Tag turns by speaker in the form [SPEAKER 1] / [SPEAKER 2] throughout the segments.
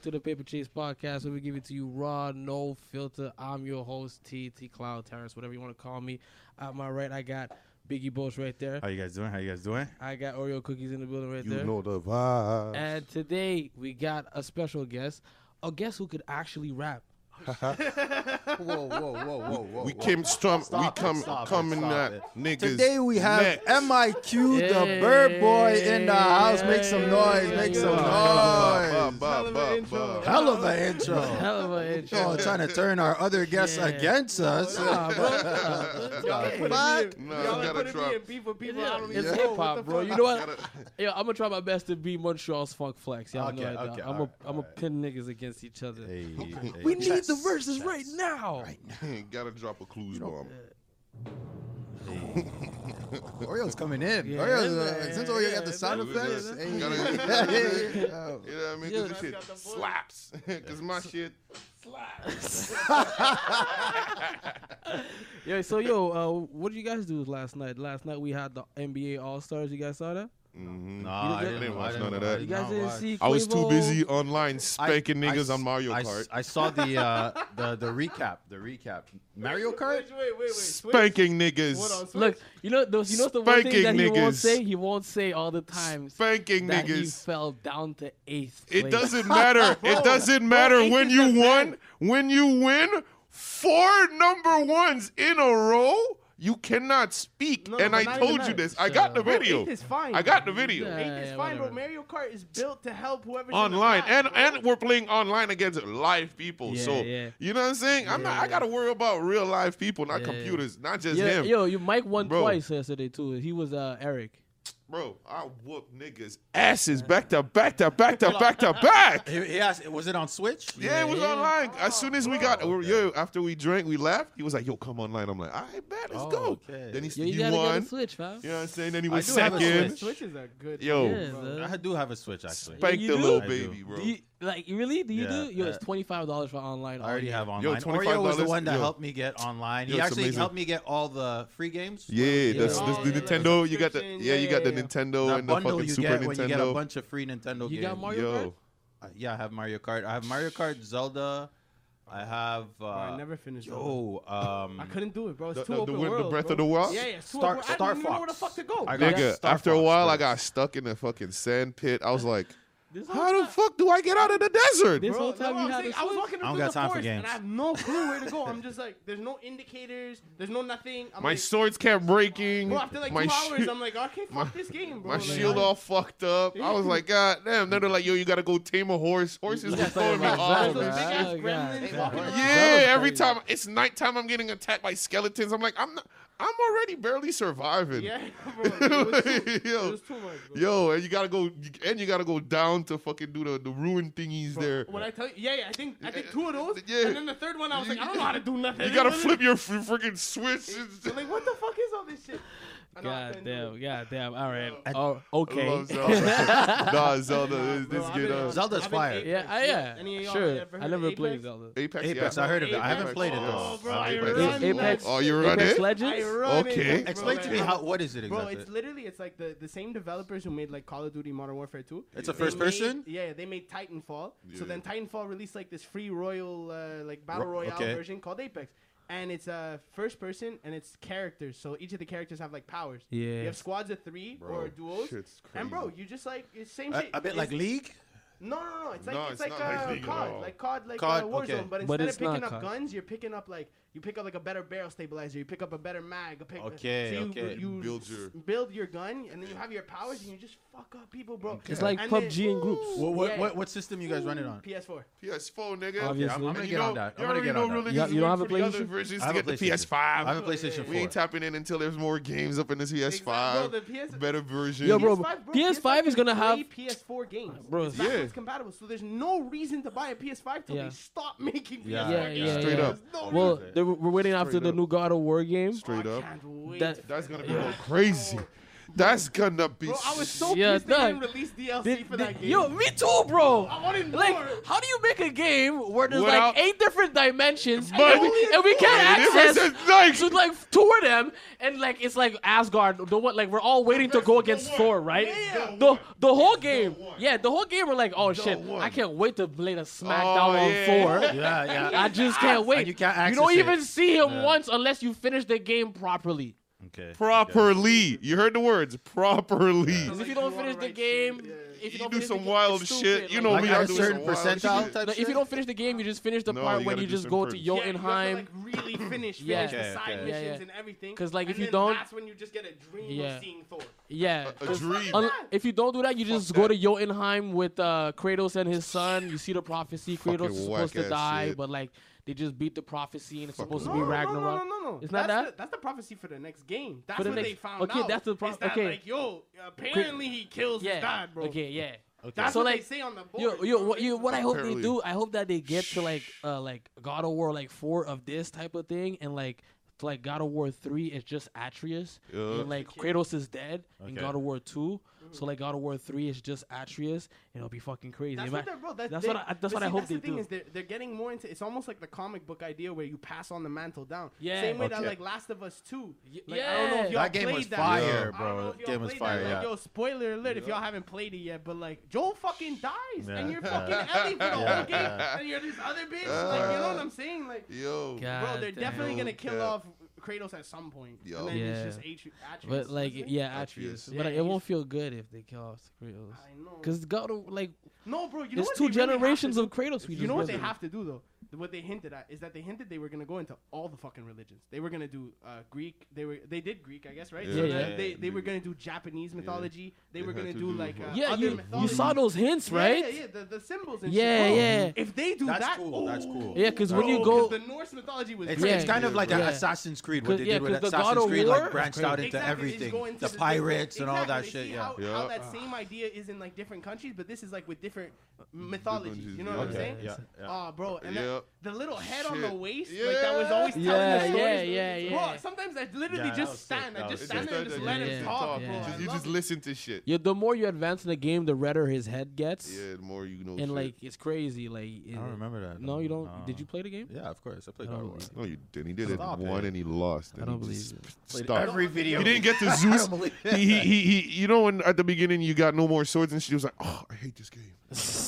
[SPEAKER 1] to the Paper Chase Podcast, where we give it to you raw, no filter. I'm your host, TT Cloud Terrence, whatever you want to call me. At my right, I got Biggie Boss right there.
[SPEAKER 2] How you guys doing? How you guys doing?
[SPEAKER 1] I got Oreo cookies in the building right
[SPEAKER 3] You
[SPEAKER 1] there.
[SPEAKER 3] know the vibe.
[SPEAKER 1] And today we got a special guest, a guest who could actually rap.
[SPEAKER 4] Whoa, whoa, whoa, whoa, whoa.
[SPEAKER 3] we
[SPEAKER 4] whoa.
[SPEAKER 3] came strong. We
[SPEAKER 4] Stop it,
[SPEAKER 3] come
[SPEAKER 4] stop it,
[SPEAKER 3] coming
[SPEAKER 4] stop
[SPEAKER 3] at
[SPEAKER 4] it.
[SPEAKER 3] niggas.
[SPEAKER 4] Today we have
[SPEAKER 3] neck.
[SPEAKER 4] MIQ, the bird boy, in the house. Make some noise, make some
[SPEAKER 3] Bah,
[SPEAKER 4] noise.
[SPEAKER 3] bah, bah, bah, bah.
[SPEAKER 4] Hell of an intro.
[SPEAKER 1] Hell of a
[SPEAKER 4] Oh,
[SPEAKER 1] intro.
[SPEAKER 4] trying to turn our other guests
[SPEAKER 1] Yeah.
[SPEAKER 4] against us.
[SPEAKER 1] Nah, bro. Nah.
[SPEAKER 4] Nah,
[SPEAKER 1] Y'all
[SPEAKER 4] fuck.
[SPEAKER 1] putting me in-
[SPEAKER 3] No,
[SPEAKER 1] y'all
[SPEAKER 3] you gotta
[SPEAKER 1] putting me
[SPEAKER 3] try-
[SPEAKER 1] in beef with people
[SPEAKER 4] It
[SPEAKER 1] I
[SPEAKER 4] is.
[SPEAKER 1] don't even
[SPEAKER 4] Yeah.
[SPEAKER 1] know hip hop, bro. You know what?
[SPEAKER 3] Gotta-
[SPEAKER 1] Yo, I'm gonna try my best to be Montreal's funk flex. Y'all
[SPEAKER 4] Okay,
[SPEAKER 1] know that. dog.
[SPEAKER 4] okay,
[SPEAKER 1] I'm gonna
[SPEAKER 4] alright,
[SPEAKER 1] I'm gonna pin niggas against each other. We
[SPEAKER 2] Hey,
[SPEAKER 1] need the verses right now.
[SPEAKER 3] gotta drop a clues bomb.
[SPEAKER 4] Orio's coming in.
[SPEAKER 1] Yeah.
[SPEAKER 4] Oreo's, uh, since Oreo
[SPEAKER 1] Yeah,
[SPEAKER 4] got the sound
[SPEAKER 3] yeah, yeah,
[SPEAKER 4] effects,
[SPEAKER 3] yeah.
[SPEAKER 4] hey.
[SPEAKER 3] Gotta-
[SPEAKER 4] Hey, oh.
[SPEAKER 3] You know what I mean?
[SPEAKER 1] Yeah,
[SPEAKER 3] Cause this
[SPEAKER 1] that's
[SPEAKER 3] shit
[SPEAKER 1] got the voice.
[SPEAKER 3] slaps. Cause my shit slaps.
[SPEAKER 1] Yo, so yo, uh, what did you guys do last night? Last night we had the NBA All Stars. You guys saw that?
[SPEAKER 3] Mhm.
[SPEAKER 2] Nah, I
[SPEAKER 1] You
[SPEAKER 2] didn't,
[SPEAKER 3] didn't watch
[SPEAKER 2] I
[SPEAKER 3] none of that.
[SPEAKER 1] You guys didn't
[SPEAKER 2] watch.
[SPEAKER 1] see?
[SPEAKER 3] I was too
[SPEAKER 1] Quavo?
[SPEAKER 3] busy online spanking
[SPEAKER 2] I-
[SPEAKER 3] niggas
[SPEAKER 2] I
[SPEAKER 3] on Mario
[SPEAKER 2] s- I
[SPEAKER 3] Kart.
[SPEAKER 2] s- I, saw the uh, the the recap. The recap. Mario Kart.
[SPEAKER 5] Wait, wait, wait.
[SPEAKER 3] Spanking
[SPEAKER 5] What
[SPEAKER 3] niggas.
[SPEAKER 5] else?
[SPEAKER 1] Look, you know, those, you know the one thing
[SPEAKER 3] Spanking
[SPEAKER 1] that he won't
[SPEAKER 3] niggas.
[SPEAKER 1] say. He won't say all the time
[SPEAKER 3] Spanking
[SPEAKER 1] that he
[SPEAKER 3] niggas.
[SPEAKER 1] fell down to eighth.
[SPEAKER 3] It
[SPEAKER 1] place.
[SPEAKER 3] doesn't matter. It doesn't matter
[SPEAKER 1] eight
[SPEAKER 3] when
[SPEAKER 1] is
[SPEAKER 3] you
[SPEAKER 1] the
[SPEAKER 3] won.
[SPEAKER 1] best.
[SPEAKER 3] When you win four number ones in a row, you cannot speak.
[SPEAKER 5] No,
[SPEAKER 3] and
[SPEAKER 5] but
[SPEAKER 3] I
[SPEAKER 5] not
[SPEAKER 3] told you
[SPEAKER 5] even
[SPEAKER 1] that.
[SPEAKER 3] this. I got
[SPEAKER 1] So-
[SPEAKER 3] the
[SPEAKER 1] Bro,
[SPEAKER 3] video.
[SPEAKER 5] Eighth is fine.
[SPEAKER 3] I got the
[SPEAKER 5] bro.
[SPEAKER 3] video
[SPEAKER 1] Yeah.
[SPEAKER 5] Eighth
[SPEAKER 1] yeah,
[SPEAKER 5] is
[SPEAKER 1] yeah,
[SPEAKER 5] fine,
[SPEAKER 1] whatever.
[SPEAKER 5] bro. Mario Kart is built to help whoever's
[SPEAKER 3] online,
[SPEAKER 5] In the
[SPEAKER 3] and
[SPEAKER 5] back,
[SPEAKER 3] and we're playing online against live people.
[SPEAKER 1] Yeah,
[SPEAKER 3] so
[SPEAKER 1] yeah.
[SPEAKER 3] you know what I'm saying. I'm not.
[SPEAKER 1] Yeah,
[SPEAKER 3] I gotta worry about real live people, not
[SPEAKER 1] Yeah, yeah.
[SPEAKER 3] computers, not just
[SPEAKER 1] Yeah,
[SPEAKER 3] him,
[SPEAKER 1] yo, you Mike won
[SPEAKER 3] Bro.
[SPEAKER 1] twice yesterday too. He was uh, Eric.
[SPEAKER 3] bro. I whoop niggas asses back to back to back to back to back.
[SPEAKER 2] He, he asked, was it on Switch?
[SPEAKER 3] Yeah, it was
[SPEAKER 1] Yeah.
[SPEAKER 3] online. As soon as we got,
[SPEAKER 2] Oh, okay.
[SPEAKER 3] yo, after we drank, we left. He was like, "Yo, come online." I'm like, "All right, bet, let's
[SPEAKER 2] Oh,
[SPEAKER 3] go."
[SPEAKER 2] okay.
[SPEAKER 3] Then he,
[SPEAKER 1] Yo,
[SPEAKER 3] he
[SPEAKER 1] you gotta
[SPEAKER 3] won.
[SPEAKER 1] get a switch, fam.
[SPEAKER 3] you know what I'm saying? Then he
[SPEAKER 2] I
[SPEAKER 3] was
[SPEAKER 2] do have a
[SPEAKER 3] second.
[SPEAKER 2] Switch.
[SPEAKER 5] Switch is a good.
[SPEAKER 3] Yo.
[SPEAKER 5] thing,
[SPEAKER 1] Yeah,
[SPEAKER 5] bro.
[SPEAKER 1] bro.
[SPEAKER 2] I do have a Switch actually.
[SPEAKER 1] Spank-
[SPEAKER 3] Spanked
[SPEAKER 1] You
[SPEAKER 3] the
[SPEAKER 1] do?
[SPEAKER 3] little
[SPEAKER 2] I do.
[SPEAKER 3] baby, bro.
[SPEAKER 1] Do you, like really? Do you
[SPEAKER 2] Yeah,
[SPEAKER 1] do? Yo, it's
[SPEAKER 2] yeah.
[SPEAKER 1] twenty five dollars for online.
[SPEAKER 2] I already have online.
[SPEAKER 3] $25
[SPEAKER 2] Oreo was the one that
[SPEAKER 3] yo.
[SPEAKER 2] helped me get online. He
[SPEAKER 3] Yo, it's
[SPEAKER 2] actually
[SPEAKER 3] amazing.
[SPEAKER 2] helped me get all the free games.
[SPEAKER 3] yeah, that's,
[SPEAKER 1] Yeah.
[SPEAKER 3] that's
[SPEAKER 5] Oh,
[SPEAKER 3] the
[SPEAKER 5] yeah, yeah.
[SPEAKER 3] Nintendo. You got the
[SPEAKER 5] Subscription,
[SPEAKER 3] yeah, you
[SPEAKER 5] yeah,
[SPEAKER 3] got the
[SPEAKER 5] yeah, yeah.
[SPEAKER 3] Nintendo
[SPEAKER 2] That
[SPEAKER 3] and the
[SPEAKER 2] bundle
[SPEAKER 3] fucking
[SPEAKER 2] you
[SPEAKER 3] Super
[SPEAKER 2] get when you get a
[SPEAKER 3] Nintendo.
[SPEAKER 2] bunch of free Nintendo
[SPEAKER 1] You
[SPEAKER 2] games.
[SPEAKER 1] got Mario Kart?
[SPEAKER 3] Yo,
[SPEAKER 2] Uh, yeah, I have Mario Kart. I have Mario Kart, Zelda. I have. Uh,
[SPEAKER 5] Bro, I never finished. Yo.
[SPEAKER 2] Yo, um,
[SPEAKER 5] I couldn't do it, bro. It's
[SPEAKER 3] The-
[SPEAKER 5] too
[SPEAKER 3] the- the
[SPEAKER 5] open
[SPEAKER 3] win- the
[SPEAKER 5] world,
[SPEAKER 3] Breath
[SPEAKER 5] bro.
[SPEAKER 3] of the Wild?
[SPEAKER 5] Yeah, yeah. It's too
[SPEAKER 2] Star-
[SPEAKER 5] open. I
[SPEAKER 2] Star
[SPEAKER 5] don't even know where the
[SPEAKER 2] Fox.
[SPEAKER 5] fuck to go.
[SPEAKER 2] I got
[SPEAKER 3] nigga.
[SPEAKER 2] Star
[SPEAKER 3] After a
[SPEAKER 2] Fox
[SPEAKER 3] while, I
[SPEAKER 2] first.
[SPEAKER 3] got stuck in the fucking sand pit. I was like,
[SPEAKER 1] This whole
[SPEAKER 3] "How the
[SPEAKER 1] time-
[SPEAKER 3] fuck do I get out of the desert?"
[SPEAKER 1] This
[SPEAKER 5] Bro,
[SPEAKER 1] whole
[SPEAKER 5] that's
[SPEAKER 1] time
[SPEAKER 5] what
[SPEAKER 1] you
[SPEAKER 5] I'm
[SPEAKER 1] had
[SPEAKER 5] saying.
[SPEAKER 1] a
[SPEAKER 5] I was
[SPEAKER 1] switch?
[SPEAKER 5] walking
[SPEAKER 2] I
[SPEAKER 5] through
[SPEAKER 2] don't
[SPEAKER 5] the
[SPEAKER 2] got time for
[SPEAKER 5] forest and
[SPEAKER 2] games.
[SPEAKER 5] I have no clue where to go. I'm just like, there's no indicators, there's no nothing. I'm
[SPEAKER 3] My
[SPEAKER 5] like,
[SPEAKER 3] swords kept breaking.
[SPEAKER 5] bro, after like
[SPEAKER 3] my
[SPEAKER 5] two
[SPEAKER 3] shi-
[SPEAKER 5] hours, I'm like, I can't fuck this game, bro.
[SPEAKER 3] My
[SPEAKER 5] Like,
[SPEAKER 3] shield
[SPEAKER 5] I-
[SPEAKER 3] all fucked up. I was like, God damn. Then they're like, Yo, you gotta go tame a horse. Horses were
[SPEAKER 1] Yeah,
[SPEAKER 3] throwing me
[SPEAKER 1] like,
[SPEAKER 3] off.
[SPEAKER 5] There's
[SPEAKER 1] Zelda,
[SPEAKER 5] those
[SPEAKER 3] man.
[SPEAKER 1] Oh, God.
[SPEAKER 5] big ass gremlins walking around.
[SPEAKER 3] Yeah,
[SPEAKER 1] Zelda's
[SPEAKER 3] every
[SPEAKER 1] crazy.
[SPEAKER 3] time it's nighttime, I'm getting attacked by skeletons. I'm like, I'm not, I'm already barely surviving.
[SPEAKER 5] Yeah, bro. It was too, it
[SPEAKER 3] yo,
[SPEAKER 5] was too much, bro.
[SPEAKER 3] yo, and you gotta go, and you gotta go down to fucking do the the ruin thingies there.
[SPEAKER 5] When I tell you, yeah, yeah, I think I think two of those,
[SPEAKER 3] Yeah.
[SPEAKER 5] and then the third one, I was
[SPEAKER 3] You-
[SPEAKER 5] like, I don't know how to do nothing.
[SPEAKER 3] You gotta flip your f- freaking switch.
[SPEAKER 5] I'm like, what the fuck is all this shit? I know I
[SPEAKER 1] God
[SPEAKER 5] couldn't do
[SPEAKER 1] damn,
[SPEAKER 5] it.
[SPEAKER 1] god damn. All right.
[SPEAKER 2] I-
[SPEAKER 1] Oh,
[SPEAKER 3] I love
[SPEAKER 1] okay.
[SPEAKER 3] Zelda. nah, Zelda,
[SPEAKER 5] Nah,
[SPEAKER 3] this,
[SPEAKER 5] bro,
[SPEAKER 3] this
[SPEAKER 5] I've
[SPEAKER 3] get
[SPEAKER 5] been on-
[SPEAKER 3] uh,
[SPEAKER 2] Zelda's
[SPEAKER 5] I've been
[SPEAKER 2] fire.
[SPEAKER 5] Apex,
[SPEAKER 1] Yeah, I, yeah.
[SPEAKER 5] Any of y'all
[SPEAKER 1] Sure.
[SPEAKER 5] ever
[SPEAKER 1] I
[SPEAKER 5] heard
[SPEAKER 1] never
[SPEAKER 5] of
[SPEAKER 1] played
[SPEAKER 5] Apex?
[SPEAKER 1] Zelda.
[SPEAKER 3] Apex.
[SPEAKER 2] Apex,
[SPEAKER 3] yeah.
[SPEAKER 2] I heard of it. I haven't
[SPEAKER 5] Apex.
[SPEAKER 2] played it though.
[SPEAKER 5] Oh, bro, I
[SPEAKER 3] Apex.
[SPEAKER 5] run
[SPEAKER 1] Apex.
[SPEAKER 3] Oh, you run
[SPEAKER 1] Apex
[SPEAKER 3] it?
[SPEAKER 5] I
[SPEAKER 1] Legends?
[SPEAKER 5] run it,
[SPEAKER 3] Okay.
[SPEAKER 5] bro.
[SPEAKER 2] Explain to me how what is it
[SPEAKER 5] Bro,
[SPEAKER 2] exactly?
[SPEAKER 5] it's literally it's like the, the same developers who made like Call of Duty Modern Warfare 2.
[SPEAKER 2] It's a
[SPEAKER 5] They
[SPEAKER 2] first
[SPEAKER 5] made-
[SPEAKER 2] person?
[SPEAKER 5] Yeah, they made Titanfall.
[SPEAKER 3] Yeah.
[SPEAKER 5] So then Titanfall released like this free royal uh, like battle
[SPEAKER 2] Ro-
[SPEAKER 5] royale
[SPEAKER 2] okay.
[SPEAKER 5] version called Apex. And it's uh, first person and it's characters. So each of the characters have like powers. You
[SPEAKER 1] Yeah.
[SPEAKER 5] have squads of 3
[SPEAKER 3] Bro,
[SPEAKER 5] or duos.
[SPEAKER 3] shit's
[SPEAKER 5] And bro,
[SPEAKER 3] crazy.
[SPEAKER 5] you just like it's same
[SPEAKER 2] a,
[SPEAKER 5] shit.
[SPEAKER 2] a bit like
[SPEAKER 5] It's-
[SPEAKER 2] League.
[SPEAKER 5] no, no, no. It's like
[SPEAKER 3] No,
[SPEAKER 5] it's,
[SPEAKER 3] it's
[SPEAKER 5] like,
[SPEAKER 3] not like
[SPEAKER 5] uh,
[SPEAKER 3] League at all.
[SPEAKER 5] COD, like COD, like
[SPEAKER 2] COD,
[SPEAKER 5] uh, Warzone.
[SPEAKER 2] okay.
[SPEAKER 5] But
[SPEAKER 1] But
[SPEAKER 5] instead
[SPEAKER 1] it's
[SPEAKER 5] of picking
[SPEAKER 1] not
[SPEAKER 5] up
[SPEAKER 1] COD.
[SPEAKER 5] guns, you're picking up like you pick up like a better barrel stabilizer. You pick up a better mag. A pick,
[SPEAKER 2] Okay,
[SPEAKER 5] so you,
[SPEAKER 2] okay.
[SPEAKER 5] You
[SPEAKER 3] Build
[SPEAKER 5] s-
[SPEAKER 3] your-
[SPEAKER 5] build your gun, and then you have your powers, and you just fuck up people, bro.
[SPEAKER 3] Okay.
[SPEAKER 1] It's like
[SPEAKER 5] And then-
[SPEAKER 1] PUBG in groups.
[SPEAKER 2] What, what,
[SPEAKER 5] Yeah.
[SPEAKER 2] what, what system you guys run it on?
[SPEAKER 5] PS4.
[SPEAKER 3] PS4, nigga.
[SPEAKER 1] Obviously.
[SPEAKER 2] I'm, I'm
[SPEAKER 3] And
[SPEAKER 2] gonna
[SPEAKER 3] you
[SPEAKER 2] get
[SPEAKER 3] know-
[SPEAKER 2] on that.
[SPEAKER 3] you
[SPEAKER 2] I'm gonna
[SPEAKER 3] already
[SPEAKER 2] get
[SPEAKER 3] know
[SPEAKER 2] on
[SPEAKER 3] real
[SPEAKER 2] that.
[SPEAKER 1] You-
[SPEAKER 3] niggas
[SPEAKER 1] you don't have
[SPEAKER 3] wait
[SPEAKER 1] a
[SPEAKER 3] for the other
[SPEAKER 1] PlayStation?
[SPEAKER 3] versions to
[SPEAKER 2] I have a
[SPEAKER 3] get the
[SPEAKER 2] PlayStation.
[SPEAKER 3] PS5.
[SPEAKER 2] I have a PlayStation
[SPEAKER 5] Yeah.
[SPEAKER 3] we ain't
[SPEAKER 2] 4.
[SPEAKER 3] tapping in until there's more games up in this PS5.
[SPEAKER 5] Exact- bro, the PS
[SPEAKER 3] Better version.
[SPEAKER 1] Yo, bro,
[SPEAKER 5] PS5,
[SPEAKER 1] PS5 is
[SPEAKER 5] can
[SPEAKER 1] gonna
[SPEAKER 5] play
[SPEAKER 1] have-
[SPEAKER 5] PS4 games.
[SPEAKER 1] Bro,
[SPEAKER 5] it's
[SPEAKER 1] yeah.
[SPEAKER 5] backwards compatible, so there's no reason to buy a PS5 till
[SPEAKER 1] Yeah.
[SPEAKER 5] they stop making PS4
[SPEAKER 2] Yeah.
[SPEAKER 1] Yeah,
[SPEAKER 5] games.
[SPEAKER 1] yeah,
[SPEAKER 3] Straight
[SPEAKER 1] yeah.
[SPEAKER 3] up.
[SPEAKER 5] There's no
[SPEAKER 1] Well,
[SPEAKER 2] Straight
[SPEAKER 1] they were- we're waiting after the
[SPEAKER 3] up.
[SPEAKER 1] new God of War game.
[SPEAKER 3] Straight
[SPEAKER 5] I
[SPEAKER 3] up.
[SPEAKER 5] can't wait.
[SPEAKER 1] That-
[SPEAKER 3] That's gonna be
[SPEAKER 1] Yeah.
[SPEAKER 3] real crazy. That's gonna be.
[SPEAKER 5] Bro, I was so
[SPEAKER 1] Yeah,
[SPEAKER 5] pissed they
[SPEAKER 1] dog.
[SPEAKER 5] didn't release DLC
[SPEAKER 1] Did-
[SPEAKER 5] for
[SPEAKER 1] did-
[SPEAKER 5] that game.
[SPEAKER 1] Yo, me too, bro.
[SPEAKER 5] I wanted
[SPEAKER 1] Like,
[SPEAKER 5] more.
[SPEAKER 1] how do you make a game where there's
[SPEAKER 3] Without-
[SPEAKER 1] like eight different dimensions
[SPEAKER 3] But-
[SPEAKER 1] and, we, and we can't
[SPEAKER 3] If it's
[SPEAKER 1] access
[SPEAKER 3] just like-
[SPEAKER 1] to like two of them and like it's like Asgard, the what like we're all waiting to go against Thor, right?
[SPEAKER 3] Yeah.
[SPEAKER 1] The the whole game, yeah, the whole game we're like, oh shit,
[SPEAKER 3] one.
[SPEAKER 1] I can't wait to play the
[SPEAKER 3] Oh,
[SPEAKER 1] SmackDown
[SPEAKER 3] yeah.
[SPEAKER 1] on Thor.
[SPEAKER 4] Yeah, yeah.
[SPEAKER 1] I just can't wait.
[SPEAKER 4] And you can't
[SPEAKER 1] don't
[SPEAKER 4] access it.
[SPEAKER 1] even see him
[SPEAKER 4] Yeah.
[SPEAKER 1] once unless you finish the game properly.
[SPEAKER 4] Okay.
[SPEAKER 3] properly. You heard the words properly.
[SPEAKER 1] Because
[SPEAKER 5] Like,
[SPEAKER 1] if you don't
[SPEAKER 5] you wanna
[SPEAKER 1] finish the
[SPEAKER 5] write
[SPEAKER 1] game,
[SPEAKER 5] shit, yeah.
[SPEAKER 1] if you,
[SPEAKER 3] You
[SPEAKER 1] don't
[SPEAKER 3] do
[SPEAKER 1] finish the
[SPEAKER 3] some
[SPEAKER 1] game,
[SPEAKER 3] wild
[SPEAKER 1] it's
[SPEAKER 3] shit,
[SPEAKER 1] stupid,
[SPEAKER 3] you know
[SPEAKER 1] like-
[SPEAKER 4] Like
[SPEAKER 3] we
[SPEAKER 4] at
[SPEAKER 3] are
[SPEAKER 4] a
[SPEAKER 3] doing
[SPEAKER 4] certain
[SPEAKER 3] some wild
[SPEAKER 4] percentile
[SPEAKER 3] shit.
[SPEAKER 4] type
[SPEAKER 1] No, if you
[SPEAKER 4] shit?
[SPEAKER 1] don't finish the game, you just finish the
[SPEAKER 3] No,
[SPEAKER 1] part
[SPEAKER 3] you
[SPEAKER 1] when
[SPEAKER 3] gotta
[SPEAKER 1] you
[SPEAKER 3] do
[SPEAKER 1] just
[SPEAKER 3] some
[SPEAKER 1] go to
[SPEAKER 3] purge.
[SPEAKER 5] yeah, you
[SPEAKER 1] Jotunheim.
[SPEAKER 5] have to, like, really finish,
[SPEAKER 1] Yeah.
[SPEAKER 5] finish the
[SPEAKER 2] Okay,
[SPEAKER 5] side
[SPEAKER 2] okay.
[SPEAKER 1] Yeah,
[SPEAKER 5] missions
[SPEAKER 1] yeah.
[SPEAKER 5] and everything.
[SPEAKER 1] 'Cause, like, if
[SPEAKER 5] and
[SPEAKER 1] you
[SPEAKER 5] then
[SPEAKER 1] don't-
[SPEAKER 5] that's when you just get a dream
[SPEAKER 1] Yeah.
[SPEAKER 5] of seeing Thor.
[SPEAKER 1] yeah.
[SPEAKER 3] A
[SPEAKER 1] just-
[SPEAKER 3] dream.
[SPEAKER 1] un- if you don't do that, you just
[SPEAKER 3] Fuck
[SPEAKER 1] go
[SPEAKER 3] that.
[SPEAKER 1] to Jotunheim with uh, Kratos and his son. You see the prophecy.
[SPEAKER 3] Fucking
[SPEAKER 1] Kratos is supposed to
[SPEAKER 3] whack-ass
[SPEAKER 1] die,
[SPEAKER 3] shit.
[SPEAKER 1] but like they just beat the prophecy, and it's
[SPEAKER 3] Fucking
[SPEAKER 1] supposed
[SPEAKER 3] No,
[SPEAKER 1] to be
[SPEAKER 3] no, no,
[SPEAKER 1] Ragnarok.
[SPEAKER 5] No, no, no, no.
[SPEAKER 1] It's not
[SPEAKER 5] that's
[SPEAKER 1] that?
[SPEAKER 5] The, that's the prophecy for the next game. That's
[SPEAKER 1] For the
[SPEAKER 5] what they
[SPEAKER 1] next-
[SPEAKER 5] found
[SPEAKER 1] okay,
[SPEAKER 5] out.
[SPEAKER 1] that's the pro-
[SPEAKER 5] Is that,
[SPEAKER 1] okay.
[SPEAKER 5] Like, yo, apparently he kills
[SPEAKER 1] Yeah.
[SPEAKER 5] his dad, bro.
[SPEAKER 1] Okay. Yeah.
[SPEAKER 4] Okay.
[SPEAKER 5] That's
[SPEAKER 1] So,
[SPEAKER 5] what
[SPEAKER 1] like,
[SPEAKER 5] they say on the board.
[SPEAKER 1] Yo, yo, what,
[SPEAKER 5] you
[SPEAKER 1] yo,
[SPEAKER 5] know
[SPEAKER 1] what
[SPEAKER 5] what
[SPEAKER 1] I
[SPEAKER 5] I'm
[SPEAKER 1] hope they
[SPEAKER 3] Apparently.
[SPEAKER 1] do, I hope that they get to like, uh, like God of War like four of this type of thing, and like, to, like God of War three is just Atreus,
[SPEAKER 3] Yeah. Mm.
[SPEAKER 1] and like Kratos is dead in
[SPEAKER 4] Okay.
[SPEAKER 1] God of War 2 so like God of War three is just Atreus, and it'll be fucking crazy.
[SPEAKER 5] That's
[SPEAKER 1] It
[SPEAKER 5] what
[SPEAKER 1] might-
[SPEAKER 5] they're, bro. That,
[SPEAKER 1] that's
[SPEAKER 5] they,
[SPEAKER 1] what I- that's
[SPEAKER 5] but
[SPEAKER 1] what I
[SPEAKER 5] see,
[SPEAKER 1] hope
[SPEAKER 5] that's the
[SPEAKER 1] they
[SPEAKER 5] thing
[SPEAKER 1] do.
[SPEAKER 5] Is they're, they're getting more into. It's almost like the comic book idea where you pass on the mantle down.
[SPEAKER 1] Yeah.
[SPEAKER 5] Same way that
[SPEAKER 4] Okay.
[SPEAKER 5] like Last of Us Two.
[SPEAKER 1] Y-
[SPEAKER 5] Like, I don't know
[SPEAKER 1] yeah.
[SPEAKER 5] if y'all
[SPEAKER 4] That game
[SPEAKER 5] played
[SPEAKER 4] was
[SPEAKER 5] that.
[SPEAKER 4] fire,
[SPEAKER 5] I don't
[SPEAKER 4] bro.
[SPEAKER 5] know if
[SPEAKER 4] That
[SPEAKER 5] y'all
[SPEAKER 4] game was
[SPEAKER 5] played
[SPEAKER 4] fire,
[SPEAKER 5] That. Like,
[SPEAKER 4] yeah.
[SPEAKER 5] yo, spoiler alert! If y'all haven't played it yet, but like Joel fucking dies,
[SPEAKER 4] Yeah.
[SPEAKER 5] and you're
[SPEAKER 4] Yeah.
[SPEAKER 5] fucking Ellie for the
[SPEAKER 4] Yeah.
[SPEAKER 5] whole game,
[SPEAKER 4] Yeah.
[SPEAKER 5] and you're this other bitch. Like you know what I'm saying? Like,
[SPEAKER 3] Yo.
[SPEAKER 1] God
[SPEAKER 5] bro, they're
[SPEAKER 1] damn.
[SPEAKER 5] definitely gonna kill
[SPEAKER 3] Yeah.
[SPEAKER 5] off Kratos at some point.
[SPEAKER 3] Yo.
[SPEAKER 5] And then
[SPEAKER 1] Yeah.
[SPEAKER 5] it's just Atreus.
[SPEAKER 1] But like,
[SPEAKER 5] isn't it?
[SPEAKER 1] yeah, Atreus.
[SPEAKER 3] Atreus.
[SPEAKER 1] But like,
[SPEAKER 5] Yeah,
[SPEAKER 1] it won't feel good if they kill off Kratos.
[SPEAKER 5] I know.
[SPEAKER 1] Cause God, of- like,
[SPEAKER 5] no, bro, you know
[SPEAKER 1] there's
[SPEAKER 5] what
[SPEAKER 1] two
[SPEAKER 5] they really have to
[SPEAKER 1] generations
[SPEAKER 5] do?
[SPEAKER 1] of Kratos. We
[SPEAKER 5] you
[SPEAKER 1] just
[SPEAKER 5] know what
[SPEAKER 1] went
[SPEAKER 5] they
[SPEAKER 1] through.
[SPEAKER 5] have to do though. Th- What they hinted at is that they hinted they were gonna go into all the fucking religions. They were gonna do uh, Greek. They were they did Greek, I guess, right?
[SPEAKER 3] Yeah.
[SPEAKER 5] So
[SPEAKER 1] Yeah,
[SPEAKER 5] then
[SPEAKER 2] yeah.
[SPEAKER 5] They, they were gonna do Japanese mythology. They,
[SPEAKER 3] They
[SPEAKER 5] were
[SPEAKER 3] had
[SPEAKER 5] gonna
[SPEAKER 3] to
[SPEAKER 5] do
[SPEAKER 3] do
[SPEAKER 5] like
[SPEAKER 3] what-
[SPEAKER 5] uh,
[SPEAKER 1] Yeah,
[SPEAKER 5] other
[SPEAKER 1] you, you
[SPEAKER 5] mythologies.
[SPEAKER 1] saw those hints,
[SPEAKER 5] Yeah,
[SPEAKER 1] right?
[SPEAKER 5] Yeah, yeah, the, the symbols and
[SPEAKER 1] Yeah,
[SPEAKER 5] shit. Bro,
[SPEAKER 1] yeah.
[SPEAKER 5] If they do
[SPEAKER 4] That's
[SPEAKER 5] that,
[SPEAKER 4] cool,
[SPEAKER 2] that's
[SPEAKER 5] oh,
[SPEAKER 2] cool.
[SPEAKER 1] Yeah, because when
[SPEAKER 5] bro,
[SPEAKER 1] you
[SPEAKER 5] 'cause
[SPEAKER 1] go,
[SPEAKER 5] the Norse mythology was
[SPEAKER 4] It's,
[SPEAKER 5] great.
[SPEAKER 4] it's kind of like
[SPEAKER 1] Yeah.
[SPEAKER 4] an Assassin's Creed. What they
[SPEAKER 1] Yeah,
[SPEAKER 4] did with
[SPEAKER 1] 'cause the God
[SPEAKER 4] Assassin's
[SPEAKER 1] of
[SPEAKER 4] Creed,
[SPEAKER 1] War-
[SPEAKER 4] like branched out into
[SPEAKER 5] Exactly, it's
[SPEAKER 4] everything,
[SPEAKER 5] going to
[SPEAKER 4] the pirates and all that
[SPEAKER 5] exactly,
[SPEAKER 4] shit.
[SPEAKER 5] see
[SPEAKER 4] Yeah.
[SPEAKER 5] How, how
[SPEAKER 3] Yeah.
[SPEAKER 5] that same idea is in like different countries, but this is like with different mythologies. You know what I'm
[SPEAKER 3] Okay,
[SPEAKER 5] saying?
[SPEAKER 2] yeah, yeah.
[SPEAKER 5] Oh, bro, and
[SPEAKER 3] Yeah.
[SPEAKER 5] that, the little head on the
[SPEAKER 3] Shit.
[SPEAKER 5] waist, like that was
[SPEAKER 3] Yeah.
[SPEAKER 5] always telling
[SPEAKER 1] Yeah,
[SPEAKER 5] the stories.
[SPEAKER 1] yeah, yeah,
[SPEAKER 5] bro,
[SPEAKER 1] yeah.
[SPEAKER 5] sometimes I literally
[SPEAKER 4] Yeah, that was
[SPEAKER 5] just
[SPEAKER 4] sick,
[SPEAKER 5] stand,
[SPEAKER 4] that
[SPEAKER 5] I
[SPEAKER 4] was
[SPEAKER 5] just
[SPEAKER 3] It's
[SPEAKER 5] stand
[SPEAKER 3] just
[SPEAKER 5] there and
[SPEAKER 3] that-
[SPEAKER 5] just
[SPEAKER 3] yeah,
[SPEAKER 5] let
[SPEAKER 1] yeah.
[SPEAKER 5] him talk,
[SPEAKER 1] Yeah.
[SPEAKER 5] bro.
[SPEAKER 3] You
[SPEAKER 5] I
[SPEAKER 3] just, you
[SPEAKER 5] love
[SPEAKER 3] just
[SPEAKER 5] it.
[SPEAKER 3] listen to shit.
[SPEAKER 1] yeah, the more you advance in the game, the redder his head gets,
[SPEAKER 3] Yeah, the more you know. shit.
[SPEAKER 1] and like it's crazy. Like,
[SPEAKER 4] I don't remember that.
[SPEAKER 1] No, you don't.
[SPEAKER 4] No.
[SPEAKER 1] Did you play the game?
[SPEAKER 4] Yeah, of course. I played
[SPEAKER 1] I
[SPEAKER 4] God
[SPEAKER 1] don't
[SPEAKER 4] of War.
[SPEAKER 1] believe
[SPEAKER 3] no, you didn't. He did it
[SPEAKER 4] Stop
[SPEAKER 3] one
[SPEAKER 4] it.
[SPEAKER 3] and he lost.
[SPEAKER 1] I
[SPEAKER 3] and
[SPEAKER 1] don't
[SPEAKER 3] he
[SPEAKER 1] believe
[SPEAKER 3] just
[SPEAKER 1] it.
[SPEAKER 4] Played
[SPEAKER 3] stopped.
[SPEAKER 4] every video.
[SPEAKER 3] He didn't get to
[SPEAKER 4] I
[SPEAKER 3] Zeus.
[SPEAKER 4] don't believe it.
[SPEAKER 3] he, he, he, he, you know, when at the beginning you got no more swords and she was like, oh, I hate this game.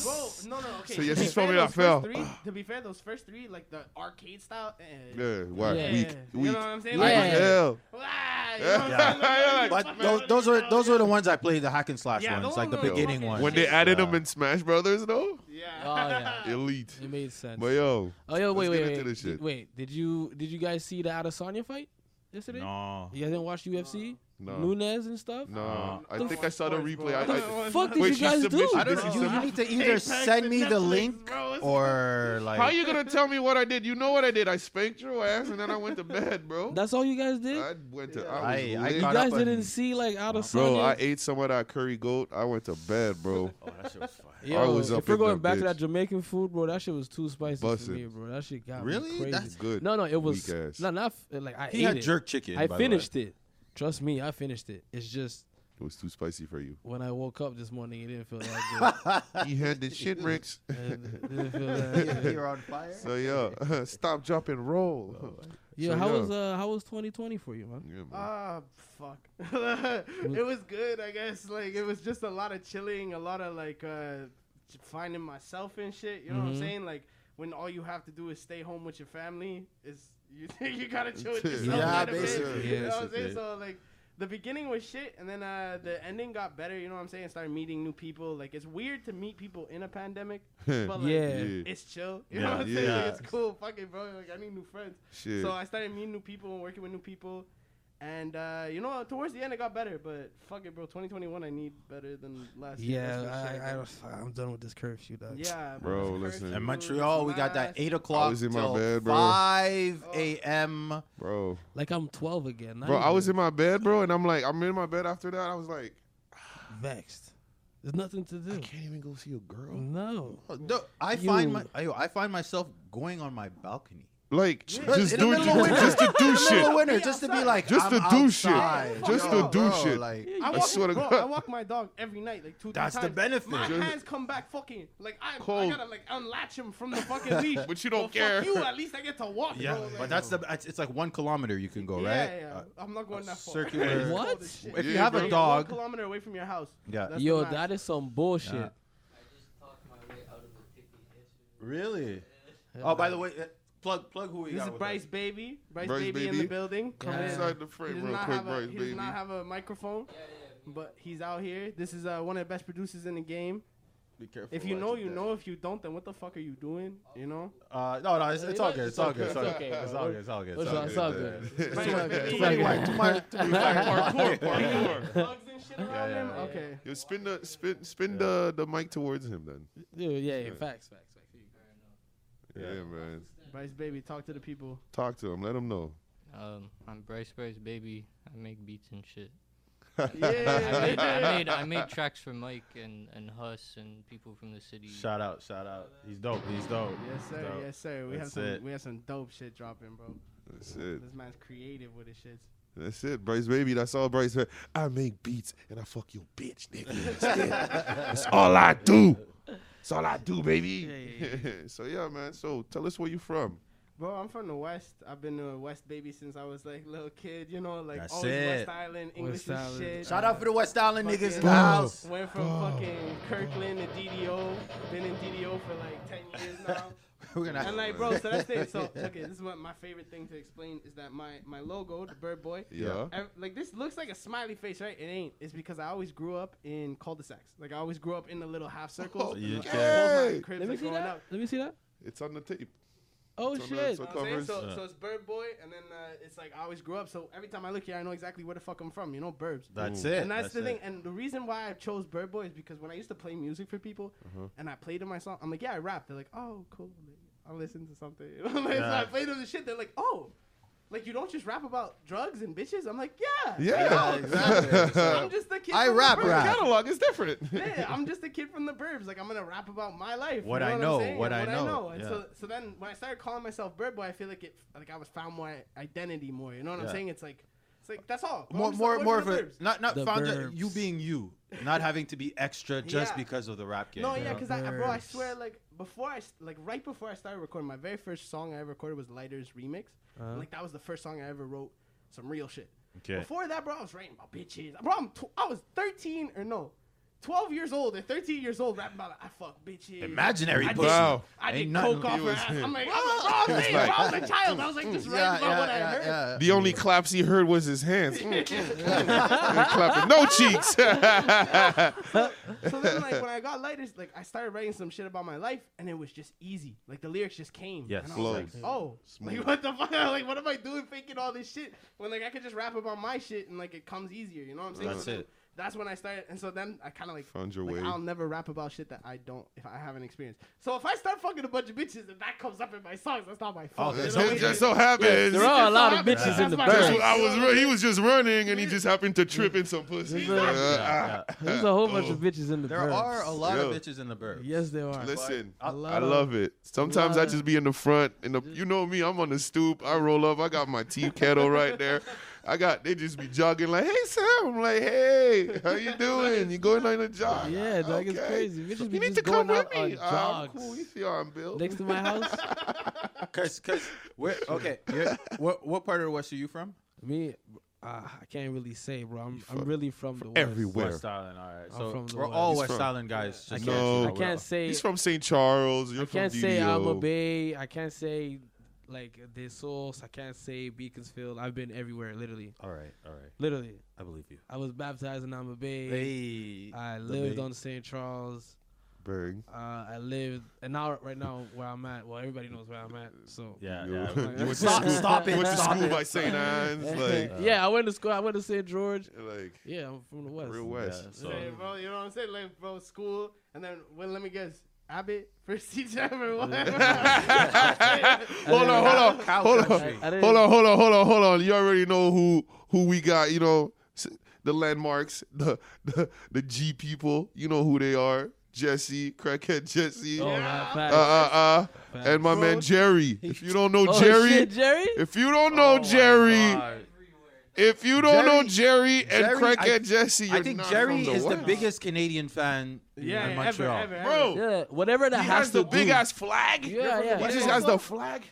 [SPEAKER 5] Bro, no, no, okay.
[SPEAKER 3] So
[SPEAKER 5] to
[SPEAKER 3] yes,
[SPEAKER 5] be
[SPEAKER 3] he's told me
[SPEAKER 5] fair,
[SPEAKER 3] that
[SPEAKER 5] those first
[SPEAKER 3] fell.
[SPEAKER 5] three- To be fair, those first three, like the arcade style, eh,
[SPEAKER 3] Yeah, why?
[SPEAKER 1] Yeah.
[SPEAKER 3] Weak,
[SPEAKER 5] You know
[SPEAKER 3] weak.
[SPEAKER 5] what I'm saying?
[SPEAKER 3] Like,
[SPEAKER 1] Yeah.
[SPEAKER 3] hell.
[SPEAKER 5] Wah, Ah, you know what I'm
[SPEAKER 3] Yeah.
[SPEAKER 5] saying? Like,
[SPEAKER 3] Yeah,
[SPEAKER 5] like,
[SPEAKER 4] But
[SPEAKER 5] fuck,
[SPEAKER 4] those,
[SPEAKER 5] bro,
[SPEAKER 4] those
[SPEAKER 5] you
[SPEAKER 4] were
[SPEAKER 5] know?
[SPEAKER 4] those were the ones I played, the hack and slash
[SPEAKER 5] Yeah,
[SPEAKER 4] ones,
[SPEAKER 5] those
[SPEAKER 4] like the
[SPEAKER 5] ones were
[SPEAKER 4] beginning
[SPEAKER 5] fucking
[SPEAKER 4] ones.
[SPEAKER 3] When they added
[SPEAKER 4] Yeah.
[SPEAKER 3] him in Smash Brothers, though,
[SPEAKER 1] Oh,
[SPEAKER 5] Yeah.
[SPEAKER 1] yeah.
[SPEAKER 3] elite.
[SPEAKER 1] It made sense.
[SPEAKER 3] But yo,
[SPEAKER 1] oh yo, wait,
[SPEAKER 3] let's get
[SPEAKER 1] wait,
[SPEAKER 3] into
[SPEAKER 1] wait,
[SPEAKER 3] this shit.
[SPEAKER 1] Did- wait. Did you did you guys see the Adesanya fight yesterday?
[SPEAKER 4] No.
[SPEAKER 1] You guys didn't watch UFC?
[SPEAKER 3] No.
[SPEAKER 1] Nunez and stuff.
[SPEAKER 3] no,
[SPEAKER 4] Uh,
[SPEAKER 3] I
[SPEAKER 1] the
[SPEAKER 3] think I saw the
[SPEAKER 5] Sports, bro.
[SPEAKER 3] replay. I,
[SPEAKER 1] What
[SPEAKER 3] I,
[SPEAKER 1] the fuck did
[SPEAKER 3] Wait,
[SPEAKER 1] you
[SPEAKER 3] she
[SPEAKER 1] guys do?
[SPEAKER 3] submission-
[SPEAKER 4] I don't
[SPEAKER 3] This
[SPEAKER 4] know.
[SPEAKER 3] is
[SPEAKER 4] You
[SPEAKER 3] some-
[SPEAKER 4] need to either
[SPEAKER 5] Apex
[SPEAKER 4] send
[SPEAKER 5] and
[SPEAKER 4] me the
[SPEAKER 5] Netflix,
[SPEAKER 4] link
[SPEAKER 5] bro. It's-
[SPEAKER 4] or like.
[SPEAKER 3] how you gonna tell me what I did? You know what I did? I spanked your ass and then I went to bed, bro.
[SPEAKER 1] That's all you guys did.
[SPEAKER 3] I went to. I, was
[SPEAKER 4] I- I
[SPEAKER 3] lit.
[SPEAKER 1] you
[SPEAKER 4] got
[SPEAKER 1] guys
[SPEAKER 4] up
[SPEAKER 1] didn't
[SPEAKER 4] and-
[SPEAKER 1] see like Adesanya.
[SPEAKER 3] bro. I ate some of that curry goat. I went to bed, bro.
[SPEAKER 4] Oh, that shit was fire.
[SPEAKER 1] Yo,
[SPEAKER 3] I was
[SPEAKER 1] if
[SPEAKER 3] up
[SPEAKER 1] we're
[SPEAKER 3] in that
[SPEAKER 1] going back
[SPEAKER 3] bitch.
[SPEAKER 1] to that Jamaican food, bro, that shit was too spicy for
[SPEAKER 3] Bussin'.
[SPEAKER 1] me, bro. That shit got
[SPEAKER 4] Really?
[SPEAKER 1] me crazy.
[SPEAKER 4] That's
[SPEAKER 3] good.
[SPEAKER 1] No, no, it was
[SPEAKER 3] Weak ass.
[SPEAKER 1] no, not f- like I
[SPEAKER 4] He
[SPEAKER 1] ate
[SPEAKER 4] had
[SPEAKER 1] it.
[SPEAKER 4] jerk chicken. by
[SPEAKER 1] I
[SPEAKER 4] the way.
[SPEAKER 1] finished it. Trust me, I finished it. It's just
[SPEAKER 3] It was too spicy for you.
[SPEAKER 1] when I woke up this morning, it didn't feel that
[SPEAKER 3] You had the shit ricks.
[SPEAKER 1] good. it didn't feel that good.
[SPEAKER 4] You're on fire.
[SPEAKER 3] So yo, stop, drop, and roll.
[SPEAKER 1] Yeah,
[SPEAKER 3] So,
[SPEAKER 1] how
[SPEAKER 3] yeah.
[SPEAKER 1] was uh, how was 2020 for you, man?
[SPEAKER 3] Yeah, man.
[SPEAKER 5] Ah, fuck. it was good, I guess. Like, it was just a lot of chilling, a lot of, like, uh, j- finding myself and shit. You know what I'm saying? Like, when all you have to do is stay home with your family, is you you gotta chill with
[SPEAKER 3] Yeah,
[SPEAKER 5] yourself.
[SPEAKER 4] Yeah,
[SPEAKER 5] quite a bit,
[SPEAKER 4] basically.
[SPEAKER 5] You know what I'm saying?
[SPEAKER 4] Basically.
[SPEAKER 5] So, like, the beginning was shit, and then uh, the ending got better. You know what I'm saying? Started meeting new people. Like, it's weird to meet people in a pandemic, but, like,
[SPEAKER 1] Yeah.
[SPEAKER 5] it's chill.
[SPEAKER 4] Yeah.
[SPEAKER 5] You know what I'm saying? Like,
[SPEAKER 4] Yeah.
[SPEAKER 5] it's cool. Fuck it, bro. Like, I need new friends.
[SPEAKER 3] Shit.
[SPEAKER 5] So I started meeting new people and working with new people. And uh, you know, towards the end it got better, but fuck it, bro. 2021, I need better than last year. That's for sure.
[SPEAKER 1] I, I'm done with this curfew, dog.
[SPEAKER 5] yeah,
[SPEAKER 3] Bro,
[SPEAKER 5] this
[SPEAKER 3] listen.
[SPEAKER 5] curfew,
[SPEAKER 4] In Montreal, we got that
[SPEAKER 5] mask.
[SPEAKER 4] eight o'clock
[SPEAKER 3] was in my
[SPEAKER 4] till
[SPEAKER 3] bed, bro.
[SPEAKER 4] five a.m.
[SPEAKER 3] bro.
[SPEAKER 1] like I'm 12 again. Not
[SPEAKER 3] Bro, I
[SPEAKER 1] even
[SPEAKER 3] was in my bed, bro, and I'm like, I'm in my bed after that. I was like,
[SPEAKER 1] vexed. There's nothing to do.
[SPEAKER 3] can't even go see a girl.
[SPEAKER 1] No,
[SPEAKER 4] Oh, duh, I
[SPEAKER 1] You-
[SPEAKER 4] find my, I, I find myself going on my balcony.
[SPEAKER 3] Like just
[SPEAKER 4] in the
[SPEAKER 3] do
[SPEAKER 4] middle of winter.
[SPEAKER 3] just to do
[SPEAKER 4] Middle of
[SPEAKER 3] shit.
[SPEAKER 4] winter, just to be like,
[SPEAKER 3] Just to
[SPEAKER 4] I'm
[SPEAKER 3] do shit.
[SPEAKER 4] outside.
[SPEAKER 3] Just
[SPEAKER 4] Yo,
[SPEAKER 3] to do
[SPEAKER 4] bro,
[SPEAKER 3] shit.
[SPEAKER 4] Like,
[SPEAKER 5] I, walk,
[SPEAKER 3] swear to
[SPEAKER 5] bro,
[SPEAKER 3] God.
[SPEAKER 5] I walk my dog every night, like two, three
[SPEAKER 2] That's the
[SPEAKER 5] times.
[SPEAKER 2] benefit.
[SPEAKER 5] My
[SPEAKER 2] Just-
[SPEAKER 5] hands come back fucking like I, I
[SPEAKER 3] Cold.
[SPEAKER 5] gotta like unlatch him from the fucking leash.
[SPEAKER 3] But you don't
[SPEAKER 5] But
[SPEAKER 3] care.
[SPEAKER 5] Fuck you. At least I get to walk.
[SPEAKER 2] Yeah,
[SPEAKER 5] bro, like-
[SPEAKER 2] but that's the it's, it's like one kilometer you can go,
[SPEAKER 5] Yeah,
[SPEAKER 2] right?
[SPEAKER 5] yeah.
[SPEAKER 2] Uh,
[SPEAKER 5] I'm not going that far.
[SPEAKER 2] circular-
[SPEAKER 5] It's cold
[SPEAKER 1] What?
[SPEAKER 5] as shit.
[SPEAKER 2] if you
[SPEAKER 3] Yeah,
[SPEAKER 2] have
[SPEAKER 5] Bro,
[SPEAKER 2] a
[SPEAKER 5] you're
[SPEAKER 2] dog,
[SPEAKER 5] One kilometer away from your house.
[SPEAKER 2] Yeah.
[SPEAKER 5] That's
[SPEAKER 1] Yo,
[SPEAKER 5] the max.
[SPEAKER 1] that is some bullshit.
[SPEAKER 2] Yeah.
[SPEAKER 6] talked my way out of the picky issue.
[SPEAKER 2] really? Oh, by the way, uh, plug plug who we
[SPEAKER 5] This
[SPEAKER 2] got
[SPEAKER 5] is
[SPEAKER 2] with
[SPEAKER 5] Bryce
[SPEAKER 2] us.
[SPEAKER 5] Baby. Bryce,
[SPEAKER 3] Bryce
[SPEAKER 5] baby, in the
[SPEAKER 3] Baby.
[SPEAKER 5] building.
[SPEAKER 3] Come
[SPEAKER 1] Yeah.
[SPEAKER 3] inside the
[SPEAKER 5] He
[SPEAKER 3] frame
[SPEAKER 5] does,
[SPEAKER 3] real
[SPEAKER 5] not
[SPEAKER 3] quick,
[SPEAKER 5] have, a,
[SPEAKER 3] Bryce,
[SPEAKER 5] he does
[SPEAKER 3] baby.
[SPEAKER 5] not have a microphone,
[SPEAKER 6] Yeah, yeah. me-
[SPEAKER 5] but he's out here. This is uh, one of the best producers in the game.
[SPEAKER 2] Be careful.
[SPEAKER 5] If you
[SPEAKER 2] what
[SPEAKER 5] know, you
[SPEAKER 2] do.
[SPEAKER 5] know. If you don't, then what the fuck are you doing? You know?
[SPEAKER 2] Uh, no, no, it's, it's all good. It's all good. It's all
[SPEAKER 1] okay,
[SPEAKER 2] good. It's
[SPEAKER 1] bro.
[SPEAKER 2] all good. It's all good.
[SPEAKER 1] It's all- it's all good.
[SPEAKER 2] It's all
[SPEAKER 5] Bryce
[SPEAKER 2] good.
[SPEAKER 5] Baby.
[SPEAKER 2] It's all
[SPEAKER 1] Like,
[SPEAKER 2] good.
[SPEAKER 1] like,
[SPEAKER 3] Parkour, parkour.
[SPEAKER 5] Plugs and shit around
[SPEAKER 2] yeah,
[SPEAKER 5] him?
[SPEAKER 2] yeah.
[SPEAKER 5] Okay.
[SPEAKER 3] Yo, spin the spin spin the the mic towards him then.
[SPEAKER 1] Dude, yeah, yeah, facts, facts, facts. Here you go.
[SPEAKER 3] Yeah, man.
[SPEAKER 5] Bryce Baby, talk to the people.
[SPEAKER 3] Talk to him. Let him know.
[SPEAKER 6] Um, I'm Bryce Bryce baby. I make beats and shit. I made, I
[SPEAKER 5] Yeah.
[SPEAKER 6] made I made tracks for Mike and and Huss and people from the city.
[SPEAKER 2] Shout out, shout out. He's dope. He's dope.
[SPEAKER 5] Yes
[SPEAKER 2] He's
[SPEAKER 5] sir,
[SPEAKER 2] dope.
[SPEAKER 5] yes sir. We have
[SPEAKER 2] That's
[SPEAKER 5] some
[SPEAKER 2] it.
[SPEAKER 5] we have some dope shit dropping, bro.
[SPEAKER 3] That's it.
[SPEAKER 5] This man's creative with his shits.
[SPEAKER 3] That's it, Bryce Baby. That's all Bryce. Ba- I make beats and I fuck your bitch, nigga. That's, it. That's all I do. That's all I do, baby. so yeah, man. So tell us where you from.
[SPEAKER 5] Bro, I'm from the West. I've been a West baby since I was like little kid, you know, like
[SPEAKER 2] That's
[SPEAKER 5] always
[SPEAKER 2] it.
[SPEAKER 5] West Island, English and
[SPEAKER 1] Island.
[SPEAKER 5] shit.
[SPEAKER 4] shout out for the West Island
[SPEAKER 5] Fucking-
[SPEAKER 4] niggas in
[SPEAKER 5] Bro.
[SPEAKER 4] the house.
[SPEAKER 5] Went from fucking Kirkland to DDO. Been in DDO for like 10 years now.
[SPEAKER 2] We're gonna.
[SPEAKER 5] and like, bro, so that's it. So, okay, this is what my favorite thing to explain is that my, my logo, the bird boy,
[SPEAKER 3] Yeah.
[SPEAKER 5] ev- like this looks like a smiley face, right? It ain't. It's because I always grew up in cul-de-sacs. Like I always grew up in the little half circles.
[SPEAKER 2] You
[SPEAKER 5] Like,
[SPEAKER 3] can-
[SPEAKER 5] both my cribs
[SPEAKER 1] Let me
[SPEAKER 5] are
[SPEAKER 1] see
[SPEAKER 5] growing
[SPEAKER 1] that.
[SPEAKER 5] up.
[SPEAKER 1] Let me see that.
[SPEAKER 3] It's on the tape.
[SPEAKER 1] Oh
[SPEAKER 3] It's on the-
[SPEAKER 1] shit.
[SPEAKER 3] it's on
[SPEAKER 5] You know what I'm saying?
[SPEAKER 3] covers.
[SPEAKER 5] So, so it's Bird Boy, and then uh, it's like I always grew up. So every time I look here, I know exactly where the fuck I'm from. You know, Burbs.
[SPEAKER 2] That's it.
[SPEAKER 5] and that's, the
[SPEAKER 2] it.
[SPEAKER 5] thing. And the reason why I chose Bird Boy is because when I used to play music for people,
[SPEAKER 2] Mm-hmm.
[SPEAKER 5] and I played them my song, I'm like, yeah, I rap. They're like, oh, cool. Like, I'll listen to something. Like, So I
[SPEAKER 2] Yeah.
[SPEAKER 5] played them the shit. They're like, oh, like you don't just rap about drugs and bitches. I'm like, yeah.
[SPEAKER 3] Yeah,
[SPEAKER 5] I'm
[SPEAKER 3] exactly.
[SPEAKER 5] just a kid.
[SPEAKER 4] I
[SPEAKER 5] from the
[SPEAKER 4] rap
[SPEAKER 5] burbs.
[SPEAKER 4] rap.
[SPEAKER 3] catalog is different.
[SPEAKER 5] Yeah, I'm just a kid from the burbs. Like I'm gonna rap about my life.
[SPEAKER 2] What I
[SPEAKER 5] I'm
[SPEAKER 2] know,
[SPEAKER 5] saying?
[SPEAKER 2] what I know.
[SPEAKER 5] And
[SPEAKER 2] Yeah.
[SPEAKER 5] so, so then when I started calling myself Bird Boy, I feel like it, like I was found my identity more. You know what I'm
[SPEAKER 2] Yeah.
[SPEAKER 5] saying? It's like, it's like that's all.
[SPEAKER 2] more, more, more of a not not
[SPEAKER 1] The
[SPEAKER 2] found
[SPEAKER 1] verbs.
[SPEAKER 2] you being you, not having to be extra just
[SPEAKER 5] Yeah.
[SPEAKER 2] because of the rap game.
[SPEAKER 5] No,
[SPEAKER 2] you
[SPEAKER 5] yeah,
[SPEAKER 2] know?
[SPEAKER 5] because I, bro, I
[SPEAKER 1] Burbs.
[SPEAKER 5] swear, like before I, s- like right before I started recording, my very first song I ever recorded was Lighter's remix. And, Like that was the first song I ever wrote some real shit.
[SPEAKER 2] Okay.
[SPEAKER 5] Before that, bro, I was writing about bitches. Bro, I'm tw- I was 13 or no, 12 years old and 13 years old rapping about like, I fuck bitches.
[SPEAKER 2] imaginary
[SPEAKER 5] I
[SPEAKER 2] pussy.
[SPEAKER 3] Wow.
[SPEAKER 5] I
[SPEAKER 2] Ain't
[SPEAKER 5] did
[SPEAKER 2] nothing-
[SPEAKER 5] coke off
[SPEAKER 3] He
[SPEAKER 5] her
[SPEAKER 3] was-
[SPEAKER 5] ass. I'm like, I'm like, bro, I was, I was a child. I was like, just
[SPEAKER 4] Yeah,
[SPEAKER 5] writing about what I
[SPEAKER 4] yeah,
[SPEAKER 5] heard.
[SPEAKER 4] yeah, yeah.
[SPEAKER 3] The only claps he heard was his hands. Mm, mm, mm. Clapping. No cheeks.
[SPEAKER 5] so then like when I got lighters, like I started writing some shit about my life and it was just easy. Like the lyrics just came.
[SPEAKER 2] Yes.
[SPEAKER 5] And I was like,
[SPEAKER 3] Flows.
[SPEAKER 5] oh,
[SPEAKER 3] Smooth.
[SPEAKER 5] like what the fuck? Like what am I doing thinking all this shit when like I could just rap about my shit and like it comes easier. You know what I'm saying?
[SPEAKER 2] That's
[SPEAKER 5] So
[SPEAKER 2] it.
[SPEAKER 5] That's when I started, and so then I kind of like
[SPEAKER 3] Found your
[SPEAKER 5] like,
[SPEAKER 3] way.
[SPEAKER 5] I'll never rap about shit that I don't if I haven't experienced. So if I start fucking a bunch of bitches and that comes up in my songs, that's not my fault.
[SPEAKER 2] that's
[SPEAKER 5] You know
[SPEAKER 3] Oh, It
[SPEAKER 5] what I'm
[SPEAKER 3] just
[SPEAKER 5] saying?
[SPEAKER 3] so happens.
[SPEAKER 1] There are a lot of
[SPEAKER 5] That's
[SPEAKER 1] bitches in the
[SPEAKER 5] my
[SPEAKER 3] That's
[SPEAKER 5] fault.
[SPEAKER 3] what
[SPEAKER 1] bird.
[SPEAKER 3] I was. Run. He was just running, and he just happened to trip in some pussy.
[SPEAKER 1] Yeah,
[SPEAKER 3] Uh, ah.
[SPEAKER 1] There's a whole bunch of bitches in the
[SPEAKER 2] There
[SPEAKER 1] bird.
[SPEAKER 2] are a lot
[SPEAKER 3] Yo.
[SPEAKER 2] of bitches in the burbs.
[SPEAKER 1] Yes, there are.
[SPEAKER 3] Listen,
[SPEAKER 1] A lot
[SPEAKER 3] I
[SPEAKER 1] of-
[SPEAKER 3] love it. Sometimes I
[SPEAKER 1] love-
[SPEAKER 3] just be in the front, and the, you know me, I'm on the stoop. I roll up. I got my tea kettle right there. I got they just be jogging like, "Hey Sam," I'm like, "Hey, how you doing? You going on a jog?"
[SPEAKER 1] Yeah, dog, it's crazy. Bitches
[SPEAKER 3] You
[SPEAKER 1] be
[SPEAKER 3] need
[SPEAKER 1] just
[SPEAKER 3] to
[SPEAKER 1] going
[SPEAKER 3] come with
[SPEAKER 1] out
[SPEAKER 3] me.
[SPEAKER 1] on
[SPEAKER 3] Ah, I'm
[SPEAKER 1] jogs.
[SPEAKER 3] cool. You see how I'm built?
[SPEAKER 1] Next to my house,
[SPEAKER 2] Cause, cause, where, okay, you're- what, what part of the West are you from?
[SPEAKER 1] me, uh, I can't really say, bro. I'm, I'm really from the West.
[SPEAKER 3] everywhere.
[SPEAKER 2] West Island, all right.
[SPEAKER 1] I'm
[SPEAKER 2] So
[SPEAKER 1] from the
[SPEAKER 2] we're
[SPEAKER 1] West.
[SPEAKER 2] all
[SPEAKER 1] He's
[SPEAKER 2] West
[SPEAKER 3] from-
[SPEAKER 2] Island guys.
[SPEAKER 1] I
[SPEAKER 2] just
[SPEAKER 1] can't,
[SPEAKER 3] No.
[SPEAKER 1] I can't say.
[SPEAKER 3] He's from St. Charles. You're
[SPEAKER 1] I can't
[SPEAKER 3] from
[SPEAKER 1] say I'm a
[SPEAKER 3] DDO.
[SPEAKER 1] bay. I can't say like De Source. I can't say Beaconsfield. I've been everywhere, literally,
[SPEAKER 2] All right, all right.
[SPEAKER 1] literally.
[SPEAKER 2] I believe you.
[SPEAKER 1] I was baptized in Amma Bay.
[SPEAKER 2] Hey,
[SPEAKER 1] I
[SPEAKER 2] the
[SPEAKER 1] lived
[SPEAKER 2] Bay.
[SPEAKER 1] on St. Charles.
[SPEAKER 3] Berg.
[SPEAKER 1] Uh, I lived, and now right now where I'm at. Well, everybody knows where I'm at. So
[SPEAKER 2] Yeah,
[SPEAKER 3] You-
[SPEAKER 2] yeah.
[SPEAKER 3] you
[SPEAKER 2] Like,
[SPEAKER 3] went to
[SPEAKER 2] stop,
[SPEAKER 3] school-
[SPEAKER 2] stop
[SPEAKER 3] You
[SPEAKER 2] it,
[SPEAKER 3] went to
[SPEAKER 2] stop
[SPEAKER 3] school
[SPEAKER 2] it.
[SPEAKER 3] by St. Anne's, like,
[SPEAKER 1] yeah, I went to school. I went to St. George.
[SPEAKER 3] like
[SPEAKER 1] Yeah, I'm from the West.
[SPEAKER 3] real West.
[SPEAKER 2] Yeah,
[SPEAKER 5] So,
[SPEAKER 2] so-
[SPEAKER 5] bro, you know what I'm saying? Like, bro, school, and then well, let me guess, Abbott, first teacher ever, whatever.
[SPEAKER 3] hold on, hold on,
[SPEAKER 2] Cow
[SPEAKER 3] hold on,
[SPEAKER 2] country.
[SPEAKER 1] I didn't-
[SPEAKER 3] hold on, hold on, hold on, hold on. You already know who who we got. You know s- the landmarks, the the, the G people. You know who they are. Jesse, crackhead Jesse,
[SPEAKER 1] Oh,
[SPEAKER 3] uh,
[SPEAKER 1] nah,
[SPEAKER 3] uh,
[SPEAKER 1] facts.
[SPEAKER 3] uh,
[SPEAKER 1] Facts.
[SPEAKER 3] and my man
[SPEAKER 5] Bro.
[SPEAKER 3] Jerry. If you don't know
[SPEAKER 1] oh,
[SPEAKER 3] Jerry,
[SPEAKER 1] shit, Jerry.
[SPEAKER 3] if you don't know
[SPEAKER 2] Oh my
[SPEAKER 3] Jerry,
[SPEAKER 2] God.
[SPEAKER 3] if you don't know Jerry and
[SPEAKER 4] Jerry,
[SPEAKER 3] crackhead
[SPEAKER 4] I-
[SPEAKER 3] Jesse, you're
[SPEAKER 2] I think
[SPEAKER 3] not
[SPEAKER 2] Jerry
[SPEAKER 3] from the
[SPEAKER 2] is the
[SPEAKER 3] West.
[SPEAKER 2] biggest Canadian fan
[SPEAKER 5] Yeah,
[SPEAKER 2] in
[SPEAKER 5] ever,
[SPEAKER 2] Montreal.
[SPEAKER 5] ever, ever.
[SPEAKER 3] bro.
[SPEAKER 1] Yeah, whatever that
[SPEAKER 3] he
[SPEAKER 1] has,
[SPEAKER 3] has the
[SPEAKER 1] to
[SPEAKER 3] big
[SPEAKER 1] do.
[SPEAKER 3] ass flag.
[SPEAKER 1] Yeah, yeah.
[SPEAKER 3] He just
[SPEAKER 5] Yeah.
[SPEAKER 3] has the flag.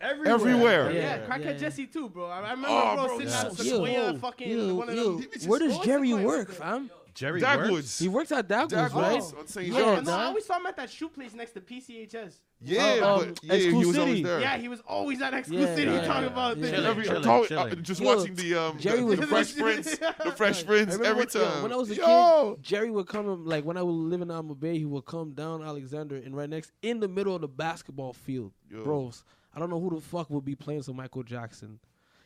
[SPEAKER 5] Everywhere.
[SPEAKER 3] Everywhere.
[SPEAKER 5] Yeah,
[SPEAKER 1] Yeah,
[SPEAKER 5] Crackhead
[SPEAKER 1] yeah.
[SPEAKER 5] Jesse too, bro. I I remember
[SPEAKER 3] Oh,
[SPEAKER 5] bro,
[SPEAKER 3] bro,
[SPEAKER 5] sitting
[SPEAKER 3] he's
[SPEAKER 5] out
[SPEAKER 3] so
[SPEAKER 5] Sequoia,
[SPEAKER 1] Yo,
[SPEAKER 5] fucking
[SPEAKER 1] yo,
[SPEAKER 5] one of
[SPEAKER 1] yo.
[SPEAKER 5] them.
[SPEAKER 3] just-
[SPEAKER 1] Where does
[SPEAKER 5] What's
[SPEAKER 1] Jerry
[SPEAKER 5] the point?
[SPEAKER 1] work, fam?
[SPEAKER 2] Jerry works.
[SPEAKER 3] Dagwoods.
[SPEAKER 1] He works at Dagwoods, right?
[SPEAKER 3] Dagwoods on St.
[SPEAKER 5] Yeah,
[SPEAKER 1] Yo,
[SPEAKER 3] John's.
[SPEAKER 5] no, I
[SPEAKER 1] dog.
[SPEAKER 5] always saw him at that shoe place next to PCHS.
[SPEAKER 3] Yeah,
[SPEAKER 1] Oh, um,
[SPEAKER 3] but yeah, he
[SPEAKER 1] Exclu
[SPEAKER 3] was
[SPEAKER 1] City.
[SPEAKER 3] always there.
[SPEAKER 5] Yeah, he was always at Exclu
[SPEAKER 1] Yeah,
[SPEAKER 5] City
[SPEAKER 1] yeah,
[SPEAKER 5] talking
[SPEAKER 2] yeah.
[SPEAKER 5] about
[SPEAKER 1] Yeah.
[SPEAKER 5] this.
[SPEAKER 1] Chilling,
[SPEAKER 3] Every,
[SPEAKER 2] chilling,
[SPEAKER 3] talk-
[SPEAKER 2] chilling.
[SPEAKER 3] uh, just
[SPEAKER 1] Yo,
[SPEAKER 3] watching the um
[SPEAKER 1] Jerry
[SPEAKER 3] the,
[SPEAKER 1] was-
[SPEAKER 3] the Fresh Prince, the Fresh
[SPEAKER 1] I
[SPEAKER 3] Prince
[SPEAKER 1] remember
[SPEAKER 3] every
[SPEAKER 1] when, yo,
[SPEAKER 3] time.
[SPEAKER 1] when I was a
[SPEAKER 3] Yo!
[SPEAKER 1] kid, Jerry would come and like when I was living in Alma Bay, he would come down Alexander and right next in the middle of the basketball field,
[SPEAKER 3] Yo.
[SPEAKER 1] bros. I don't know who the fuck would be playing some Michael Jackson.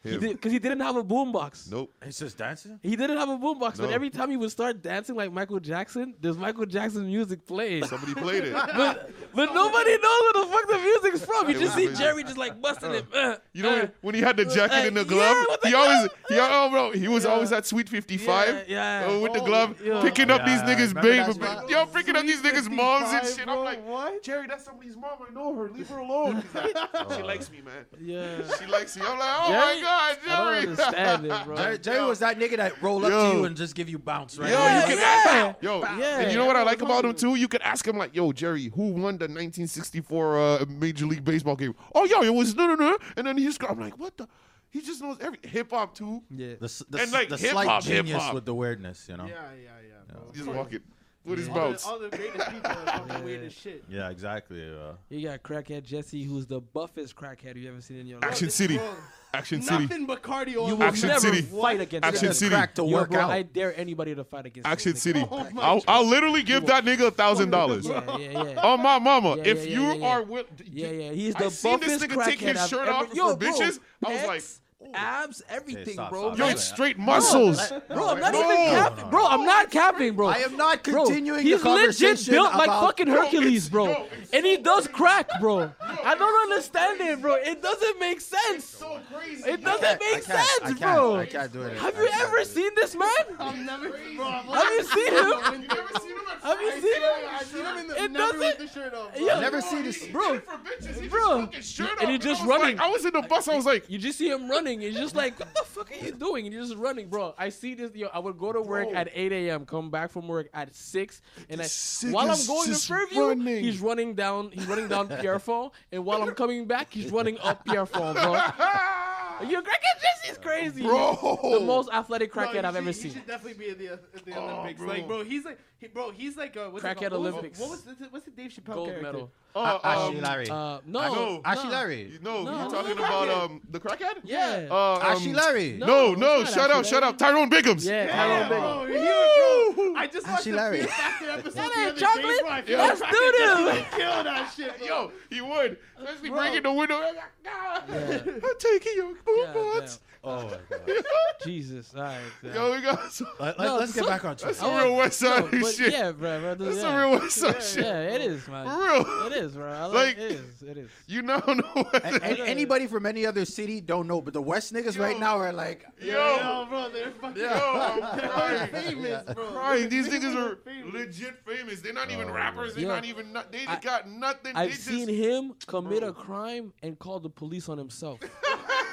[SPEAKER 1] He
[SPEAKER 3] Him.
[SPEAKER 1] did because he didn't have a boombox.
[SPEAKER 3] Nope.
[SPEAKER 2] He's just dancing.
[SPEAKER 1] He didn't have a boombox, but
[SPEAKER 3] No.
[SPEAKER 1] every time he would start dancing like Michael Jackson, there's Michael Jackson music playing.
[SPEAKER 3] Somebody played it.
[SPEAKER 1] but but nobody knows where the fuck the music's from. You
[SPEAKER 3] It
[SPEAKER 1] just
[SPEAKER 3] was
[SPEAKER 1] see
[SPEAKER 3] amazing.
[SPEAKER 1] Jerry just like busting it. Uh,
[SPEAKER 3] You know
[SPEAKER 1] uh,
[SPEAKER 3] when, when he had the jacket and the
[SPEAKER 1] yeah,
[SPEAKER 3] glove,
[SPEAKER 1] with the
[SPEAKER 3] he always he, oh bro, he was always at Sweet Fifty Five
[SPEAKER 1] Yeah, yeah.
[SPEAKER 3] uh, with the
[SPEAKER 5] Oh,
[SPEAKER 3] glove,
[SPEAKER 1] yeah.
[SPEAKER 3] picking up
[SPEAKER 2] Yeah, I
[SPEAKER 3] these niggas'
[SPEAKER 2] remember
[SPEAKER 3] baby,
[SPEAKER 2] that spot.
[SPEAKER 3] yo, picking up these niggas' moms and
[SPEAKER 5] 55,
[SPEAKER 3] shit.
[SPEAKER 5] bro,
[SPEAKER 3] I'm like,
[SPEAKER 5] what?
[SPEAKER 3] Jerry, that's somebody's mom. I know her. Leave her alone. He's like, she likes me, man.
[SPEAKER 1] yeah.
[SPEAKER 3] She likes me. I'm like, oh
[SPEAKER 1] Jerry-
[SPEAKER 3] my god,
[SPEAKER 1] I don't
[SPEAKER 3] Jerry.
[SPEAKER 1] understand it, bro.
[SPEAKER 2] Jerry, Jerry was that nigga that roll up
[SPEAKER 3] Yo.
[SPEAKER 2] to you and just give you bounce, right?
[SPEAKER 3] Yo,
[SPEAKER 1] Yeah,
[SPEAKER 3] you can
[SPEAKER 1] yeah.
[SPEAKER 3] ask Yo,
[SPEAKER 1] Yeah.
[SPEAKER 3] and you know what I like about him too? You can ask him like, "Yo, Jerry, who won the 1964 uh, Major League Baseball game?" Oh, yo, it was no, no, no. And then he's, I'm like, "What the?" He just knows every hip hop too.
[SPEAKER 1] Yeah.
[SPEAKER 2] The, s- the,
[SPEAKER 3] And,
[SPEAKER 2] s-
[SPEAKER 3] like,
[SPEAKER 2] the
[SPEAKER 3] hip-hop,
[SPEAKER 2] slight genius
[SPEAKER 3] hip-hop.
[SPEAKER 2] with the weirdness, you know?
[SPEAKER 1] Oh,
[SPEAKER 5] Yeah,
[SPEAKER 2] Yeah,
[SPEAKER 5] yeah, yeah. bro.
[SPEAKER 3] He's walking with his
[SPEAKER 1] Yeah.
[SPEAKER 5] All
[SPEAKER 3] mouth.
[SPEAKER 5] the, all the greatest people are fucking weird as shit.
[SPEAKER 2] exactly. Uh,
[SPEAKER 1] You got crackhead Jesse, who's the buffest crackhead you ever seen in your life.
[SPEAKER 3] Action
[SPEAKER 5] this
[SPEAKER 3] City,
[SPEAKER 5] world.
[SPEAKER 3] Action City,
[SPEAKER 5] Nothing but cardio.
[SPEAKER 1] you
[SPEAKER 5] on
[SPEAKER 1] will
[SPEAKER 5] the
[SPEAKER 3] Action
[SPEAKER 1] never
[SPEAKER 3] City.
[SPEAKER 1] fight against
[SPEAKER 3] Action
[SPEAKER 1] him.
[SPEAKER 2] Just
[SPEAKER 3] City.
[SPEAKER 2] crack to
[SPEAKER 1] Yo,
[SPEAKER 2] work
[SPEAKER 1] bro,
[SPEAKER 2] out.
[SPEAKER 1] I dare anybody to fight against
[SPEAKER 3] Action
[SPEAKER 1] this nigga.
[SPEAKER 3] City.
[SPEAKER 5] Oh my
[SPEAKER 3] I'll, I'll literally give that nigga a thousand dollars.
[SPEAKER 1] Yeah, yeah, yeah.
[SPEAKER 3] On my mama,
[SPEAKER 1] Yeah,
[SPEAKER 3] if
[SPEAKER 1] yeah,
[SPEAKER 3] you
[SPEAKER 1] yeah, yeah.
[SPEAKER 3] are with,
[SPEAKER 1] Yeah, yeah, he's the
[SPEAKER 3] I seen this
[SPEAKER 1] buffest
[SPEAKER 3] nigga take
[SPEAKER 1] crackhead
[SPEAKER 3] his
[SPEAKER 1] I've
[SPEAKER 3] shirt
[SPEAKER 1] ever-
[SPEAKER 3] off for
[SPEAKER 1] Yo, bro,
[SPEAKER 3] bitches. I was like,
[SPEAKER 1] pecs, abs, everything,
[SPEAKER 2] stop,
[SPEAKER 1] bro.
[SPEAKER 2] stop,
[SPEAKER 3] yo,
[SPEAKER 1] Like,
[SPEAKER 3] it's straight muscles.
[SPEAKER 1] bro, I'm not
[SPEAKER 3] No.
[SPEAKER 1] even capping, bro. I'm not capping, bro.
[SPEAKER 4] I am not
[SPEAKER 1] Bro,
[SPEAKER 4] continuing
[SPEAKER 1] he's
[SPEAKER 4] the conversation
[SPEAKER 1] legit built like
[SPEAKER 4] about-
[SPEAKER 1] fucking Hercules,
[SPEAKER 3] it's-
[SPEAKER 1] bro.
[SPEAKER 3] yo, it's
[SPEAKER 1] and he does crack, bro. I don't understand it, bro. It doesn't make sense.
[SPEAKER 3] so crazy.
[SPEAKER 1] It doesn't
[SPEAKER 2] I
[SPEAKER 1] make
[SPEAKER 2] can't,
[SPEAKER 1] sense,
[SPEAKER 2] I can't,
[SPEAKER 1] bro.
[SPEAKER 2] I can't do it.
[SPEAKER 1] Have you ever seen this man?
[SPEAKER 5] I'm never. Bro, I'm
[SPEAKER 1] Have you seen him?
[SPEAKER 3] You never seen him at
[SPEAKER 1] Have you
[SPEAKER 5] I
[SPEAKER 1] seen him?
[SPEAKER 5] I seen him in the
[SPEAKER 1] It
[SPEAKER 5] never with
[SPEAKER 1] doesn't-
[SPEAKER 5] the shirt off.
[SPEAKER 1] Yo,
[SPEAKER 5] Bro.
[SPEAKER 4] Never
[SPEAKER 3] Bro,
[SPEAKER 4] seen
[SPEAKER 3] he-
[SPEAKER 4] this.
[SPEAKER 3] he
[SPEAKER 1] Bro.
[SPEAKER 3] did it for bitches. He
[SPEAKER 1] Bro.
[SPEAKER 3] just fucking shirt
[SPEAKER 1] And
[SPEAKER 3] off.
[SPEAKER 1] he
[SPEAKER 3] I
[SPEAKER 1] just
[SPEAKER 3] was like-
[SPEAKER 1] running.
[SPEAKER 3] I was in the bus. I was like,
[SPEAKER 1] You just see him running. It's just like, what the fuck are you doing? And you're just running, bro. I see this. Yo, I would go to work
[SPEAKER 3] Bro.
[SPEAKER 1] at 8 a.m., come back from work at 6, and I,
[SPEAKER 3] He's sick
[SPEAKER 1] while I'm
[SPEAKER 3] as
[SPEAKER 1] going to
[SPEAKER 3] just
[SPEAKER 1] Fairview,
[SPEAKER 3] running.
[SPEAKER 1] he's running down. He's running down Pierrefonds, and while I'm coming back, he's running up Pierrefonds, bro.
[SPEAKER 3] ah,
[SPEAKER 1] Yo, Crackhead Jesse's crazy.
[SPEAKER 3] bro.
[SPEAKER 1] the most athletic
[SPEAKER 5] Bro,
[SPEAKER 1] crackhead
[SPEAKER 5] he
[SPEAKER 1] I've ever
[SPEAKER 5] should-
[SPEAKER 1] seen.
[SPEAKER 5] He should definitely be at the, at the
[SPEAKER 3] Oh,
[SPEAKER 5] Olympics.
[SPEAKER 3] bro.
[SPEAKER 5] Like, bro, he's like, he, bro, he's like, uh, what's it
[SPEAKER 1] Crackhead
[SPEAKER 5] called? What was-
[SPEAKER 1] Olympics.
[SPEAKER 5] What was the, what's the Dave Chappelle
[SPEAKER 1] Gold
[SPEAKER 5] character?
[SPEAKER 1] medal.
[SPEAKER 3] Uh, um,
[SPEAKER 2] Ashley Larry.
[SPEAKER 1] Uh, no,
[SPEAKER 3] I know.
[SPEAKER 1] no.
[SPEAKER 2] Ashley Larry.
[SPEAKER 3] no,
[SPEAKER 1] No,
[SPEAKER 3] you're
[SPEAKER 1] no,
[SPEAKER 3] talking
[SPEAKER 5] no,
[SPEAKER 3] about
[SPEAKER 5] crackhead.
[SPEAKER 3] um the crackhead.
[SPEAKER 1] Yeah.
[SPEAKER 3] Uh, um,
[SPEAKER 2] Ashley Larry.
[SPEAKER 3] No,
[SPEAKER 1] No,
[SPEAKER 3] no,
[SPEAKER 1] it's not
[SPEAKER 3] shout out,
[SPEAKER 1] Ashley
[SPEAKER 3] shout out, Tyrone Biggums.
[SPEAKER 1] yeah,
[SPEAKER 5] Yeah,
[SPEAKER 1] Tyrone Biggins.
[SPEAKER 5] bro, he was- bro,
[SPEAKER 3] Woo!
[SPEAKER 5] I just
[SPEAKER 4] Ashy
[SPEAKER 5] watched the
[SPEAKER 4] Larry.
[SPEAKER 5] Fear Factor episode
[SPEAKER 1] That
[SPEAKER 5] the
[SPEAKER 1] ain't
[SPEAKER 5] other day, bro. I
[SPEAKER 1] chocolate.
[SPEAKER 5] feel
[SPEAKER 1] Let's
[SPEAKER 5] like
[SPEAKER 1] do
[SPEAKER 5] Crackhead
[SPEAKER 1] this.
[SPEAKER 5] just Kill that shit, bro.
[SPEAKER 3] Yo, he would.
[SPEAKER 1] Uh,
[SPEAKER 3] Especially
[SPEAKER 5] Bro.
[SPEAKER 3] breaking the window. I'm like, "Ah, I'm taking your
[SPEAKER 1] Yeah,
[SPEAKER 3] boombox.
[SPEAKER 2] Oh, my God.
[SPEAKER 1] Jesus. All right.
[SPEAKER 3] Yo, we got some,
[SPEAKER 2] Let,
[SPEAKER 1] No,
[SPEAKER 2] us get
[SPEAKER 1] so-
[SPEAKER 2] back on track.
[SPEAKER 4] Oh,
[SPEAKER 3] that's some real West
[SPEAKER 1] No,
[SPEAKER 3] Side
[SPEAKER 1] but
[SPEAKER 3] shit.
[SPEAKER 1] Yeah, bro. bro
[SPEAKER 3] that's
[SPEAKER 1] yeah.
[SPEAKER 3] some real West Side shit.
[SPEAKER 1] Yeah, it is, man.
[SPEAKER 3] For real.
[SPEAKER 1] It is, bro. I like,
[SPEAKER 3] Like-
[SPEAKER 1] it is. It is.
[SPEAKER 3] You now know. West
[SPEAKER 4] And,
[SPEAKER 3] Side-
[SPEAKER 4] and anybody from any other city don't know, but the West niggas right now are like,
[SPEAKER 3] Yo,
[SPEAKER 5] Yeah, bro, they're fucking
[SPEAKER 3] yo,
[SPEAKER 5] they're
[SPEAKER 3] I'm
[SPEAKER 5] fucking
[SPEAKER 3] crying.
[SPEAKER 5] famous, bro.
[SPEAKER 3] Crying.
[SPEAKER 5] They're
[SPEAKER 3] These niggas
[SPEAKER 5] famous,
[SPEAKER 3] are
[SPEAKER 5] famous.
[SPEAKER 3] legit famous. They're not even rappers. They're
[SPEAKER 1] Yo,
[SPEAKER 3] not even. Not, they
[SPEAKER 1] Oh, I-
[SPEAKER 3] got nothing.
[SPEAKER 1] I've
[SPEAKER 3] they just, Oh.
[SPEAKER 1] seen him commit a crime and call the police on himself.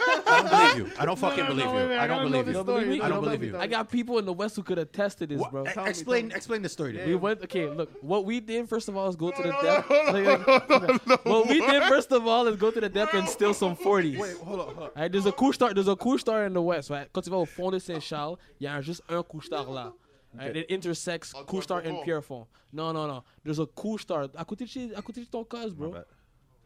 [SPEAKER 2] I don't believe you. I don't
[SPEAKER 5] No,
[SPEAKER 2] fucking
[SPEAKER 5] no,
[SPEAKER 2] believe
[SPEAKER 5] no, wait,
[SPEAKER 2] you.
[SPEAKER 5] wait,
[SPEAKER 2] I don't
[SPEAKER 5] gotta know
[SPEAKER 2] believe
[SPEAKER 5] this
[SPEAKER 2] you.
[SPEAKER 1] Don't believe
[SPEAKER 5] story.
[SPEAKER 1] me?
[SPEAKER 5] I don't
[SPEAKER 2] Don't
[SPEAKER 5] believe
[SPEAKER 3] Oh.
[SPEAKER 2] believe
[SPEAKER 5] you.
[SPEAKER 1] I got people in the West who could attest to this,
[SPEAKER 2] What-
[SPEAKER 1] bro.
[SPEAKER 3] eh,
[SPEAKER 2] e-
[SPEAKER 5] Tell me,
[SPEAKER 4] explain,
[SPEAKER 5] tell me.
[SPEAKER 4] explain the story to
[SPEAKER 1] We
[SPEAKER 4] me.
[SPEAKER 1] went okay. Look, what we did first of all is go to the
[SPEAKER 3] No,
[SPEAKER 1] depth.
[SPEAKER 3] no, no,
[SPEAKER 1] like, like,
[SPEAKER 3] no, no, no,
[SPEAKER 1] what we did
[SPEAKER 3] what?
[SPEAKER 1] first of all is go to the depth and steal some forties.
[SPEAKER 4] Hold on, hold on.
[SPEAKER 1] Right, there's a coup star, there's a coup star in the West, right? Quand tu vas au fond de Saint-Charles, il y a juste un coup star là. Right, it intersects coup star and
[SPEAKER 3] Antoine
[SPEAKER 1] Pierrefonds. No, no, no. There's a coup star à côté de chez, à côté de ton cuz, bro.
[SPEAKER 2] bad.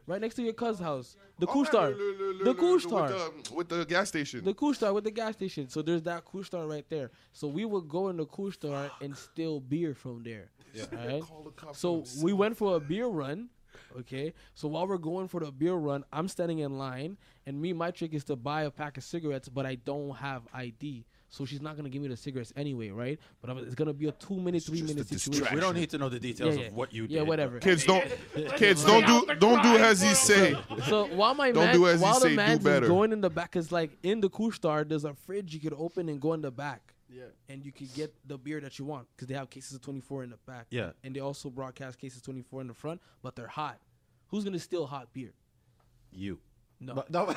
[SPEAKER 1] Right next to your cuz house. The
[SPEAKER 3] Oh,
[SPEAKER 1] coup
[SPEAKER 3] man,
[SPEAKER 1] star.
[SPEAKER 3] le- le- le-
[SPEAKER 1] The
[SPEAKER 3] le-
[SPEAKER 1] coup
[SPEAKER 3] with
[SPEAKER 1] star.
[SPEAKER 3] the- With the gas station.
[SPEAKER 1] The Kushtar with the gas station. So there's that Kushtar right there. So we would go in the Kushtar and steal beer from there. alright?
[SPEAKER 3] Call the cops on
[SPEAKER 1] So
[SPEAKER 3] himself.
[SPEAKER 1] we went for a beer run. Okay. So while we're going for the beer run, I'm standing in line and me, my trick is to buy a pack of cigarettes, but I don't have ID. So she's not gonna give me the cigarettes anyway, right? But I'm, it's gonna be a two minute, three minute situation.
[SPEAKER 2] We don't need to know the details of what you did.
[SPEAKER 1] Yeah, whatever.
[SPEAKER 3] Kids don't, kids don't do, don't do as he say.
[SPEAKER 1] So while my
[SPEAKER 3] Don't
[SPEAKER 1] man,
[SPEAKER 3] do as he
[SPEAKER 1] while
[SPEAKER 3] say, do
[SPEAKER 1] the man's is
[SPEAKER 3] better.
[SPEAKER 1] going in the back, is like in the Kushtar, there's a fridge you could open and go in the back.
[SPEAKER 5] Yeah.
[SPEAKER 1] and you could get the beer that you want because they have cases of 24 in the back.
[SPEAKER 2] Yeah.
[SPEAKER 1] And they also broadcast cases 24 in the front, but they're hot. Who's gonna steal hot beer?
[SPEAKER 2] You.
[SPEAKER 1] No.
[SPEAKER 4] But no,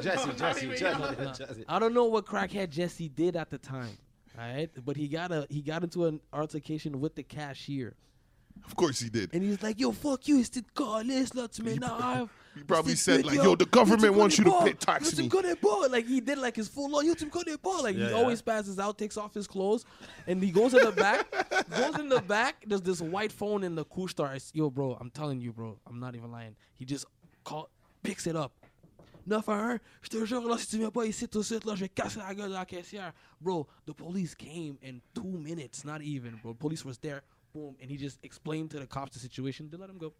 [SPEAKER 4] Jesse,
[SPEAKER 5] not
[SPEAKER 4] Jesse,
[SPEAKER 5] even
[SPEAKER 4] Jesse,
[SPEAKER 1] Nah.
[SPEAKER 4] Jesse.
[SPEAKER 1] I don't know what crackhead Jesse did at the time. All right, but he got a he got into an altercation with the cashier,
[SPEAKER 3] Of course he did.
[SPEAKER 1] and he's like, "Yo, fuck you, it's the car, let's not to me now."
[SPEAKER 3] He probably said, like, yo, the government wants you to pay tax me.
[SPEAKER 1] ball. Like he did like his full on. Yo, to cut that ball. Like
[SPEAKER 2] Yeah,
[SPEAKER 1] he
[SPEAKER 2] yeah.
[SPEAKER 1] always passes out, takes off his clothes, and he goes in the back. goes in the back. There's this white phone in the cool star. It's- Yo, bro, I'm telling you, bro, I'm not even lying. He just call, picks it up. 911, je te jure, là, si tu viens pas ici tout de suite, là, je vais casser la gueule de la caissière. Bro, the police came in two minutes, not even, bro. Police was there, boom, and he just explained to the cops the situation. They let him go.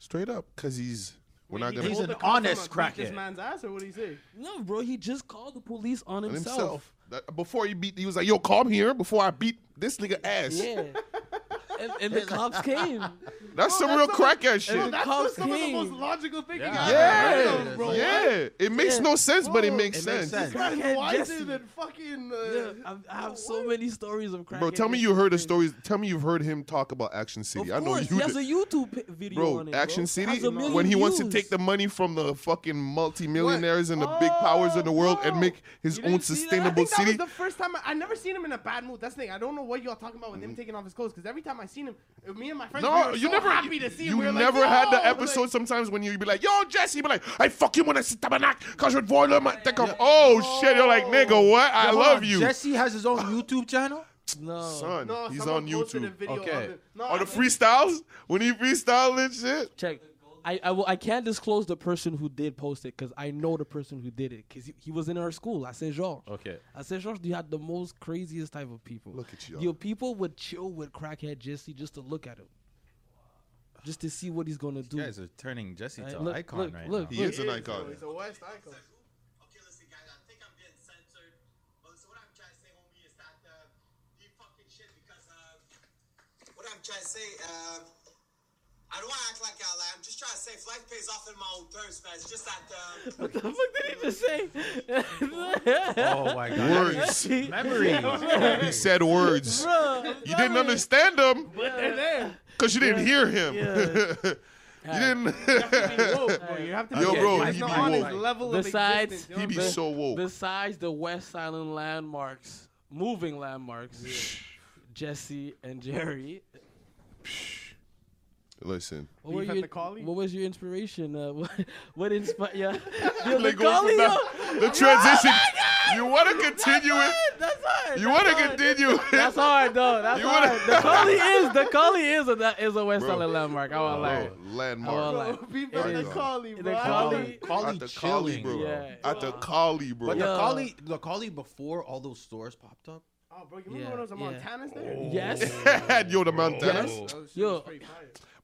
[SPEAKER 3] Straight up, because he's. We're
[SPEAKER 5] Wait,
[SPEAKER 3] not
[SPEAKER 5] he
[SPEAKER 3] going
[SPEAKER 5] pulled
[SPEAKER 4] He's
[SPEAKER 5] the
[SPEAKER 4] an
[SPEAKER 5] cop from
[SPEAKER 4] honest
[SPEAKER 5] a- beat This
[SPEAKER 4] crackhead.
[SPEAKER 5] man's ass, or what do you say?
[SPEAKER 1] No, bro, he just called the police on
[SPEAKER 3] to
[SPEAKER 1] himself.
[SPEAKER 3] himself. That- before he beat, he was like, yo, calm here before I beat this nigga ass.
[SPEAKER 1] Yeah. and, and the cops came.
[SPEAKER 3] That's some
[SPEAKER 5] that's
[SPEAKER 3] real
[SPEAKER 5] the-
[SPEAKER 3] crackhead shit.
[SPEAKER 1] The
[SPEAKER 5] That's
[SPEAKER 1] cops
[SPEAKER 5] just some of the
[SPEAKER 1] came.
[SPEAKER 5] most logical thinking
[SPEAKER 2] Yeah.
[SPEAKER 5] I've
[SPEAKER 3] Yeah,
[SPEAKER 5] ever
[SPEAKER 2] Yeah.
[SPEAKER 5] heard of, bro.
[SPEAKER 3] yeah. It makes
[SPEAKER 1] Yeah.
[SPEAKER 3] no sense, but it
[SPEAKER 5] Whoa.
[SPEAKER 3] makes
[SPEAKER 2] Oh, It
[SPEAKER 3] sense.
[SPEAKER 2] makes sense.
[SPEAKER 5] That
[SPEAKER 1] Crackhead
[SPEAKER 5] is wiser
[SPEAKER 1] Jesse.
[SPEAKER 5] than fucking. Uh,
[SPEAKER 1] Look, I've- I have so many stories of crack.
[SPEAKER 3] Bro, tell me you heard the stories. Tell me you've heard him talk about Action City.
[SPEAKER 1] Of
[SPEAKER 3] I know
[SPEAKER 1] course,
[SPEAKER 3] you.
[SPEAKER 1] he has
[SPEAKER 3] did.
[SPEAKER 1] a YouTube pi- video
[SPEAKER 3] Bro,
[SPEAKER 1] on it.
[SPEAKER 3] Action
[SPEAKER 1] bro.
[SPEAKER 3] City,
[SPEAKER 1] Has a million
[SPEAKER 3] when he wants to
[SPEAKER 1] views.
[SPEAKER 3] take the money from the fucking multimillionaires and the
[SPEAKER 5] What?
[SPEAKER 3] big powers in the world and
[SPEAKER 5] Oh,
[SPEAKER 3] make his
[SPEAKER 1] you
[SPEAKER 3] own
[SPEAKER 1] didn't see that? I
[SPEAKER 5] I
[SPEAKER 3] sustainable
[SPEAKER 5] think that was
[SPEAKER 3] city.
[SPEAKER 5] the first time I, I never seen him in a bad mood. That's the thing. I don't know what y'all talking about with him taking off his clothes. Because every time I seen him, uh, me and my friends, we
[SPEAKER 3] Mm-hmm. No,
[SPEAKER 5] were
[SPEAKER 3] you
[SPEAKER 5] so
[SPEAKER 3] never
[SPEAKER 5] happy to see him.
[SPEAKER 3] You
[SPEAKER 5] we were like,
[SPEAKER 3] never had
[SPEAKER 5] "Yo!"
[SPEAKER 3] the
[SPEAKER 5] Like,
[SPEAKER 3] episode sometimes when you'd be like, yo, Jesse, you be like, I fucking wanna sit tabernacle cause you're boiling my dick off. Oh shit, you're like, nigga, what? I
[SPEAKER 4] Yo, hold
[SPEAKER 3] love
[SPEAKER 4] on.
[SPEAKER 3] you.
[SPEAKER 4] Jesse has his own YouTube channel.
[SPEAKER 1] No.
[SPEAKER 3] Son,
[SPEAKER 5] no,
[SPEAKER 3] he's
[SPEAKER 5] someone
[SPEAKER 3] on
[SPEAKER 5] posted a
[SPEAKER 3] YouTube.
[SPEAKER 5] video of
[SPEAKER 2] Okay.
[SPEAKER 5] him. No,
[SPEAKER 3] On the
[SPEAKER 5] I-
[SPEAKER 3] freestyles? When he freestyling and shit?
[SPEAKER 1] Check. I, I, will, I can't disclose the person who did post it because I know the person who did it because he, he was in our school. I said, George.
[SPEAKER 2] Okay.
[SPEAKER 1] I said, George, you had the most craziest type of people.
[SPEAKER 3] Look at y'all.
[SPEAKER 1] Your people would chill with crackhead Jesse just to look at him, just to see what he's gonna do.
[SPEAKER 2] You guys are turning Jesse
[SPEAKER 1] Hey,
[SPEAKER 2] to
[SPEAKER 1] look,
[SPEAKER 2] icon
[SPEAKER 1] look,
[SPEAKER 2] right
[SPEAKER 1] look.
[SPEAKER 2] now.
[SPEAKER 3] He is an
[SPEAKER 5] He's
[SPEAKER 3] icon.
[SPEAKER 5] a- He's a West icon.
[SPEAKER 7] Okay, listen, guys, I think I'm getting censored. But so what I'm trying to say, homie, is that uh, you fucking shit because uh, what I'm trying to say, uh, I don't want to act like I lie. I'm just trying to say if life pays off in my own terms, man. It's just that. Uh,
[SPEAKER 1] What the fuck did he just say?
[SPEAKER 2] Oh my god.
[SPEAKER 3] Words.
[SPEAKER 2] Memory.
[SPEAKER 3] he said words.
[SPEAKER 1] Bro,
[SPEAKER 3] You didn't understand him
[SPEAKER 5] But they're there.
[SPEAKER 3] because you didn't hear him. you
[SPEAKER 5] I mean,
[SPEAKER 3] didn't.
[SPEAKER 5] whoa, bro, you have to be
[SPEAKER 3] Yo,
[SPEAKER 5] okay,
[SPEAKER 3] bro,
[SPEAKER 5] guys,
[SPEAKER 3] he
[SPEAKER 5] not
[SPEAKER 3] be
[SPEAKER 5] on his
[SPEAKER 3] woke.
[SPEAKER 5] level
[SPEAKER 1] Besides-
[SPEAKER 5] of existence. you know
[SPEAKER 3] he be
[SPEAKER 5] what I'm saying?
[SPEAKER 3] so woke.
[SPEAKER 1] Besides the West Island landmarks, moving landmarks, Jesse and Jerry.
[SPEAKER 3] Listen,
[SPEAKER 1] What,
[SPEAKER 5] Beef
[SPEAKER 1] were
[SPEAKER 5] at
[SPEAKER 1] your,
[SPEAKER 5] the Collie?
[SPEAKER 1] what was your inspiration? Uh, what, what inspired? Yeah, Yo, the
[SPEAKER 3] Like, going from
[SPEAKER 1] Collie, yo.
[SPEAKER 3] that- the transition. you want to continue it?
[SPEAKER 1] That's hard. that's
[SPEAKER 3] You want to
[SPEAKER 1] hard.
[SPEAKER 3] continue
[SPEAKER 1] That's
[SPEAKER 3] it? Oh,
[SPEAKER 1] hard though. That's
[SPEAKER 3] You
[SPEAKER 1] hard.
[SPEAKER 3] wanna-
[SPEAKER 1] The Collie is the Collie is a that is a West
[SPEAKER 3] Bro.
[SPEAKER 1] Island landmark. I won't lie.
[SPEAKER 3] Bro,
[SPEAKER 1] I
[SPEAKER 3] landmark.
[SPEAKER 1] won't
[SPEAKER 5] Bro, people
[SPEAKER 3] It
[SPEAKER 5] in the
[SPEAKER 3] is.
[SPEAKER 5] collie,
[SPEAKER 1] The
[SPEAKER 5] bro. I
[SPEAKER 1] collie.
[SPEAKER 5] don't-
[SPEAKER 3] At the collie, bro.
[SPEAKER 1] Yeah.
[SPEAKER 3] At the collie, bro.
[SPEAKER 4] But
[SPEAKER 1] Yo.
[SPEAKER 4] the collie, the collie before all those stores popped up. Oh.
[SPEAKER 5] Oh, bro, you remember
[SPEAKER 1] Yeah,
[SPEAKER 5] when I was a
[SPEAKER 1] yeah.
[SPEAKER 5] Montana's there?
[SPEAKER 1] Yes.
[SPEAKER 3] Yo, the mountains.
[SPEAKER 1] Yes.
[SPEAKER 5] That was-
[SPEAKER 1] Yo.
[SPEAKER 5] was pretty fire.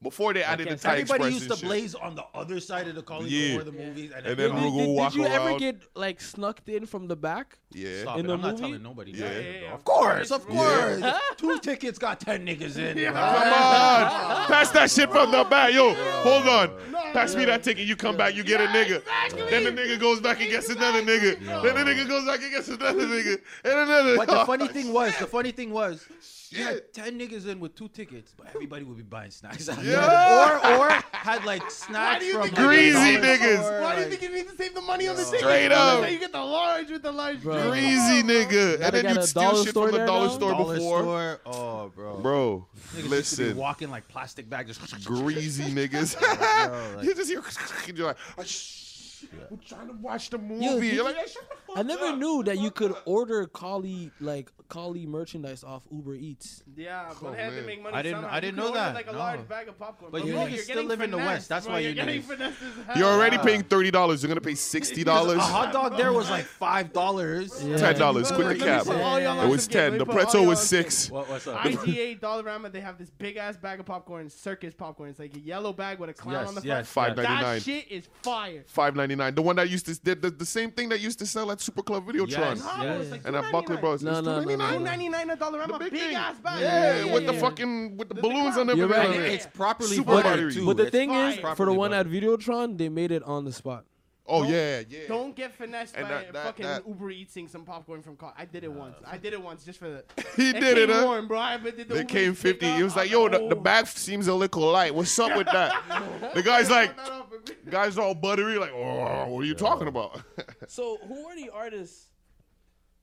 [SPEAKER 3] Before they added the
[SPEAKER 1] can't
[SPEAKER 3] Thai
[SPEAKER 4] Everybody
[SPEAKER 3] Express
[SPEAKER 4] used
[SPEAKER 3] and
[SPEAKER 4] to
[SPEAKER 3] shit.
[SPEAKER 4] blaze on the other side of the collie
[SPEAKER 3] Yeah.
[SPEAKER 4] before the movies, and,
[SPEAKER 3] And
[SPEAKER 4] then
[SPEAKER 1] Did,
[SPEAKER 3] then we'll go
[SPEAKER 1] did- did
[SPEAKER 3] walk
[SPEAKER 1] you ever
[SPEAKER 3] around.
[SPEAKER 1] get like snuck in from the back?
[SPEAKER 3] Yeah.
[SPEAKER 2] Stop
[SPEAKER 1] In
[SPEAKER 2] it.
[SPEAKER 1] the
[SPEAKER 2] I'm not
[SPEAKER 1] movie?
[SPEAKER 2] telling nobody.
[SPEAKER 3] Yeah.
[SPEAKER 2] that,
[SPEAKER 5] Yeah, yeah,
[SPEAKER 2] bro.
[SPEAKER 5] yeah.
[SPEAKER 4] of course, of
[SPEAKER 3] Yeah.
[SPEAKER 4] course, two tickets got ten niggas in.
[SPEAKER 3] Come
[SPEAKER 4] Yeah.
[SPEAKER 3] on. Pass that shit from the back. Yo, hold on.
[SPEAKER 5] No,
[SPEAKER 3] Pass me that ticket. You come back, you get a nigga. Then the nigga goes back and gets another nigga. Then the nigga goes back and gets another nigga. And another. Oh,
[SPEAKER 4] But the funny thing was, the funny thing was, you
[SPEAKER 3] Shit.
[SPEAKER 4] had ten niggas in with two tickets, but everybody would be buying snacks.
[SPEAKER 3] Yeah.
[SPEAKER 4] or or had like snacks
[SPEAKER 5] do you
[SPEAKER 4] from
[SPEAKER 5] think
[SPEAKER 4] like, a
[SPEAKER 3] Greasy
[SPEAKER 4] dollar
[SPEAKER 3] niggas.
[SPEAKER 4] store,
[SPEAKER 5] Why do you
[SPEAKER 4] like-
[SPEAKER 5] think you need to save the money on the ticket?
[SPEAKER 3] Straight
[SPEAKER 5] That's
[SPEAKER 3] up.
[SPEAKER 5] how You get the large with the large
[SPEAKER 1] Bro.
[SPEAKER 5] drink.
[SPEAKER 3] Crazy nigga.
[SPEAKER 1] Now
[SPEAKER 3] And
[SPEAKER 1] they
[SPEAKER 3] then
[SPEAKER 1] got
[SPEAKER 3] you'd
[SPEAKER 1] a
[SPEAKER 3] steal
[SPEAKER 1] dollar
[SPEAKER 3] shit
[SPEAKER 1] store
[SPEAKER 3] from the
[SPEAKER 1] there
[SPEAKER 3] dollar
[SPEAKER 1] now?
[SPEAKER 3] store
[SPEAKER 2] Dollar
[SPEAKER 3] before.
[SPEAKER 2] store. Oh, bro.
[SPEAKER 3] Bro,
[SPEAKER 4] Niggas used to be
[SPEAKER 3] listen.
[SPEAKER 4] walking like plastic bags. Just
[SPEAKER 3] greasy niggas.
[SPEAKER 2] Bro, like-
[SPEAKER 3] you just hear, and you're like, "Ah, shh, we're trying to watch the movie.
[SPEAKER 1] did
[SPEAKER 3] You're
[SPEAKER 1] you-
[SPEAKER 3] like, "Ah, shut the fuck
[SPEAKER 1] I never
[SPEAKER 3] up."
[SPEAKER 1] knew that you could order collie like collie merchandise off Uber Eats.
[SPEAKER 5] Yeah, but
[SPEAKER 3] Oh,
[SPEAKER 5] they had to
[SPEAKER 3] man.
[SPEAKER 5] make money.
[SPEAKER 2] I didn't-
[SPEAKER 5] somehow.
[SPEAKER 2] I
[SPEAKER 5] You
[SPEAKER 2] didn't
[SPEAKER 5] could
[SPEAKER 2] know
[SPEAKER 5] order,
[SPEAKER 2] that,
[SPEAKER 5] Like a
[SPEAKER 2] no.
[SPEAKER 5] large bag of popcorn.
[SPEAKER 4] But you
[SPEAKER 5] look,
[SPEAKER 4] niggas
[SPEAKER 5] you're
[SPEAKER 4] still
[SPEAKER 5] getting
[SPEAKER 4] live in the West.
[SPEAKER 5] finessed,
[SPEAKER 4] That's
[SPEAKER 5] bro.
[SPEAKER 4] why
[SPEAKER 5] you're
[SPEAKER 4] you
[SPEAKER 5] getting
[SPEAKER 4] niggas-
[SPEAKER 5] finessed as hell.
[SPEAKER 3] You're already paying thirty dollars. You're gonna pay sixty dollars.
[SPEAKER 4] A hot dog there was like five dollars.
[SPEAKER 3] Ten dollars,
[SPEAKER 5] Bro,
[SPEAKER 3] quit the
[SPEAKER 5] let me
[SPEAKER 3] cap.
[SPEAKER 5] put all y'all
[SPEAKER 3] It
[SPEAKER 5] on
[SPEAKER 3] was
[SPEAKER 5] some game.
[SPEAKER 3] Oh,
[SPEAKER 5] Let
[SPEAKER 3] ten.
[SPEAKER 5] me
[SPEAKER 3] The
[SPEAKER 5] put all
[SPEAKER 3] pretzel
[SPEAKER 5] y'all
[SPEAKER 3] was
[SPEAKER 5] on some game.
[SPEAKER 3] six.
[SPEAKER 2] What, what's up?
[SPEAKER 5] IGA Dollarama, they have this big ass bag of popcorn, circus popcorn. It's like a yellow bag with a clown
[SPEAKER 2] Yes,
[SPEAKER 5] on the
[SPEAKER 2] yes,
[SPEAKER 3] Five
[SPEAKER 5] front.
[SPEAKER 3] ninety nine.
[SPEAKER 5] That shit is fire.
[SPEAKER 3] Five ninety nine. The one that used to did the, the same thing that used to sell at Super Club Videotron.
[SPEAKER 2] Yes,
[SPEAKER 5] No,
[SPEAKER 2] yes.
[SPEAKER 5] it's like
[SPEAKER 3] And at Buckley
[SPEAKER 5] $2.99.
[SPEAKER 3] Bros.
[SPEAKER 1] No,
[SPEAKER 3] it's
[SPEAKER 1] no, no, no,
[SPEAKER 3] $2.99.
[SPEAKER 5] Two
[SPEAKER 1] no.
[SPEAKER 5] ninety nine a dollar
[SPEAKER 3] The
[SPEAKER 5] Dollarama,
[SPEAKER 3] big
[SPEAKER 5] big,
[SPEAKER 3] thing.
[SPEAKER 5] ass bag.
[SPEAKER 3] Yeah,
[SPEAKER 1] yeah,
[SPEAKER 3] with the
[SPEAKER 1] yeah.
[SPEAKER 3] fucking with the,
[SPEAKER 5] The big
[SPEAKER 3] balloons
[SPEAKER 5] round.
[SPEAKER 3] and
[SPEAKER 1] You're
[SPEAKER 3] everything.
[SPEAKER 1] right.
[SPEAKER 3] on
[SPEAKER 4] And
[SPEAKER 3] it.
[SPEAKER 4] it's properly
[SPEAKER 3] Super
[SPEAKER 4] buttered
[SPEAKER 3] buttery.
[SPEAKER 4] too.
[SPEAKER 1] But the
[SPEAKER 4] It's
[SPEAKER 1] thing
[SPEAKER 5] fire.
[SPEAKER 1] is, for the
[SPEAKER 4] Properly
[SPEAKER 1] one at
[SPEAKER 4] buttered.
[SPEAKER 1] Videotron, they made it on the spot.
[SPEAKER 3] Oh
[SPEAKER 5] Don't-
[SPEAKER 3] yeah, yeah.
[SPEAKER 5] Don't get finessed
[SPEAKER 3] And
[SPEAKER 5] by
[SPEAKER 3] that- that-
[SPEAKER 5] fucking
[SPEAKER 3] that-
[SPEAKER 5] Uber eating some popcorn from car. I did it once. I did it once just for the.
[SPEAKER 3] He did it,
[SPEAKER 5] came
[SPEAKER 3] huh?
[SPEAKER 5] warm, bro. I did the
[SPEAKER 3] They
[SPEAKER 5] Uber
[SPEAKER 3] came
[SPEAKER 5] Eats pickup.
[SPEAKER 3] 50. He was like,
[SPEAKER 5] I'm
[SPEAKER 3] yo, the, the
[SPEAKER 5] oh.
[SPEAKER 3] bag seems a little light. What's up with that? the guy's like,
[SPEAKER 5] Not off of me.
[SPEAKER 3] guy's all buttery, like, oh, what are you talking about?
[SPEAKER 1] So who are the artists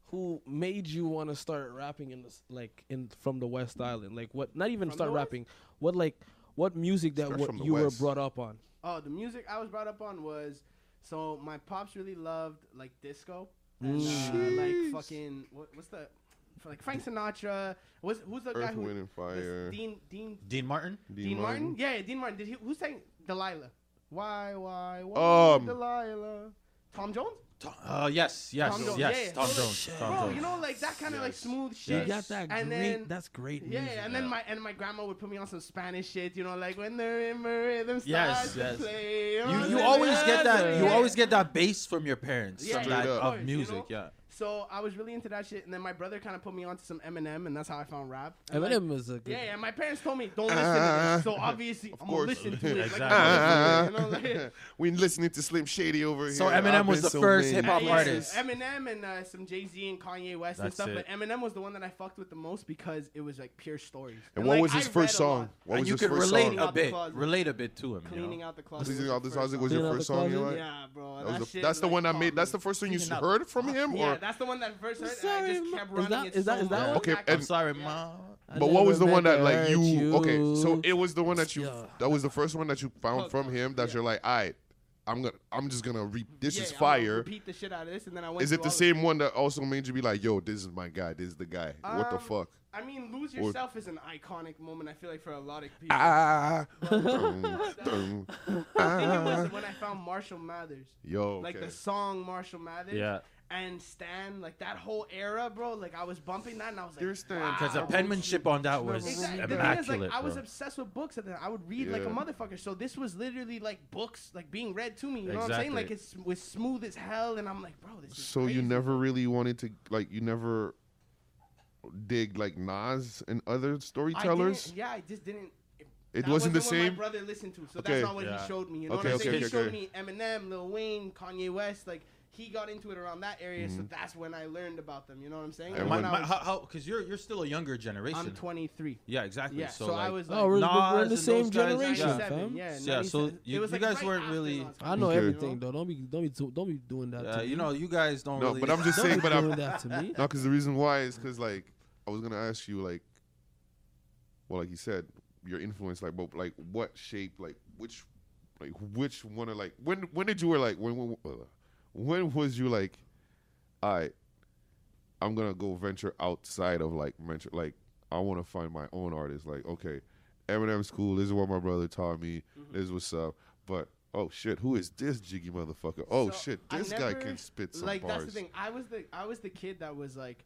[SPEAKER 1] who made you want to start rapping in this, like in from the West Island? Like what? Not even
[SPEAKER 5] From
[SPEAKER 1] start
[SPEAKER 5] the West?
[SPEAKER 1] rapping. What like what music that
[SPEAKER 3] Starts
[SPEAKER 1] what
[SPEAKER 3] from the
[SPEAKER 1] you
[SPEAKER 3] West.
[SPEAKER 1] were brought up on?
[SPEAKER 5] Oh, the music I was brought up on was so my pops really loved like disco and
[SPEAKER 3] Mm.
[SPEAKER 5] uh, like fucking what, what's the like Frank Sinatra. What's who's the guy
[SPEAKER 3] Earth,
[SPEAKER 5] who
[SPEAKER 3] Wind, and
[SPEAKER 5] this
[SPEAKER 3] Fire.
[SPEAKER 5] Dean Dean
[SPEAKER 2] Dean Martin.
[SPEAKER 5] Dean, Martin? Yeah, Dean Martin. Did he who sang Delilah? Why why why
[SPEAKER 3] Um,
[SPEAKER 5] Delilah? Tom Jones?
[SPEAKER 2] Uh, yes, yes,
[SPEAKER 5] Tom Jones,
[SPEAKER 2] yes.
[SPEAKER 5] yeah, yeah.
[SPEAKER 2] Tom
[SPEAKER 5] Holy
[SPEAKER 2] Jones.
[SPEAKER 1] shit.
[SPEAKER 2] Tom
[SPEAKER 5] Bro,
[SPEAKER 2] Jones.
[SPEAKER 5] you know like that kind of like
[SPEAKER 2] Yes.
[SPEAKER 5] smooth
[SPEAKER 2] You
[SPEAKER 5] shit.
[SPEAKER 1] You got that
[SPEAKER 5] And
[SPEAKER 1] great.
[SPEAKER 5] then-
[SPEAKER 1] that's great.
[SPEAKER 5] Yeah,
[SPEAKER 1] music.
[SPEAKER 5] and then
[SPEAKER 2] yeah.
[SPEAKER 5] my and my grandma would put me on some Spanish shit, you know, like when the rhythm starts
[SPEAKER 2] Yes,
[SPEAKER 5] to
[SPEAKER 2] yes.
[SPEAKER 5] play. know what
[SPEAKER 2] You,
[SPEAKER 5] I'm
[SPEAKER 2] you
[SPEAKER 5] saying?
[SPEAKER 2] always get that. You
[SPEAKER 5] Yeah.
[SPEAKER 2] always get that bass from your parents.
[SPEAKER 5] Yeah,
[SPEAKER 2] from
[SPEAKER 3] Straight
[SPEAKER 2] that,
[SPEAKER 3] up.
[SPEAKER 5] Of course,
[SPEAKER 2] of
[SPEAKER 5] you
[SPEAKER 2] music.
[SPEAKER 5] know?
[SPEAKER 2] Yeah.
[SPEAKER 5] So I was really into that shit, and then my brother kind of put me onto some Eminem, and that's how I found rap. And,
[SPEAKER 1] Eminem
[SPEAKER 5] like,
[SPEAKER 1] was a good.
[SPEAKER 5] yeah, yeah. My parents told me don't listen
[SPEAKER 3] Uh,
[SPEAKER 2] Ah,
[SPEAKER 5] to this, so obviously I'm
[SPEAKER 3] course.
[SPEAKER 5] gonna listen to it.
[SPEAKER 2] Exactly.
[SPEAKER 5] Like, I'm gonna listen to it, you know, like-
[SPEAKER 3] we listening to Slim Shady over
[SPEAKER 2] So
[SPEAKER 3] here.
[SPEAKER 2] Eminem
[SPEAKER 3] I've
[SPEAKER 2] was
[SPEAKER 3] been
[SPEAKER 2] the first
[SPEAKER 3] many.
[SPEAKER 2] hip-hop
[SPEAKER 5] yeah,
[SPEAKER 2] artist.
[SPEAKER 5] Eminem and uh, some Jay Z and Kanye West and
[SPEAKER 2] That's
[SPEAKER 5] stuff.
[SPEAKER 2] it.
[SPEAKER 5] But Eminem was the one that I fucked with the most because it was like pure stories.
[SPEAKER 3] And what
[SPEAKER 5] like,
[SPEAKER 3] was
[SPEAKER 5] I
[SPEAKER 3] his
[SPEAKER 5] read
[SPEAKER 3] first
[SPEAKER 5] a lot.
[SPEAKER 3] song? What
[SPEAKER 2] And
[SPEAKER 3] was
[SPEAKER 2] you
[SPEAKER 3] his
[SPEAKER 2] could
[SPEAKER 3] first
[SPEAKER 2] relate
[SPEAKER 3] song?
[SPEAKER 5] Cleaning
[SPEAKER 2] a
[SPEAKER 5] out the
[SPEAKER 2] bit.
[SPEAKER 5] closet.
[SPEAKER 2] Relate a bit to him. you know?
[SPEAKER 5] Cleaning out the closet.
[SPEAKER 3] Cleaning
[SPEAKER 5] was
[SPEAKER 3] Out
[SPEAKER 5] the
[SPEAKER 3] the
[SPEAKER 5] first
[SPEAKER 3] Closet was
[SPEAKER 5] song.
[SPEAKER 3] your
[SPEAKER 1] Cleaning Out
[SPEAKER 3] first
[SPEAKER 1] the
[SPEAKER 3] song. You
[SPEAKER 1] Closet?
[SPEAKER 3] like?
[SPEAKER 5] yeah, bro.
[SPEAKER 3] That was the,
[SPEAKER 5] shit,
[SPEAKER 3] that's the
[SPEAKER 5] like,
[SPEAKER 3] one that
[SPEAKER 5] caught
[SPEAKER 3] made. That's
[SPEAKER 5] me.
[SPEAKER 3] the first one you
[SPEAKER 2] Cleaning Out the
[SPEAKER 3] heard from him,
[SPEAKER 5] Yeah,
[SPEAKER 3] or
[SPEAKER 5] that's the one that first heard, and I
[SPEAKER 1] Sorry,
[SPEAKER 5] just
[SPEAKER 1] ma-
[SPEAKER 5] kept
[SPEAKER 1] is
[SPEAKER 5] running
[SPEAKER 1] that-
[SPEAKER 5] it
[SPEAKER 1] is that-
[SPEAKER 5] so
[SPEAKER 1] is that
[SPEAKER 5] much.
[SPEAKER 1] what-
[SPEAKER 3] Okay,
[SPEAKER 5] Back
[SPEAKER 3] and-
[SPEAKER 2] I'm
[SPEAKER 5] up.
[SPEAKER 2] sorry,
[SPEAKER 5] Yeah.
[SPEAKER 2] ma.
[SPEAKER 1] I
[SPEAKER 3] But what was the
[SPEAKER 1] never
[SPEAKER 3] one
[SPEAKER 1] meant
[SPEAKER 3] that
[SPEAKER 1] to
[SPEAKER 3] like
[SPEAKER 1] hurt
[SPEAKER 3] you, Okay, so it was the one that you.
[SPEAKER 1] Yeah.
[SPEAKER 3] That was the first one that you found
[SPEAKER 5] Hooked
[SPEAKER 3] from
[SPEAKER 5] on,
[SPEAKER 3] him that
[SPEAKER 5] yeah.
[SPEAKER 3] you're like, all right, I'm gonna, I'm just gonna re. This
[SPEAKER 5] Yeah,
[SPEAKER 3] is
[SPEAKER 5] I'm gonna
[SPEAKER 3] fire.
[SPEAKER 5] Repeat the shit out of this, and then I went.
[SPEAKER 3] Is it
[SPEAKER 5] through
[SPEAKER 3] the
[SPEAKER 5] all of
[SPEAKER 3] same one that also made you be like, yo, this is my guy, this is the guy. what the
[SPEAKER 5] Um,
[SPEAKER 3] fuck?
[SPEAKER 5] I mean, lose
[SPEAKER 3] Or-
[SPEAKER 5] yourself is an iconic moment. I feel like for a lot of people.
[SPEAKER 3] Ah, dum, dum,
[SPEAKER 5] I think it
[SPEAKER 3] ah.
[SPEAKER 5] was when I found Marshall Mathers,
[SPEAKER 3] yo,
[SPEAKER 5] like
[SPEAKER 3] okay.
[SPEAKER 5] the song Marshall Mathers.
[SPEAKER 2] Yeah.
[SPEAKER 5] And Stan, like that whole era, bro. Like I was bumping that, and I was like,
[SPEAKER 3] Dear Stan,
[SPEAKER 5] wow.
[SPEAKER 2] Because the penmanship on that was
[SPEAKER 5] Exactly. The thing is,
[SPEAKER 2] immaculate.
[SPEAKER 5] like, I was
[SPEAKER 2] bro.
[SPEAKER 5] obsessed with books at the time. I would read like a
[SPEAKER 3] Yeah.
[SPEAKER 5] motherfucker. So this was literally like books, like being read to me. You know what I'm saying?
[SPEAKER 2] Exactly.
[SPEAKER 5] Like it's was smooth as hell, and I'm like, bro, this is.
[SPEAKER 3] So you
[SPEAKER 5] crazy.
[SPEAKER 3] never really wanted to like you never dig like Nas and other
[SPEAKER 5] I didn't-
[SPEAKER 3] storytellers.
[SPEAKER 5] Yeah, I just didn't.
[SPEAKER 3] It
[SPEAKER 5] that
[SPEAKER 3] wasn't the
[SPEAKER 5] what
[SPEAKER 3] same.
[SPEAKER 5] My brother listened to, so
[SPEAKER 3] Okay.
[SPEAKER 5] that's not what
[SPEAKER 2] Yeah.
[SPEAKER 5] he showed me. You know
[SPEAKER 3] Okay,
[SPEAKER 5] what I'm
[SPEAKER 3] okay,
[SPEAKER 5] saying?
[SPEAKER 3] okay,
[SPEAKER 5] he showed
[SPEAKER 3] okay.
[SPEAKER 5] me Eminem, Lil Wayne, Kanye West. Like he got into it around that area, so that's when I learned about them. You know what I'm saying?
[SPEAKER 3] Mm-hmm. And
[SPEAKER 5] When
[SPEAKER 2] my,
[SPEAKER 5] I
[SPEAKER 2] my,
[SPEAKER 5] was-
[SPEAKER 2] how, how, cause you're you're still a younger generation.
[SPEAKER 5] I'm 23.
[SPEAKER 2] Yeah, exactly.
[SPEAKER 5] Yeah,
[SPEAKER 2] so,
[SPEAKER 5] so,
[SPEAKER 2] like,
[SPEAKER 5] I was like,
[SPEAKER 1] Oh, we're, we're in
[SPEAKER 2] Nas
[SPEAKER 1] the
[SPEAKER 2] and
[SPEAKER 1] same
[SPEAKER 2] those guys, yeah.
[SPEAKER 1] generation,
[SPEAKER 5] 97,
[SPEAKER 1] fam.
[SPEAKER 5] yeah,
[SPEAKER 2] Yeah, so
[SPEAKER 5] 97.
[SPEAKER 2] you-
[SPEAKER 5] It was,
[SPEAKER 2] you
[SPEAKER 5] like,
[SPEAKER 2] guys
[SPEAKER 5] right
[SPEAKER 2] weren't
[SPEAKER 5] after
[SPEAKER 2] really-
[SPEAKER 5] Lost
[SPEAKER 1] I know
[SPEAKER 5] Highway, you
[SPEAKER 1] everything though. Don't be don't be do- don't be doing that.
[SPEAKER 2] uh,
[SPEAKER 1] to
[SPEAKER 2] you
[SPEAKER 1] me.
[SPEAKER 2] know, you guys don't.
[SPEAKER 3] No,
[SPEAKER 2] really,
[SPEAKER 3] but I'm just
[SPEAKER 1] don't
[SPEAKER 3] saying.
[SPEAKER 1] be
[SPEAKER 3] But I'm
[SPEAKER 1] doing that to me.
[SPEAKER 3] no, because the reason why is because like I was gonna ask you like, well, like you said, your influence, like, but like what shape, like which, like which one of like when when did you were like when when, uh, when was you like, all right, I'm gonna go venture outside of like venture like I want to find my own artist. Like okay, Eminem's cool. This is what my brother taught me.
[SPEAKER 5] Mm-hmm.
[SPEAKER 3] This is what's up, but. Oh shit! Who is this jiggy motherfucker? Oh
[SPEAKER 5] So,
[SPEAKER 3] shit!
[SPEAKER 5] I
[SPEAKER 3] This guy
[SPEAKER 5] never-
[SPEAKER 3] can spit some
[SPEAKER 5] like
[SPEAKER 3] bars.
[SPEAKER 5] that's the thing. I was the I was the kid that was like,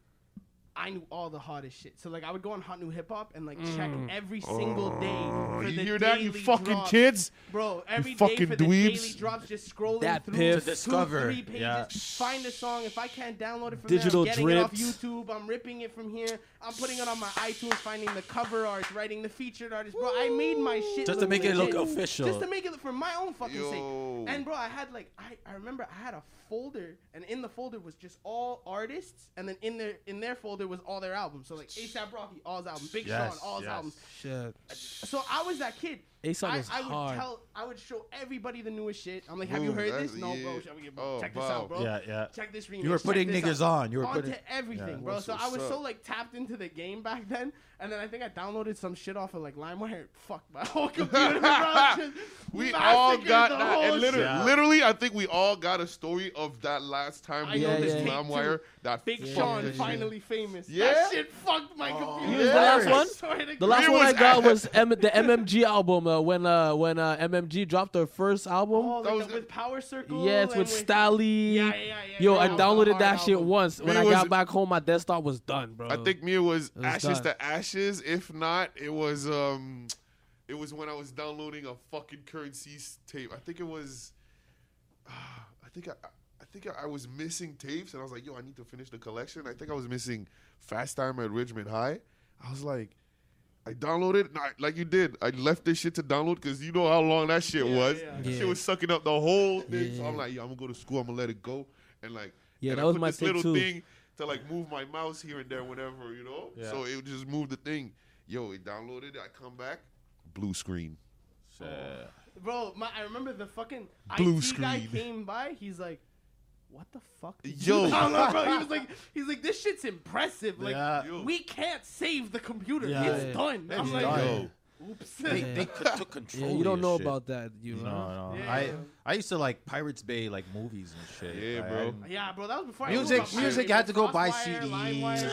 [SPEAKER 5] I knew all the hottest shit. So like I would go on Hot New Hip Hop and like check every single day. For
[SPEAKER 3] Mm. Oh, you
[SPEAKER 5] the
[SPEAKER 3] hear that, you
[SPEAKER 5] daily
[SPEAKER 3] fucking
[SPEAKER 5] drops.
[SPEAKER 3] kids?
[SPEAKER 5] bro. Every day
[SPEAKER 3] fucking
[SPEAKER 5] for the
[SPEAKER 3] dweebs.
[SPEAKER 5] daily drops, just scrolling
[SPEAKER 1] That
[SPEAKER 5] through
[SPEAKER 1] piff.
[SPEAKER 5] two,
[SPEAKER 1] To
[SPEAKER 2] discover,
[SPEAKER 5] three pages,
[SPEAKER 2] yeah.
[SPEAKER 5] find a song. If I can't download it from
[SPEAKER 1] Digital
[SPEAKER 5] there, I'm getting
[SPEAKER 1] drips.
[SPEAKER 5] it off YouTube. I'm ripping it from here. I'm putting it on my iTunes, finding the cover art, writing the featured artist, bro. I made my shit
[SPEAKER 2] Just to make it
[SPEAKER 5] legit.
[SPEAKER 2] look official.
[SPEAKER 5] Just to make it look for my own fucking
[SPEAKER 3] Yo.
[SPEAKER 5] sake. And bro, I had like I, I remember I had a folder, and in the folder was just all artists, and then in their in their folder was all their albums. So like ASAP Rocky, all his albums, Big
[SPEAKER 2] Yes,
[SPEAKER 5] Sean, all his
[SPEAKER 2] yes.
[SPEAKER 5] albums.
[SPEAKER 1] Shit.
[SPEAKER 5] So I was that kid.
[SPEAKER 1] ASAP
[SPEAKER 5] I,
[SPEAKER 1] was
[SPEAKER 5] I would
[SPEAKER 1] hard.
[SPEAKER 5] tell, I would show everybody the newest shit. I'm like, have you
[SPEAKER 3] Boom,
[SPEAKER 5] heard
[SPEAKER 3] that's-
[SPEAKER 5] this? No, bro.
[SPEAKER 3] yeah.
[SPEAKER 5] Show me-
[SPEAKER 3] Oh,
[SPEAKER 5] check this
[SPEAKER 3] wow.
[SPEAKER 5] out, bro.
[SPEAKER 2] Yeah, yeah.
[SPEAKER 5] Check this remix.
[SPEAKER 2] You were
[SPEAKER 5] check
[SPEAKER 2] putting
[SPEAKER 5] this
[SPEAKER 2] niggas
[SPEAKER 5] out.
[SPEAKER 2] on. You were
[SPEAKER 5] onto
[SPEAKER 2] putting-
[SPEAKER 5] everything,
[SPEAKER 2] yeah.
[SPEAKER 5] bro.
[SPEAKER 3] What's
[SPEAKER 5] So I was
[SPEAKER 3] what's
[SPEAKER 5] so
[SPEAKER 3] up?
[SPEAKER 5] like tapped into the game back then, and then I think I downloaded some shit off of like LimeWire. Fuck my whole computer, bro. Just
[SPEAKER 3] We
[SPEAKER 5] massacred
[SPEAKER 3] all got
[SPEAKER 5] the
[SPEAKER 3] that.
[SPEAKER 5] whole
[SPEAKER 3] And literally,
[SPEAKER 5] shit.
[SPEAKER 2] Yeah.
[SPEAKER 3] literally, I think we all got a story of that last time
[SPEAKER 5] I
[SPEAKER 3] we
[SPEAKER 1] know
[SPEAKER 3] on
[SPEAKER 1] this
[SPEAKER 3] this
[SPEAKER 1] tape
[SPEAKER 3] Lamb wire.
[SPEAKER 5] too.
[SPEAKER 3] That
[SPEAKER 5] Big
[SPEAKER 3] fucked
[SPEAKER 5] Sean
[SPEAKER 3] the shit.
[SPEAKER 5] finally famous.
[SPEAKER 3] Yeah?
[SPEAKER 5] That shit fucked my computer.
[SPEAKER 3] You was the last
[SPEAKER 5] I
[SPEAKER 1] one?
[SPEAKER 5] swear to
[SPEAKER 1] The last
[SPEAKER 5] God.
[SPEAKER 3] It
[SPEAKER 1] one I
[SPEAKER 3] was-
[SPEAKER 1] got was M- the MMG album uh, when uh, when uh, MMG dropped their first album.
[SPEAKER 5] Oh,
[SPEAKER 3] That
[SPEAKER 5] like
[SPEAKER 3] was
[SPEAKER 5] the-
[SPEAKER 3] good.
[SPEAKER 5] with Power Circle.
[SPEAKER 1] yes,
[SPEAKER 5] and
[SPEAKER 1] with Stally.
[SPEAKER 5] Yeah, yeah, yeah, yeah,
[SPEAKER 1] Yo,
[SPEAKER 5] that
[SPEAKER 1] I
[SPEAKER 5] was a
[SPEAKER 1] downloaded
[SPEAKER 5] hard
[SPEAKER 1] that shit
[SPEAKER 5] album.
[SPEAKER 1] once. When
[SPEAKER 3] Me
[SPEAKER 1] I
[SPEAKER 3] was-
[SPEAKER 1] got back home, my desktop was done, bro.
[SPEAKER 3] I think me was,
[SPEAKER 1] was
[SPEAKER 3] ashes
[SPEAKER 1] done.
[SPEAKER 3] to ashes. If not, it was um, it was when I was downloading a fucking currency s- tape. I think it was, I think I. I think I- I was missing tapes, and I was like, "Yo, I need to finish the collection." I think I was missing "Fast Time at Ridgemont High." I was like, I downloaded it, and I- like you did. I left this shit to download because you know how long that shit
[SPEAKER 5] Yeah,
[SPEAKER 3] was.
[SPEAKER 5] yeah.
[SPEAKER 3] That
[SPEAKER 1] Yeah.
[SPEAKER 3] Shit was sucking up the whole thing. So
[SPEAKER 1] Yeah.
[SPEAKER 3] I'm like, yo, I'm gonna go to school. I'm gonna let it go. And like,
[SPEAKER 1] Yeah,
[SPEAKER 3] and
[SPEAKER 1] that
[SPEAKER 3] I
[SPEAKER 1] was
[SPEAKER 3] put
[SPEAKER 1] my
[SPEAKER 3] this
[SPEAKER 1] thing,
[SPEAKER 3] little
[SPEAKER 1] too.
[SPEAKER 3] thing to like move my mouse here and there whenever you know.
[SPEAKER 2] Yeah.
[SPEAKER 3] So it just moved the thing. Yo, it downloaded. it. I come back, blue screen.
[SPEAKER 2] Shit.
[SPEAKER 5] Bro, my, I remember the fucking
[SPEAKER 3] Blue
[SPEAKER 5] IT guy
[SPEAKER 3] screen.
[SPEAKER 5] came by. He's like, "What the fuck?" Did
[SPEAKER 3] Yo.
[SPEAKER 5] you download, bro? He was like, "He's like, this shit's impressive. Like,
[SPEAKER 2] Uh,
[SPEAKER 4] Yeah.
[SPEAKER 3] Yo.
[SPEAKER 5] we can't save the computer.
[SPEAKER 4] Yeah.
[SPEAKER 5] It's done." I'm
[SPEAKER 3] It's
[SPEAKER 5] like,
[SPEAKER 4] done.
[SPEAKER 3] yo,
[SPEAKER 5] "Oops."
[SPEAKER 1] They-
[SPEAKER 2] They,
[SPEAKER 1] Yeah.
[SPEAKER 2] they could- took
[SPEAKER 1] Yeah,
[SPEAKER 2] control.
[SPEAKER 1] you don't
[SPEAKER 2] of your
[SPEAKER 1] know
[SPEAKER 2] shit.
[SPEAKER 1] about that, you know.
[SPEAKER 2] No, no.
[SPEAKER 5] Yeah.
[SPEAKER 2] I I used to like Pirates Bay like movies and shit.
[SPEAKER 3] Yeah,
[SPEAKER 2] Like,
[SPEAKER 3] bro.
[SPEAKER 2] I didn't-
[SPEAKER 5] yeah, bro, that was before I knew
[SPEAKER 4] Music,
[SPEAKER 5] about
[SPEAKER 4] music
[SPEAKER 5] pirating,
[SPEAKER 4] had to
[SPEAKER 5] bro.
[SPEAKER 4] go buy
[SPEAKER 5] Crossfire,
[SPEAKER 4] CDs
[SPEAKER 5] LimeWire.
[SPEAKER 4] and shit.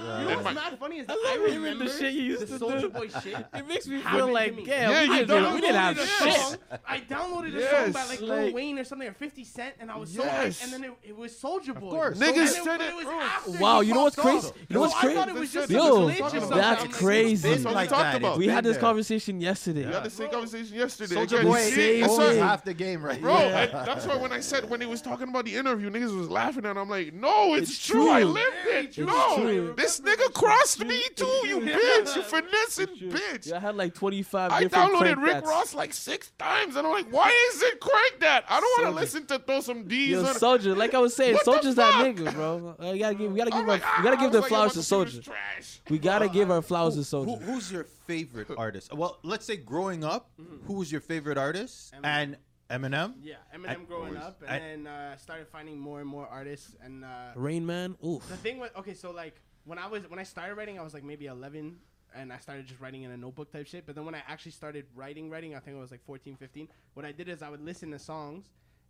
[SPEAKER 4] bro.
[SPEAKER 5] know
[SPEAKER 3] And my-
[SPEAKER 5] what's not funny is that
[SPEAKER 1] love
[SPEAKER 5] I
[SPEAKER 1] hearing the
[SPEAKER 5] remember
[SPEAKER 1] shit you used to
[SPEAKER 5] the Soldier
[SPEAKER 1] do.
[SPEAKER 5] Boy shit.
[SPEAKER 1] It makes me
[SPEAKER 5] Happened
[SPEAKER 1] feel
[SPEAKER 5] to
[SPEAKER 1] like,
[SPEAKER 5] me.
[SPEAKER 1] damn,
[SPEAKER 3] Yeah,
[SPEAKER 1] we,
[SPEAKER 3] you
[SPEAKER 1] didn't, we
[SPEAKER 5] downloaded
[SPEAKER 1] didn't have
[SPEAKER 5] a
[SPEAKER 1] shit.
[SPEAKER 5] song. I downloaded a song by
[SPEAKER 3] Yes.
[SPEAKER 5] like, Lil
[SPEAKER 4] Like-
[SPEAKER 5] Wayne or something, or 50 Cent, and I was
[SPEAKER 3] Yes.
[SPEAKER 5] so hyped, and then it, it was Soldier Boy.
[SPEAKER 4] course.
[SPEAKER 5] And
[SPEAKER 3] Niggas
[SPEAKER 5] it-
[SPEAKER 3] said
[SPEAKER 5] but
[SPEAKER 3] it,
[SPEAKER 5] was
[SPEAKER 3] bro.
[SPEAKER 5] after
[SPEAKER 1] Wow,
[SPEAKER 5] he
[SPEAKER 1] you know what's
[SPEAKER 5] popped off.
[SPEAKER 1] crazy? You know what's
[SPEAKER 5] So I thought it
[SPEAKER 1] crazy?
[SPEAKER 5] was just
[SPEAKER 1] Yo,
[SPEAKER 5] a glitch or
[SPEAKER 3] that's
[SPEAKER 5] something. I'm like,
[SPEAKER 1] crazy.
[SPEAKER 4] It's
[SPEAKER 3] That's what we
[SPEAKER 4] like
[SPEAKER 3] talked
[SPEAKER 4] that.
[SPEAKER 3] about.
[SPEAKER 4] It's
[SPEAKER 1] We
[SPEAKER 4] been
[SPEAKER 1] had this
[SPEAKER 4] there.
[SPEAKER 1] conversation yesterday.
[SPEAKER 3] We had the same conversation yesterday.
[SPEAKER 4] Soldier
[SPEAKER 3] Again,
[SPEAKER 4] Boy
[SPEAKER 3] see,
[SPEAKER 1] saved
[SPEAKER 3] that's
[SPEAKER 4] owns
[SPEAKER 3] why-
[SPEAKER 1] it.
[SPEAKER 4] half the game right
[SPEAKER 3] Bro,
[SPEAKER 4] now.
[SPEAKER 1] Yeah.
[SPEAKER 3] and that's why when I said when he was talking about the interview, niggas was laughing, and I'm like, no, it's,
[SPEAKER 1] It's
[SPEAKER 3] true. I
[SPEAKER 1] true.
[SPEAKER 3] lived it.
[SPEAKER 5] It's
[SPEAKER 3] no,
[SPEAKER 1] true.
[SPEAKER 3] this nigga crossed me too. You
[SPEAKER 5] Yeah.
[SPEAKER 3] bitch, you finessing
[SPEAKER 1] Shit.
[SPEAKER 3] bitch.
[SPEAKER 1] Yeah, I had like 25
[SPEAKER 3] I
[SPEAKER 1] different
[SPEAKER 3] downloaded
[SPEAKER 1] crank
[SPEAKER 3] Rick
[SPEAKER 1] bats.
[SPEAKER 3] Ross like six times, and I'm like, why is it crank that? I don't want to
[SPEAKER 1] Soldier.
[SPEAKER 3] listen to throw some D's
[SPEAKER 1] Yo,
[SPEAKER 3] on.
[SPEAKER 1] soldier, like I was saying,
[SPEAKER 3] What the
[SPEAKER 1] soldier's that
[SPEAKER 3] fuck?
[SPEAKER 1] nigga, bro. Uh, You gotta give, we gotta give,
[SPEAKER 3] I'm
[SPEAKER 1] our,
[SPEAKER 3] like,
[SPEAKER 1] we gotta
[SPEAKER 3] ah,
[SPEAKER 1] give
[SPEAKER 3] I was
[SPEAKER 1] the
[SPEAKER 3] like, yo,
[SPEAKER 1] flowers to
[SPEAKER 3] my computer's
[SPEAKER 1] soldier.
[SPEAKER 3] trash.
[SPEAKER 1] We gotta give our flowers to
[SPEAKER 2] Who,
[SPEAKER 1] soldier.
[SPEAKER 2] who's your favorite artist? Well, let's say growing up, who was your favorite artist?
[SPEAKER 5] Mm-hmm. Eminem.
[SPEAKER 2] And Eminem.
[SPEAKER 5] Yeah, Eminem
[SPEAKER 2] I-
[SPEAKER 5] growing
[SPEAKER 3] always-
[SPEAKER 5] up, and
[SPEAKER 2] I-
[SPEAKER 5] then uh, started finding more and more artists. And uh,
[SPEAKER 1] Rain Man, oof.
[SPEAKER 5] the thing was, okay, so like when I was when I started writing, I was like maybe 11, and I started just writing in a notebook type shit. But then when I actually started writing, writing, I think I was like 14, 15. What I did is I would listen to songs.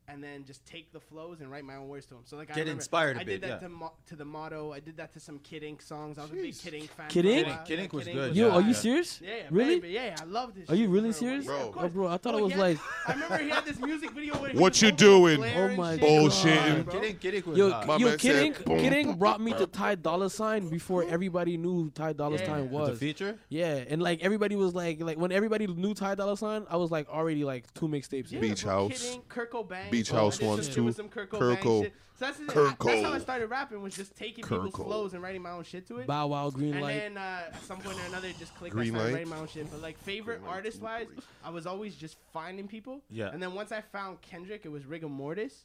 [SPEAKER 5] And then just take the flows and write my own words to them. So like I
[SPEAKER 2] Get
[SPEAKER 5] remember
[SPEAKER 2] inspired a
[SPEAKER 5] I
[SPEAKER 2] bit,
[SPEAKER 5] did that
[SPEAKER 2] yeah.
[SPEAKER 5] to, mo- to the motto. I did that to some Kid Ink songs. I was a big
[SPEAKER 3] Jeez.
[SPEAKER 5] Kid Ink fan.
[SPEAKER 1] Kid
[SPEAKER 5] for a
[SPEAKER 1] Ink?
[SPEAKER 5] while.
[SPEAKER 2] Kid Ink
[SPEAKER 5] Yeah,
[SPEAKER 2] was
[SPEAKER 5] Kid
[SPEAKER 2] good,
[SPEAKER 1] Yo,
[SPEAKER 2] yeah.
[SPEAKER 1] are you
[SPEAKER 2] Yeah.
[SPEAKER 1] serious?
[SPEAKER 5] yeah, yeah,
[SPEAKER 1] really?
[SPEAKER 5] baby, yeah, I love this.
[SPEAKER 1] Are you
[SPEAKER 5] shit
[SPEAKER 1] really
[SPEAKER 5] for a while.
[SPEAKER 1] serious?
[SPEAKER 5] Yeah, of
[SPEAKER 3] Bro.
[SPEAKER 5] course.
[SPEAKER 1] Oh, bro, I thought it was
[SPEAKER 5] yeah.
[SPEAKER 1] like-
[SPEAKER 5] I remember he had this music video where he
[SPEAKER 3] What
[SPEAKER 5] was
[SPEAKER 3] you
[SPEAKER 5] holding a
[SPEAKER 3] doing?
[SPEAKER 5] flare
[SPEAKER 1] Oh
[SPEAKER 5] and
[SPEAKER 1] my
[SPEAKER 5] shit.
[SPEAKER 3] Bullshitting.
[SPEAKER 5] Bro.
[SPEAKER 2] Kidding, kidding was uh,
[SPEAKER 1] Yo,
[SPEAKER 2] hot.
[SPEAKER 3] My
[SPEAKER 1] yo,
[SPEAKER 3] man
[SPEAKER 1] Kid
[SPEAKER 3] said,
[SPEAKER 1] Ink,
[SPEAKER 3] boom,
[SPEAKER 1] Kid Ink
[SPEAKER 3] boom,
[SPEAKER 1] brought me
[SPEAKER 3] boom.
[SPEAKER 1] to Ty Dolla Sign before everybody knew who Ty Dolla
[SPEAKER 5] Yeah.
[SPEAKER 1] Sign
[SPEAKER 5] It's a
[SPEAKER 2] It's a
[SPEAKER 1] was.
[SPEAKER 2] feature.
[SPEAKER 1] Yeah, and like everybody was like, like when everybody knew Ty Dolla Sign, I was like already like two mixtapes. in.
[SPEAKER 5] Yeah,
[SPEAKER 3] Beach
[SPEAKER 5] bro,
[SPEAKER 3] House.
[SPEAKER 5] Kid Ink, Kurt Cobain.
[SPEAKER 3] Beach
[SPEAKER 5] Oh,
[SPEAKER 3] House
[SPEAKER 5] I did some
[SPEAKER 3] ones
[SPEAKER 5] shit
[SPEAKER 3] too.
[SPEAKER 5] with some Kurt
[SPEAKER 3] Kurt
[SPEAKER 5] Cobain
[SPEAKER 3] Cole.
[SPEAKER 5] shit. So that's, the-
[SPEAKER 3] Kurt
[SPEAKER 5] that's how I
[SPEAKER 3] Cole.
[SPEAKER 5] started rapping was just taking
[SPEAKER 3] Kurt
[SPEAKER 5] people's
[SPEAKER 3] Cole.
[SPEAKER 5] flows and writing my own shit to it.
[SPEAKER 1] Bow Wow, Green
[SPEAKER 5] and
[SPEAKER 1] Light.
[SPEAKER 5] then uh, at some point or another, it just clicked.
[SPEAKER 3] Green
[SPEAKER 5] I started
[SPEAKER 3] Light.
[SPEAKER 5] writing my own shit. But like favorite
[SPEAKER 3] Green Light,
[SPEAKER 5] artist wise,
[SPEAKER 3] Blue Light.
[SPEAKER 5] I was always just finding people.
[SPEAKER 2] Yeah.
[SPEAKER 5] And then once I found Kendrick, it was rigor mortis.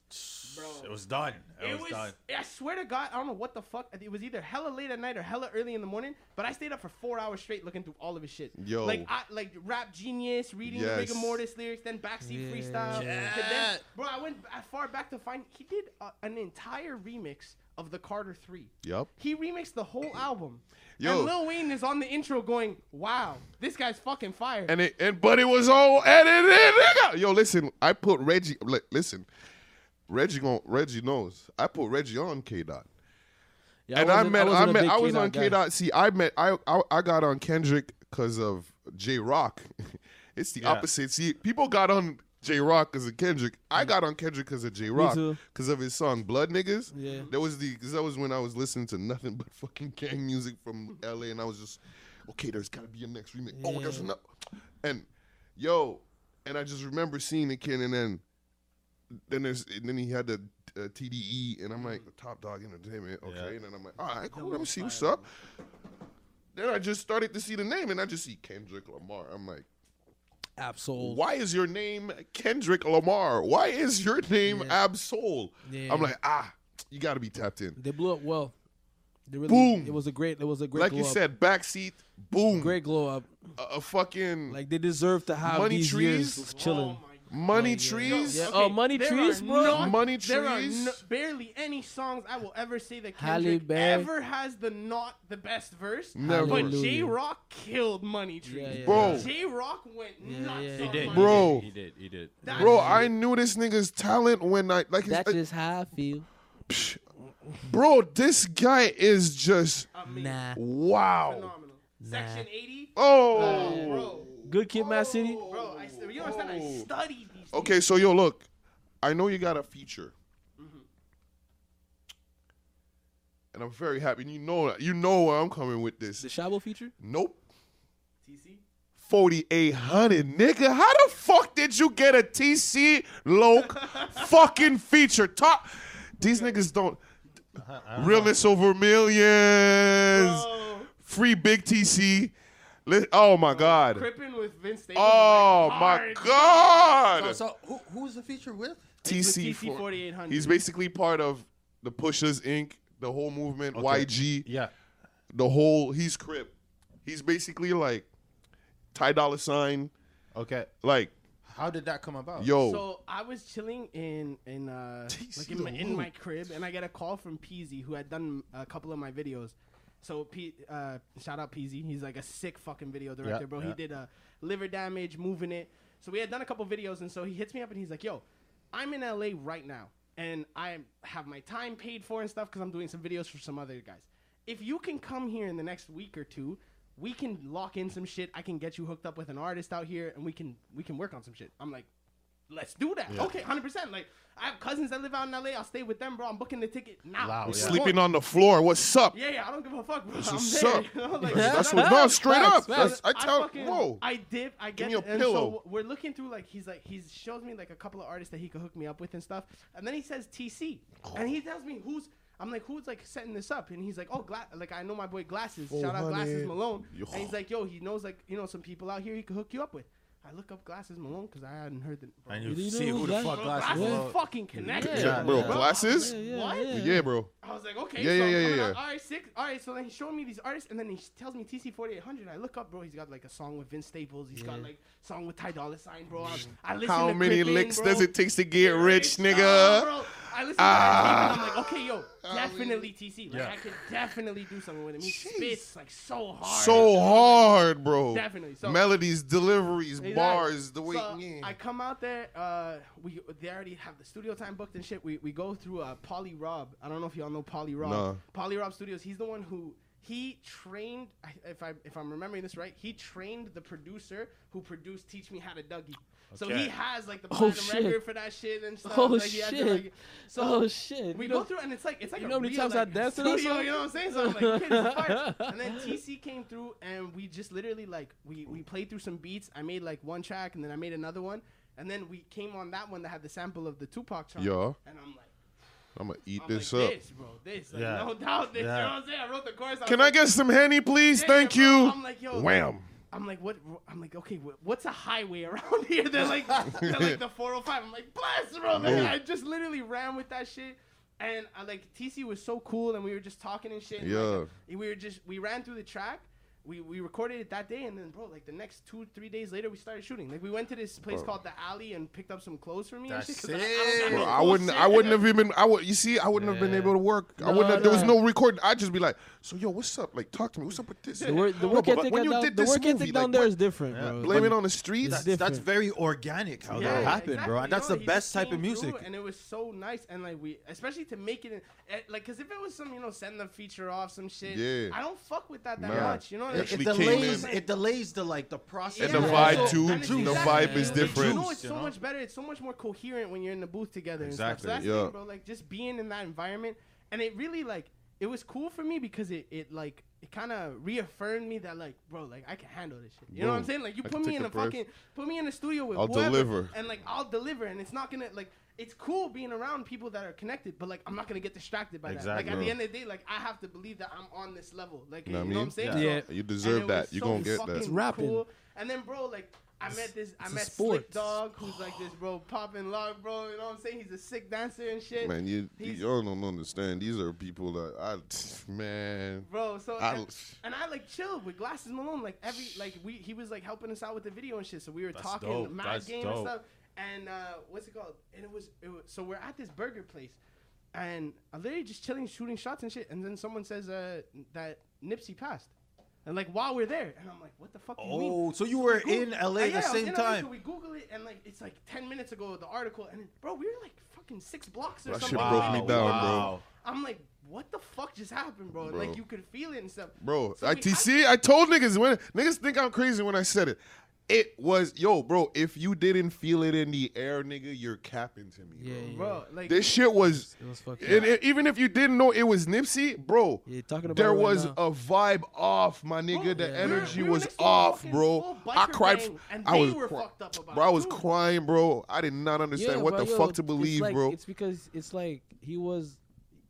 [SPEAKER 5] Bro.
[SPEAKER 2] It was done. It, was, done.
[SPEAKER 5] I swear to God, I don't know what the fuck. It was either hella late at night or hella early in the morning. But I stayed up for four hours straight looking through all of his shit.
[SPEAKER 3] Yo.
[SPEAKER 5] like I like rap genius, reading
[SPEAKER 3] Yes.
[SPEAKER 5] the rigor mortis lyrics, then
[SPEAKER 1] Yeah.
[SPEAKER 5] backseat freestyle.
[SPEAKER 2] Yeah.
[SPEAKER 5] And then, bro, I went as far back to find he did uh, an entire remix of the Carter Three.
[SPEAKER 3] Yup.
[SPEAKER 5] He remixed the whole album.
[SPEAKER 3] Yo.
[SPEAKER 5] And Lil Wayne is on the intro going, "Wow, this guy's fucking fire."
[SPEAKER 3] And it and but it was all edited, nigga. Yo, listen, I put Reggie. li- Listen, Reggie gon' Reggie knows. I put Reggie on K dot.
[SPEAKER 1] Yeah,
[SPEAKER 3] and I
[SPEAKER 1] wasn't-
[SPEAKER 3] met, I,
[SPEAKER 1] wasn't a
[SPEAKER 3] met,
[SPEAKER 1] big
[SPEAKER 3] I was on
[SPEAKER 1] guy.
[SPEAKER 3] K Dot. See, I met, I, I, I got on Kendrick because of J Rock. it's the
[SPEAKER 2] Yeah.
[SPEAKER 3] opposite. See, people got on J Rock because of Kendrick. I got on Kendrick because of J Rock
[SPEAKER 1] Mm-hmm. too.
[SPEAKER 3] because of his song Blood Niggas.
[SPEAKER 1] Yeah.
[SPEAKER 3] that was the because that was when I was listening to nothing but fucking gang music from L.A. and I was just, okay, there's gotta be a next remix. Oh, there's
[SPEAKER 1] Yeah.
[SPEAKER 3] another, and yo, and I just remember seeing the kid and then then there's and then he had the uh, TDE and I'm like the top dog entertainment okay
[SPEAKER 2] Yeah.
[SPEAKER 3] and then I'm like all right cool let me see what's up then I just started to see the name and I just see Kendrick Lamar I'm like
[SPEAKER 1] Absol.
[SPEAKER 3] why is your name Kendrick Lamar why is your name
[SPEAKER 1] Yeah.
[SPEAKER 3] Absol
[SPEAKER 1] Yeah.
[SPEAKER 3] I'm like ah you got to be tapped in
[SPEAKER 1] They blew up well. They really,
[SPEAKER 3] Boom.
[SPEAKER 1] It was a great. It was a great.
[SPEAKER 3] like
[SPEAKER 1] glow
[SPEAKER 3] you
[SPEAKER 1] up.
[SPEAKER 3] said backseat boom
[SPEAKER 1] great glow up.
[SPEAKER 3] a, a fucking
[SPEAKER 1] Like they deserve to have
[SPEAKER 3] Money
[SPEAKER 1] these
[SPEAKER 3] trees?
[SPEAKER 1] years
[SPEAKER 5] Oh
[SPEAKER 1] of chilling.
[SPEAKER 5] my
[SPEAKER 3] money
[SPEAKER 1] yeah.
[SPEAKER 3] trees
[SPEAKER 1] Yeah. Oh, Money
[SPEAKER 5] there
[SPEAKER 1] Trees,
[SPEAKER 5] are
[SPEAKER 1] bro?
[SPEAKER 3] Money
[SPEAKER 5] There are
[SPEAKER 3] Trees?
[SPEAKER 5] no, barely any songs I will ever say that
[SPEAKER 1] Halle
[SPEAKER 5] Kendrick
[SPEAKER 1] Berry.
[SPEAKER 5] ever has the not the best verse.
[SPEAKER 3] Never.
[SPEAKER 5] But
[SPEAKER 1] Hallelujah.
[SPEAKER 5] J Rock killed Money Trees.
[SPEAKER 1] Yeah, yeah,
[SPEAKER 3] Bro. yeah.
[SPEAKER 5] J Rock went
[SPEAKER 1] Yeah,
[SPEAKER 5] nuts.
[SPEAKER 1] yeah,
[SPEAKER 5] on
[SPEAKER 1] He
[SPEAKER 2] did.
[SPEAKER 5] Money
[SPEAKER 3] Bro.
[SPEAKER 2] He did. He did.
[SPEAKER 5] Trees.
[SPEAKER 3] bro
[SPEAKER 5] That-
[SPEAKER 3] I knew this nigga's talent when I like it's
[SPEAKER 1] That's
[SPEAKER 3] like,
[SPEAKER 1] just how I feel.
[SPEAKER 3] bro this guy is just
[SPEAKER 5] amazing.
[SPEAKER 1] Nah.
[SPEAKER 3] wow
[SPEAKER 5] Phenomenal. Section 80.
[SPEAKER 3] oh.
[SPEAKER 5] Bro.
[SPEAKER 1] Good Kid, Mad City.
[SPEAKER 5] Bro, I, st- you understand? I studied these.
[SPEAKER 3] Okay, so yo, look, I know you got a feature, and I'm very happy. And you know that. You know where I'm coming with this.
[SPEAKER 1] The Shabo feature.
[SPEAKER 3] Nope.
[SPEAKER 5] things. TC.
[SPEAKER 3] 4800 nigga how the fuck did you get a tc loc fucking feature top these niggas don't realness over millions
[SPEAKER 5] Bro.
[SPEAKER 3] free big tc Li- Oh my god.
[SPEAKER 5] Crippin' with Vince Staples.
[SPEAKER 3] Oh
[SPEAKER 5] like,
[SPEAKER 3] my
[SPEAKER 5] hard.
[SPEAKER 7] So,
[SPEAKER 3] god.
[SPEAKER 7] so who who's the feature with?
[SPEAKER 5] He's
[SPEAKER 3] TC.
[SPEAKER 5] with
[SPEAKER 3] for-
[SPEAKER 5] TC 4800.
[SPEAKER 3] He's basically part of the Pushers Inc. The whole movement. YG.
[SPEAKER 2] Yeah.
[SPEAKER 3] The whole. He's Crip. He's basically like Ty Dolla Sign.
[SPEAKER 2] Okay.
[SPEAKER 3] Like
[SPEAKER 2] How did that come about?
[SPEAKER 3] yo.
[SPEAKER 5] So I was chilling in in uh,
[SPEAKER 3] TC
[SPEAKER 5] like in, my, in
[SPEAKER 3] Lou.
[SPEAKER 5] my crib, and I get a call from Peasy, who had done a couple of my videos. So P, uh, shout out Peasy, he's like a sick fucking video director, bro. He
[SPEAKER 2] yeah.
[SPEAKER 5] did uh, liver damage, moving it. So we had done a couple videos, and so he hits me up and he's like, "Yo, I'm in LA right now, and I have my time paid for and stuff because I'm doing some videos for some other guys. If you can come here in the next week or two, we can lock in some shit. I can get you hooked up with an artist out here, and we can we can work on some shit." I'm like, let's do that. Okay, hundred percent. Like I have cousins that live out in LA. I'll stay with them, bro. I'm booking the ticket now.
[SPEAKER 2] Loud,
[SPEAKER 5] I'm
[SPEAKER 2] yeah.
[SPEAKER 3] Sleeping on the floor. What's up?
[SPEAKER 5] Yeah, yeah. I don't give a fuck, bro. I'm
[SPEAKER 3] what's
[SPEAKER 5] there.
[SPEAKER 3] up.
[SPEAKER 5] you know, like-
[SPEAKER 3] That's what. No, straight
[SPEAKER 1] Facts,
[SPEAKER 3] up. That's,
[SPEAKER 1] facts.
[SPEAKER 3] I tell.
[SPEAKER 5] fucking-
[SPEAKER 3] whoa.
[SPEAKER 5] I dip. I get
[SPEAKER 3] me a
[SPEAKER 5] it. And
[SPEAKER 3] pillow.
[SPEAKER 5] so we're looking through like he's like he shows me like a couple of artists that he could hook me up with and stuff. And then he says TC, and he tells me who's. I'm like, who's like setting this up? And he's like, oh, Gla-, like I know my boy Glasses.
[SPEAKER 3] Oh,
[SPEAKER 5] Shout out Glasses Malone. And he's like, yo, he knows like you know some people out here he could hook you up with. I look up Glasses Malone because I hadn't heard the. Bro,
[SPEAKER 2] And you,
[SPEAKER 1] You
[SPEAKER 2] see
[SPEAKER 1] know
[SPEAKER 2] who the
[SPEAKER 1] that-
[SPEAKER 2] fuck
[SPEAKER 5] Bro,
[SPEAKER 2] glasses
[SPEAKER 5] Glasses
[SPEAKER 2] Malone-
[SPEAKER 5] fucking connected.
[SPEAKER 2] Yeah,
[SPEAKER 3] bro,
[SPEAKER 2] yeah.
[SPEAKER 3] glasses.
[SPEAKER 1] Yeah,
[SPEAKER 3] Yeah,
[SPEAKER 1] yeah,
[SPEAKER 5] What?
[SPEAKER 1] yeah.
[SPEAKER 3] bro.
[SPEAKER 5] I was like, okay,
[SPEAKER 3] Yeah,
[SPEAKER 5] so
[SPEAKER 3] yeah,
[SPEAKER 5] I'm
[SPEAKER 3] yeah,
[SPEAKER 5] coming
[SPEAKER 3] yeah.
[SPEAKER 5] out, All right, six. All right, so then he's showing me these artists, and then he tells me TC forty eight hundred. I look up, bro. He's got like a song with Vince Staples. He's got like song with Ty Dolla Sign, bro. I, I listen
[SPEAKER 3] How
[SPEAKER 5] to
[SPEAKER 3] many
[SPEAKER 5] Crippin',
[SPEAKER 3] licks
[SPEAKER 5] bro.
[SPEAKER 3] does it take to get rich,
[SPEAKER 5] Ah,
[SPEAKER 3] nigga?
[SPEAKER 5] bro. I listen
[SPEAKER 3] Ah.
[SPEAKER 5] to that tape, and I'm like, okay, yo, definitely TC. Like, I could definitely do something with him. He spits like so hard.
[SPEAKER 3] So hard, bro.
[SPEAKER 5] Definitely. So-
[SPEAKER 3] Melodies, deliveries,
[SPEAKER 5] Exactly.
[SPEAKER 3] bars, the way.
[SPEAKER 5] So
[SPEAKER 3] yeah.
[SPEAKER 5] I come out there. Uh, we they already have the studio time booked and shit. We we go through uh, Polly Rob. I don't know if y'all know Polly Rob.
[SPEAKER 3] Nah.
[SPEAKER 5] Polly Rob Studios. He's the one who he trained. I- If I if I'm remembering this right, he trained the producer who produced Teach Me How to Dougie. So he
[SPEAKER 2] Okay.
[SPEAKER 5] has like the
[SPEAKER 1] Oh,
[SPEAKER 5] platinum
[SPEAKER 1] shit.
[SPEAKER 5] record for that shit and stuff.
[SPEAKER 1] Oh,
[SPEAKER 5] like, he had to,
[SPEAKER 1] shit.
[SPEAKER 5] like- so
[SPEAKER 1] Oh shit.
[SPEAKER 5] we
[SPEAKER 1] You
[SPEAKER 5] go
[SPEAKER 1] know-
[SPEAKER 5] through and it's like it's like
[SPEAKER 1] you
[SPEAKER 5] a
[SPEAKER 1] know how many
[SPEAKER 5] real,
[SPEAKER 1] times
[SPEAKER 5] like,
[SPEAKER 1] I danced to that
[SPEAKER 5] studio,
[SPEAKER 1] song?
[SPEAKER 5] You know what I'm saying? So I'm like, "Kid, it's fire." and then TC came through and we just literally like we we played through some beats. I made like one track and then I made another one. And then we came on that one that had the sample of the Tupac track.
[SPEAKER 3] Yeah.
[SPEAKER 5] And I'm like,
[SPEAKER 3] I'm gonna eat
[SPEAKER 5] I'm
[SPEAKER 3] this
[SPEAKER 5] like
[SPEAKER 3] up.
[SPEAKER 5] this, bro. This, like,
[SPEAKER 2] Yeah.
[SPEAKER 5] no doubt. This,
[SPEAKER 2] Yeah.
[SPEAKER 5] you know what I'm saying? I wrote the chorus.
[SPEAKER 3] Can I get some henny, please? Thank you.
[SPEAKER 5] I'm like, yo,
[SPEAKER 3] Wham.
[SPEAKER 5] I'm like, what? I'm like, okay, wh- what's a highway around here? They're like, they're like the 405. I'm like, blast, bro. Like,
[SPEAKER 3] Boom.
[SPEAKER 5] I just literally ran with that shit. And I like TC was so cool, and we were just talking and shit. and, like, we were just we ran through the track. We we recorded it that day, and then bro, like the next two three days later, we started shooting. Like we went to this place called the Alley and picked up some clothes for me. and
[SPEAKER 2] That's
[SPEAKER 5] shit, 'cause I, I, don't got
[SPEAKER 2] it.
[SPEAKER 5] no
[SPEAKER 3] Bro, I
[SPEAKER 5] clothes,
[SPEAKER 3] wouldn't.
[SPEAKER 5] shit.
[SPEAKER 3] I wouldn't have even. I would. You see, I wouldn't have been
[SPEAKER 6] Yeah.
[SPEAKER 3] able to work. I wouldn't. Have, there was
[SPEAKER 1] no.
[SPEAKER 3] no recording. I'd just be like, "So yo, what's up? Like, talk to me. What's up with this?
[SPEAKER 1] The work, the
[SPEAKER 3] No,
[SPEAKER 1] work
[SPEAKER 3] but
[SPEAKER 1] ethic
[SPEAKER 3] when you
[SPEAKER 1] down,
[SPEAKER 3] did
[SPEAKER 1] the
[SPEAKER 3] this
[SPEAKER 1] work
[SPEAKER 3] movie,
[SPEAKER 1] ethic down
[SPEAKER 3] like,
[SPEAKER 1] there
[SPEAKER 3] what-
[SPEAKER 1] is different, bro.
[SPEAKER 3] blame
[SPEAKER 1] Like,
[SPEAKER 3] it on the streets.
[SPEAKER 1] It's
[SPEAKER 2] That's, that's
[SPEAKER 1] different.
[SPEAKER 2] very organic how
[SPEAKER 5] Yeah,
[SPEAKER 2] that happened, bro.
[SPEAKER 5] exactly,
[SPEAKER 2] And that's
[SPEAKER 5] yo,
[SPEAKER 2] the
[SPEAKER 5] he
[SPEAKER 2] best
[SPEAKER 5] just
[SPEAKER 2] type
[SPEAKER 5] came
[SPEAKER 2] of
[SPEAKER 5] through
[SPEAKER 2] music.
[SPEAKER 5] and it was so nice, and like we, especially to make it, in, eh, like, cause if it was some, you know, send the feature off some shit,
[SPEAKER 3] Yeah.
[SPEAKER 5] I don't fuck with that that
[SPEAKER 3] Nah.
[SPEAKER 5] much, you know. What I
[SPEAKER 3] It
[SPEAKER 5] mean?
[SPEAKER 7] It, it
[SPEAKER 3] actually came
[SPEAKER 7] delays
[SPEAKER 3] in.
[SPEAKER 7] it delays the like the process.
[SPEAKER 3] And the
[SPEAKER 5] Yeah.
[SPEAKER 3] vibe
[SPEAKER 5] Also,
[SPEAKER 3] too,
[SPEAKER 5] and it's
[SPEAKER 3] the
[SPEAKER 5] exactly-
[SPEAKER 3] vibe is
[SPEAKER 5] you- You
[SPEAKER 3] different.
[SPEAKER 5] know, it's
[SPEAKER 2] You
[SPEAKER 5] so
[SPEAKER 2] know?
[SPEAKER 5] much better. It's so much more coherent when you're in the booth together.
[SPEAKER 2] Exactly,
[SPEAKER 5] And stuff. So that's
[SPEAKER 3] yeah.
[SPEAKER 5] it, bro. Like just being in that environment, and it really like it was cool for me because it it like it kind of reaffirmed me that like bro like I can handle this shit. You know what I'm
[SPEAKER 3] Boom.
[SPEAKER 5] saying? Like you
[SPEAKER 3] I
[SPEAKER 5] put
[SPEAKER 3] can
[SPEAKER 5] me
[SPEAKER 3] take
[SPEAKER 5] in
[SPEAKER 3] a
[SPEAKER 5] a
[SPEAKER 3] breath.
[SPEAKER 5] fucking put me in a studio with
[SPEAKER 3] I'll
[SPEAKER 5] whoever,
[SPEAKER 3] deliver.
[SPEAKER 5] and like I'll deliver, and it's not gonna like. It's cool being around people that are connected, but like I'm not gonna get distracted by that.
[SPEAKER 2] Exactly.
[SPEAKER 5] Like at the end of the day, like I have to believe that I'm on this level. Like you
[SPEAKER 3] Know what
[SPEAKER 5] know
[SPEAKER 3] I
[SPEAKER 5] what
[SPEAKER 3] mean?
[SPEAKER 5] I'm saying?
[SPEAKER 2] Yeah.
[SPEAKER 5] So-
[SPEAKER 1] Yeah.
[SPEAKER 3] You
[SPEAKER 5] and
[SPEAKER 3] deserve
[SPEAKER 5] it
[SPEAKER 3] that.
[SPEAKER 5] was
[SPEAKER 3] You
[SPEAKER 5] so
[SPEAKER 3] gonna get that.
[SPEAKER 5] fucking
[SPEAKER 1] rapping.
[SPEAKER 5] cool. And then, bro, like I met this, I
[SPEAKER 1] it's a
[SPEAKER 5] met
[SPEAKER 1] sport.
[SPEAKER 5] Slick Dog, who's like this, bro, popping lock, bro. You know what I'm saying? He's a sick dancer and shit,
[SPEAKER 3] Man, you you
[SPEAKER 5] He's-
[SPEAKER 3] y'all don't understand. These are people that I man.
[SPEAKER 5] bro. So
[SPEAKER 3] I-
[SPEAKER 5] and, and I like chilled with Glasses Malone, like every like we he was like helping us out with the video and shit. So we were
[SPEAKER 2] That's
[SPEAKER 5] talking
[SPEAKER 2] dope.
[SPEAKER 5] mad
[SPEAKER 2] That's
[SPEAKER 5] game
[SPEAKER 2] dope.
[SPEAKER 5] and stuff. And uh, what's it called? And it was, it was so we're at this burger place, and I'm literally just chilling, shooting shots and shit. And then someone says uh, that Nipsey passed. And like while we're there, and I'm like, what the fuck? do you mean?
[SPEAKER 7] Oh, so you were
[SPEAKER 5] Google-
[SPEAKER 7] in LA
[SPEAKER 5] Uh,
[SPEAKER 7] at
[SPEAKER 5] yeah, I
[SPEAKER 7] the
[SPEAKER 5] was
[SPEAKER 7] same
[SPEAKER 5] in LA,
[SPEAKER 7] time.
[SPEAKER 5] So we Google it and like it's like ten minutes ago the article and bro, we were like fucking six blocks or
[SPEAKER 3] That shit
[SPEAKER 5] something.
[SPEAKER 3] broke me
[SPEAKER 5] Wow,
[SPEAKER 3] down,
[SPEAKER 5] wow.
[SPEAKER 2] wow.
[SPEAKER 5] I'm like, what the fuck just happened, bro? And,
[SPEAKER 3] Bro.
[SPEAKER 5] Like you could feel it and stuff.
[SPEAKER 3] Bro,
[SPEAKER 5] So
[SPEAKER 3] I
[SPEAKER 5] we
[SPEAKER 3] t-
[SPEAKER 5] had-
[SPEAKER 3] see, I told niggas when niggas think I'm crazy when I said it. It was yo, bro. If you didn't feel it in the air, nigga, you're capping to me.
[SPEAKER 1] yeah,
[SPEAKER 3] bro.
[SPEAKER 1] yeah.
[SPEAKER 5] bro, like
[SPEAKER 3] This shit was,
[SPEAKER 1] It was fucking.
[SPEAKER 3] and it- even if you didn't know it was Nipsey, bro.
[SPEAKER 1] yeah, talking about
[SPEAKER 3] There
[SPEAKER 1] it right
[SPEAKER 3] was
[SPEAKER 1] now.
[SPEAKER 3] a vibe off, my nigga.
[SPEAKER 5] Bro,
[SPEAKER 3] the
[SPEAKER 5] we were-
[SPEAKER 3] energy
[SPEAKER 5] we were
[SPEAKER 3] was
[SPEAKER 5] next to a
[SPEAKER 3] off,
[SPEAKER 5] fucking
[SPEAKER 3] bro.
[SPEAKER 5] full
[SPEAKER 3] I
[SPEAKER 5] biker
[SPEAKER 3] cried.
[SPEAKER 5] gang, and
[SPEAKER 3] I
[SPEAKER 5] they
[SPEAKER 3] was,
[SPEAKER 5] were
[SPEAKER 3] cry-
[SPEAKER 5] fucked up about
[SPEAKER 3] bro. I
[SPEAKER 5] it,
[SPEAKER 3] was
[SPEAKER 5] too.
[SPEAKER 3] crying, bro. I did not understand what
[SPEAKER 1] but
[SPEAKER 3] the
[SPEAKER 1] yo,
[SPEAKER 3] fuck to
[SPEAKER 1] it's
[SPEAKER 3] believe,
[SPEAKER 1] like-
[SPEAKER 3] bro.
[SPEAKER 1] It's because it's like he was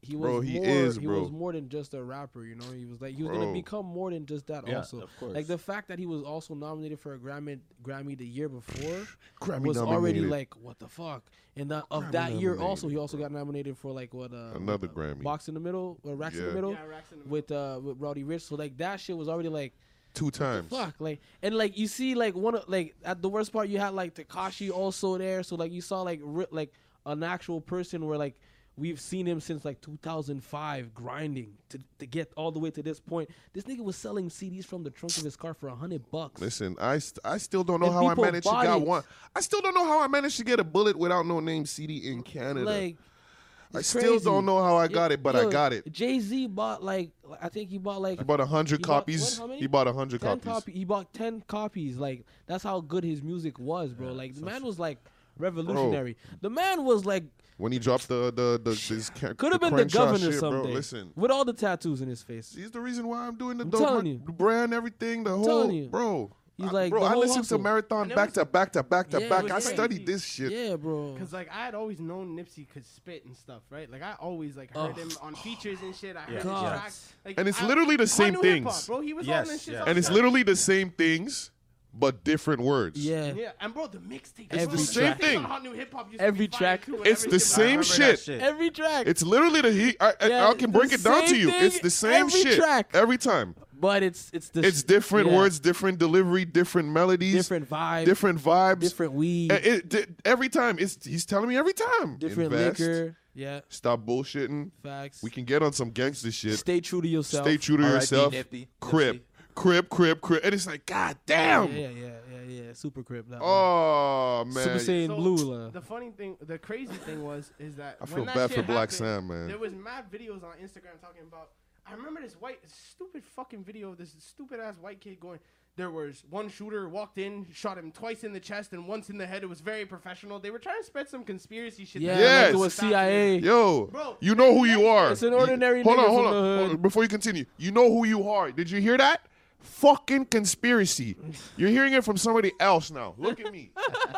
[SPEAKER 1] he was
[SPEAKER 3] Bro, he
[SPEAKER 1] more,
[SPEAKER 3] is,
[SPEAKER 1] he
[SPEAKER 3] bro.
[SPEAKER 1] was more than just a rapper. You know, he was like he was gonna
[SPEAKER 3] Bro.
[SPEAKER 1] become more than just that.
[SPEAKER 2] Yeah,
[SPEAKER 1] also,
[SPEAKER 2] of course.
[SPEAKER 1] like the fact that he was also nominated for a Grammy Grammy the year before
[SPEAKER 3] Grammy
[SPEAKER 1] was already
[SPEAKER 3] nominated.
[SPEAKER 1] like what the fuck. And that of
[SPEAKER 3] Grammy
[SPEAKER 1] that year also,
[SPEAKER 3] nominated,
[SPEAKER 1] he also
[SPEAKER 3] bro.
[SPEAKER 1] got nominated for like what uh, what,
[SPEAKER 3] Another
[SPEAKER 1] uh,
[SPEAKER 3] Grammy.
[SPEAKER 1] box in the middle, uh, racks in the
[SPEAKER 3] Yeah.
[SPEAKER 1] middle
[SPEAKER 5] Yeah, Racks in the Middle.
[SPEAKER 1] with uh with Roddy Rich. So like that shit was already like
[SPEAKER 3] two times.
[SPEAKER 1] fuck like and like you see like one of like at the worst part you had like Takashi also there. So like you saw like ri- like an actual person where like we've seen him since like 2005 grinding to to get all the way to this point. This nigga was selling CDs from the trunk of his car for a hundred bucks.
[SPEAKER 3] Listen, I st- I still don't know
[SPEAKER 1] And
[SPEAKER 3] how I
[SPEAKER 1] people
[SPEAKER 3] managed to
[SPEAKER 1] bought
[SPEAKER 3] got
[SPEAKER 1] it.
[SPEAKER 3] one. I still don't know how I managed to get a bullet without no name CD in Canada.
[SPEAKER 1] like
[SPEAKER 3] I
[SPEAKER 1] it's
[SPEAKER 3] still
[SPEAKER 1] crazy.
[SPEAKER 3] don't know how I got it, but I got it.
[SPEAKER 1] Jay Z bought like I think he bought like
[SPEAKER 3] He bought a hundred
[SPEAKER 1] He bought-
[SPEAKER 3] copies.
[SPEAKER 1] what, how many?
[SPEAKER 3] he bought a hundred
[SPEAKER 1] 10
[SPEAKER 3] copies.
[SPEAKER 1] copy, he bought 10 copies like that's how good his music was bro like the man was like revolutionary the man was like
[SPEAKER 3] When he dropped the the the this ca-
[SPEAKER 1] could have been the
[SPEAKER 3] Crenshaw
[SPEAKER 1] governor
[SPEAKER 3] shit,
[SPEAKER 1] someday
[SPEAKER 3] Bro, listen,
[SPEAKER 1] with all the tattoos in his face
[SPEAKER 3] he's the reason why I'm doing the,
[SPEAKER 1] I'm
[SPEAKER 3] the,
[SPEAKER 1] telling
[SPEAKER 3] my-
[SPEAKER 1] you.
[SPEAKER 3] the brand, everything, the whole
[SPEAKER 1] telling you.
[SPEAKER 3] bro.
[SPEAKER 1] He's
[SPEAKER 3] I-
[SPEAKER 1] like,
[SPEAKER 3] bro,
[SPEAKER 1] the
[SPEAKER 3] I
[SPEAKER 1] whole
[SPEAKER 3] listened
[SPEAKER 1] hustle.
[SPEAKER 3] to Marathon
[SPEAKER 5] And it
[SPEAKER 3] back
[SPEAKER 5] was-
[SPEAKER 3] to back to back to
[SPEAKER 1] Yeah, it
[SPEAKER 3] back.
[SPEAKER 1] was
[SPEAKER 3] I
[SPEAKER 1] crazy.
[SPEAKER 3] studied this shit.
[SPEAKER 1] yeah bro
[SPEAKER 5] Cause like I had always known Nipsey could spit and stuff, right? Like I always like heard
[SPEAKER 1] Ugh.
[SPEAKER 5] him on features and shit. I heard his
[SPEAKER 1] God.
[SPEAKER 5] tracks. Like,
[SPEAKER 3] And it's
[SPEAKER 5] I-
[SPEAKER 3] literally the
[SPEAKER 5] I
[SPEAKER 3] same
[SPEAKER 5] knew hip-hop,
[SPEAKER 3] things.
[SPEAKER 5] bro. He was
[SPEAKER 2] Yes,
[SPEAKER 5] on and shit.
[SPEAKER 2] yes.
[SPEAKER 5] all
[SPEAKER 3] And it's
[SPEAKER 5] the time.
[SPEAKER 3] literally the same things, but different words.
[SPEAKER 1] yeah
[SPEAKER 5] yeah. And bro, the mixtape.
[SPEAKER 1] Every
[SPEAKER 5] bro, the
[SPEAKER 1] Same
[SPEAKER 5] mixtape
[SPEAKER 3] thing.
[SPEAKER 5] on Hot New Hip Hop used to
[SPEAKER 1] Every
[SPEAKER 5] be fire,
[SPEAKER 1] track.
[SPEAKER 5] too, and
[SPEAKER 3] It's the
[SPEAKER 5] everything.
[SPEAKER 2] I
[SPEAKER 3] same
[SPEAKER 2] remember
[SPEAKER 3] shit.
[SPEAKER 2] that shit.
[SPEAKER 1] every track
[SPEAKER 3] It's literally the he. I, I-
[SPEAKER 1] Yeah,
[SPEAKER 3] I can
[SPEAKER 1] the
[SPEAKER 3] break it down to
[SPEAKER 1] same
[SPEAKER 3] you.
[SPEAKER 1] thing
[SPEAKER 3] It's the same
[SPEAKER 1] every
[SPEAKER 3] shit
[SPEAKER 1] track.
[SPEAKER 3] every time.
[SPEAKER 1] but it's it's the
[SPEAKER 3] It's
[SPEAKER 1] sh-
[SPEAKER 3] different
[SPEAKER 1] yeah.
[SPEAKER 3] words, different delivery, different melodies,
[SPEAKER 1] different vibe different
[SPEAKER 3] different vibes,
[SPEAKER 1] different weed
[SPEAKER 3] Uh, it- di- every time. It's he's telling me every time.
[SPEAKER 1] different
[SPEAKER 3] Invest.
[SPEAKER 1] liquor yeah
[SPEAKER 3] Stop bullshitting.
[SPEAKER 1] facts
[SPEAKER 3] We can get on some gangster shit.
[SPEAKER 1] stay true to yourself
[SPEAKER 3] Stay true to
[SPEAKER 2] R.I.P.
[SPEAKER 3] yourself.
[SPEAKER 5] E.
[SPEAKER 2] Nipsey.
[SPEAKER 3] Crip, crip, crip, crip, and it's like, god
[SPEAKER 1] yeah
[SPEAKER 3] damn.
[SPEAKER 1] yeah yeah yeah, yeah. super crip that one.
[SPEAKER 3] Oh man.
[SPEAKER 1] super saiyan
[SPEAKER 5] So,
[SPEAKER 1] blue la.
[SPEAKER 5] The funny thing, the crazy thing was, is that
[SPEAKER 3] I
[SPEAKER 5] when
[SPEAKER 3] feel
[SPEAKER 5] that
[SPEAKER 3] bad
[SPEAKER 5] shit
[SPEAKER 3] for Black Sam,
[SPEAKER 5] happened,
[SPEAKER 3] man.
[SPEAKER 5] There was mad videos on Instagram talking about. I remember this white, stupid fucking video of this stupid ass white kid going. There was one shooter walked in, shot him twice in the chest and once in the head. It was very professional. They were trying to spread some conspiracy shit.
[SPEAKER 1] yeah
[SPEAKER 5] that
[SPEAKER 3] Yes.
[SPEAKER 1] like it was
[SPEAKER 5] Stop it.
[SPEAKER 1] cia
[SPEAKER 3] Yo,
[SPEAKER 5] Bro,
[SPEAKER 3] you know who you are.
[SPEAKER 1] It's an ordinary
[SPEAKER 3] You- hold on,
[SPEAKER 1] nigga from
[SPEAKER 3] hold on,
[SPEAKER 1] the
[SPEAKER 3] hold
[SPEAKER 1] hood.
[SPEAKER 3] on. Before you continue, you know who you are. Did you hear that? Fucking conspiracy. You're hearing it from somebody else now. Look at me,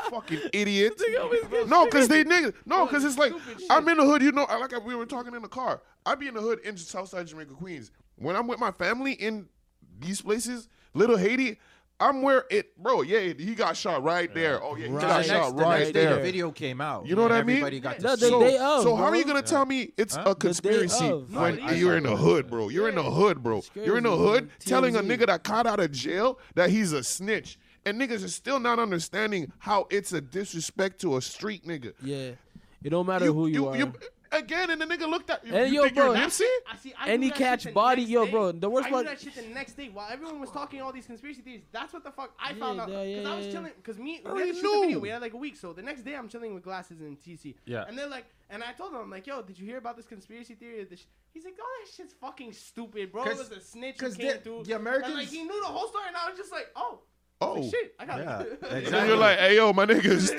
[SPEAKER 3] fucking idiot. No, cause they niggas. No, cause it's like I'm in the hood. You know, I- like we were talking in the car. I be in the hood in Southside Jamaica, Queens. When I'm with my family in these places, Little Haiti. I'm where it, bro. Yeah, he got shot right there. Oh yeah, he
[SPEAKER 2] The
[SPEAKER 1] Right.
[SPEAKER 3] got
[SPEAKER 2] next-
[SPEAKER 3] shot
[SPEAKER 2] the
[SPEAKER 3] right
[SPEAKER 2] next day
[SPEAKER 3] there.
[SPEAKER 2] The video came out.
[SPEAKER 3] You know what I mean?
[SPEAKER 2] Everybody got
[SPEAKER 1] No, the
[SPEAKER 2] to see
[SPEAKER 3] so,
[SPEAKER 1] day of,
[SPEAKER 3] so how
[SPEAKER 1] bro.
[SPEAKER 3] are you gonna tell me it's
[SPEAKER 2] Huh?
[SPEAKER 3] a conspiracy
[SPEAKER 1] of.
[SPEAKER 5] No,
[SPEAKER 3] when
[SPEAKER 5] it is.
[SPEAKER 3] you're in the hood, bro? You're in the hood, bro.
[SPEAKER 1] It's
[SPEAKER 3] You're in the
[SPEAKER 1] crazy,
[SPEAKER 3] hood
[SPEAKER 1] man.
[SPEAKER 3] telling a
[SPEAKER 1] TMZ.
[SPEAKER 3] nigga that caught out of jail that he's a snitch. And niggas are still not understanding how it's a disrespect to a street nigga.
[SPEAKER 1] yeah it don't matter who you, are
[SPEAKER 3] again, and the nigga lolooked at you.
[SPEAKER 1] And
[SPEAKER 3] you
[SPEAKER 1] yo,
[SPEAKER 3] think
[SPEAKER 1] bro,
[SPEAKER 3] you're Nipsey?
[SPEAKER 5] I see. I
[SPEAKER 1] Any
[SPEAKER 5] knew that shit
[SPEAKER 1] catch
[SPEAKER 5] the
[SPEAKER 1] body-
[SPEAKER 5] next
[SPEAKER 1] yo,
[SPEAKER 5] day.
[SPEAKER 1] bro, the worst
[SPEAKER 5] I
[SPEAKER 1] part-
[SPEAKER 5] knew that shit the next day while everyone was talking all these conspiracy theories. That's what the fuck I found out
[SPEAKER 1] yeah,
[SPEAKER 5] because
[SPEAKER 1] yeah,
[SPEAKER 5] I was
[SPEAKER 1] yeah.
[SPEAKER 5] chilling because me we
[SPEAKER 3] already
[SPEAKER 5] had to shoot the video.
[SPEAKER 3] knew.
[SPEAKER 5] We had like a week, so the next day I'm chilling with glasses and TC.
[SPEAKER 2] Yeah.
[SPEAKER 5] And they're like, and I told them I'm like, yo, did you hear about this conspiracy theory? Of this? Sh-? He's like, oh, that shit's fucking stupid, bro. It
[SPEAKER 2] 'Cause-
[SPEAKER 5] was a snitch who
[SPEAKER 2] 'cause
[SPEAKER 5] came
[SPEAKER 2] the-
[SPEAKER 5] through.
[SPEAKER 2] the Americans-
[SPEAKER 5] And, like he knew the whole story, and I was just like, oh,
[SPEAKER 3] Oh.
[SPEAKER 5] shit, I got
[SPEAKER 2] Yeah,
[SPEAKER 5] it.
[SPEAKER 3] And
[SPEAKER 2] exactly.
[SPEAKER 3] then you're like, hey, yo, my nigga's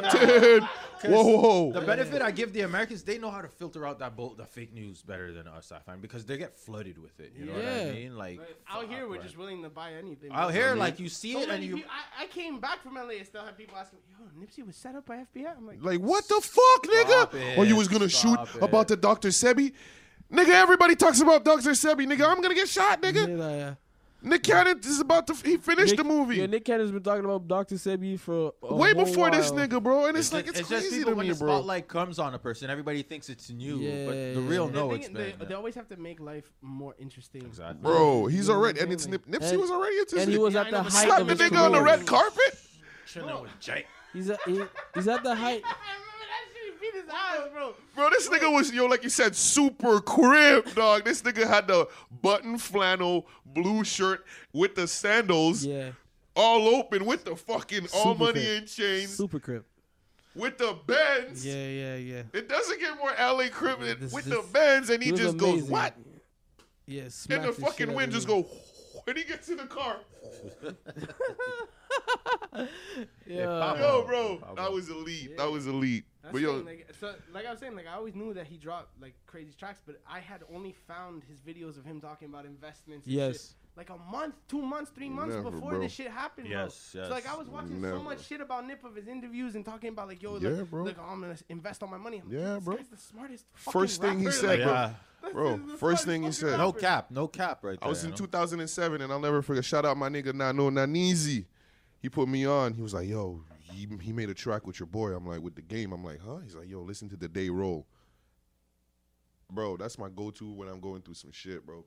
[SPEAKER 3] dead. whoa, whoa.
[SPEAKER 2] The benefit I give the Americans, they know how to filter out that bull, the fake news better than us, I find, because they get flooded with it. You know what
[SPEAKER 1] Yeah.
[SPEAKER 2] I mean? Like
[SPEAKER 5] But out here,
[SPEAKER 2] fuck,
[SPEAKER 5] we're
[SPEAKER 2] bro.
[SPEAKER 5] just willing to buy anything. bro.
[SPEAKER 2] out here, like you see
[SPEAKER 5] So
[SPEAKER 2] it and
[SPEAKER 5] many
[SPEAKER 2] you.
[SPEAKER 5] peop- I, I came back from LA and still have people asking, yo, Nipsey was set up by FBI. I'm like,
[SPEAKER 3] Like what the fuck, nigga?
[SPEAKER 2] it.
[SPEAKER 3] Oh, you was gonna
[SPEAKER 2] Stop
[SPEAKER 3] shoot
[SPEAKER 2] it.
[SPEAKER 3] about the Dr. Sebi? Nigga, everybody talks about Dr. Sebi. Nigga, I'm gonna get shot,
[SPEAKER 1] Yeah,
[SPEAKER 3] nigga.
[SPEAKER 1] nah, yeah.
[SPEAKER 3] Nick Cannon is about to. He finished
[SPEAKER 1] Nick-
[SPEAKER 3] the movie
[SPEAKER 1] Yeah, Nick oh, Cannon's been talking about Dr. Sebi for a
[SPEAKER 3] way
[SPEAKER 1] whole
[SPEAKER 3] before this
[SPEAKER 1] while.
[SPEAKER 3] nigga, bro. And it's, like
[SPEAKER 2] just-
[SPEAKER 3] it's, crazy
[SPEAKER 2] people
[SPEAKER 3] to
[SPEAKER 2] when
[SPEAKER 3] me,
[SPEAKER 2] the
[SPEAKER 3] bro.
[SPEAKER 2] spotlight comes on a person, everybody thinks it's new, but
[SPEAKER 1] Yeah.
[SPEAKER 2] the real
[SPEAKER 5] And the
[SPEAKER 2] no,
[SPEAKER 5] thing
[SPEAKER 2] it's
[SPEAKER 5] is, they,
[SPEAKER 2] been.
[SPEAKER 5] they always have to make life more interesting.
[SPEAKER 2] Exactly.
[SPEAKER 3] Bro, he's already and it's
[SPEAKER 5] really.
[SPEAKER 3] Nip, Nipsey
[SPEAKER 1] And-
[SPEAKER 3] was already into
[SPEAKER 1] And he
[SPEAKER 3] it.
[SPEAKER 1] was
[SPEAKER 5] Yeah,
[SPEAKER 1] at
[SPEAKER 5] I
[SPEAKER 1] the
[SPEAKER 5] know, but
[SPEAKER 1] height
[SPEAKER 3] slapped
[SPEAKER 1] of
[SPEAKER 3] the
[SPEAKER 1] his
[SPEAKER 3] nigga on the
[SPEAKER 1] career.
[SPEAKER 3] red carpet.
[SPEAKER 2] Chilling with Jake.
[SPEAKER 1] He's at, he- he's at the height.
[SPEAKER 5] I remember that shit. He beat his eyes, bro.
[SPEAKER 3] Bro, this nigga was yo, like you said, super crib, dog. This nigga had the button flannel blue shirt with the sandals
[SPEAKER 1] Yeah,
[SPEAKER 3] all open with the fucking all
[SPEAKER 1] Super
[SPEAKER 3] money
[SPEAKER 1] crib.
[SPEAKER 3] in chains.
[SPEAKER 1] super crip.
[SPEAKER 3] with the Benz.
[SPEAKER 1] Yeah, yeah, yeah.
[SPEAKER 3] It doesn't get more LA crib than
[SPEAKER 1] This-
[SPEAKER 3] with
[SPEAKER 1] this-
[SPEAKER 3] the Benz, and he
[SPEAKER 1] was
[SPEAKER 3] just goes
[SPEAKER 1] amazing.
[SPEAKER 3] what?
[SPEAKER 1] Yeah,
[SPEAKER 3] And
[SPEAKER 1] smacked
[SPEAKER 3] the
[SPEAKER 1] the shit
[SPEAKER 3] fucking
[SPEAKER 1] out
[SPEAKER 3] wind
[SPEAKER 1] of
[SPEAKER 3] just
[SPEAKER 1] him.
[SPEAKER 3] go. When he gets in the car,
[SPEAKER 1] Yeah,
[SPEAKER 2] Pablo.
[SPEAKER 3] yo, bro,
[SPEAKER 2] Pablo.
[SPEAKER 3] that was elite. That was elite.
[SPEAKER 5] That's
[SPEAKER 3] But
[SPEAKER 5] the
[SPEAKER 3] yo,
[SPEAKER 5] thing, like, so, like I was saying, like I always knew that he dropped like crazy tracks, but I had only found his videos of him talking about investments. And
[SPEAKER 1] Yes.
[SPEAKER 5] shit. like a month, two months, three months
[SPEAKER 3] Never,
[SPEAKER 5] before
[SPEAKER 3] bro.
[SPEAKER 5] this shit happened. bro.
[SPEAKER 2] Yes, yes.
[SPEAKER 5] So like I was watching
[SPEAKER 3] Never.
[SPEAKER 5] so much shit about Nip of his interviews and talking about like, yo,
[SPEAKER 3] Yeah,
[SPEAKER 5] look,
[SPEAKER 3] bro.
[SPEAKER 5] look, I'm gonna invest all my money. I'm like,
[SPEAKER 3] Yeah,
[SPEAKER 5] this
[SPEAKER 3] bro.
[SPEAKER 5] Guy's the smartest. fucking
[SPEAKER 3] First thing he
[SPEAKER 5] rapper,
[SPEAKER 3] said,
[SPEAKER 5] like,
[SPEAKER 3] bro.
[SPEAKER 2] Yeah.
[SPEAKER 3] Bro,
[SPEAKER 5] this is the
[SPEAKER 3] first
[SPEAKER 5] funniest
[SPEAKER 3] thing he
[SPEAKER 5] fucking
[SPEAKER 3] said.
[SPEAKER 5] rapper.
[SPEAKER 2] No cap, no cap, right there.
[SPEAKER 3] I was in
[SPEAKER 2] you know?
[SPEAKER 3] 2007, and I'll never forget. Shout out my nigga Nano Nanizi. He put me on. He was like, "Yo, he, he made a track with your boy." I'm like, "With the game." I'm like, "Huh?" He's like, "Yo, listen to the day roll." Bro, that's my go-to when I'm going through some shit, bro.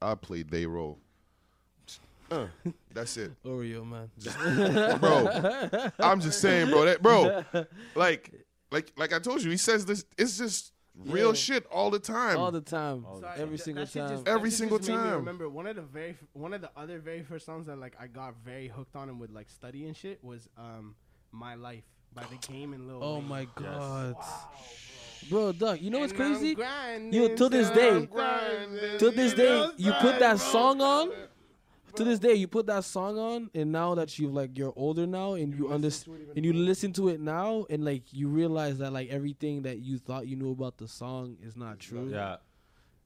[SPEAKER 3] I play day roll. Uh, that's it,
[SPEAKER 1] Oreo, man.
[SPEAKER 3] bro. I'm just saying, bro. That bro, like, like, like I told you, he says this. It's just real
[SPEAKER 1] Yeah.
[SPEAKER 3] shit all the time.
[SPEAKER 1] All the time.
[SPEAKER 5] So I-
[SPEAKER 1] Every
[SPEAKER 5] that-
[SPEAKER 1] single
[SPEAKER 5] that shit
[SPEAKER 1] time.
[SPEAKER 5] just-
[SPEAKER 3] Every
[SPEAKER 5] that shit
[SPEAKER 3] single
[SPEAKER 5] just made me
[SPEAKER 3] time.
[SPEAKER 5] Remember one of the very f- one of the other very first songs that like I got very hooked on and would like study and shit was um My Life by the Game and Lil.
[SPEAKER 1] Oh
[SPEAKER 5] Wayne.
[SPEAKER 1] my god. Bro, Doug, you know what's
[SPEAKER 5] And I'm
[SPEAKER 1] crazy?
[SPEAKER 5] grinding,
[SPEAKER 1] Yo, till this day-
[SPEAKER 5] I'm grinding,
[SPEAKER 1] To this
[SPEAKER 5] you
[SPEAKER 1] day,
[SPEAKER 5] know,
[SPEAKER 1] you
[SPEAKER 5] like,
[SPEAKER 1] put that
[SPEAKER 5] bro.
[SPEAKER 1] song on. To this day, you put that song on, and now that you have like you're older now, and you
[SPEAKER 5] to it
[SPEAKER 1] understand,
[SPEAKER 5] even
[SPEAKER 1] and you listen to it now, and like you realize that like everything that you thought you knew about the song is not true.
[SPEAKER 2] Yeah.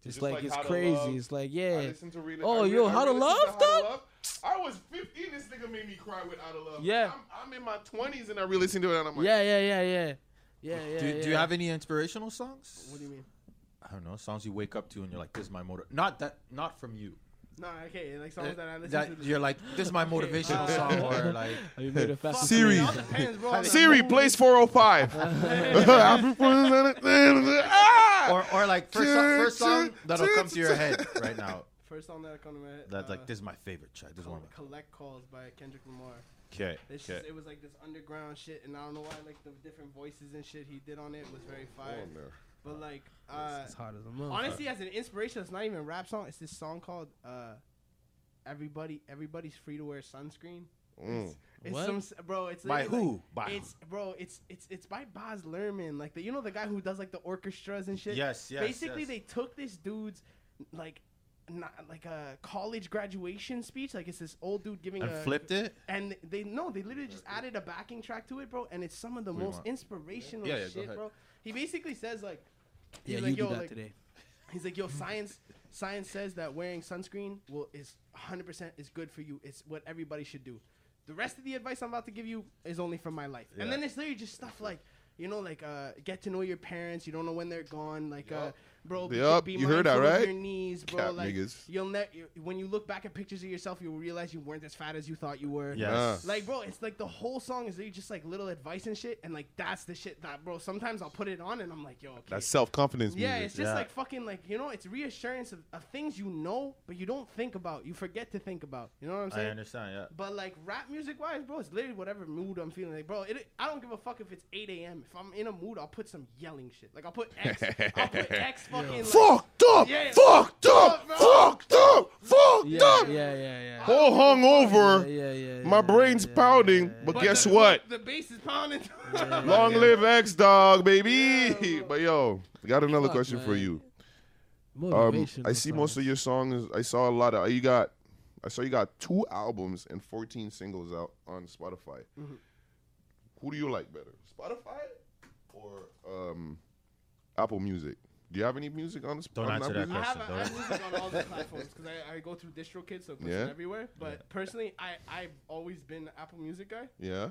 [SPEAKER 1] it's
[SPEAKER 3] Just
[SPEAKER 1] like,
[SPEAKER 3] like
[SPEAKER 1] it's
[SPEAKER 3] How to
[SPEAKER 1] crazy.
[SPEAKER 3] Love.
[SPEAKER 1] It's like
[SPEAKER 3] I
[SPEAKER 1] yeah,
[SPEAKER 3] listened to Rela-
[SPEAKER 1] Oh,
[SPEAKER 3] I re-
[SPEAKER 1] yo,
[SPEAKER 3] I
[SPEAKER 1] How to
[SPEAKER 3] re-listened
[SPEAKER 1] Love,
[SPEAKER 3] How to
[SPEAKER 1] dog?
[SPEAKER 3] Love. I was 15. This nigga made me cry with Out of Love.
[SPEAKER 1] Yeah.
[SPEAKER 3] I'm, I'm in my 20s and I really listened to it and I'm like,
[SPEAKER 1] yeah, yeah, yeah, yeah, yeah, yeah.
[SPEAKER 2] Do, do you
[SPEAKER 1] yeah.
[SPEAKER 2] have any inspirational songs?
[SPEAKER 5] What do you mean?
[SPEAKER 2] I don't know. Songs you wake up to and you're like, "This is my motor." Not that, not from you. Eh,
[SPEAKER 5] No, okay, like songs that I listen
[SPEAKER 2] That
[SPEAKER 5] to.
[SPEAKER 2] you're like, "This is my motivational
[SPEAKER 5] uh,
[SPEAKER 2] song," or like,
[SPEAKER 1] Have you made a
[SPEAKER 5] Fuck,
[SPEAKER 1] fast
[SPEAKER 3] Siri.
[SPEAKER 5] it all depends, bro, on the
[SPEAKER 3] Siri, oh
[SPEAKER 5] mood.
[SPEAKER 3] plays Ah! 405.
[SPEAKER 2] or or like first, song, first song that'll come to your head right now.
[SPEAKER 5] First song that comes to my head.
[SPEAKER 2] That's
[SPEAKER 5] uh, oh
[SPEAKER 2] like, "This is my favorite track." This is one. of my-
[SPEAKER 5] Collect Calls by Kendrick Lamar.
[SPEAKER 2] Okay.
[SPEAKER 5] It's
[SPEAKER 2] Okay.
[SPEAKER 5] just, it was like this underground shit, and I don't know why like the different voices and shit he did on it was very fire.
[SPEAKER 3] Oh,
[SPEAKER 5] But like, uh,
[SPEAKER 1] It's hot as a motherfucker.
[SPEAKER 5] honestly, as an inspiration, it's not even a rap song. It's this song called uh, "Everybody Everybody's Free to Wear Sunscreen."
[SPEAKER 3] Mm,
[SPEAKER 5] It's, it's
[SPEAKER 1] What?
[SPEAKER 5] some s- bro. It's
[SPEAKER 2] By
[SPEAKER 5] like,
[SPEAKER 2] who? By
[SPEAKER 5] It's bro. It's it's it's by Boz Lerman, like the you know the guy who does like the orchestras and shit.
[SPEAKER 2] Yes, yes,
[SPEAKER 5] Basically,
[SPEAKER 2] yes.
[SPEAKER 5] they took this dude's like. Not like a college graduation speech, like it's this old dude giving
[SPEAKER 2] and
[SPEAKER 5] a
[SPEAKER 2] flipped it.
[SPEAKER 5] and they no, they literally just added a backing track to it, bro. And it's some of the
[SPEAKER 2] do you
[SPEAKER 5] most
[SPEAKER 2] want?
[SPEAKER 5] inspirational
[SPEAKER 2] Yeah, yeah, go
[SPEAKER 5] shit,
[SPEAKER 2] ahead.
[SPEAKER 5] bro. He basically says like,
[SPEAKER 1] yeah,
[SPEAKER 5] he's like,
[SPEAKER 1] you
[SPEAKER 5] yo,
[SPEAKER 1] do that
[SPEAKER 5] like,
[SPEAKER 1] today.
[SPEAKER 5] He's like, yo, science, science says that wearing sunscreen will is 100 percent is good for you. It's what everybody should do. The rest of the advice I'm about to give you is only from my life. And
[SPEAKER 2] Yeah.
[SPEAKER 5] then it's literally just stuff like, you know, like uh, get to know your parents. You don't know when they're gone. Like, uh, bro, be-
[SPEAKER 3] Yup,
[SPEAKER 5] be
[SPEAKER 3] you heard that,
[SPEAKER 5] mindful of
[SPEAKER 3] right?
[SPEAKER 5] Your knees, bro.
[SPEAKER 3] Cap
[SPEAKER 5] like,
[SPEAKER 3] niggas.
[SPEAKER 5] you'll ne- you- when you look back at pictures of yourself, you'll realize you weren't as fat as you thought you were.
[SPEAKER 2] Yes.
[SPEAKER 5] Like, bro, it's like the whole song is really just like little advice and shit, and like that's the shit that, bro. Sometimes I'll put it on and I'm like, yo, okay.
[SPEAKER 3] That's self confidence music.
[SPEAKER 5] yeah, it's just
[SPEAKER 2] Yeah.
[SPEAKER 5] like fucking like you know, it's reassurance of, of things you know but you don't think about. You forget to think about. You know what I'm
[SPEAKER 2] I
[SPEAKER 5] saying?
[SPEAKER 2] understand. Yeah.
[SPEAKER 5] But like rap music wise, bro, it's literally whatever mood I'm feeling. Like, bro, it, I don't give a fuck if it's 8 a.m. If I'm in a mood, I'll put some yelling shit. Like I'll put X, I'll put X fucking. Like,
[SPEAKER 3] Fucked up!
[SPEAKER 5] Yeah.
[SPEAKER 3] Fucked up!
[SPEAKER 5] bro.
[SPEAKER 3] Fucked up! Fucked
[SPEAKER 1] Yeah,
[SPEAKER 3] up!
[SPEAKER 1] yeah, yeah, yeah.
[SPEAKER 3] Whole hung
[SPEAKER 1] Yeah,
[SPEAKER 3] over.
[SPEAKER 1] yeah, yeah.
[SPEAKER 3] My
[SPEAKER 1] yeah,
[SPEAKER 3] brain's
[SPEAKER 1] yeah,
[SPEAKER 3] pounding,
[SPEAKER 1] yeah,
[SPEAKER 3] but
[SPEAKER 5] but
[SPEAKER 3] guess
[SPEAKER 5] the-
[SPEAKER 3] what?
[SPEAKER 5] The bass is pounding.
[SPEAKER 3] Long live X Dog, baby.
[SPEAKER 5] Yeah, bro.
[SPEAKER 3] but yo, got another
[SPEAKER 1] Fuck,
[SPEAKER 3] question for
[SPEAKER 1] man.
[SPEAKER 3] you.
[SPEAKER 1] yeah.
[SPEAKER 3] Um,
[SPEAKER 1] Motivational
[SPEAKER 3] I see most of
[SPEAKER 1] songs.
[SPEAKER 3] your songs. I saw a lot of you got. I saw you got two albums and 14 singles out on Spotify.
[SPEAKER 5] Mm-hmm.
[SPEAKER 3] Who do you like better, Spotify or um, Apple Music? Do you have any music on this?
[SPEAKER 2] Don't
[SPEAKER 3] on
[SPEAKER 2] answer
[SPEAKER 3] Apple
[SPEAKER 2] that
[SPEAKER 5] I
[SPEAKER 3] Music?
[SPEAKER 5] have,
[SPEAKER 2] Question,
[SPEAKER 5] I have
[SPEAKER 2] though.
[SPEAKER 5] music on all the platforms because I, I go through DistroKid, so it puts
[SPEAKER 3] Yeah.
[SPEAKER 5] it everywhere. But personally, I I've always been an Apple Music guy.
[SPEAKER 3] Yeah.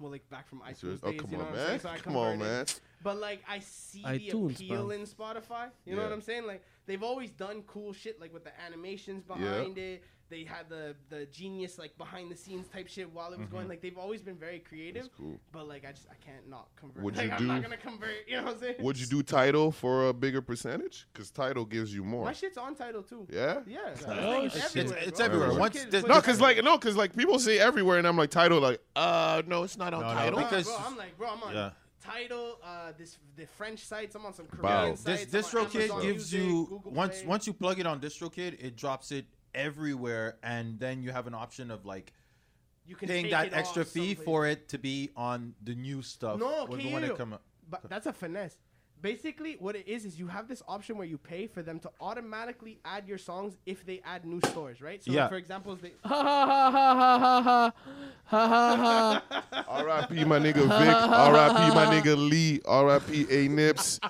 [SPEAKER 5] Well, like back from iTunes
[SPEAKER 3] Serious? Oh
[SPEAKER 5] days,
[SPEAKER 3] come
[SPEAKER 5] you know
[SPEAKER 3] on,
[SPEAKER 5] what I'm saying?
[SPEAKER 3] man!
[SPEAKER 5] So I
[SPEAKER 3] Come on,
[SPEAKER 5] converted.
[SPEAKER 3] man!
[SPEAKER 5] But like I see
[SPEAKER 1] iTunes,
[SPEAKER 5] the appeal
[SPEAKER 1] bro.
[SPEAKER 5] in Spotify. You know
[SPEAKER 3] Yeah.
[SPEAKER 5] what I'm saying? Like they've always done cool shit, like with the animations behind it. They had the the genius like behind the scenes type shit while it was
[SPEAKER 2] Mm-hmm.
[SPEAKER 5] going. Like they've always been very creative.
[SPEAKER 3] That's cool.
[SPEAKER 5] But like I just I can't not convert.
[SPEAKER 3] Would
[SPEAKER 5] like
[SPEAKER 3] you
[SPEAKER 5] I'm not
[SPEAKER 3] do-
[SPEAKER 5] gonna convert. You know what I'm saying?
[SPEAKER 3] Would you do title for a bigger percentage? Because title gives you more.
[SPEAKER 5] My shit's on title too.
[SPEAKER 3] Yeah.
[SPEAKER 5] Yeah.
[SPEAKER 1] Oh,
[SPEAKER 5] It's,
[SPEAKER 1] shit.
[SPEAKER 5] like,
[SPEAKER 2] It's,
[SPEAKER 5] everywhere,
[SPEAKER 2] it's everywhere.
[SPEAKER 5] bro. DistroKid
[SPEAKER 2] Once
[SPEAKER 5] is
[SPEAKER 2] there's
[SPEAKER 5] putting
[SPEAKER 3] No,
[SPEAKER 5] it
[SPEAKER 3] cause like no, cause like people say everywhere, and I'm like title, like uh, no, it's not on
[SPEAKER 2] No, no,
[SPEAKER 3] title.
[SPEAKER 5] Nah,
[SPEAKER 2] because-
[SPEAKER 5] bro, I'm like, bro, I'm on
[SPEAKER 2] Yeah.
[SPEAKER 5] title, uh, this the French sites. I'm on some Korean
[SPEAKER 3] Wow.
[SPEAKER 5] sites.
[SPEAKER 2] This
[SPEAKER 5] I'm on
[SPEAKER 2] DistroKid
[SPEAKER 5] Amazon
[SPEAKER 2] gives
[SPEAKER 5] Music,
[SPEAKER 2] you
[SPEAKER 5] Google
[SPEAKER 2] once
[SPEAKER 5] Play.
[SPEAKER 2] once you plug it on DistroKid, it drops it everywhere, and then you have an option of like
[SPEAKER 5] you can
[SPEAKER 2] paying
[SPEAKER 5] take
[SPEAKER 2] that
[SPEAKER 5] it
[SPEAKER 2] extra
[SPEAKER 5] off
[SPEAKER 2] fee
[SPEAKER 5] someplace.
[SPEAKER 2] for it to be on the new stuff.
[SPEAKER 5] No,
[SPEAKER 2] when,
[SPEAKER 5] okay,
[SPEAKER 2] when
[SPEAKER 5] you-
[SPEAKER 2] it come up.
[SPEAKER 5] But that's a finesse. Basically, what it is is you have this option where you pay for them to automatically add your songs if they add new stores, right? So, like,
[SPEAKER 2] Yeah.
[SPEAKER 5] for example, they,
[SPEAKER 1] Ha ha ha ha ha ha ha ha ha.
[SPEAKER 5] Oh,
[SPEAKER 3] R.I.P. my nigga Vic. R.I.P. my nigga Lee. R.I.P. A Nips.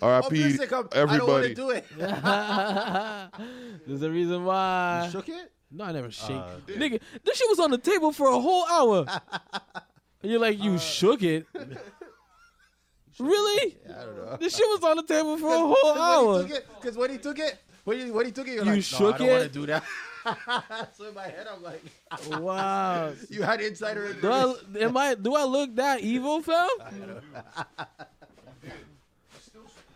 [SPEAKER 3] R.I.P.
[SPEAKER 2] Obviously, come- I don't want
[SPEAKER 3] everybody.
[SPEAKER 2] to do it.
[SPEAKER 1] There's a reason why.
[SPEAKER 2] Shook it?
[SPEAKER 1] No, I never shake.
[SPEAKER 2] Uh,
[SPEAKER 1] Nigga, this shit was on the table for a whole hour. and you're like, Uh, you shook it. really?
[SPEAKER 2] I don't know.
[SPEAKER 1] This shit was on the table for a whole hour.
[SPEAKER 2] Because when he took it, when he, when he took it, you're
[SPEAKER 1] You
[SPEAKER 2] like, no,
[SPEAKER 1] shook
[SPEAKER 2] I don't want
[SPEAKER 1] it?
[SPEAKER 2] to do that. so in my head, I'm like,
[SPEAKER 1] Wow.
[SPEAKER 2] you had insider
[SPEAKER 1] Do
[SPEAKER 2] information.
[SPEAKER 1] I, am I, do I look that evil, fam?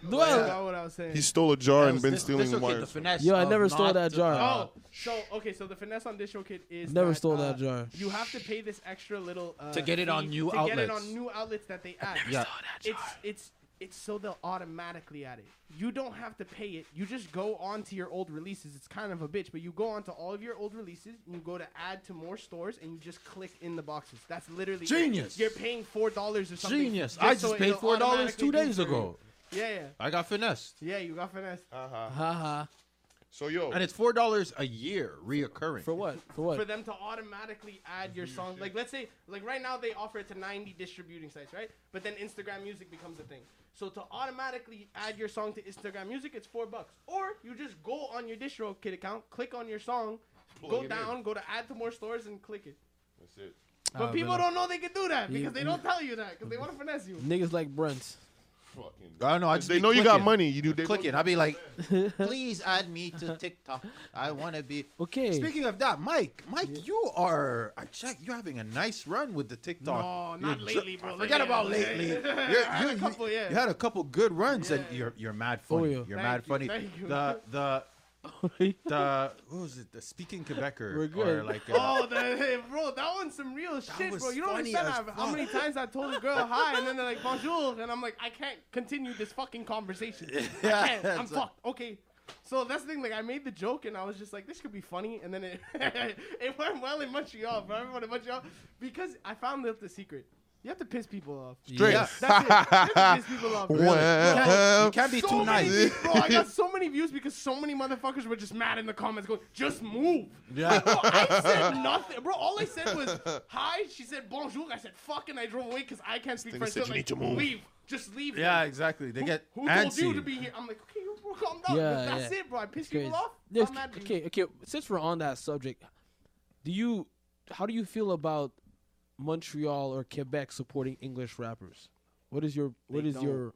[SPEAKER 1] do I?
[SPEAKER 5] Forgot what I was saying.
[SPEAKER 3] He stole a jar
[SPEAKER 2] That
[SPEAKER 3] and
[SPEAKER 2] was
[SPEAKER 3] been
[SPEAKER 2] this-
[SPEAKER 3] stealing
[SPEAKER 2] this okay,
[SPEAKER 3] wires.
[SPEAKER 2] the finesse
[SPEAKER 1] Yo, I
[SPEAKER 2] of
[SPEAKER 1] never
[SPEAKER 2] not
[SPEAKER 1] stole that
[SPEAKER 2] to-
[SPEAKER 1] jar.
[SPEAKER 2] uh,
[SPEAKER 5] Oh, so okay, so the finesse on Distro Kid is
[SPEAKER 1] Never
[SPEAKER 5] that,
[SPEAKER 1] stole
[SPEAKER 5] uh,
[SPEAKER 1] that jar.
[SPEAKER 5] You have to pay this extra little uh,
[SPEAKER 2] To get it on
[SPEAKER 5] fee
[SPEAKER 2] new
[SPEAKER 5] to get it
[SPEAKER 2] outlets.
[SPEAKER 5] on new outlets that they add.
[SPEAKER 2] Yeah.
[SPEAKER 5] It's it's it's so they'll automatically add it. You don't have to pay it. You just go on to your old releases. It's kind of a bitch, but you go on to all of your old releases and you go to add to more stores and you just click in the boxes. That's literally it.
[SPEAKER 2] Genius.
[SPEAKER 5] You're paying four dollars or something.
[SPEAKER 2] Genius. I just
[SPEAKER 5] so
[SPEAKER 2] paid
[SPEAKER 5] it'll
[SPEAKER 2] four dollars
[SPEAKER 5] automatically
[SPEAKER 2] two
[SPEAKER 5] do
[SPEAKER 2] days
[SPEAKER 5] it for you.
[SPEAKER 2] ago.
[SPEAKER 5] Yeah, yeah,
[SPEAKER 2] I got finessed,
[SPEAKER 5] yeah. You got finesse
[SPEAKER 1] Haha.
[SPEAKER 3] So yo,
[SPEAKER 2] and it's four dollars a year reoccurring.
[SPEAKER 1] For what? For
[SPEAKER 5] for
[SPEAKER 1] what?
[SPEAKER 5] them to automatically add your song. Like let's say like right now they offer it to 90 distributing sites, right? But then Instagram Music becomes a thing. So to automatically add your song to Instagram Music, it's 4 bucks. Or you just go on your DistroKid account, click on your song, go down, go to add to more stores and click it. But
[SPEAKER 1] Ah,
[SPEAKER 5] people
[SPEAKER 1] really?
[SPEAKER 5] don't know they can do that because they
[SPEAKER 1] Yeah.
[SPEAKER 5] don't tell you that because they want to finesse you.
[SPEAKER 1] Niggas like Brent.
[SPEAKER 2] I don't know. I just
[SPEAKER 3] they
[SPEAKER 2] be
[SPEAKER 3] know you got
[SPEAKER 2] clicking.
[SPEAKER 3] money. You do. They
[SPEAKER 2] Click it. I'll be like, please add me to TikTok. I want to be.
[SPEAKER 1] Okay.
[SPEAKER 2] Speaking of that, Mike, Mike, you are. I checked. You're having a nice run with the TikTok.
[SPEAKER 5] No, not lately, bro.
[SPEAKER 2] Forget about lately. You're- you
[SPEAKER 5] had a
[SPEAKER 2] you-
[SPEAKER 5] couple, yeah.
[SPEAKER 2] you had a couple good runs, and
[SPEAKER 5] Yeah.
[SPEAKER 2] you're you're mad funny.
[SPEAKER 1] yeah.
[SPEAKER 2] You're
[SPEAKER 5] Thank
[SPEAKER 2] mad
[SPEAKER 5] you,
[SPEAKER 2] funny.
[SPEAKER 5] thank you.
[SPEAKER 2] The the
[SPEAKER 1] Wait,
[SPEAKER 2] the what was it? The speaking Quebecer
[SPEAKER 1] We're
[SPEAKER 2] or
[SPEAKER 1] good.
[SPEAKER 2] like uh,
[SPEAKER 5] Oh, the, hey, bro, that one's some real shit,
[SPEAKER 2] was
[SPEAKER 5] bro. You don't
[SPEAKER 2] funny
[SPEAKER 5] understand
[SPEAKER 2] as
[SPEAKER 5] how, how
[SPEAKER 2] fuck.
[SPEAKER 5] many times I told a girl hi, and then they're like bonjour, and I'm like, I can't continue this fucking conversation. I can't. I'm
[SPEAKER 2] that's a-
[SPEAKER 5] fucked. Okay. So that's the thing. Like, I made the joke, and I was just like, "This could be funny," and then it it went well in Montreal, bro. Everyone in Montreal, because I found out the secret. You have to piss people off.
[SPEAKER 3] Straight.
[SPEAKER 2] Yeah.
[SPEAKER 5] That's it. You have to piss people off. bro.
[SPEAKER 3] Well,
[SPEAKER 2] you can't be
[SPEAKER 5] So
[SPEAKER 2] too
[SPEAKER 5] many
[SPEAKER 2] nice.
[SPEAKER 5] views, bro. I got so many views because so many motherfuckers were just mad in the comments going, just move.
[SPEAKER 2] Yeah.
[SPEAKER 5] Bro, I said nothing. Bro, all I said was, hi. She said, bonjour. I said, fuck, and I drove away because I can't speak
[SPEAKER 3] This
[SPEAKER 5] French.
[SPEAKER 3] thing
[SPEAKER 5] They're
[SPEAKER 3] said you
[SPEAKER 5] like,
[SPEAKER 3] need to move.
[SPEAKER 5] leave. Just leave.
[SPEAKER 2] Yeah,
[SPEAKER 5] Like,
[SPEAKER 2] exactly. They
[SPEAKER 5] who-
[SPEAKER 2] get
[SPEAKER 5] Who told you to
[SPEAKER 2] antsy.
[SPEAKER 5] be here? I'm like, okay, you bro, calm down.
[SPEAKER 1] Yeah,
[SPEAKER 5] Like, that's
[SPEAKER 1] yeah.
[SPEAKER 5] it, bro. I pissed
[SPEAKER 1] Crazy.
[SPEAKER 5] people off.
[SPEAKER 1] Yes,
[SPEAKER 5] I'm mad at you.
[SPEAKER 1] okay, okay. Since we're on that subject, do you how do you feel about Montreal or Quebec supporting English rappers? What is your what
[SPEAKER 5] They
[SPEAKER 1] is
[SPEAKER 5] don't.
[SPEAKER 1] your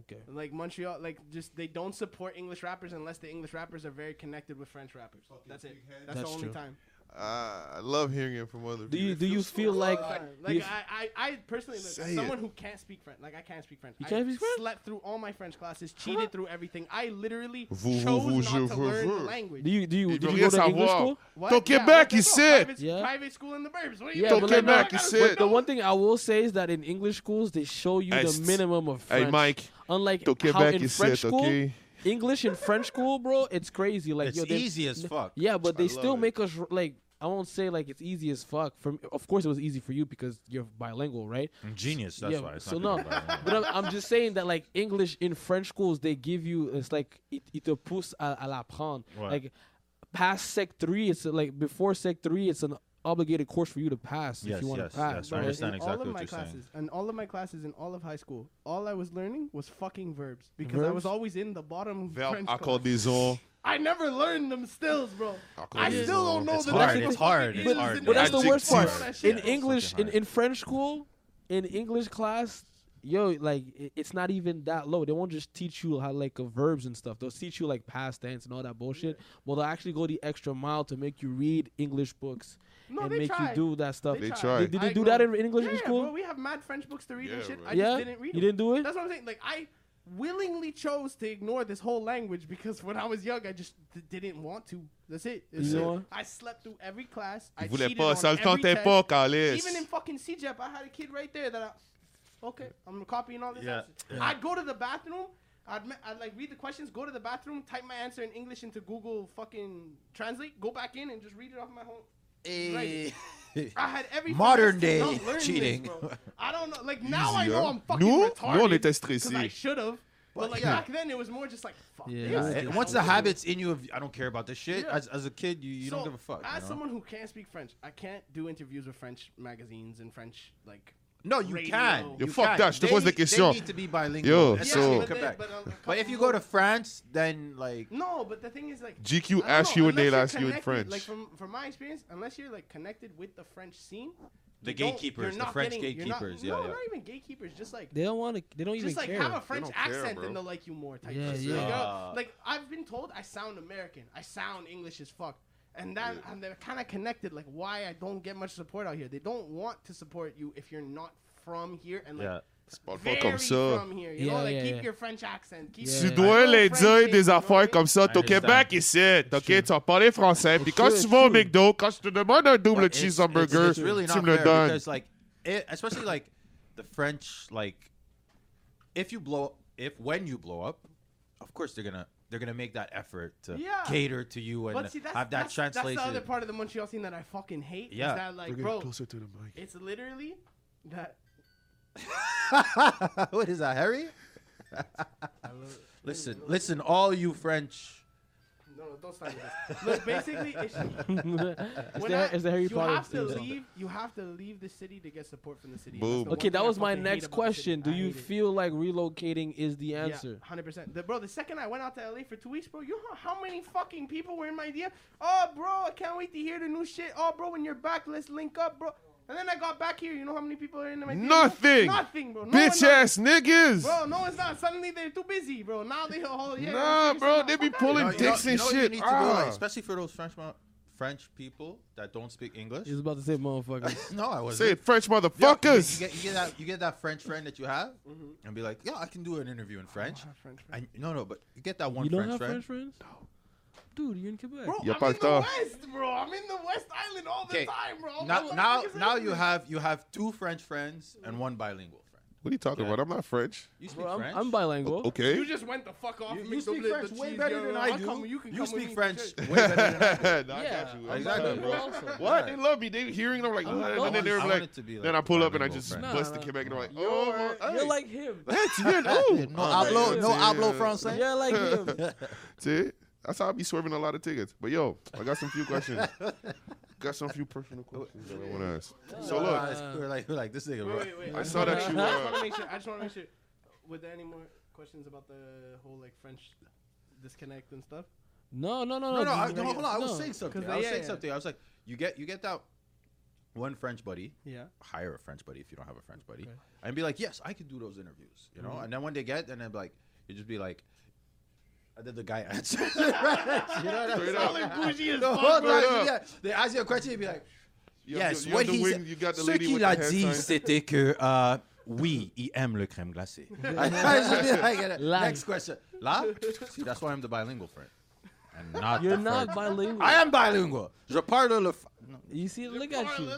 [SPEAKER 1] Okay.
[SPEAKER 5] Like Montreal, like just they don't support English rappers unless the English rappers are very connected with French rappers. That's it. That's,
[SPEAKER 1] That's
[SPEAKER 5] the only
[SPEAKER 1] true.
[SPEAKER 5] time.
[SPEAKER 3] Ah, I love hearing it from other
[SPEAKER 1] Do
[SPEAKER 3] people.
[SPEAKER 1] you do you feel like do
[SPEAKER 5] Like
[SPEAKER 1] you-
[SPEAKER 5] I, I, I personally, look,
[SPEAKER 3] Say
[SPEAKER 5] someone
[SPEAKER 3] it.
[SPEAKER 5] who can't speak French, like I can't speak French.
[SPEAKER 1] You can't
[SPEAKER 5] I
[SPEAKER 1] speak French?
[SPEAKER 5] Slept through all my French classes, cheated through everything. I literally
[SPEAKER 3] Vous, vous,
[SPEAKER 5] chose
[SPEAKER 3] vous, je
[SPEAKER 5] not to
[SPEAKER 3] vous,
[SPEAKER 5] learn
[SPEAKER 3] vous.
[SPEAKER 5] the language.
[SPEAKER 1] do you do you
[SPEAKER 3] You
[SPEAKER 1] did
[SPEAKER 3] don't
[SPEAKER 1] you go
[SPEAKER 3] get
[SPEAKER 1] to English
[SPEAKER 3] savoir.
[SPEAKER 1] school?
[SPEAKER 5] What?
[SPEAKER 3] Don't get
[SPEAKER 5] Yeah,
[SPEAKER 3] back,
[SPEAKER 5] what
[SPEAKER 3] you
[SPEAKER 5] the fuck?
[SPEAKER 3] said.
[SPEAKER 5] Private,
[SPEAKER 1] Yeah.
[SPEAKER 5] private school in the burbs. What do you
[SPEAKER 1] Yeah,
[SPEAKER 5] mean?
[SPEAKER 1] but
[SPEAKER 5] I
[SPEAKER 1] like-
[SPEAKER 5] gotta
[SPEAKER 1] But
[SPEAKER 3] the
[SPEAKER 5] speak
[SPEAKER 3] said.
[SPEAKER 1] The
[SPEAKER 5] French.
[SPEAKER 1] one thing I will say is that in English schools they show you
[SPEAKER 3] Est-
[SPEAKER 1] the minimum of French.
[SPEAKER 3] Hey, Mike.
[SPEAKER 1] Unlike
[SPEAKER 3] Don't get
[SPEAKER 1] how
[SPEAKER 3] back,
[SPEAKER 1] in
[SPEAKER 3] you
[SPEAKER 1] French
[SPEAKER 3] said,
[SPEAKER 1] school,
[SPEAKER 3] okay?
[SPEAKER 1] English in French school, bro, it's crazy. Like
[SPEAKER 2] It's
[SPEAKER 1] yo, they-
[SPEAKER 2] easy as fuck.
[SPEAKER 1] Yeah, but they
[SPEAKER 3] love
[SPEAKER 1] still
[SPEAKER 3] it.
[SPEAKER 1] make us r- like I won't say like it's easy as fuck. For me, of course it was easy for you because you're bilingual, right?
[SPEAKER 3] Mm.
[SPEAKER 2] I'm genius. That's
[SPEAKER 1] yeah.
[SPEAKER 2] why. It's
[SPEAKER 1] so
[SPEAKER 2] not
[SPEAKER 1] no,
[SPEAKER 2] good uh, about it.
[SPEAKER 1] but I'm, I'm just saying that like English in French schools they give you it's like it, it te pousse à, à l'apprendre.
[SPEAKER 2] Ouais.
[SPEAKER 1] Like past sec three, it's like before sec three, it's an obligated course for you to pass
[SPEAKER 2] Yes,
[SPEAKER 1] if you want
[SPEAKER 2] yes,
[SPEAKER 1] to pass.
[SPEAKER 2] yes, I
[SPEAKER 5] Bro,
[SPEAKER 1] right?
[SPEAKER 2] understand.
[SPEAKER 5] in
[SPEAKER 2] exactly
[SPEAKER 5] all of
[SPEAKER 2] what
[SPEAKER 5] my
[SPEAKER 2] you're saying.
[SPEAKER 5] classes and all of my classes in all of high school, all I was learning was fucking verbs because I
[SPEAKER 1] Verbs?
[SPEAKER 5] was always in the bottom
[SPEAKER 3] Val,
[SPEAKER 5] French
[SPEAKER 3] I call
[SPEAKER 5] class.
[SPEAKER 3] these on.
[SPEAKER 5] I never learned them stills, bro.
[SPEAKER 3] call
[SPEAKER 5] I
[SPEAKER 3] these
[SPEAKER 5] still
[SPEAKER 3] on.
[SPEAKER 5] don't know
[SPEAKER 2] It's
[SPEAKER 5] the
[SPEAKER 2] hard,
[SPEAKER 5] different
[SPEAKER 2] it's hard,
[SPEAKER 5] fucking
[SPEAKER 2] it's
[SPEAKER 5] ins
[SPEAKER 2] hard,
[SPEAKER 5] and
[SPEAKER 1] But that's the
[SPEAKER 5] outs.
[SPEAKER 1] worst part.
[SPEAKER 5] That
[SPEAKER 1] In
[SPEAKER 5] shit.
[SPEAKER 2] Yeah,
[SPEAKER 1] English, in,
[SPEAKER 2] fucking hard.
[SPEAKER 1] in French school, in English class, yo, like i- it's not even that low. They won't just teach you how like uh, verbs and stuff. They'll teach you like past tense and all that bullshit. Well, they'll actually go the extra mile to make you read English books
[SPEAKER 5] No,
[SPEAKER 1] and
[SPEAKER 5] they
[SPEAKER 1] make
[SPEAKER 5] tried.
[SPEAKER 1] you do that stuff.
[SPEAKER 3] They
[SPEAKER 5] tried.
[SPEAKER 3] tried.
[SPEAKER 1] Did, did they
[SPEAKER 5] I
[SPEAKER 1] do that in
[SPEAKER 5] ignored-
[SPEAKER 1] English
[SPEAKER 5] yeah,
[SPEAKER 1] in school?
[SPEAKER 5] Bro, we have mad French books to read and
[SPEAKER 3] Yeah,
[SPEAKER 5] shit.
[SPEAKER 3] bro.
[SPEAKER 5] I
[SPEAKER 1] yeah,
[SPEAKER 5] just didn't read
[SPEAKER 1] you
[SPEAKER 5] them.
[SPEAKER 1] didn't do it.
[SPEAKER 5] That's what I'm saying. Like I willingly chose to ignore this whole language because when I was young, I just d- didn't want to. That's it. That's
[SPEAKER 1] You
[SPEAKER 5] it.
[SPEAKER 1] know what?
[SPEAKER 5] I slept through every class. I
[SPEAKER 3] Vous voulez
[SPEAKER 5] cheated
[SPEAKER 3] pas,
[SPEAKER 5] on
[SPEAKER 3] ça le
[SPEAKER 5] every
[SPEAKER 3] tentait
[SPEAKER 5] test.
[SPEAKER 3] pas, Calis.
[SPEAKER 5] Even in fucking CJEP, I had a kid right there that I, okay, I'm copying all this.
[SPEAKER 2] Yeah.
[SPEAKER 5] answer. I'd go to the bathroom. I'd, ma- I'd like read the questions, go to the bathroom, type my answer in English into Google fucking Translate, go back in and just read it off my home.
[SPEAKER 2] Eh.
[SPEAKER 5] I had every
[SPEAKER 2] Modern
[SPEAKER 5] fucking-
[SPEAKER 2] day
[SPEAKER 5] Don't learn this,
[SPEAKER 2] cheating.
[SPEAKER 5] bro. I don't know. Like now I
[SPEAKER 3] Easy,
[SPEAKER 5] know
[SPEAKER 3] huh?
[SPEAKER 5] I'm fucking
[SPEAKER 3] Nous,
[SPEAKER 5] retarded.
[SPEAKER 3] nous, on était
[SPEAKER 5] 'cause
[SPEAKER 3] stressés.
[SPEAKER 5] I should have. But like
[SPEAKER 2] yeah.
[SPEAKER 5] back then, it was more just like fuck.
[SPEAKER 1] Yeah,
[SPEAKER 5] this.
[SPEAKER 1] yeah,
[SPEAKER 5] Like,
[SPEAKER 1] it-
[SPEAKER 2] And once
[SPEAKER 5] I
[SPEAKER 2] the
[SPEAKER 5] was-
[SPEAKER 2] habits in you of I don't care about this shit.
[SPEAKER 5] Yeah.
[SPEAKER 2] As, as a kid, you, you don't
[SPEAKER 5] So,
[SPEAKER 2] give a fuck.
[SPEAKER 5] As
[SPEAKER 2] you know?
[SPEAKER 5] someone who can't speak French, I can't do interviews with French magazines and French like
[SPEAKER 2] No, you
[SPEAKER 5] Radio.
[SPEAKER 2] can.
[SPEAKER 5] Yo,
[SPEAKER 2] You
[SPEAKER 3] fuck
[SPEAKER 2] can.
[SPEAKER 3] that, je te
[SPEAKER 2] They
[SPEAKER 3] pose la
[SPEAKER 2] need-
[SPEAKER 3] question.
[SPEAKER 2] They need to be bilingual.
[SPEAKER 3] Yo,
[SPEAKER 2] especially
[SPEAKER 3] so-
[SPEAKER 2] in
[SPEAKER 5] but,
[SPEAKER 2] Quebec.
[SPEAKER 5] they- but, um, a- a
[SPEAKER 2] But if you
[SPEAKER 5] couple
[SPEAKER 2] go to France, then like
[SPEAKER 5] no, but the thing is like
[SPEAKER 3] GQ
[SPEAKER 5] I don't
[SPEAKER 3] asked
[SPEAKER 5] know,
[SPEAKER 3] you and they
[SPEAKER 5] unless
[SPEAKER 3] asked
[SPEAKER 5] you're
[SPEAKER 3] you in
[SPEAKER 5] connected-
[SPEAKER 3] French.
[SPEAKER 5] Like from from my experience, unless you're like connected with the French scene,
[SPEAKER 2] The
[SPEAKER 5] you don't-
[SPEAKER 2] gatekeepers,
[SPEAKER 5] you're
[SPEAKER 2] the
[SPEAKER 5] not
[SPEAKER 2] French
[SPEAKER 5] getting- you're not-
[SPEAKER 2] gatekeepers, yeah,
[SPEAKER 5] no,
[SPEAKER 2] yeah.
[SPEAKER 5] not even gatekeepers. Just like
[SPEAKER 1] They don't want to. They don't even
[SPEAKER 5] just like
[SPEAKER 1] care.
[SPEAKER 5] have a French
[SPEAKER 3] don't care,
[SPEAKER 5] accent
[SPEAKER 3] bro.
[SPEAKER 5] and they'll like you more. Type
[SPEAKER 1] Yeah,
[SPEAKER 5] yeah, shit.
[SPEAKER 1] yeah.
[SPEAKER 5] Like,
[SPEAKER 2] Ah.
[SPEAKER 5] uh, like I've been told I sound American. I sound English as fuck. And that and they're kind of connected. Like why I don't get much support out here. They don't want to support you if you're not from here and like
[SPEAKER 2] yeah.
[SPEAKER 3] Parfois
[SPEAKER 5] very
[SPEAKER 3] comme ça.
[SPEAKER 5] from here. You
[SPEAKER 1] Yeah,
[SPEAKER 5] know, like
[SPEAKER 1] yeah,
[SPEAKER 5] keep
[SPEAKER 1] yeah.
[SPEAKER 5] your French accent. Keep
[SPEAKER 1] Yeah.
[SPEAKER 3] Tu
[SPEAKER 5] your
[SPEAKER 3] dois
[SPEAKER 5] real
[SPEAKER 3] les
[SPEAKER 5] French
[SPEAKER 3] dire
[SPEAKER 5] thing, you
[SPEAKER 3] des
[SPEAKER 5] know what I
[SPEAKER 3] affaires
[SPEAKER 5] mean?
[SPEAKER 3] comme ça. T'es au
[SPEAKER 2] understand.
[SPEAKER 3] Québec ici. OK,
[SPEAKER 1] true.
[SPEAKER 3] tu vas parler français. Puis quand
[SPEAKER 1] true,
[SPEAKER 3] tu
[SPEAKER 1] it's
[SPEAKER 3] vas au
[SPEAKER 1] true.
[SPEAKER 3] McDo, quand je te demande un double
[SPEAKER 2] But it's-
[SPEAKER 3] cheeseburger,
[SPEAKER 2] it's really
[SPEAKER 3] tu
[SPEAKER 2] not
[SPEAKER 3] me le
[SPEAKER 2] fair
[SPEAKER 3] donnes.
[SPEAKER 2] because like, it, especially like the French, like if you blow, if when you blow up, of course they're gonna they're gonna make that effort to
[SPEAKER 5] Yeah.
[SPEAKER 2] cater to you and
[SPEAKER 5] But see, that's,
[SPEAKER 2] have that
[SPEAKER 5] that's,
[SPEAKER 2] translation.
[SPEAKER 5] That's the other part of the Montreal scene that I fucking hate.
[SPEAKER 2] Yeah.
[SPEAKER 5] Is that like,
[SPEAKER 3] We're getting
[SPEAKER 5] bro,
[SPEAKER 3] closer to the mic.
[SPEAKER 5] it's literally that.
[SPEAKER 2] what is that, Harry? listen, listen, all you French.
[SPEAKER 5] No, no, don't start with this. Look, basically, it's,
[SPEAKER 1] it's,
[SPEAKER 5] when
[SPEAKER 1] the,
[SPEAKER 5] I-
[SPEAKER 1] it's the Harry
[SPEAKER 5] you
[SPEAKER 1] Potter.
[SPEAKER 5] have to
[SPEAKER 1] theme song.
[SPEAKER 5] leave. You have to leave the city to get support from the city.
[SPEAKER 3] Boom.
[SPEAKER 1] Okay, that was my next question. Do you feel like relocating is the answer?
[SPEAKER 5] Hundred percent, bro. The second I went out to LA for two weeks, bro, you know how many fucking people were in my DM? Oh, bro, I can't wait to hear the new shit. Oh, bro, when you're back, let's link up, bro. And then I got back here. You know how many people are in my DM? bro?
[SPEAKER 3] Nothing.
[SPEAKER 5] Nothing, bro. No one
[SPEAKER 3] Bitch
[SPEAKER 5] knows-
[SPEAKER 3] ass niggas.
[SPEAKER 5] Bro, no, it's not. Suddenly they're too busy, bro. Now they all yeah.
[SPEAKER 3] Nah,
[SPEAKER 5] it's
[SPEAKER 3] bro,
[SPEAKER 5] not-
[SPEAKER 3] they be
[SPEAKER 5] fuck
[SPEAKER 3] pulling
[SPEAKER 5] outta here.
[SPEAKER 3] dicks and
[SPEAKER 2] what you
[SPEAKER 3] shit.
[SPEAKER 2] need to do, like,
[SPEAKER 3] Ah.
[SPEAKER 2] especially for those French mo- French people that don't speak English.
[SPEAKER 1] He's about to say motherfucker.
[SPEAKER 2] no, I wasn't.
[SPEAKER 3] Say it, French
[SPEAKER 2] Yeah,
[SPEAKER 3] motherfuckers.
[SPEAKER 2] You, get, you, get, you get that you get that French friend that you have, and be like, yeah, I can do an interview in French.
[SPEAKER 5] Fuck Oh, French friends.
[SPEAKER 2] I, no, no, but you get that one
[SPEAKER 1] you don't
[SPEAKER 2] French
[SPEAKER 1] have
[SPEAKER 2] friend.
[SPEAKER 1] French friends? No. Dude, you're in Quebec.
[SPEAKER 5] Bro,
[SPEAKER 3] Y'a
[SPEAKER 5] I'm
[SPEAKER 3] pas
[SPEAKER 5] in
[SPEAKER 3] le
[SPEAKER 5] the
[SPEAKER 3] temps.
[SPEAKER 5] West, bro. I'm in the West Island all the
[SPEAKER 2] Okay,
[SPEAKER 5] time, bro.
[SPEAKER 2] Now,
[SPEAKER 5] What the
[SPEAKER 2] now,
[SPEAKER 5] fuck is
[SPEAKER 2] now you
[SPEAKER 5] happening?
[SPEAKER 2] have you have two French friends and one bilingual friend.
[SPEAKER 3] What are you talking about? I'm not French.
[SPEAKER 2] You speak
[SPEAKER 1] Bro, I'm,
[SPEAKER 2] French.
[SPEAKER 1] I'm bilingual.
[SPEAKER 2] Oh,
[SPEAKER 3] Okay.
[SPEAKER 5] You just went the fuck off.
[SPEAKER 2] You,
[SPEAKER 5] and
[SPEAKER 2] you
[SPEAKER 5] mixed up
[SPEAKER 2] speak
[SPEAKER 5] the- the
[SPEAKER 2] French way
[SPEAKER 5] cheese,
[SPEAKER 2] better
[SPEAKER 5] yo.
[SPEAKER 2] than
[SPEAKER 5] I'll
[SPEAKER 2] I do.
[SPEAKER 5] come- You, can come with me
[SPEAKER 2] speak
[SPEAKER 5] to
[SPEAKER 2] French
[SPEAKER 5] church.
[SPEAKER 2] way better than I do.
[SPEAKER 3] Nah, I
[SPEAKER 1] Yeah,
[SPEAKER 3] got you.
[SPEAKER 1] I'm
[SPEAKER 3] I'm
[SPEAKER 2] Exactly,
[SPEAKER 3] sorry,
[SPEAKER 1] bilingual
[SPEAKER 2] bro.
[SPEAKER 1] also.
[SPEAKER 3] What? They love me. They be hearing. I'm like,
[SPEAKER 1] I'm
[SPEAKER 3] "Ah,"
[SPEAKER 1] going-
[SPEAKER 3] and then they're
[SPEAKER 2] I want
[SPEAKER 3] like,
[SPEAKER 2] it to be like
[SPEAKER 3] then I pull up and I
[SPEAKER 2] bilingual
[SPEAKER 3] just
[SPEAKER 2] French.
[SPEAKER 3] bust
[SPEAKER 1] Nah,
[SPEAKER 3] the Quebec. And I'm like,
[SPEAKER 1] You're,
[SPEAKER 3] oh, my,
[SPEAKER 1] you're
[SPEAKER 3] hey.
[SPEAKER 1] like him.
[SPEAKER 3] Hey, tu viens d'où?
[SPEAKER 2] No
[SPEAKER 3] Ah,
[SPEAKER 2] hablo,
[SPEAKER 3] yeah.
[SPEAKER 2] no hablo français.
[SPEAKER 1] You're like him.
[SPEAKER 3] See? That's how I be swerving a lot of tickets. But yo, I got some few questions. got some few personal questions that I want to ask. So
[SPEAKER 2] Uh,
[SPEAKER 3] look,
[SPEAKER 2] it's- we're like, we're like this nigga.
[SPEAKER 5] Wait,
[SPEAKER 2] bro.
[SPEAKER 5] wait, wait.
[SPEAKER 3] I saw that you,
[SPEAKER 5] I just
[SPEAKER 3] uh,
[SPEAKER 5] want to make sure. I just want to make sure. Were there any more questions about the whole like French disconnect and stuff?
[SPEAKER 1] No, no, no,
[SPEAKER 2] No,
[SPEAKER 1] no.
[SPEAKER 2] no, I,
[SPEAKER 1] dude,
[SPEAKER 2] no,
[SPEAKER 1] right
[SPEAKER 2] hold on. I was
[SPEAKER 1] no.
[SPEAKER 2] saying something.
[SPEAKER 5] Cause
[SPEAKER 2] I was
[SPEAKER 5] yeah,
[SPEAKER 2] saying
[SPEAKER 5] yeah.
[SPEAKER 2] something. I was like, you get you get that one French buddy.
[SPEAKER 5] Yeah.
[SPEAKER 2] hire a French buddy if you don't have a French buddy,
[SPEAKER 1] Okay.
[SPEAKER 2] and be like, yes, I could do those interviews, you know.
[SPEAKER 3] Mm-hmm.
[SPEAKER 2] And then when they get, and then like, you just be like, and then the guy answers, in French, you know what I'm
[SPEAKER 3] Straight
[SPEAKER 2] saying?
[SPEAKER 3] up.
[SPEAKER 5] Like bougie as
[SPEAKER 2] The
[SPEAKER 5] fuck,
[SPEAKER 2] whole
[SPEAKER 5] bro.
[SPEAKER 2] time,
[SPEAKER 3] Straight
[SPEAKER 2] you
[SPEAKER 3] up.
[SPEAKER 2] get- they ask you a question, you be like,
[SPEAKER 3] you have
[SPEAKER 2] yes,
[SPEAKER 3] the- you
[SPEAKER 2] what
[SPEAKER 3] have the
[SPEAKER 2] he
[SPEAKER 3] wing,
[SPEAKER 2] said-
[SPEAKER 3] you got the
[SPEAKER 2] ce
[SPEAKER 3] lady with
[SPEAKER 2] qu'il
[SPEAKER 3] the
[SPEAKER 2] a
[SPEAKER 3] hand
[SPEAKER 2] dit,
[SPEAKER 3] sign.
[SPEAKER 2] c'était que uh, oui, il aime le crème glacée. I just be like, uh,
[SPEAKER 1] Live.
[SPEAKER 2] next question, là, see, that's why I'm the bilingual friend, and not
[SPEAKER 1] You're
[SPEAKER 2] the
[SPEAKER 1] not
[SPEAKER 2] French.
[SPEAKER 1] bilingual.
[SPEAKER 2] I am bilingual. Je parle le. F-
[SPEAKER 1] You see, look at you.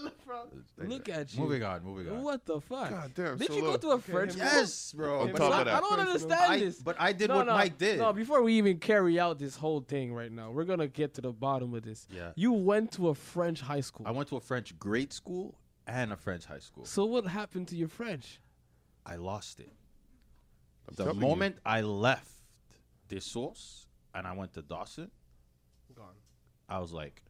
[SPEAKER 1] Look at you.
[SPEAKER 2] Moving on, moving on.
[SPEAKER 1] What the fuck?
[SPEAKER 3] God damn,
[SPEAKER 1] Did
[SPEAKER 3] so
[SPEAKER 1] you go
[SPEAKER 3] look.
[SPEAKER 1] to a French school?
[SPEAKER 2] Yes, bro.
[SPEAKER 3] On
[SPEAKER 2] but
[SPEAKER 3] top
[SPEAKER 1] I,
[SPEAKER 3] of that.
[SPEAKER 1] I don't understand
[SPEAKER 2] I-
[SPEAKER 1] this.
[SPEAKER 2] but I did what
[SPEAKER 1] no,
[SPEAKER 2] Mike did.
[SPEAKER 1] No, before we even carry out this whole thing right now, we're gonna get to the bottom of this.
[SPEAKER 2] Yeah.
[SPEAKER 1] You went to a French high school.
[SPEAKER 2] I went to a French grade school and a French high school.
[SPEAKER 1] so what happened to your French?
[SPEAKER 2] I lost it.
[SPEAKER 3] I'm
[SPEAKER 2] The
[SPEAKER 3] telling you.
[SPEAKER 2] moment I left Dessource and I went to Dawson,
[SPEAKER 5] Gone.
[SPEAKER 2] I was like,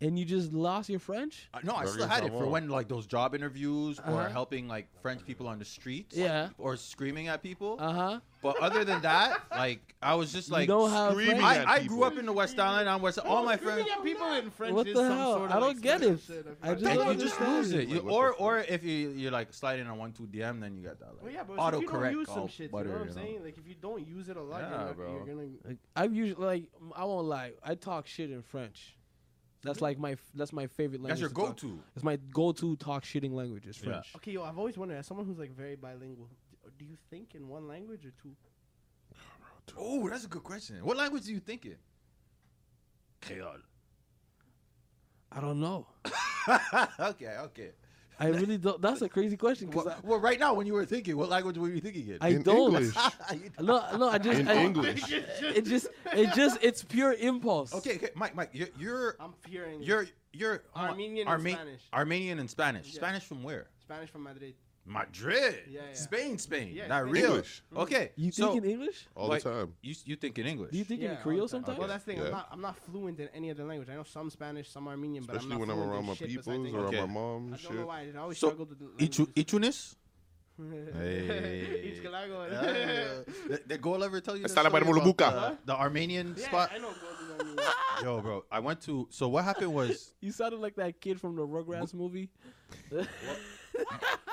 [SPEAKER 1] And you just lost your French?
[SPEAKER 2] Uh, no, I
[SPEAKER 3] Very
[SPEAKER 2] still had it for
[SPEAKER 3] savoir.
[SPEAKER 2] when like those job interviews or
[SPEAKER 1] Uh-huh.
[SPEAKER 2] helping like French people on the streets,
[SPEAKER 1] Yeah.
[SPEAKER 2] or screaming at people.
[SPEAKER 1] Uh huh.
[SPEAKER 2] But other than that, like I was just like,
[SPEAKER 1] you don't have
[SPEAKER 3] screaming
[SPEAKER 1] French.
[SPEAKER 3] at
[SPEAKER 2] I, I
[SPEAKER 3] people.
[SPEAKER 2] grew up in the West Island. On West, all my friends.
[SPEAKER 5] people in French
[SPEAKER 1] What
[SPEAKER 5] is
[SPEAKER 1] the
[SPEAKER 5] some
[SPEAKER 1] hell?
[SPEAKER 5] sort
[SPEAKER 1] I
[SPEAKER 5] of,
[SPEAKER 1] don't
[SPEAKER 5] like,
[SPEAKER 1] get it.
[SPEAKER 5] special shit.
[SPEAKER 1] I
[SPEAKER 5] forgot.
[SPEAKER 1] just-
[SPEAKER 2] Then
[SPEAKER 1] don't
[SPEAKER 2] you just
[SPEAKER 1] understand
[SPEAKER 2] lose
[SPEAKER 1] it.
[SPEAKER 2] it. You,
[SPEAKER 3] Like, what
[SPEAKER 2] or
[SPEAKER 3] the
[SPEAKER 2] or if you you're like sliding on one two DM, then you get that like
[SPEAKER 5] Well, yeah, bro.
[SPEAKER 2] autocorrect
[SPEAKER 5] if you don't use some
[SPEAKER 2] all
[SPEAKER 5] shit,
[SPEAKER 2] butter,
[SPEAKER 5] you know what
[SPEAKER 2] you
[SPEAKER 5] I'm
[SPEAKER 2] know?
[SPEAKER 5] saying? Like if you don't use it a lot,
[SPEAKER 2] Yeah,
[SPEAKER 5] you're, not,
[SPEAKER 2] bro.
[SPEAKER 5] you're gonna.
[SPEAKER 1] Like, I'm usually like I won't lie. I talk shit in French. That's like my that's my favorite language.
[SPEAKER 2] That's your
[SPEAKER 1] to talk.
[SPEAKER 2] go-to.
[SPEAKER 1] It's my go-to talk shitting language. Is
[SPEAKER 2] Yeah.
[SPEAKER 1] French.
[SPEAKER 5] Okay, yo, I've always wondered as someone who's like very bilingual, d- do you think in one language or two?
[SPEAKER 2] Oh, that's a good question. What language do you think in? Creole.
[SPEAKER 1] I don't know.
[SPEAKER 2] okay, okay.
[SPEAKER 1] I really don't. That's a crazy question because
[SPEAKER 2] Well, well, right now, when you were thinking, what language were you thinking in?
[SPEAKER 1] I, I
[SPEAKER 3] In
[SPEAKER 1] don't.
[SPEAKER 3] English.
[SPEAKER 2] You know.
[SPEAKER 1] No, no. I just
[SPEAKER 3] In
[SPEAKER 1] I,
[SPEAKER 3] English.
[SPEAKER 1] It just it just it's pure impulse.
[SPEAKER 2] okay, okay, Mike, Mike, you're you're
[SPEAKER 5] I'm fearing
[SPEAKER 2] you're, you're
[SPEAKER 5] Armenian and Spanish.
[SPEAKER 2] Armenian and Spanish.
[SPEAKER 5] Yeah.
[SPEAKER 2] Spanish from where?
[SPEAKER 5] Spanish from Madrid.
[SPEAKER 2] Madrid,
[SPEAKER 5] Yeah, yeah.
[SPEAKER 2] Spain, Spain,
[SPEAKER 5] Yeah,
[SPEAKER 2] not
[SPEAKER 5] Spain. Mm-hmm.
[SPEAKER 2] real.
[SPEAKER 3] English
[SPEAKER 2] Okay,
[SPEAKER 1] You
[SPEAKER 2] so
[SPEAKER 1] think in English?
[SPEAKER 3] all
[SPEAKER 2] like,
[SPEAKER 3] the time.
[SPEAKER 2] You you think in English?
[SPEAKER 1] Do you think
[SPEAKER 5] Yeah,
[SPEAKER 1] in
[SPEAKER 5] all
[SPEAKER 1] Creole
[SPEAKER 5] the time.
[SPEAKER 1] sometimes?
[SPEAKER 5] Well, that's the thing.
[SPEAKER 3] Yeah.
[SPEAKER 5] I'm, not, I'm not fluent in any other language. I know some Spanish, some Armenian,
[SPEAKER 3] Especially
[SPEAKER 5] but I'm
[SPEAKER 3] when
[SPEAKER 5] not
[SPEAKER 3] I'm
[SPEAKER 5] fluent
[SPEAKER 3] around
[SPEAKER 5] in
[SPEAKER 3] my
[SPEAKER 5] shit
[SPEAKER 3] peoples,
[SPEAKER 5] besides English.
[SPEAKER 3] around my
[SPEAKER 2] Okay.
[SPEAKER 3] mom,
[SPEAKER 5] I
[SPEAKER 3] and
[SPEAKER 5] don't
[SPEAKER 3] shit.
[SPEAKER 5] know why. I always
[SPEAKER 2] So,
[SPEAKER 5] struggled with the
[SPEAKER 2] Ichu,
[SPEAKER 5] languages.
[SPEAKER 2] Ichunis?
[SPEAKER 5] Each Galago.
[SPEAKER 2] the, the goal ever tell you the,
[SPEAKER 3] Está la
[SPEAKER 2] story
[SPEAKER 3] barba
[SPEAKER 2] about
[SPEAKER 3] Luca.
[SPEAKER 2] the, the Armenian
[SPEAKER 5] Yeah,
[SPEAKER 2] spot?
[SPEAKER 5] I know. Golden Army.
[SPEAKER 2] Yo, bro, I went to. So what happened was
[SPEAKER 1] You sounded like that kid from the Rugrats movie.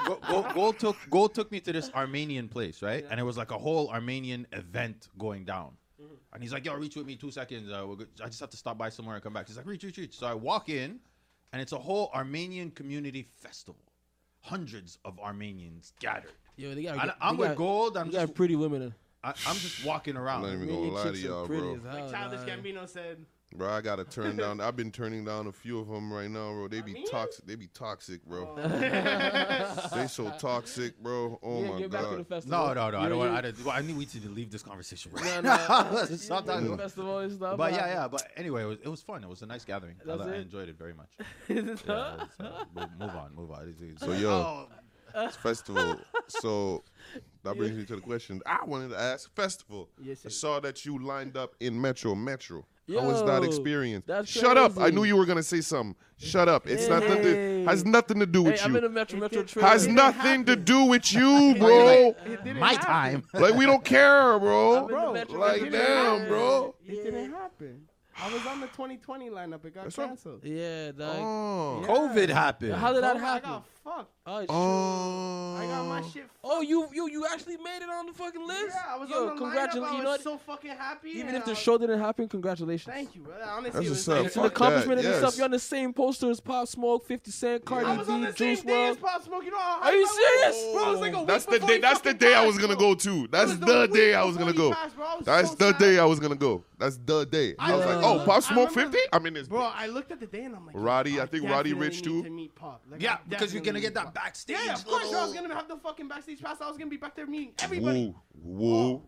[SPEAKER 2] Go- Go Gold took Gold took me to this Armenian place, right?
[SPEAKER 5] Yeah.
[SPEAKER 2] And it was like a whole Armenian event going down.
[SPEAKER 1] Mm-hmm.
[SPEAKER 2] And he's like, "Yo, reach with me two seconds. Uh, we're good. I just have to stop by somewhere and come back." He's like, "Reach, reach, reach." So I walk in, and it's a whole Armenian community festival. Hundreds of Armenians gathered.
[SPEAKER 1] Yo, they got.
[SPEAKER 2] And I'm with Gold. I'm
[SPEAKER 1] You
[SPEAKER 2] just,
[SPEAKER 1] got pretty women.
[SPEAKER 2] I, I'm just walking
[SPEAKER 3] I'm not
[SPEAKER 2] around.
[SPEAKER 3] even
[SPEAKER 1] Man,
[SPEAKER 3] gonna
[SPEAKER 1] your
[SPEAKER 3] lie to
[SPEAKER 1] chicks are
[SPEAKER 3] y'all,
[SPEAKER 1] pretty
[SPEAKER 3] bro.
[SPEAKER 1] as hell,
[SPEAKER 5] Like Childish
[SPEAKER 1] dog.
[SPEAKER 5] Gambino said,
[SPEAKER 3] Bro, I gotta turn down. I've been turning down a few of them right now, bro. They be
[SPEAKER 5] Armenians?
[SPEAKER 3] toxic. They be toxic, bro.
[SPEAKER 5] oh.
[SPEAKER 3] They so toxic, bro. Oh
[SPEAKER 1] yeah,
[SPEAKER 3] my
[SPEAKER 1] get back to the
[SPEAKER 3] god.
[SPEAKER 1] festival.
[SPEAKER 2] No, no, no. I
[SPEAKER 1] You-
[SPEAKER 2] don't. Want,
[SPEAKER 1] you-
[SPEAKER 2] I, don't, I need we to leave this conversation right
[SPEAKER 1] No,
[SPEAKER 2] now.
[SPEAKER 1] no.
[SPEAKER 2] Let's stop
[SPEAKER 1] you-
[SPEAKER 2] talking
[SPEAKER 1] the
[SPEAKER 2] about-
[SPEAKER 1] festival and stuff.
[SPEAKER 2] But yeah, yeah. But anyway, it was, it was fun. It was a nice gathering. I,
[SPEAKER 1] That's
[SPEAKER 2] I
[SPEAKER 1] it?
[SPEAKER 2] enjoyed it very much.
[SPEAKER 1] yeah.
[SPEAKER 2] Yeah, it's, uh, mo- move on, move on.
[SPEAKER 3] So yo,
[SPEAKER 5] Oh.
[SPEAKER 3] it's festival. So that brings me to the question I wanted to ask. Festival.
[SPEAKER 5] Yes,
[SPEAKER 3] I
[SPEAKER 5] sir.
[SPEAKER 3] saw that you lined up in Metro. Metro. How was that
[SPEAKER 1] Yo,
[SPEAKER 3] experience?
[SPEAKER 1] that's
[SPEAKER 3] Shut up! I
[SPEAKER 1] crazy.
[SPEAKER 3] knew you were gonna say something. Shut up! It's not nothing.
[SPEAKER 1] Hey.
[SPEAKER 3] Has nothing to do
[SPEAKER 1] Hey,
[SPEAKER 3] with
[SPEAKER 1] I'm in
[SPEAKER 3] you.
[SPEAKER 1] a Metro Metro trip.
[SPEAKER 3] Has
[SPEAKER 5] didn't
[SPEAKER 3] nothing to
[SPEAKER 5] happen.
[SPEAKER 3] do with you, bro.
[SPEAKER 5] It didn't
[SPEAKER 2] my
[SPEAKER 5] happen.
[SPEAKER 2] time.
[SPEAKER 3] like we don't care,
[SPEAKER 1] I'm in
[SPEAKER 3] bro.
[SPEAKER 1] the Metro
[SPEAKER 3] like,
[SPEAKER 1] Metro
[SPEAKER 3] damn,
[SPEAKER 1] trip.
[SPEAKER 3] bro.
[SPEAKER 5] It didn't happen. I was on the 2020 lineup. It got
[SPEAKER 3] That's what-
[SPEAKER 5] canceled.
[SPEAKER 1] Yeah, dog.
[SPEAKER 3] Oh.
[SPEAKER 2] COVID happened.
[SPEAKER 1] How did that
[SPEAKER 5] Bro, I
[SPEAKER 1] happen?
[SPEAKER 5] got fucked.
[SPEAKER 1] Oh,
[SPEAKER 3] Oh.
[SPEAKER 5] I got my shit.
[SPEAKER 1] Oh, you you you actually made it on the fucking list.
[SPEAKER 5] Yeah, I was
[SPEAKER 1] Yo,
[SPEAKER 5] on the
[SPEAKER 1] congratula-
[SPEAKER 5] lineup. I
[SPEAKER 1] you
[SPEAKER 5] was
[SPEAKER 1] know what?
[SPEAKER 5] so fucking happy.
[SPEAKER 1] Even
[SPEAKER 5] and
[SPEAKER 1] if
[SPEAKER 5] I
[SPEAKER 1] the
[SPEAKER 5] was-
[SPEAKER 1] show didn't happen, congratulations.
[SPEAKER 5] Thank you. brother.
[SPEAKER 3] That's
[SPEAKER 5] Honestly, it
[SPEAKER 3] what's
[SPEAKER 5] was
[SPEAKER 3] up.
[SPEAKER 5] like-
[SPEAKER 1] It's an
[SPEAKER 3] Fuck
[SPEAKER 1] accomplishment
[SPEAKER 3] that,
[SPEAKER 1] in itself.
[SPEAKER 3] yes.
[SPEAKER 1] You're on the same poster as Pop Smoke, 50 Cent, Cardi
[SPEAKER 5] I was on the
[SPEAKER 1] B,
[SPEAKER 5] same
[SPEAKER 1] Juice
[SPEAKER 5] day as
[SPEAKER 1] WRLD.
[SPEAKER 5] Pop Smoke. You know how
[SPEAKER 1] Are you serious?
[SPEAKER 5] Bro, it was like a week
[SPEAKER 3] That's the
[SPEAKER 5] before
[SPEAKER 3] day.
[SPEAKER 5] he
[SPEAKER 3] That's the
[SPEAKER 5] fucking
[SPEAKER 3] day I
[SPEAKER 5] passed,
[SPEAKER 3] was gonna
[SPEAKER 5] bro.
[SPEAKER 3] go to. That's
[SPEAKER 5] was the
[SPEAKER 3] the
[SPEAKER 5] week
[SPEAKER 3] day I was
[SPEAKER 5] before
[SPEAKER 3] gonna
[SPEAKER 5] he
[SPEAKER 3] go.
[SPEAKER 5] passed, bro. I was
[SPEAKER 3] That's
[SPEAKER 5] so
[SPEAKER 3] the
[SPEAKER 5] sad.
[SPEAKER 3] day I was gonna go. That's the day. I was like,
[SPEAKER 1] Yeah.
[SPEAKER 3] oh, Pop
[SPEAKER 5] I
[SPEAKER 3] Smoke
[SPEAKER 5] remember-
[SPEAKER 3] fifty. I'm in this.
[SPEAKER 5] Bro, I looked at the day and I'm like,
[SPEAKER 3] Roddy, I think Roddy
[SPEAKER 5] definitely
[SPEAKER 3] Rich
[SPEAKER 5] need
[SPEAKER 3] too.
[SPEAKER 5] To meet Pop. Like,
[SPEAKER 2] Yeah,
[SPEAKER 5] I
[SPEAKER 2] because you're gonna
[SPEAKER 5] definitely
[SPEAKER 2] get
[SPEAKER 5] need
[SPEAKER 2] that
[SPEAKER 5] Pop.
[SPEAKER 2] backstage.
[SPEAKER 5] Yeah, of course. I was
[SPEAKER 2] little-
[SPEAKER 5] gonna have the fucking backstage pass. I was gonna be back there meeting everybody. Oh.
[SPEAKER 3] Woo, woo,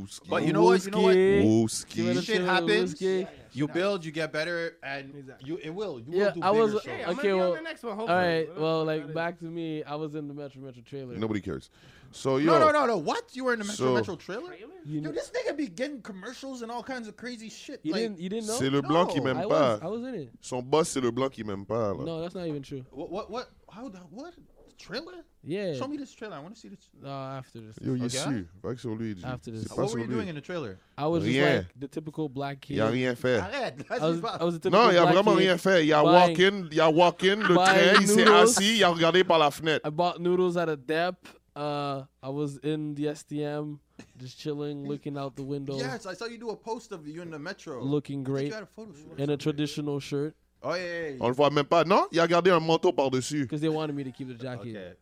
[SPEAKER 3] woo. ski.
[SPEAKER 2] But you know what? You know what?
[SPEAKER 1] Wooski.
[SPEAKER 3] Woo
[SPEAKER 1] Give it
[SPEAKER 3] ski.
[SPEAKER 1] a
[SPEAKER 2] Shit
[SPEAKER 1] shot,
[SPEAKER 2] happens.
[SPEAKER 1] Wooski.
[SPEAKER 2] You build, you get better, and
[SPEAKER 5] Exactly.
[SPEAKER 2] you it will. You
[SPEAKER 1] Yeah,
[SPEAKER 2] will do
[SPEAKER 1] I was-
[SPEAKER 2] bigger
[SPEAKER 5] Hey,
[SPEAKER 2] shows.
[SPEAKER 5] I'm
[SPEAKER 1] Okay,
[SPEAKER 5] gonna be
[SPEAKER 1] well,
[SPEAKER 5] on the next one.
[SPEAKER 1] All
[SPEAKER 5] Hopefully.
[SPEAKER 1] right,
[SPEAKER 5] Whatever
[SPEAKER 1] well,
[SPEAKER 5] the fuck
[SPEAKER 1] like
[SPEAKER 5] that is.
[SPEAKER 1] back to me. I was in the Metro Metro trailer.
[SPEAKER 3] Nobody cares. So yo,
[SPEAKER 2] No, no, no, no. What? You were in the Metro
[SPEAKER 3] So-
[SPEAKER 2] Metro trailer?
[SPEAKER 5] Really?
[SPEAKER 1] you, kn-
[SPEAKER 2] Dude, this nigga be getting commercials and all kinds of crazy shit.
[SPEAKER 1] you
[SPEAKER 2] like,
[SPEAKER 1] didn't you didn't know?
[SPEAKER 3] C'est le
[SPEAKER 2] No.
[SPEAKER 3] blanc qui m'aime
[SPEAKER 1] I was I
[SPEAKER 3] pas.
[SPEAKER 1] was in it.
[SPEAKER 3] Son boss, c'est le blanc qui m'aime pas. là.
[SPEAKER 1] No, that's not even true.
[SPEAKER 2] What? What? What? How? the- What? Trailer?
[SPEAKER 1] Yeah.
[SPEAKER 2] Show me this trailer. I want to see this.
[SPEAKER 1] No, after this.
[SPEAKER 3] Yo, you
[SPEAKER 2] Okay.
[SPEAKER 3] su. Va que sur lui. G.
[SPEAKER 1] After this.
[SPEAKER 3] C'est pas
[SPEAKER 2] What
[SPEAKER 3] sur
[SPEAKER 2] were you doing
[SPEAKER 3] lui.
[SPEAKER 2] in the trailer?
[SPEAKER 1] I was just
[SPEAKER 3] Rien.
[SPEAKER 1] like the typical black kid.
[SPEAKER 3] Il a rien fait.
[SPEAKER 2] Arrête.
[SPEAKER 1] I was I was a typical
[SPEAKER 3] Non, il a
[SPEAKER 1] black
[SPEAKER 3] vraiment
[SPEAKER 1] kid.
[SPEAKER 3] rien fait. Il a
[SPEAKER 1] Bye.
[SPEAKER 3] walk in, il a walk in, le
[SPEAKER 1] Bye,
[SPEAKER 3] train, il s'est
[SPEAKER 1] noodles.
[SPEAKER 3] assis, il a regardé par la fenêtre.
[SPEAKER 1] I bought noodles at a dep. Uh, I was in the SDM, just chilling, looking out the window,
[SPEAKER 2] Yes, I saw you do a post of you in the Metro.
[SPEAKER 1] looking
[SPEAKER 2] I think
[SPEAKER 1] great
[SPEAKER 2] you had a photo shoot.
[SPEAKER 1] in
[SPEAKER 2] or
[SPEAKER 1] a
[SPEAKER 2] something.
[SPEAKER 1] traditional shirt
[SPEAKER 2] Oh yeah, yeah, yeah.
[SPEAKER 3] On le voit même pas. Non, il a gardé un manteau par-dessus.
[SPEAKER 1] because they wanted me to keep the jacket.
[SPEAKER 2] Okay.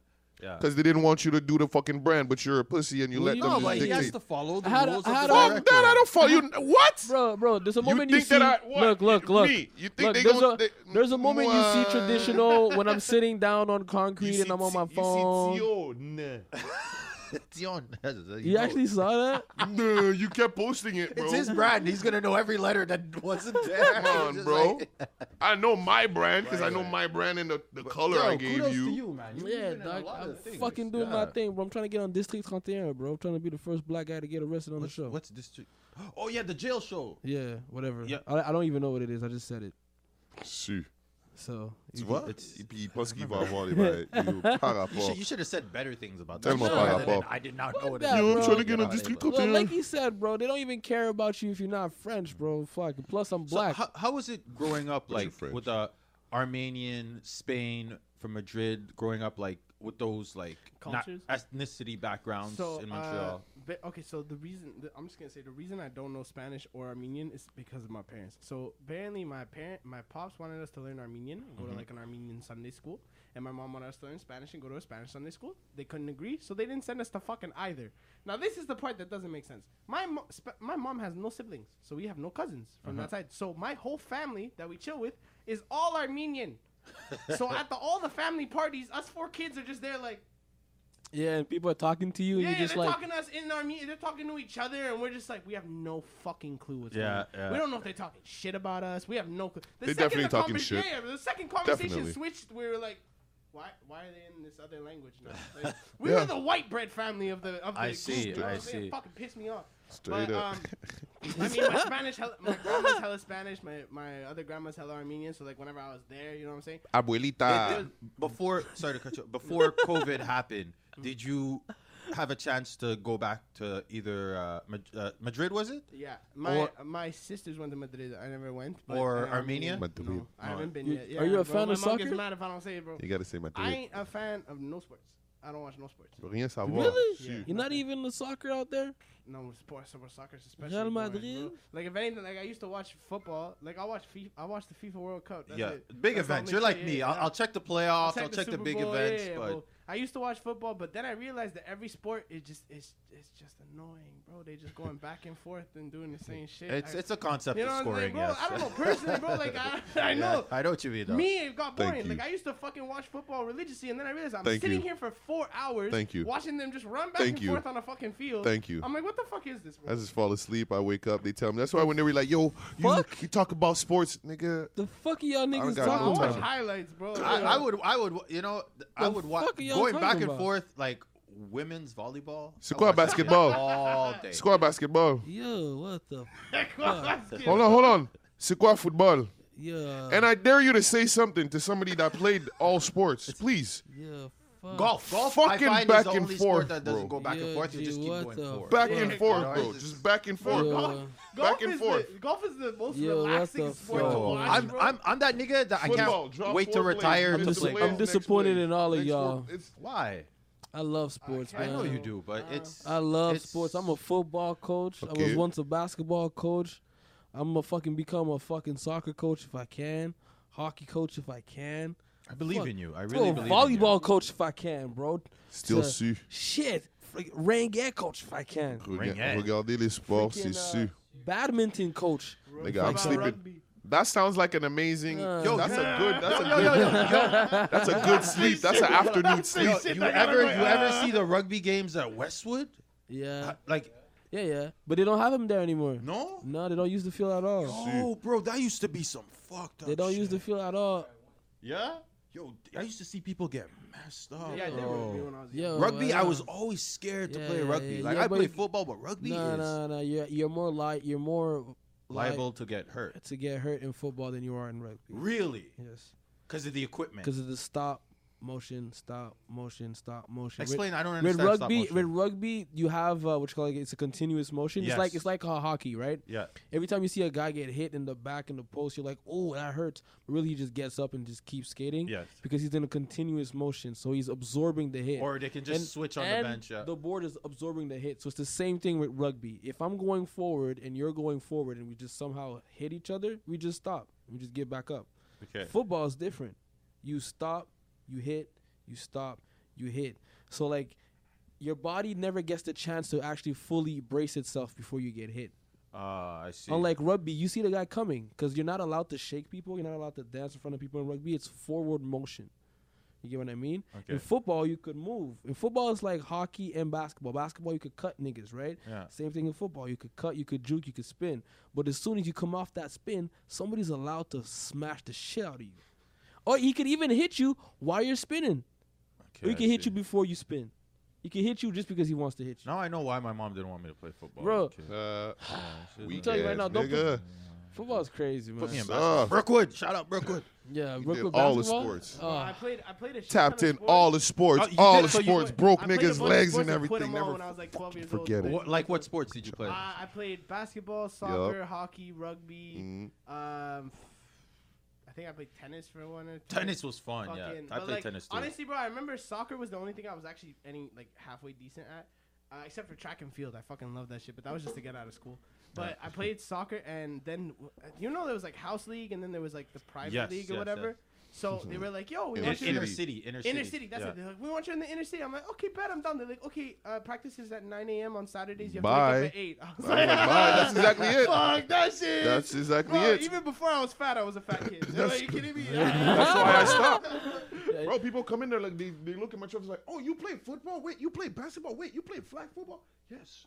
[SPEAKER 2] Yeah.
[SPEAKER 3] Because they didn't want you to do the fucking brand, but you're a pussy and you
[SPEAKER 1] Well,
[SPEAKER 3] let
[SPEAKER 1] you
[SPEAKER 3] them
[SPEAKER 1] know,
[SPEAKER 2] No,
[SPEAKER 3] just
[SPEAKER 2] but he has
[SPEAKER 3] dictate.
[SPEAKER 2] to follow the
[SPEAKER 1] I had a-
[SPEAKER 2] rules
[SPEAKER 1] I
[SPEAKER 2] of
[SPEAKER 1] had
[SPEAKER 2] the
[SPEAKER 1] a-
[SPEAKER 3] Fuck
[SPEAKER 2] director.
[SPEAKER 3] that, I don't follow you. What?
[SPEAKER 1] Bro, bro, there's a
[SPEAKER 3] You
[SPEAKER 1] moment you,
[SPEAKER 3] think
[SPEAKER 1] see.
[SPEAKER 3] that I. What?
[SPEAKER 1] Look, look, look.
[SPEAKER 3] Me? You think
[SPEAKER 1] Look,
[SPEAKER 3] they
[SPEAKER 1] there's,
[SPEAKER 3] gonna,
[SPEAKER 1] a,
[SPEAKER 3] they-
[SPEAKER 1] there's a moment you see
[SPEAKER 3] Mwah.
[SPEAKER 1] traditional when I'm sitting down on concrete
[SPEAKER 3] You see
[SPEAKER 1] and I'm on my
[SPEAKER 3] Ti-
[SPEAKER 1] phone.
[SPEAKER 3] You see Tio, Oh, nah.
[SPEAKER 2] Dion.
[SPEAKER 1] You actually saw that?
[SPEAKER 3] Nah, you kept posting it, bro.
[SPEAKER 2] It's his brand. He's gonna know every letter that wasn't there.
[SPEAKER 3] Come on,
[SPEAKER 2] Just
[SPEAKER 3] bro.
[SPEAKER 2] like-
[SPEAKER 3] I know my brand because I
[SPEAKER 2] Right,
[SPEAKER 3] know
[SPEAKER 2] right.
[SPEAKER 3] my brand and the, the color
[SPEAKER 2] Yo,
[SPEAKER 3] I gave
[SPEAKER 2] kudos to you, man. You've
[SPEAKER 1] yeah,
[SPEAKER 2] been in a
[SPEAKER 1] dog.
[SPEAKER 2] lot of
[SPEAKER 1] I'm
[SPEAKER 2] things.
[SPEAKER 1] fucking doing my
[SPEAKER 2] Yeah.
[SPEAKER 1] thing, bro. I'm trying to get on District 31, bro. I'm trying to be the first black guy to get arrested on
[SPEAKER 2] What's,
[SPEAKER 1] the show.
[SPEAKER 2] what's this? tr- Oh yeah, the jail show.
[SPEAKER 1] Yeah, whatever.
[SPEAKER 2] Yeah.
[SPEAKER 1] I, I don't even know what it is. I just said it.
[SPEAKER 3] Su.
[SPEAKER 1] So
[SPEAKER 3] Tu
[SPEAKER 1] you-
[SPEAKER 3] vois?
[SPEAKER 2] It's-
[SPEAKER 3] Et puis il pense qu'il va avoir les bails. Yo, Par
[SPEAKER 2] You
[SPEAKER 3] rapport.
[SPEAKER 2] should, you should have said better things about that.
[SPEAKER 3] Tell me
[SPEAKER 2] show,
[SPEAKER 3] about
[SPEAKER 2] rather than
[SPEAKER 3] that.
[SPEAKER 2] I did not
[SPEAKER 1] Fuck
[SPEAKER 2] know what it
[SPEAKER 1] that,
[SPEAKER 2] is.
[SPEAKER 1] Yo, I'm bro. trying to
[SPEAKER 3] get on District
[SPEAKER 2] So
[SPEAKER 1] Well,
[SPEAKER 3] Damn.
[SPEAKER 1] like you said, bro, they don't even care about you if you're not French, bro. Fuck. Plus, I'm black.
[SPEAKER 2] how, how was it growing
[SPEAKER 3] What's
[SPEAKER 2] up
[SPEAKER 3] your
[SPEAKER 2] like
[SPEAKER 3] French?
[SPEAKER 2] with the Armenian, Spain, from Madrid, growing up like with those like na-
[SPEAKER 5] Cultures?
[SPEAKER 2] ethnicity backgrounds in
[SPEAKER 5] uh,
[SPEAKER 2] Montreal?
[SPEAKER 5] but- okay, so the reason the, I'm just gonna say the reason I don't know Spanish or Armenian is because of my parents. So apparently, my parent, my pops wanted us to learn Armenian, and go
[SPEAKER 2] Mm-hmm.
[SPEAKER 5] to like an Armenian Sunday school, and my mom wanted us to learn Spanish and go to a Spanish Sunday school. They couldn't agree, so they didn't send us to fucking either. Now this is the part that doesn't make sense. My mo- sp- my mom has no siblings, so we have no cousins from
[SPEAKER 2] Uh-huh.
[SPEAKER 5] that side. So my whole family that we chill with is all Armenian. so at the all the family parties, us four kids are just there like.
[SPEAKER 1] yeah, and people are talking to you, and
[SPEAKER 5] Yeah,
[SPEAKER 1] you're just
[SPEAKER 5] they're
[SPEAKER 1] like,
[SPEAKER 5] talking to us in our meeting. They're talking to each other, and we're just like, we have no fucking clue what's
[SPEAKER 2] Yeah,
[SPEAKER 5] going on.
[SPEAKER 2] yeah.
[SPEAKER 5] We don't know if they're talking shit about us. We have no clue.
[SPEAKER 3] They
[SPEAKER 5] The second
[SPEAKER 3] definitely
[SPEAKER 5] the
[SPEAKER 3] talking
[SPEAKER 5] conver-
[SPEAKER 3] shit.
[SPEAKER 5] Yeah, the second conversation
[SPEAKER 3] Definitely.
[SPEAKER 5] switched. We were like, why why are they in this other language now? Like, we
[SPEAKER 3] Yeah.
[SPEAKER 5] are the white bread family of the of the
[SPEAKER 2] I
[SPEAKER 5] group,
[SPEAKER 2] see,
[SPEAKER 5] you know what
[SPEAKER 2] I
[SPEAKER 5] I'm saying?
[SPEAKER 2] see.
[SPEAKER 5] Fucking piss me off.
[SPEAKER 3] Straight
[SPEAKER 5] but,
[SPEAKER 3] up.
[SPEAKER 5] Um, I mean, my Spanish, hella, my grandma's hella Spanish. My my other grandma's hella Armenian. So like whenever I was there, you know what I'm saying?
[SPEAKER 2] It-
[SPEAKER 3] Abuelita.
[SPEAKER 2] it- before sorry to cut you. Before COVID happened, did you have a chance to go back to either uh, Mad- uh, Madrid? Was it?
[SPEAKER 5] Yeah, my
[SPEAKER 2] Or-
[SPEAKER 5] my sisters went to Madrid. I never went. But
[SPEAKER 2] Or
[SPEAKER 5] they're
[SPEAKER 2] Armenia?
[SPEAKER 5] No,
[SPEAKER 3] Madrid.
[SPEAKER 5] I haven't been
[SPEAKER 1] You-
[SPEAKER 5] yet. Yeah,
[SPEAKER 1] are you a
[SPEAKER 5] bro,
[SPEAKER 1] fan
[SPEAKER 5] my
[SPEAKER 1] of
[SPEAKER 5] mom gets
[SPEAKER 1] soccer?
[SPEAKER 5] mad if I don't say it, bro.
[SPEAKER 3] You gotta say
[SPEAKER 5] I
[SPEAKER 3] Madrid.
[SPEAKER 5] ain't a fan of no sports. I don't watch no sports.
[SPEAKER 3] Rien savoir.
[SPEAKER 1] Really?
[SPEAKER 3] Si.
[SPEAKER 1] You're not even the soccer out there?
[SPEAKER 5] No sports, or soccer, especially.
[SPEAKER 1] Real
[SPEAKER 5] boring,
[SPEAKER 1] Madrid?
[SPEAKER 5] bro. Like if anything, like I used to watch football. Like I watch FIFA. I watch the FIFA World Cup. That's
[SPEAKER 2] yeah,
[SPEAKER 5] it.
[SPEAKER 2] big
[SPEAKER 5] That's the
[SPEAKER 2] events.
[SPEAKER 5] only
[SPEAKER 2] You're like
[SPEAKER 5] shit,
[SPEAKER 2] me.
[SPEAKER 5] yeah.
[SPEAKER 2] I'll, I'll check the playoffs. I'll check the,
[SPEAKER 5] Super
[SPEAKER 2] big
[SPEAKER 5] Bowl,
[SPEAKER 2] events.
[SPEAKER 5] yeah,
[SPEAKER 2] but
[SPEAKER 5] bro. I used to watch football, but then I realized that every sport is just it's it's just annoying, bro. They just going back and forth and doing the same shit.
[SPEAKER 2] it's
[SPEAKER 5] I-
[SPEAKER 2] it's a concept
[SPEAKER 5] you know
[SPEAKER 2] of
[SPEAKER 5] what I'm saying,
[SPEAKER 2] scoring.
[SPEAKER 5] bro.
[SPEAKER 2] yes.
[SPEAKER 5] I don't know personally, bro. Like I, I know.
[SPEAKER 2] Yeah, I know what you mean. Though.
[SPEAKER 5] Me, it got
[SPEAKER 3] Thank
[SPEAKER 5] boring.
[SPEAKER 3] you.
[SPEAKER 5] Like I used to fucking watch football religiously, and then I realized I'm
[SPEAKER 3] Thank
[SPEAKER 5] sitting
[SPEAKER 3] you.
[SPEAKER 5] here for four hours,
[SPEAKER 3] Thank you.
[SPEAKER 5] watching them just run back
[SPEAKER 3] Thank
[SPEAKER 5] and
[SPEAKER 3] you.
[SPEAKER 5] forth on a fucking field.
[SPEAKER 3] Thank you.
[SPEAKER 5] I'm like, what the fuck is this, bro?
[SPEAKER 3] I just fall asleep. I wake up. They tell me. That's why when they were like, "Yo, you,
[SPEAKER 1] Fuck.
[SPEAKER 3] you talk about sports, nigga."
[SPEAKER 1] The fuck are y'all niggas
[SPEAKER 3] got
[SPEAKER 5] Bro,
[SPEAKER 3] no
[SPEAKER 5] I
[SPEAKER 1] talking
[SPEAKER 5] watch
[SPEAKER 3] time.
[SPEAKER 1] about?
[SPEAKER 5] highlights, bro.
[SPEAKER 2] I, I would, I would, you know, th- I
[SPEAKER 1] uh, The
[SPEAKER 2] would watch
[SPEAKER 1] fuck are y'all
[SPEAKER 2] going back
[SPEAKER 1] talking
[SPEAKER 2] and
[SPEAKER 1] about?
[SPEAKER 2] forth like women's volleyball, I
[SPEAKER 3] Squad
[SPEAKER 2] watch that shit
[SPEAKER 3] basketball.
[SPEAKER 2] all day.
[SPEAKER 3] Squad basketball.
[SPEAKER 1] Yo, what the?
[SPEAKER 3] Hold on, hold on. C'est quoi football?
[SPEAKER 1] Yo.
[SPEAKER 3] And I dare you to say something to somebody that played all sports, please.
[SPEAKER 1] Yo, fuck.
[SPEAKER 2] golf, golf.
[SPEAKER 3] Fucking
[SPEAKER 2] I find
[SPEAKER 3] back
[SPEAKER 2] is the
[SPEAKER 3] and
[SPEAKER 2] only
[SPEAKER 3] forth,
[SPEAKER 2] sport that doesn't
[SPEAKER 3] bro.
[SPEAKER 2] go back
[SPEAKER 1] Yeah,
[SPEAKER 2] and forth. You
[SPEAKER 1] gee,
[SPEAKER 2] just keep
[SPEAKER 1] what
[SPEAKER 2] going
[SPEAKER 1] the
[SPEAKER 2] forward.
[SPEAKER 3] Back
[SPEAKER 1] Yeah.
[SPEAKER 3] and forth,
[SPEAKER 2] Yeah.
[SPEAKER 3] bro. Just back and forth.
[SPEAKER 1] Yo.
[SPEAKER 5] golf,
[SPEAKER 3] Back
[SPEAKER 5] golf
[SPEAKER 3] and
[SPEAKER 5] is The,
[SPEAKER 3] forth.
[SPEAKER 5] golf is the most
[SPEAKER 1] Yo, what
[SPEAKER 5] relaxing
[SPEAKER 1] the
[SPEAKER 5] sport
[SPEAKER 1] fuck?
[SPEAKER 5] to
[SPEAKER 1] Yo,
[SPEAKER 5] watch,
[SPEAKER 2] I'm,
[SPEAKER 5] bro.
[SPEAKER 2] I'm, I'm that nigga that
[SPEAKER 3] Football,
[SPEAKER 2] I
[SPEAKER 3] drop
[SPEAKER 2] can't wait to
[SPEAKER 3] four plays,
[SPEAKER 2] retire
[SPEAKER 3] miss
[SPEAKER 2] to
[SPEAKER 3] the
[SPEAKER 2] play.
[SPEAKER 1] I'm
[SPEAKER 3] plays,
[SPEAKER 2] golf.
[SPEAKER 3] next
[SPEAKER 1] disappointed in all of
[SPEAKER 3] next
[SPEAKER 1] y'all.
[SPEAKER 3] four- it's-
[SPEAKER 2] Why?
[SPEAKER 1] I love sports,
[SPEAKER 5] can't.
[SPEAKER 2] I
[SPEAKER 1] man.
[SPEAKER 2] know you do, but it's.
[SPEAKER 1] Uh, I love
[SPEAKER 2] it's-
[SPEAKER 1] sports. I'm a football coach. I was
[SPEAKER 3] Okay.
[SPEAKER 1] once a basketball coach. I'm gonna fucking become a fucking soccer coach if I can, hockey coach if I can,
[SPEAKER 2] I believe
[SPEAKER 1] fuck.
[SPEAKER 2] in you. I
[SPEAKER 1] bro,
[SPEAKER 2] really believe
[SPEAKER 1] volleyball coach if I can, bro.
[SPEAKER 3] Still
[SPEAKER 1] To-
[SPEAKER 3] su.
[SPEAKER 1] Shit, like, Rangat coach if I can,
[SPEAKER 3] Rega-
[SPEAKER 2] Ringette.
[SPEAKER 3] Regardez les sports, c'est
[SPEAKER 1] Freaking, uh,
[SPEAKER 3] su.
[SPEAKER 1] badminton coach.
[SPEAKER 3] Nigga, I'm
[SPEAKER 5] About
[SPEAKER 3] sleeping.
[SPEAKER 5] rugby.
[SPEAKER 3] That sounds like an amazing.
[SPEAKER 1] Uh,
[SPEAKER 3] yo, that's a good. That's a good. That's a good sleep. That's an afternoon
[SPEAKER 2] in
[SPEAKER 3] sleep.
[SPEAKER 2] you. Yo, you ever, you ever see the rugby games at Westwood?
[SPEAKER 1] Yeah,
[SPEAKER 2] Like,
[SPEAKER 1] yeah, yeah. But they don't have him there anymore.
[SPEAKER 2] no.
[SPEAKER 1] Uh, No, they don't use the field at all.
[SPEAKER 2] Oh, bro, that used to be some fucked up.
[SPEAKER 1] They don't use
[SPEAKER 2] shit.
[SPEAKER 1] the field at all.
[SPEAKER 2] Yeah. Yo, I used to see people get messed
[SPEAKER 3] Oh.
[SPEAKER 2] up.
[SPEAKER 5] Yeah, I did
[SPEAKER 2] bro.
[SPEAKER 5] rugby when I was young.
[SPEAKER 1] Yo,
[SPEAKER 2] Rugby, I
[SPEAKER 1] uh,
[SPEAKER 2] was always scared to
[SPEAKER 1] Yeah,
[SPEAKER 2] play
[SPEAKER 1] yeah,
[SPEAKER 2] rugby.
[SPEAKER 1] yeah,
[SPEAKER 2] Like
[SPEAKER 1] yeah,
[SPEAKER 2] I
[SPEAKER 1] but
[SPEAKER 2] play
[SPEAKER 1] if-
[SPEAKER 2] football, but rugby
[SPEAKER 1] No,
[SPEAKER 2] is
[SPEAKER 1] no, no. You're you're more like you're more li-
[SPEAKER 2] liable to get hurt.
[SPEAKER 1] to get hurt in football than you are in rugby.
[SPEAKER 2] Really?
[SPEAKER 1] Yes,
[SPEAKER 2] Because of the equipment.
[SPEAKER 1] because of the stop motion, stop motion, stop motion. With-
[SPEAKER 2] Explain. I don't
[SPEAKER 1] With
[SPEAKER 2] understand. stop
[SPEAKER 1] rugby,
[SPEAKER 2] motion.
[SPEAKER 1] with rugby, you have uh, what you call it. It's a continuous motion. It's like
[SPEAKER 2] Yes.
[SPEAKER 1] it's like ho- hockey, right?
[SPEAKER 2] yeah.
[SPEAKER 1] Every time you see a guy get hit in the back in the post, you're like, "Oh, that hurts." But really, he just gets up and just keeps skating.
[SPEAKER 2] Yes.
[SPEAKER 1] Because he's in a continuous motion, so he's absorbing the hit.
[SPEAKER 2] Or they can just
[SPEAKER 1] And-
[SPEAKER 2] switch on
[SPEAKER 1] and
[SPEAKER 2] the bench. Yeah.
[SPEAKER 1] The board is absorbing the hit. So it's the same thing with rugby. If I'm going forward and you're going forward and we just somehow hit each other, we just stop. We just get back up.
[SPEAKER 2] okay.
[SPEAKER 1] Football is different. You stop, you hit, you stop, you hit. So like your body never gets the chance to actually fully brace itself before you get hit.
[SPEAKER 2] Uh, I see.
[SPEAKER 1] Unlike rugby, you see the guy coming because you're not allowed to shake people. You're not allowed to dance in front of people in rugby. It's forward motion. You get what I mean? In
[SPEAKER 2] Okay.
[SPEAKER 1] football, you could move. In football, it's like hockey and basketball. Basketball, you could cut niggas, right?
[SPEAKER 2] Yeah.
[SPEAKER 1] Same thing in football. You could cut, you could juke, you could spin. But as soon as you come off that spin, somebody's allowed to smash the shit out of you. Or he could even hit you while you're spinning.
[SPEAKER 2] Okay,
[SPEAKER 1] or he
[SPEAKER 2] I
[SPEAKER 1] can hit
[SPEAKER 2] see.
[SPEAKER 1] you before you spin. He can hit you just because he wants to hit you.
[SPEAKER 2] Now I know why my mom didn't want me to play football.
[SPEAKER 1] Bro.
[SPEAKER 2] Okay.
[SPEAKER 3] Uh,
[SPEAKER 2] She's
[SPEAKER 3] weak
[SPEAKER 2] like,
[SPEAKER 1] tell you right
[SPEAKER 3] ass
[SPEAKER 1] now, don't
[SPEAKER 3] nigga.
[SPEAKER 1] Football's crazy, man.
[SPEAKER 2] Put me in
[SPEAKER 3] Sucks.
[SPEAKER 2] basketball. Brookwood, shout out Brookwood.
[SPEAKER 1] Yeah,
[SPEAKER 3] He
[SPEAKER 1] Brooklyn
[SPEAKER 3] did all the
[SPEAKER 1] basketball?
[SPEAKER 3] sports.
[SPEAKER 5] Bro,
[SPEAKER 1] Oh.
[SPEAKER 5] I played. I played a shit
[SPEAKER 3] Tapped
[SPEAKER 5] ton of
[SPEAKER 3] in all
[SPEAKER 5] sports.
[SPEAKER 3] the sports,
[SPEAKER 2] Oh, you
[SPEAKER 3] all
[SPEAKER 2] did-
[SPEAKER 3] the
[SPEAKER 2] so you
[SPEAKER 3] sports,
[SPEAKER 2] went-
[SPEAKER 3] broke
[SPEAKER 5] I played a bunch
[SPEAKER 3] niggas'
[SPEAKER 5] of
[SPEAKER 3] legs and
[SPEAKER 5] sports quit 'em
[SPEAKER 3] everything.
[SPEAKER 5] all
[SPEAKER 3] Never
[SPEAKER 5] when I was like 12 years
[SPEAKER 3] forget
[SPEAKER 5] old.
[SPEAKER 3] it.
[SPEAKER 2] What, like what sports did you play?
[SPEAKER 5] I, I played basketball, soccer, hockey, rugby.
[SPEAKER 3] Mhm.
[SPEAKER 5] Um, I think I played tennis for one or two.
[SPEAKER 2] tennis was fun. Yeah,
[SPEAKER 5] Fucking-
[SPEAKER 2] I
[SPEAKER 5] but,
[SPEAKER 2] played
[SPEAKER 5] like,
[SPEAKER 2] tennis too.
[SPEAKER 5] Honestly, bro, I remember soccer was the only thing I was actually any like halfway decent at, uh, except for track and field. I fucking love that shit, but that was just to get out of school. But I played soccer, and then uh, you know there was like house league, and then there was like the private
[SPEAKER 2] Yes,
[SPEAKER 5] league or
[SPEAKER 2] yes,
[SPEAKER 5] whatever.
[SPEAKER 2] yes.
[SPEAKER 5] So they were like, "Yo, we
[SPEAKER 3] In
[SPEAKER 5] want
[SPEAKER 3] the
[SPEAKER 5] you in
[SPEAKER 2] inner
[SPEAKER 5] the
[SPEAKER 2] city, inner city,
[SPEAKER 5] inner city." That's
[SPEAKER 2] yeah.
[SPEAKER 5] it. They're like, "We want you in the inner city." I'm like, "Okay, bet I'm down." They're like, "Okay, uh, practice is at 9 a.m. on Saturdays. You have to
[SPEAKER 3] Bye.
[SPEAKER 5] wake up at 8. I was
[SPEAKER 3] I'm like,
[SPEAKER 5] like,
[SPEAKER 3] "Bye, Oh that's exactly it."
[SPEAKER 5] Fuck that shit.
[SPEAKER 3] That's exactly
[SPEAKER 5] Bro,
[SPEAKER 3] it.
[SPEAKER 5] Even before I was fat, I was a fat kid. Are
[SPEAKER 3] That's
[SPEAKER 5] you kidding me?
[SPEAKER 3] That's why I stopped. Bro, people come in there like they, they look at my trophies like, oh, you play football? Wait, you play basketball? Wait, you play flag football? Yes.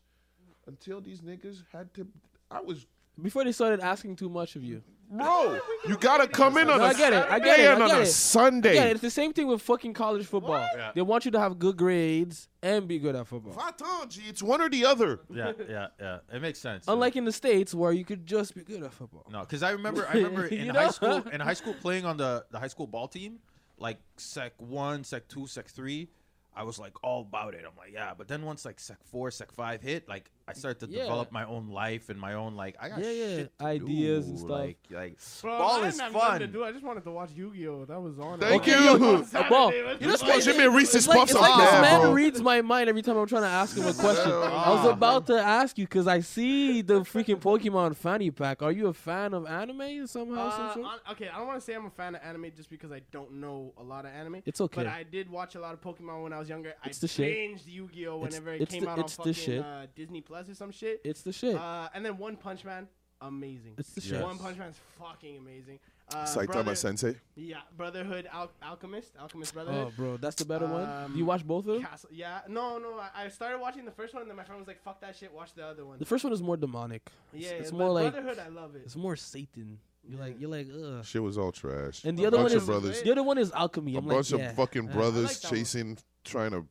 [SPEAKER 3] Until these niggas had to, I was
[SPEAKER 1] before they started asking too much of you.
[SPEAKER 3] Bro, you gotta come in on
[SPEAKER 1] No,
[SPEAKER 3] a
[SPEAKER 1] I get it. I get it.
[SPEAKER 3] Saturday
[SPEAKER 1] I
[SPEAKER 3] and
[SPEAKER 1] get
[SPEAKER 3] on a
[SPEAKER 1] it.
[SPEAKER 3] Sunday.
[SPEAKER 1] Yeah, it's the same thing with fucking college football.
[SPEAKER 2] Yeah.
[SPEAKER 1] They want you to have good grades and be good at football.
[SPEAKER 3] Va-t'en, G, It's one or the other.
[SPEAKER 2] Yeah, yeah, yeah. It makes sense. yeah.
[SPEAKER 1] Unlike in the states where you could just be good at football.
[SPEAKER 2] No, because I remember I remember
[SPEAKER 1] You
[SPEAKER 2] in
[SPEAKER 1] know?
[SPEAKER 2] high school in high school playing on the the high school ball team, like sec one, sec two, sec three. I was like all about it. I'm like, yeah. But then once like sec four, sec five hit, like I started to
[SPEAKER 1] Yeah.
[SPEAKER 2] develop my own life and my own like I got
[SPEAKER 1] Yeah, yeah,
[SPEAKER 2] shit to
[SPEAKER 1] ideas
[SPEAKER 2] do,
[SPEAKER 1] and stuff.
[SPEAKER 2] Like, like
[SPEAKER 5] Bro, I
[SPEAKER 2] ball
[SPEAKER 5] didn't
[SPEAKER 2] is
[SPEAKER 5] have nothing to
[SPEAKER 2] fun.
[SPEAKER 5] do. I just wanted to watch Yu-Gi-Oh. That was on.
[SPEAKER 3] Thank
[SPEAKER 5] I
[SPEAKER 3] you.
[SPEAKER 5] watched it on
[SPEAKER 3] A
[SPEAKER 5] Saturday.
[SPEAKER 1] ball.
[SPEAKER 5] That's
[SPEAKER 1] You know,
[SPEAKER 5] what
[SPEAKER 3] Bro,
[SPEAKER 5] I
[SPEAKER 3] Jimmy
[SPEAKER 5] did.
[SPEAKER 3] Reese's
[SPEAKER 1] It's like,
[SPEAKER 3] Puffs
[SPEAKER 1] it's
[SPEAKER 3] are
[SPEAKER 1] like this
[SPEAKER 3] bad,
[SPEAKER 1] man
[SPEAKER 3] bro.
[SPEAKER 1] reads my mind every time I'm trying to ask him a question. I was about to ask you because I see the freaking Pokemon fanny pack. Are you a fan of anime somehow? some
[SPEAKER 5] Uh,
[SPEAKER 1] sort?
[SPEAKER 5] hon- okay, I don't want to say I'm a fan of anime just because I don't know a lot of anime.
[SPEAKER 1] It's okay.
[SPEAKER 5] But I did watch a lot of Pokemon when I was younger.
[SPEAKER 1] It's
[SPEAKER 5] I
[SPEAKER 1] the shit.
[SPEAKER 5] changed Yu-Gi-Oh
[SPEAKER 1] It's-
[SPEAKER 5] whenever it
[SPEAKER 1] it's
[SPEAKER 5] came
[SPEAKER 1] the-
[SPEAKER 5] out on
[SPEAKER 1] it's the
[SPEAKER 5] fucking
[SPEAKER 1] shit.
[SPEAKER 5] Uh, Disney Plus or some shit.
[SPEAKER 1] It's the shit.
[SPEAKER 5] Uh, and then One Punch Man, amazing.
[SPEAKER 1] it's the shit.
[SPEAKER 2] Yes.
[SPEAKER 5] One Punch Man's fucking amazing. Uh,
[SPEAKER 3] Saitama
[SPEAKER 5] brother,
[SPEAKER 3] Sensei.
[SPEAKER 5] Yeah, Brotherhood, Al- Alchemist, Alchemist
[SPEAKER 1] Oh,
[SPEAKER 5] Brotherhood.
[SPEAKER 1] bro, that's the better one. Do you
[SPEAKER 5] Um,
[SPEAKER 1] watch both of them?
[SPEAKER 5] Castle, yeah, no, no. I, I started watching the first one, and then my friend was like, "Fuck that shit, watch the other one."
[SPEAKER 1] The first one is more demonic.
[SPEAKER 5] yeah,
[SPEAKER 1] it's, it's
[SPEAKER 5] but
[SPEAKER 1] more like
[SPEAKER 5] Brotherhood. I love it.
[SPEAKER 1] it's more Satan. You're like you're like ugh.
[SPEAKER 3] Shit was all trash.
[SPEAKER 1] And
[SPEAKER 5] A
[SPEAKER 1] the other one
[SPEAKER 3] bunch of
[SPEAKER 1] is
[SPEAKER 3] brothers.
[SPEAKER 1] the other one is alchemy.
[SPEAKER 3] a
[SPEAKER 1] I'm
[SPEAKER 3] bunch
[SPEAKER 1] like,
[SPEAKER 3] of
[SPEAKER 1] yeah.
[SPEAKER 3] fucking
[SPEAKER 1] yeah.
[SPEAKER 3] brothers
[SPEAKER 5] like that one.
[SPEAKER 3] chasing, trying to.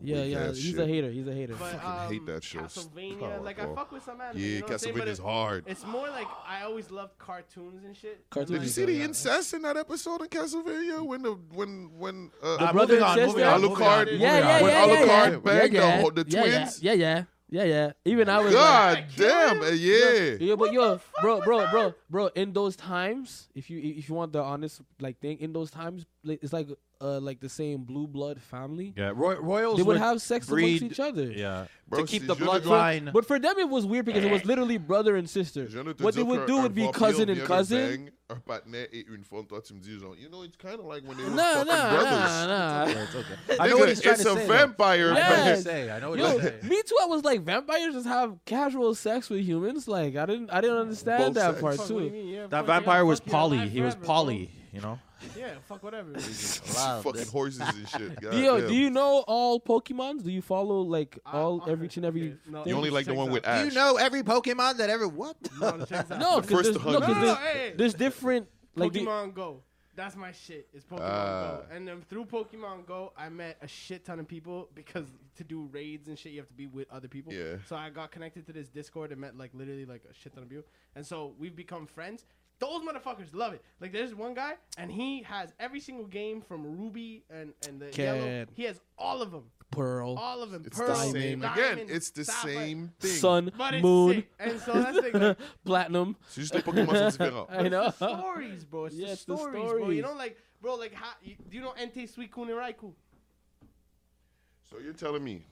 [SPEAKER 1] Yeah,
[SPEAKER 3] Weak
[SPEAKER 1] yeah.
[SPEAKER 3] ass
[SPEAKER 1] He's
[SPEAKER 3] shit.
[SPEAKER 1] a hater. He's a hater.
[SPEAKER 5] But,
[SPEAKER 3] fucking hate
[SPEAKER 5] um,
[SPEAKER 3] that shit.
[SPEAKER 5] Castlevania,
[SPEAKER 3] Oh,
[SPEAKER 5] like
[SPEAKER 3] bro.
[SPEAKER 5] I fuck with some anime.
[SPEAKER 3] Yeah,
[SPEAKER 5] you know what I'm saying? But
[SPEAKER 3] Castlevania's
[SPEAKER 5] it-
[SPEAKER 3] hard.
[SPEAKER 5] It's more like I always loved cartoons and shit. And,
[SPEAKER 1] Cartoons
[SPEAKER 3] Did you
[SPEAKER 5] like,
[SPEAKER 1] is
[SPEAKER 3] see the
[SPEAKER 1] Yeah.
[SPEAKER 3] incest in that episode in Castlevania when the when when uh,
[SPEAKER 2] Ah,
[SPEAKER 1] brother
[SPEAKER 2] moving on,
[SPEAKER 1] and
[SPEAKER 2] moving
[SPEAKER 1] sister?
[SPEAKER 2] on, moving on,
[SPEAKER 3] Alucard.
[SPEAKER 2] moving
[SPEAKER 1] yeah,
[SPEAKER 2] on.
[SPEAKER 1] yeah,
[SPEAKER 3] When
[SPEAKER 1] yeah, yeah, yeah,
[SPEAKER 3] Alucard
[SPEAKER 1] yeah,
[SPEAKER 3] banged the
[SPEAKER 1] yeah,
[SPEAKER 3] whole- the
[SPEAKER 1] yeah, yeah,
[SPEAKER 3] twins?
[SPEAKER 1] Yeah, yeah, yeah, yeah. Even I was like,
[SPEAKER 3] God damn, uh, yeah.
[SPEAKER 1] Yeah, but yo, bro, bro, bro, bro. In those times, if you if you want the honest like thing, in those times, like, it's like uh like the same blue blood family.
[SPEAKER 2] Yeah, Roy- Royals
[SPEAKER 1] They would have sex
[SPEAKER 2] breed,
[SPEAKER 1] amongst each other.
[SPEAKER 2] Yeah,
[SPEAKER 3] Bro,
[SPEAKER 2] to keep
[SPEAKER 3] she's
[SPEAKER 2] the
[SPEAKER 3] really good.
[SPEAKER 2] bloodline.
[SPEAKER 1] But for them, it was weird because it was literally brother and sister.
[SPEAKER 3] Jonathan
[SPEAKER 1] What they would
[SPEAKER 3] Zucker,
[SPEAKER 1] do
[SPEAKER 3] un
[SPEAKER 1] would be
[SPEAKER 3] vampire
[SPEAKER 1] cousin
[SPEAKER 3] vient
[SPEAKER 1] and
[SPEAKER 3] de
[SPEAKER 1] cousin.
[SPEAKER 3] bang un partenaire et une femme. Toi, tu me dis genre, you know, it's kind of like when they were
[SPEAKER 1] Nah, nah,
[SPEAKER 3] fucking
[SPEAKER 1] nah,
[SPEAKER 3] brothers.
[SPEAKER 1] nah.
[SPEAKER 2] It's okay. I know
[SPEAKER 3] Nigga,
[SPEAKER 2] what he's trying
[SPEAKER 3] it's
[SPEAKER 2] to
[SPEAKER 3] a
[SPEAKER 2] say. though.
[SPEAKER 3] vampire.
[SPEAKER 2] I know what
[SPEAKER 1] Yes.
[SPEAKER 2] he's saying. I know what
[SPEAKER 1] Yo,
[SPEAKER 2] he's saying.
[SPEAKER 1] me too. I was like, vampires just have casual sex with humans. Like, I didn't, I didn't understand
[SPEAKER 3] Both
[SPEAKER 1] that
[SPEAKER 3] sex.
[SPEAKER 1] part
[SPEAKER 5] Fuck, what do you
[SPEAKER 1] too.
[SPEAKER 5] mean? Yeah,
[SPEAKER 2] That
[SPEAKER 5] fuck, yeah,
[SPEAKER 2] vampire was
[SPEAKER 5] fuck your
[SPEAKER 2] Polly.
[SPEAKER 5] life
[SPEAKER 2] He was
[SPEAKER 5] forever, bro.
[SPEAKER 2] Polly. You know.
[SPEAKER 5] Yeah, fuck whatever.
[SPEAKER 3] but
[SPEAKER 6] Wow,
[SPEAKER 3] fucking
[SPEAKER 6] this-
[SPEAKER 3] horses and shit. God
[SPEAKER 1] Yo,
[SPEAKER 3] damn.
[SPEAKER 1] do you know all Pokemons? Do you follow like
[SPEAKER 5] I-
[SPEAKER 1] all
[SPEAKER 5] I-
[SPEAKER 1] every each and every?
[SPEAKER 5] okay, no,
[SPEAKER 1] thing?
[SPEAKER 3] You only like the
[SPEAKER 5] Check
[SPEAKER 3] one
[SPEAKER 5] that.
[SPEAKER 3] with Ash.
[SPEAKER 2] every Pokemon that ever what?
[SPEAKER 5] No, check that.
[SPEAKER 1] No,
[SPEAKER 3] The
[SPEAKER 1] because
[SPEAKER 3] first
[SPEAKER 1] there's, no,
[SPEAKER 3] hundred.
[SPEAKER 1] 'cause
[SPEAKER 5] no, no,
[SPEAKER 1] there's,
[SPEAKER 5] hey.
[SPEAKER 1] there's different like the-
[SPEAKER 5] Pokemon Go. That's my shit. It's Pokemon
[SPEAKER 3] Ah.
[SPEAKER 5] Go. And then through Pokemon Go, I met a shit ton of people because to do raids and shit, you have to be with other people.
[SPEAKER 3] Yeah.
[SPEAKER 5] So I got connected to this Discord and met like literally like a shit ton of people. And so we've become friends. Those motherfuckers love it. Like there's one guy and he has every single game from Ruby and and the yellow.
[SPEAKER 1] Kid.
[SPEAKER 5] He has all of them.
[SPEAKER 1] Pearl,
[SPEAKER 5] All of them.
[SPEAKER 3] It's
[SPEAKER 5] Pearl,
[SPEAKER 3] the same again.
[SPEAKER 5] Diamond,
[SPEAKER 3] It's the
[SPEAKER 5] Sapphire.
[SPEAKER 3] same thing.
[SPEAKER 1] sun,
[SPEAKER 5] But it's
[SPEAKER 1] moon,
[SPEAKER 5] sick. And so that's the thing. Like,
[SPEAKER 1] platinum.
[SPEAKER 3] C'est juste les Pokémon sont différents.
[SPEAKER 1] I know.
[SPEAKER 5] It's the stories, bro. It's
[SPEAKER 1] Yeah,
[SPEAKER 5] the
[SPEAKER 1] it's the
[SPEAKER 5] stories, bro.
[SPEAKER 1] stories.
[SPEAKER 5] You know, like, bro, like, how, you, do you know Entei Suicune and Raikou?
[SPEAKER 3] So you're telling me.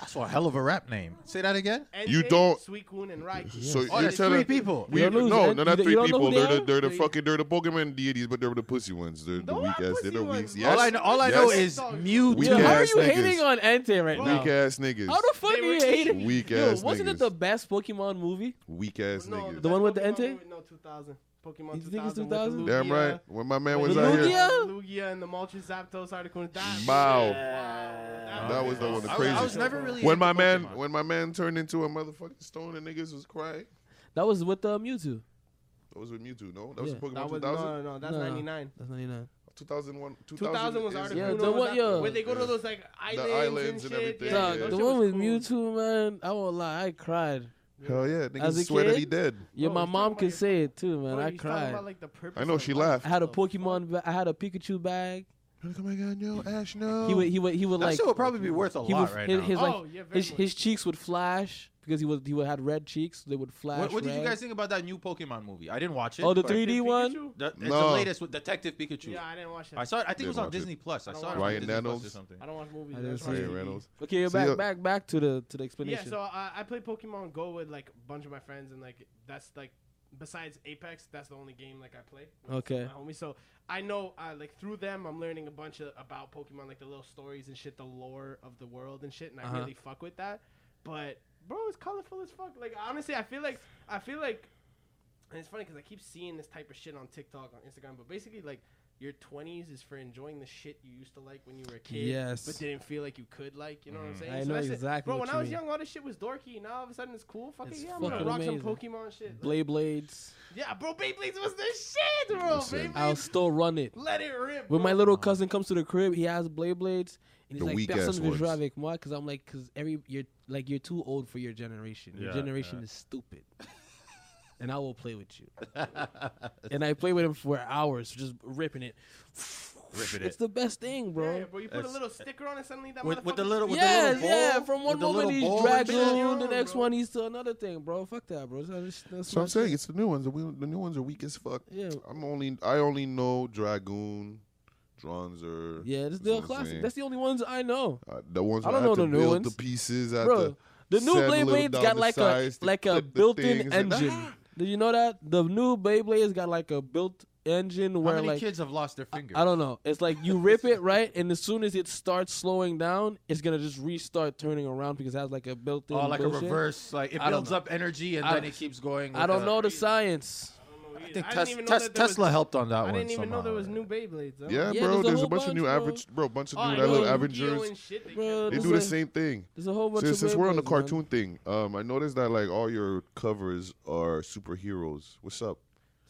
[SPEAKER 2] That's a hell of a rap name. Say that again.
[SPEAKER 5] Entei,
[SPEAKER 3] You don't-
[SPEAKER 5] Suicune and Raikou.
[SPEAKER 3] So
[SPEAKER 2] Oh,
[SPEAKER 3] you're
[SPEAKER 2] that's three
[SPEAKER 3] telling
[SPEAKER 2] people.
[SPEAKER 3] We,
[SPEAKER 1] You don't lose,
[SPEAKER 3] no,
[SPEAKER 1] man.
[SPEAKER 3] no,
[SPEAKER 1] You
[SPEAKER 3] not
[SPEAKER 1] don't-
[SPEAKER 3] three
[SPEAKER 1] you don't know
[SPEAKER 3] people.
[SPEAKER 1] who
[SPEAKER 3] They're,
[SPEAKER 1] they
[SPEAKER 3] the, they're the
[SPEAKER 5] They-
[SPEAKER 3] fucking they're the Pokemon deities, but they're the pussy ones. They're the
[SPEAKER 5] No,
[SPEAKER 3] weak
[SPEAKER 5] I'm
[SPEAKER 3] ass. They're
[SPEAKER 5] pussy
[SPEAKER 3] the weak.
[SPEAKER 5] ones.
[SPEAKER 3] Yes.
[SPEAKER 2] all I know, all I know
[SPEAKER 3] yes.
[SPEAKER 2] is Mewtwo.
[SPEAKER 3] We
[SPEAKER 1] Yo, how are
[SPEAKER 3] ass
[SPEAKER 1] you hating
[SPEAKER 3] niggas.
[SPEAKER 1] on Entei right
[SPEAKER 5] Bro.
[SPEAKER 3] Weak
[SPEAKER 1] now?
[SPEAKER 3] ass niggas.
[SPEAKER 1] How the fuck
[SPEAKER 5] They
[SPEAKER 1] are you
[SPEAKER 5] were
[SPEAKER 1] hating?
[SPEAKER 3] Weak
[SPEAKER 1] Yo,
[SPEAKER 3] ass
[SPEAKER 1] wasn't
[SPEAKER 3] niggas.
[SPEAKER 1] it the best Pokemon movie?
[SPEAKER 3] Weak ass niggas.
[SPEAKER 1] The one with the
[SPEAKER 5] best
[SPEAKER 1] Entei?
[SPEAKER 5] Pokemon movie- No, 2000. Pokemon
[SPEAKER 1] You
[SPEAKER 5] 2000.
[SPEAKER 1] think it's
[SPEAKER 5] with the
[SPEAKER 1] 2000?
[SPEAKER 3] Damn
[SPEAKER 5] Lugia,
[SPEAKER 3] right. When my man
[SPEAKER 5] with
[SPEAKER 3] was
[SPEAKER 5] the
[SPEAKER 3] out here,
[SPEAKER 1] Lugia?
[SPEAKER 5] Lugia and the Moltres, Zapdos, Articuno. That
[SPEAKER 3] Wow.
[SPEAKER 5] Wow.
[SPEAKER 3] that was the one, the
[SPEAKER 2] I, was- I
[SPEAKER 3] craziest.
[SPEAKER 2] was never really.
[SPEAKER 3] when
[SPEAKER 2] into
[SPEAKER 3] my man,
[SPEAKER 2] Pokemon.
[SPEAKER 3] when my man turned into a motherfucking stone and niggas was crying.
[SPEAKER 1] That was with uh, Mewtwo.
[SPEAKER 3] That was with Mewtwo. No, that was
[SPEAKER 1] Yeah.
[SPEAKER 3] with Pokemon
[SPEAKER 5] That was,
[SPEAKER 3] 2000,
[SPEAKER 5] no, no, no, that's
[SPEAKER 1] No.
[SPEAKER 5] 99.
[SPEAKER 1] That's 99.
[SPEAKER 3] 2001,
[SPEAKER 5] 2000 was Articuno.
[SPEAKER 3] is-
[SPEAKER 1] Yeah,
[SPEAKER 5] the
[SPEAKER 1] the one- yeah.
[SPEAKER 5] Where they go to
[SPEAKER 3] Yeah.
[SPEAKER 5] those, like, islands,
[SPEAKER 3] islands
[SPEAKER 5] and,
[SPEAKER 3] and
[SPEAKER 5] shit.
[SPEAKER 3] everything,
[SPEAKER 5] Yeah,
[SPEAKER 1] Dog,
[SPEAKER 3] yeah.
[SPEAKER 5] that
[SPEAKER 1] the
[SPEAKER 5] shit
[SPEAKER 1] one
[SPEAKER 5] was
[SPEAKER 1] with Mewtwo, man. I won't lie, I cried.
[SPEAKER 3] Hell yeah,
[SPEAKER 1] As a
[SPEAKER 3] niggas swear that he
[SPEAKER 1] kid?
[SPEAKER 3] dead.
[SPEAKER 1] Yeah,
[SPEAKER 5] Bro,
[SPEAKER 1] my
[SPEAKER 5] he's talking
[SPEAKER 1] mom
[SPEAKER 5] about
[SPEAKER 1] could
[SPEAKER 5] your-
[SPEAKER 1] say it too, man.
[SPEAKER 5] Bro,
[SPEAKER 1] I
[SPEAKER 5] he's talking
[SPEAKER 1] cried.
[SPEAKER 5] about, like, the purpose
[SPEAKER 3] I know
[SPEAKER 5] of
[SPEAKER 3] she
[SPEAKER 5] life.
[SPEAKER 3] laughed.
[SPEAKER 1] I had a
[SPEAKER 5] The fuck?
[SPEAKER 1] Pokemon. Ba- I had a Pikachu bag.
[SPEAKER 3] Like, oh my god, no, Ash, no.
[SPEAKER 1] He would. He would. He would
[SPEAKER 2] that
[SPEAKER 1] like.
[SPEAKER 2] shit would probably be worth a
[SPEAKER 1] he
[SPEAKER 2] lot
[SPEAKER 1] would,
[SPEAKER 2] right
[SPEAKER 1] his,
[SPEAKER 2] now.
[SPEAKER 1] his, like,
[SPEAKER 5] Oh, yeah, very
[SPEAKER 1] his,
[SPEAKER 5] much.
[SPEAKER 1] his cheeks would flash because he was he would had red cheeks. they would flash.
[SPEAKER 2] what, what did you
[SPEAKER 1] red.
[SPEAKER 2] guys think about that new Pokemon movie? I didn't watch it.
[SPEAKER 1] Oh, the
[SPEAKER 2] but-
[SPEAKER 1] three D one.
[SPEAKER 5] Pikachu?
[SPEAKER 2] The, it's the
[SPEAKER 3] No.
[SPEAKER 2] latest with Detective Pikachu.
[SPEAKER 5] Yeah, I didn't watch that.
[SPEAKER 2] I saw it. I think it was
[SPEAKER 3] Didn't
[SPEAKER 2] on
[SPEAKER 3] watch it.
[SPEAKER 2] Disney Plus. I
[SPEAKER 5] I
[SPEAKER 2] saw
[SPEAKER 5] don't
[SPEAKER 2] it on
[SPEAKER 5] watch
[SPEAKER 3] it.
[SPEAKER 2] Disney
[SPEAKER 3] Ryan
[SPEAKER 2] Plus or
[SPEAKER 3] Reynolds.
[SPEAKER 2] something.
[SPEAKER 5] I don't watch movies.
[SPEAKER 1] I didn't
[SPEAKER 5] That's
[SPEAKER 1] see
[SPEAKER 5] why.
[SPEAKER 1] it.
[SPEAKER 3] Ryan Reynolds.
[SPEAKER 1] Okay, you're
[SPEAKER 3] See
[SPEAKER 1] back
[SPEAKER 3] ya.
[SPEAKER 1] back back to the to the
[SPEAKER 5] Yeah,
[SPEAKER 1] explanation.
[SPEAKER 5] so uh, I play Pokemon Go with like a bunch of my friends, and like that's like besides Apex, that's the only game like I play. with
[SPEAKER 1] Okay.
[SPEAKER 5] my homies. So I know uh, like through them, I'm learning a bunch of, about Pokemon, like the little stories and shit, the lore of the world and shit, and I
[SPEAKER 1] Uh-huh.
[SPEAKER 5] really fuck with that. But bro, it's colorful as fuck. Like honestly, I feel like I feel like, and it's funny because I keep seeing this type of shit on TikTok, on Instagram, but basically like your 20s is for enjoying the shit you used to like when you were a kid,
[SPEAKER 1] Yes. Mm-hmm.
[SPEAKER 5] but didn't feel like you could like. You know what I'm saying?
[SPEAKER 1] I know
[SPEAKER 5] that's it.
[SPEAKER 1] exactly
[SPEAKER 5] Bro,
[SPEAKER 1] what
[SPEAKER 5] when
[SPEAKER 1] you
[SPEAKER 5] I was
[SPEAKER 1] mean.
[SPEAKER 5] young, all this shit was dorky. Now all of a sudden it's cool. Fuck
[SPEAKER 1] It's
[SPEAKER 5] it, yeah, I'm gonna
[SPEAKER 1] fucking
[SPEAKER 5] rock some
[SPEAKER 1] amazing.
[SPEAKER 5] Pokemon shit.
[SPEAKER 1] Blade blades.
[SPEAKER 5] yeah, bro, Beyblades was the shit, bro.
[SPEAKER 3] Listen.
[SPEAKER 1] I'll
[SPEAKER 5] Beyblades,
[SPEAKER 1] still run it.
[SPEAKER 5] let it rip.
[SPEAKER 1] When my
[SPEAKER 5] bro.
[SPEAKER 1] little cousin comes to the crib, he has blade blades, and
[SPEAKER 3] The
[SPEAKER 1] he's like,
[SPEAKER 3] weak-ass
[SPEAKER 1] "Personne veut jouer
[SPEAKER 3] ones.
[SPEAKER 1] avec moi," because I'm like, "Cause every you're like you're too old for your generation. Your
[SPEAKER 2] Yeah,
[SPEAKER 1] generation is stupid." And I will play with you. and I play with him for hours, just ripping it.
[SPEAKER 2] Ripping
[SPEAKER 1] It's
[SPEAKER 2] it.
[SPEAKER 1] the best thing, bro.
[SPEAKER 5] Yeah, bro, you put a
[SPEAKER 2] That's-
[SPEAKER 5] little sticker on it, suddenly that
[SPEAKER 2] With, with the
[SPEAKER 5] motherfucker-
[SPEAKER 2] little, with the
[SPEAKER 1] yes,
[SPEAKER 2] little ball,
[SPEAKER 1] yeah. From one
[SPEAKER 2] with the
[SPEAKER 1] moment
[SPEAKER 2] little
[SPEAKER 1] he's
[SPEAKER 2] ball and shit.
[SPEAKER 1] Dragloon, the
[SPEAKER 5] Yeah,
[SPEAKER 1] next
[SPEAKER 5] bro.
[SPEAKER 1] one he's to another thing, bro. Fuck that, bro. That's, that's
[SPEAKER 3] So
[SPEAKER 1] my
[SPEAKER 3] I'm saying
[SPEAKER 1] shit.
[SPEAKER 3] it's the new ones. The, we, the new ones are weak as fuck.
[SPEAKER 1] Yeah.
[SPEAKER 3] I'm only I only know Dragoon, Dronzer.
[SPEAKER 1] yeah, this is
[SPEAKER 3] you
[SPEAKER 1] the
[SPEAKER 3] know what I'm
[SPEAKER 1] classic.
[SPEAKER 3] saying?
[SPEAKER 1] That's the only ones I know,
[SPEAKER 3] Uh, the ones
[SPEAKER 1] I
[SPEAKER 3] where I
[SPEAKER 1] don't
[SPEAKER 3] had
[SPEAKER 1] know
[SPEAKER 3] to
[SPEAKER 1] the new
[SPEAKER 3] build
[SPEAKER 1] ones.
[SPEAKER 3] the pieces. I had
[SPEAKER 1] bro.
[SPEAKER 3] to
[SPEAKER 1] The new
[SPEAKER 3] sand little
[SPEAKER 1] Beyblades
[SPEAKER 3] down
[SPEAKER 1] got
[SPEAKER 3] the
[SPEAKER 1] like a
[SPEAKER 3] sides to
[SPEAKER 1] like a
[SPEAKER 3] clip the
[SPEAKER 1] built-in
[SPEAKER 3] things and-
[SPEAKER 1] engine. Did you know that the new Beyblades got like a built engine
[SPEAKER 2] How
[SPEAKER 1] where
[SPEAKER 2] many
[SPEAKER 1] like
[SPEAKER 2] kids have lost their fingers?
[SPEAKER 1] I don't know. It's like you rip it right, and as soon as it starts slowing down, it's gonna just restart turning around because it has like a built-in.
[SPEAKER 2] Oh, like
[SPEAKER 1] bullshit.
[SPEAKER 2] a reverse, like it
[SPEAKER 1] I don't
[SPEAKER 2] builds
[SPEAKER 1] know.
[SPEAKER 2] up energy and
[SPEAKER 1] I-
[SPEAKER 2] then it keeps going.
[SPEAKER 1] I
[SPEAKER 2] with
[SPEAKER 1] don't
[SPEAKER 2] a-
[SPEAKER 1] know the science.
[SPEAKER 2] I
[SPEAKER 5] I
[SPEAKER 2] think
[SPEAKER 5] didn't
[SPEAKER 2] Tes-
[SPEAKER 5] even know
[SPEAKER 2] Tes-
[SPEAKER 5] that there was-
[SPEAKER 2] Tesla helped on that
[SPEAKER 5] I
[SPEAKER 2] one.
[SPEAKER 5] didn't even know there
[SPEAKER 2] somehow.
[SPEAKER 5] was new Beyblades. huh?
[SPEAKER 3] Yeah,
[SPEAKER 1] Yeah,
[SPEAKER 3] bro.
[SPEAKER 1] there's a
[SPEAKER 3] There's a
[SPEAKER 1] whole
[SPEAKER 3] bunch of
[SPEAKER 1] bunch,
[SPEAKER 3] new
[SPEAKER 1] bro.
[SPEAKER 3] average, bro. Bunch of
[SPEAKER 5] Oh, I
[SPEAKER 3] new that little
[SPEAKER 5] know
[SPEAKER 3] Avengers.
[SPEAKER 5] Yu-Gi-Oh and shit, they
[SPEAKER 1] Bro,
[SPEAKER 3] They
[SPEAKER 1] this
[SPEAKER 3] do the
[SPEAKER 1] is-
[SPEAKER 3] same thing.
[SPEAKER 1] There's a whole bunch
[SPEAKER 3] Since,
[SPEAKER 1] of
[SPEAKER 3] since we're on the
[SPEAKER 1] Beyblades, man.
[SPEAKER 3] cartoon thing, um, I noticed that like all your covers are superheroes. What's up?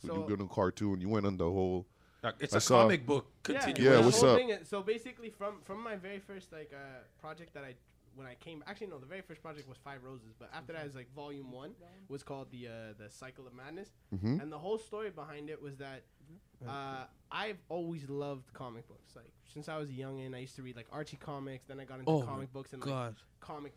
[SPEAKER 5] So-
[SPEAKER 3] you doing a cartoon? You went on the whole.
[SPEAKER 2] Like, It's
[SPEAKER 3] I
[SPEAKER 2] a
[SPEAKER 3] saw-
[SPEAKER 2] comic book continuation.
[SPEAKER 3] Yeah,
[SPEAKER 5] the
[SPEAKER 3] what's
[SPEAKER 5] whole
[SPEAKER 3] up?
[SPEAKER 5] thing is- so basically, from from my very first like uh, project that I when I came, actually no, the very first project was Five Roses, but after that is like Volume One was called the uh, the Cycle of Madness,
[SPEAKER 3] Mhm.
[SPEAKER 5] and the whole story behind it was that uh, I've always loved comic books. Like since I was young, and I used to read like Archie comics. Then I got into
[SPEAKER 1] Oh my
[SPEAKER 5] comic books and like,
[SPEAKER 1] God.
[SPEAKER 5] comic